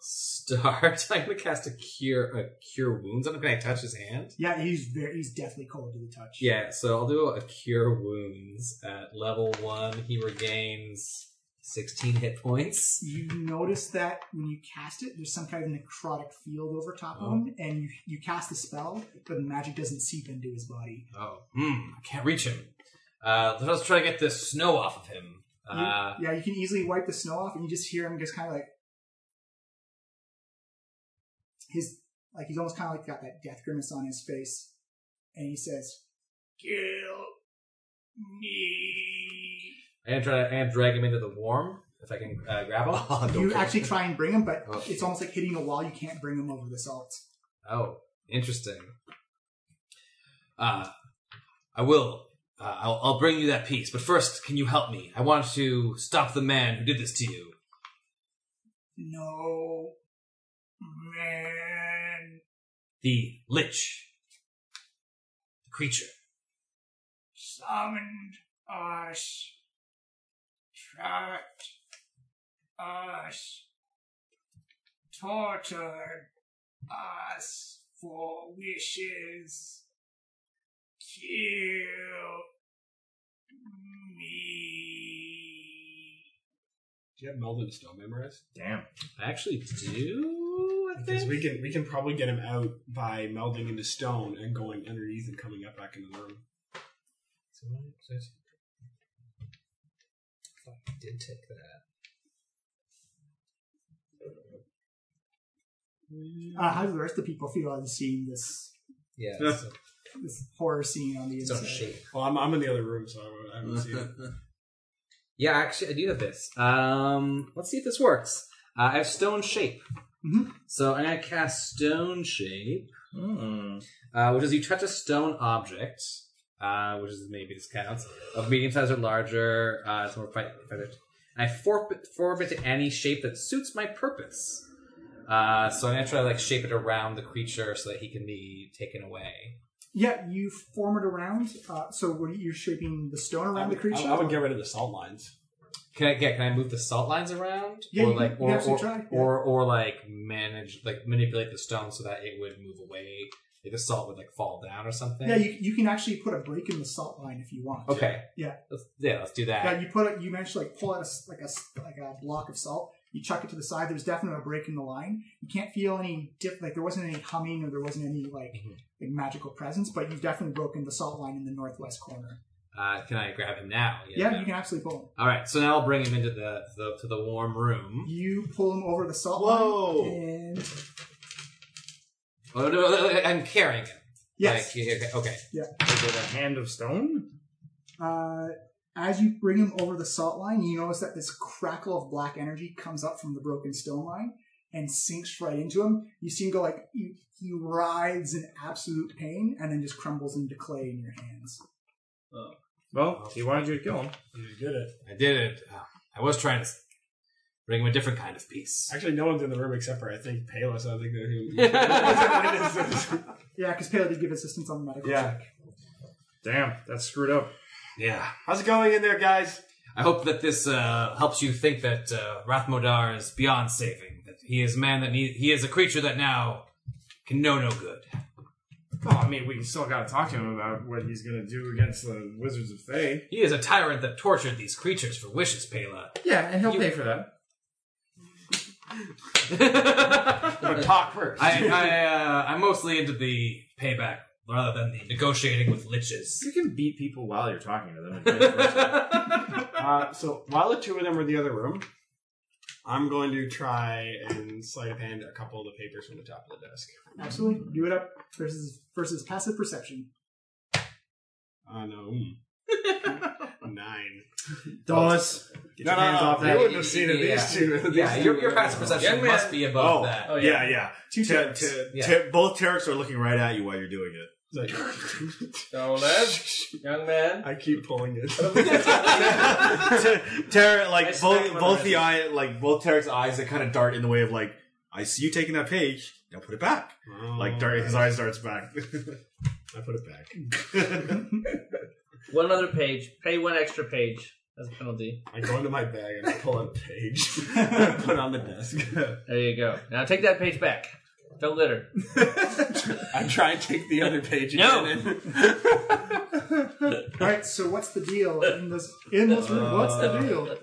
S4: start. I'm gonna cast a cure, a cure wounds. I'm gonna touch his hand.
S2: Yeah, he's very he's deathly cold to the touch.
S4: Yeah, so I'll do a cure wounds at level one. He regains 16 hit points.
S2: You notice that when you cast it, there's some kind of necrotic field over top
S4: Oh.
S2: of him, and you, you cast the spell, but the magic doesn't seep into his body.
S4: Oh, hmm, I can't reach him. Uh, let's try to get this snow off of him.
S2: You-
S4: Uh,
S2: yeah, you can easily wipe the snow off, and you just hear him just kind of like his like he's almost kind of like got that death grimace on his face, and he says, "Kill me."
S4: I'm gonna try to, I'm gonna drag him into the warm if I can uh, grab him.
S2: you actually try and bring him, but
S4: Oh.
S2: it's almost like hitting a wall. You can't bring him over the salt.
S4: Oh, interesting. Uh, I will. Uh, I'll, I'll bring you that piece, but first, can you help me? I want to stop the man who did this to you.
S2: No, man.
S4: The Lich. The creature.
S31: summoned us, trapped us,
S32: tortured us for wishes. Kill me.
S33: Do you have Melvin still memorized?
S9: Damn.
S33: I actually do. I Because
S32: think.
S33: we can we can probably get him out by melding into stone and going underneath and coming up back in the room.
S4: So what did I say? I thought I did take that.
S2: Uh, how do the rest of the people feel on seeing this?
S4: Yeah,
S33: so-
S2: this horror scene on the
S4: It's on
S2: inside.
S4: shape.
S33: Well, I'm, I'm in the other room, so I won't- I haven't seen it.
S4: Yeah, actually, I do have this. Um, let's see if this works. Uh, I have Stone Shape. So I'm going to cast Stone Shape, uh, which is you touch a stone object, uh, which is maybe this counts, of medium size or larger. Uh, it's more fight. I forfeit, forfeit to any shape that suits my purpose. Uh, so I'm going to try to like shape it around the creature so that he can be taken away.
S2: Yeah, you form it around. Uh, so what are you- you're shaping the stone around the creature?
S33: I, I would get rid of the salt lines.
S4: Can I get? Can I move the salt lines around?
S2: Yeah,
S4: or
S2: you
S4: like,
S2: can- you
S4: or
S2: can
S4: or,
S2: absolutely try, yeah.
S4: or or like manage, like manipulate the stone so that it would move away. Like the salt would like fall down or something.
S2: Yeah, you, you can actually put a break in the salt line if you want.
S4: Okay.
S2: Yeah.
S4: Let's, yeah, let's do that.
S2: Yeah, you put it. You managed to like pull out a s- like a s- like a block of salt. You chuck it to the side. There's definitely a break in the line. You can't feel any dip. Like there wasn't any humming or there wasn't any like,
S4: Mm-hmm.
S2: like magical presence. But you've definitely broken the salt line in the northwest corner.
S4: Uh, can I grab him now?
S2: Yeah,
S4: no.
S2: you can absolutely pull. him.
S4: All right, so now I'll bring him into the, the to the warm room.
S2: You pull him over the salt
S4: Whoa.
S2: line. And
S4: Oh no, no, no, I'm carrying him.
S2: Yes.
S4: Like, okay. okay.
S2: yeah.
S9: Is it a hand of stone?
S2: Uh, as you bring him over the salt line, you notice that this crackle of black energy comes up from the broken stone line and sinks right into him. You see him go like he, he writhes in absolute pain and then just crumbles into clay in your hands.
S33: Oh,
S9: Well, he wanted you to kill him.
S33: You did it.
S4: I did it. Uh, I was trying to s- bring him a different kind of peace.
S33: Actually, no one's in the room except for I think Payless. I think
S2: yeah,
S33: that
S2: because Pale did give assistance on the medical
S33: Yeah.
S2: check.
S9: Damn, that's screwed up.
S4: Yeah.
S5: How's it going in there, guys?
S4: I hope that this uh, helps you think that uh, Rathmodar is beyond saving. That he is man that need, he is a creature that now can know no good.
S9: Well, I mean, we still got to talk to him about what he's going to do against the Wizards of Fae.
S4: He is a tyrant that tortured these creatures for wishes, Pela.
S9: Yeah, and he'll pay for that.
S5: talk first.
S4: I I uh, I'm mostly into the payback rather than the negotiating with liches.
S9: You can beat people while you're talking to them.
S33: uh, so while the two of them are in the other room, I'm going to try and sleight of hand a couple of the papers from the top of the desk.
S2: Absolutely. Do it up versus versus passive perception.
S33: I know.
S9: Hmm.
S33: Nine.
S9: Dawes,
S33: get your hands off that.
S4: Yeah. Yeah, your, your passive perception must be above
S6: oh,
S4: that.
S6: Oh, yeah, yeah.
S4: Two
S6: Ter-
S4: terrors.
S6: ter-
S4: Yeah.
S6: ter- both Terrors are looking right at you while you're doing it.
S13: Don't live, young man.
S33: I keep pulling it.
S6: Terror, like both
S13: him on
S6: both
S13: the
S6: the eye, like both Tarek's eyes that kind of dart in the way of like, I see you taking that page. Now put it back.
S33: Oh.
S6: like dart, his eyes darts back.
S33: I put it back.
S13: One other page. Pay one extra page as a penalty.
S33: I go into my bag and I pull out a page, put it on the desk.
S13: There you go. Now take that page back. Don't litter.
S33: I try and take the other page.
S13: No.
S2: All right, so what's the deal in this in this room? What's the deal?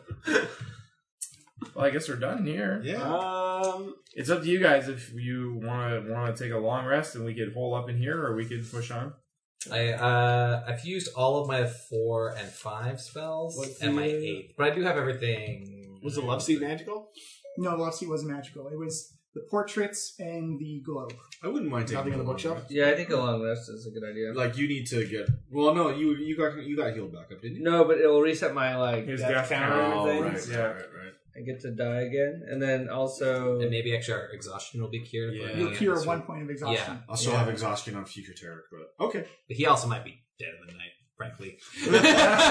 S9: Well, I guess we're done here.
S33: Yeah.
S9: Um, it's up to you guys if you want to want to take a long rest, and we could hole up in here, or we could push on.
S4: I uh, I've used all of my four and five spells and my eight, but I do have everything.
S33: Was the love seat magical?
S2: No, the Lopsy was magical. It was the portraits and the globe.
S6: I wouldn't mind taking
S2: Nothing on the
S6: a long
S2: bookshelf?
S6: rest.
S13: Yeah, I think a long rest is a good idea.
S6: Like you need to get. Well, no, you you got you got healed back up, didn't you?
S13: No, but it'll reset my like
S9: His death count.
S13: and
S6: Oh,
S13: everything.
S6: right,
S9: Yeah.
S6: right, right.
S13: I get to die again, and then also
S4: and maybe actually our exhaustion will be cured. Yeah,
S2: You'll cure one point of exhaustion.
S4: Yeah.
S6: I'll still
S4: Yeah.
S6: have exhaustion on future Tarek, but okay.
S4: But he also might be dead in the night, frankly.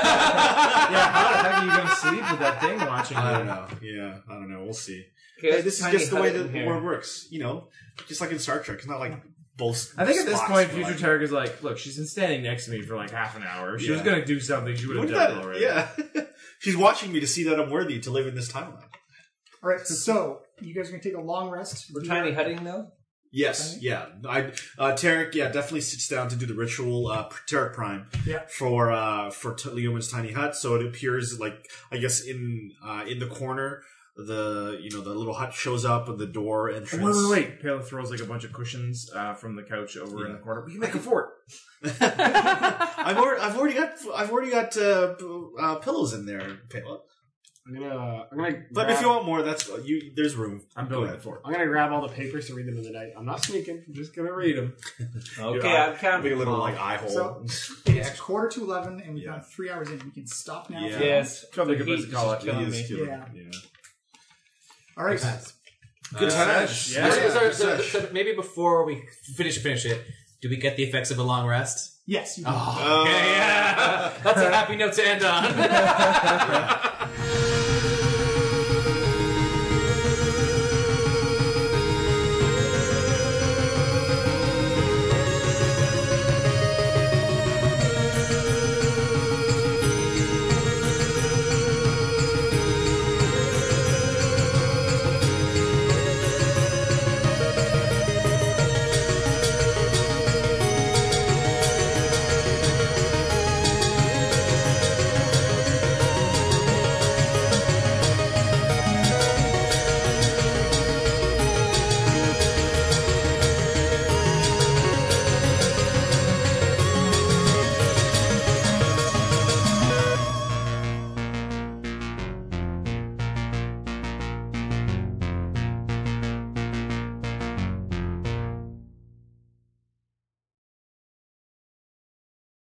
S9: yeah, how the heck are you going to sleep with that thing watching?
S6: I
S9: you?
S6: don't know. Yeah, I don't know. We'll see.
S13: Okay,
S6: Hey, this is
S13: tiny
S6: just the way
S13: hut in
S6: that the
S13: here.
S6: world works, you know. Just like in Star Trek, it's not like both.
S9: I think at this
S6: spots,
S9: point,
S6: but
S9: future
S6: like-
S9: Tarek is like, look, she's been standing next to me for like half an hour. If she was
S6: Yeah.
S9: going to do something. She would have
S6: Look
S9: done
S6: at
S9: it
S6: that.
S9: already.
S6: Yeah, she's watching me to see that I'm worthy to live in this timeline.
S2: All right, so you guys are going to take a long rest.
S13: We're tiny hutting now.
S6: Yes, yeah. I uh, Tarek, yeah, definitely sits down to do the ritual. Uh, Tarek Prime,
S2: Yeah.
S6: for uh, for t- Leoman's tiny hut. So it appears like I guess in uh, in the corner, the you know the little hut shows up at the door
S7: Oh,
S6: entrance.
S7: wait, wait, wait. Pale throws like a bunch of cushions uh, from the couch over in the corner. We can make a fort.
S6: I've already, I've already got I've already got uh, p- uh, pillows in there, Pala.
S5: I'm gonna. I'm gonna
S6: But if you want more, that's uh, you. There's room. I'm
S5: building
S6: it for.
S5: I'm gonna grab all the papers to read them in the night. I'm not sneaking. I'm just gonna read them.
S6: Okay, I'm counting. Be a little, like, eye hole.
S2: So it is quarter to eleven, and we've gone three hours in. We can stop now.
S6: Yeah. Yes.
S7: Probably a good place to call it.
S6: He is killing
S2: Yeah.
S6: me.
S2: All right.
S6: Good
S2: times.
S4: Uh, Yeah.
S2: Yeah.
S4: So, so- so maybe before we finish finish it, do we get the effects of a long rest?
S2: Yes. You do.
S4: Oh, okay, yeah. That's a happy note to end on.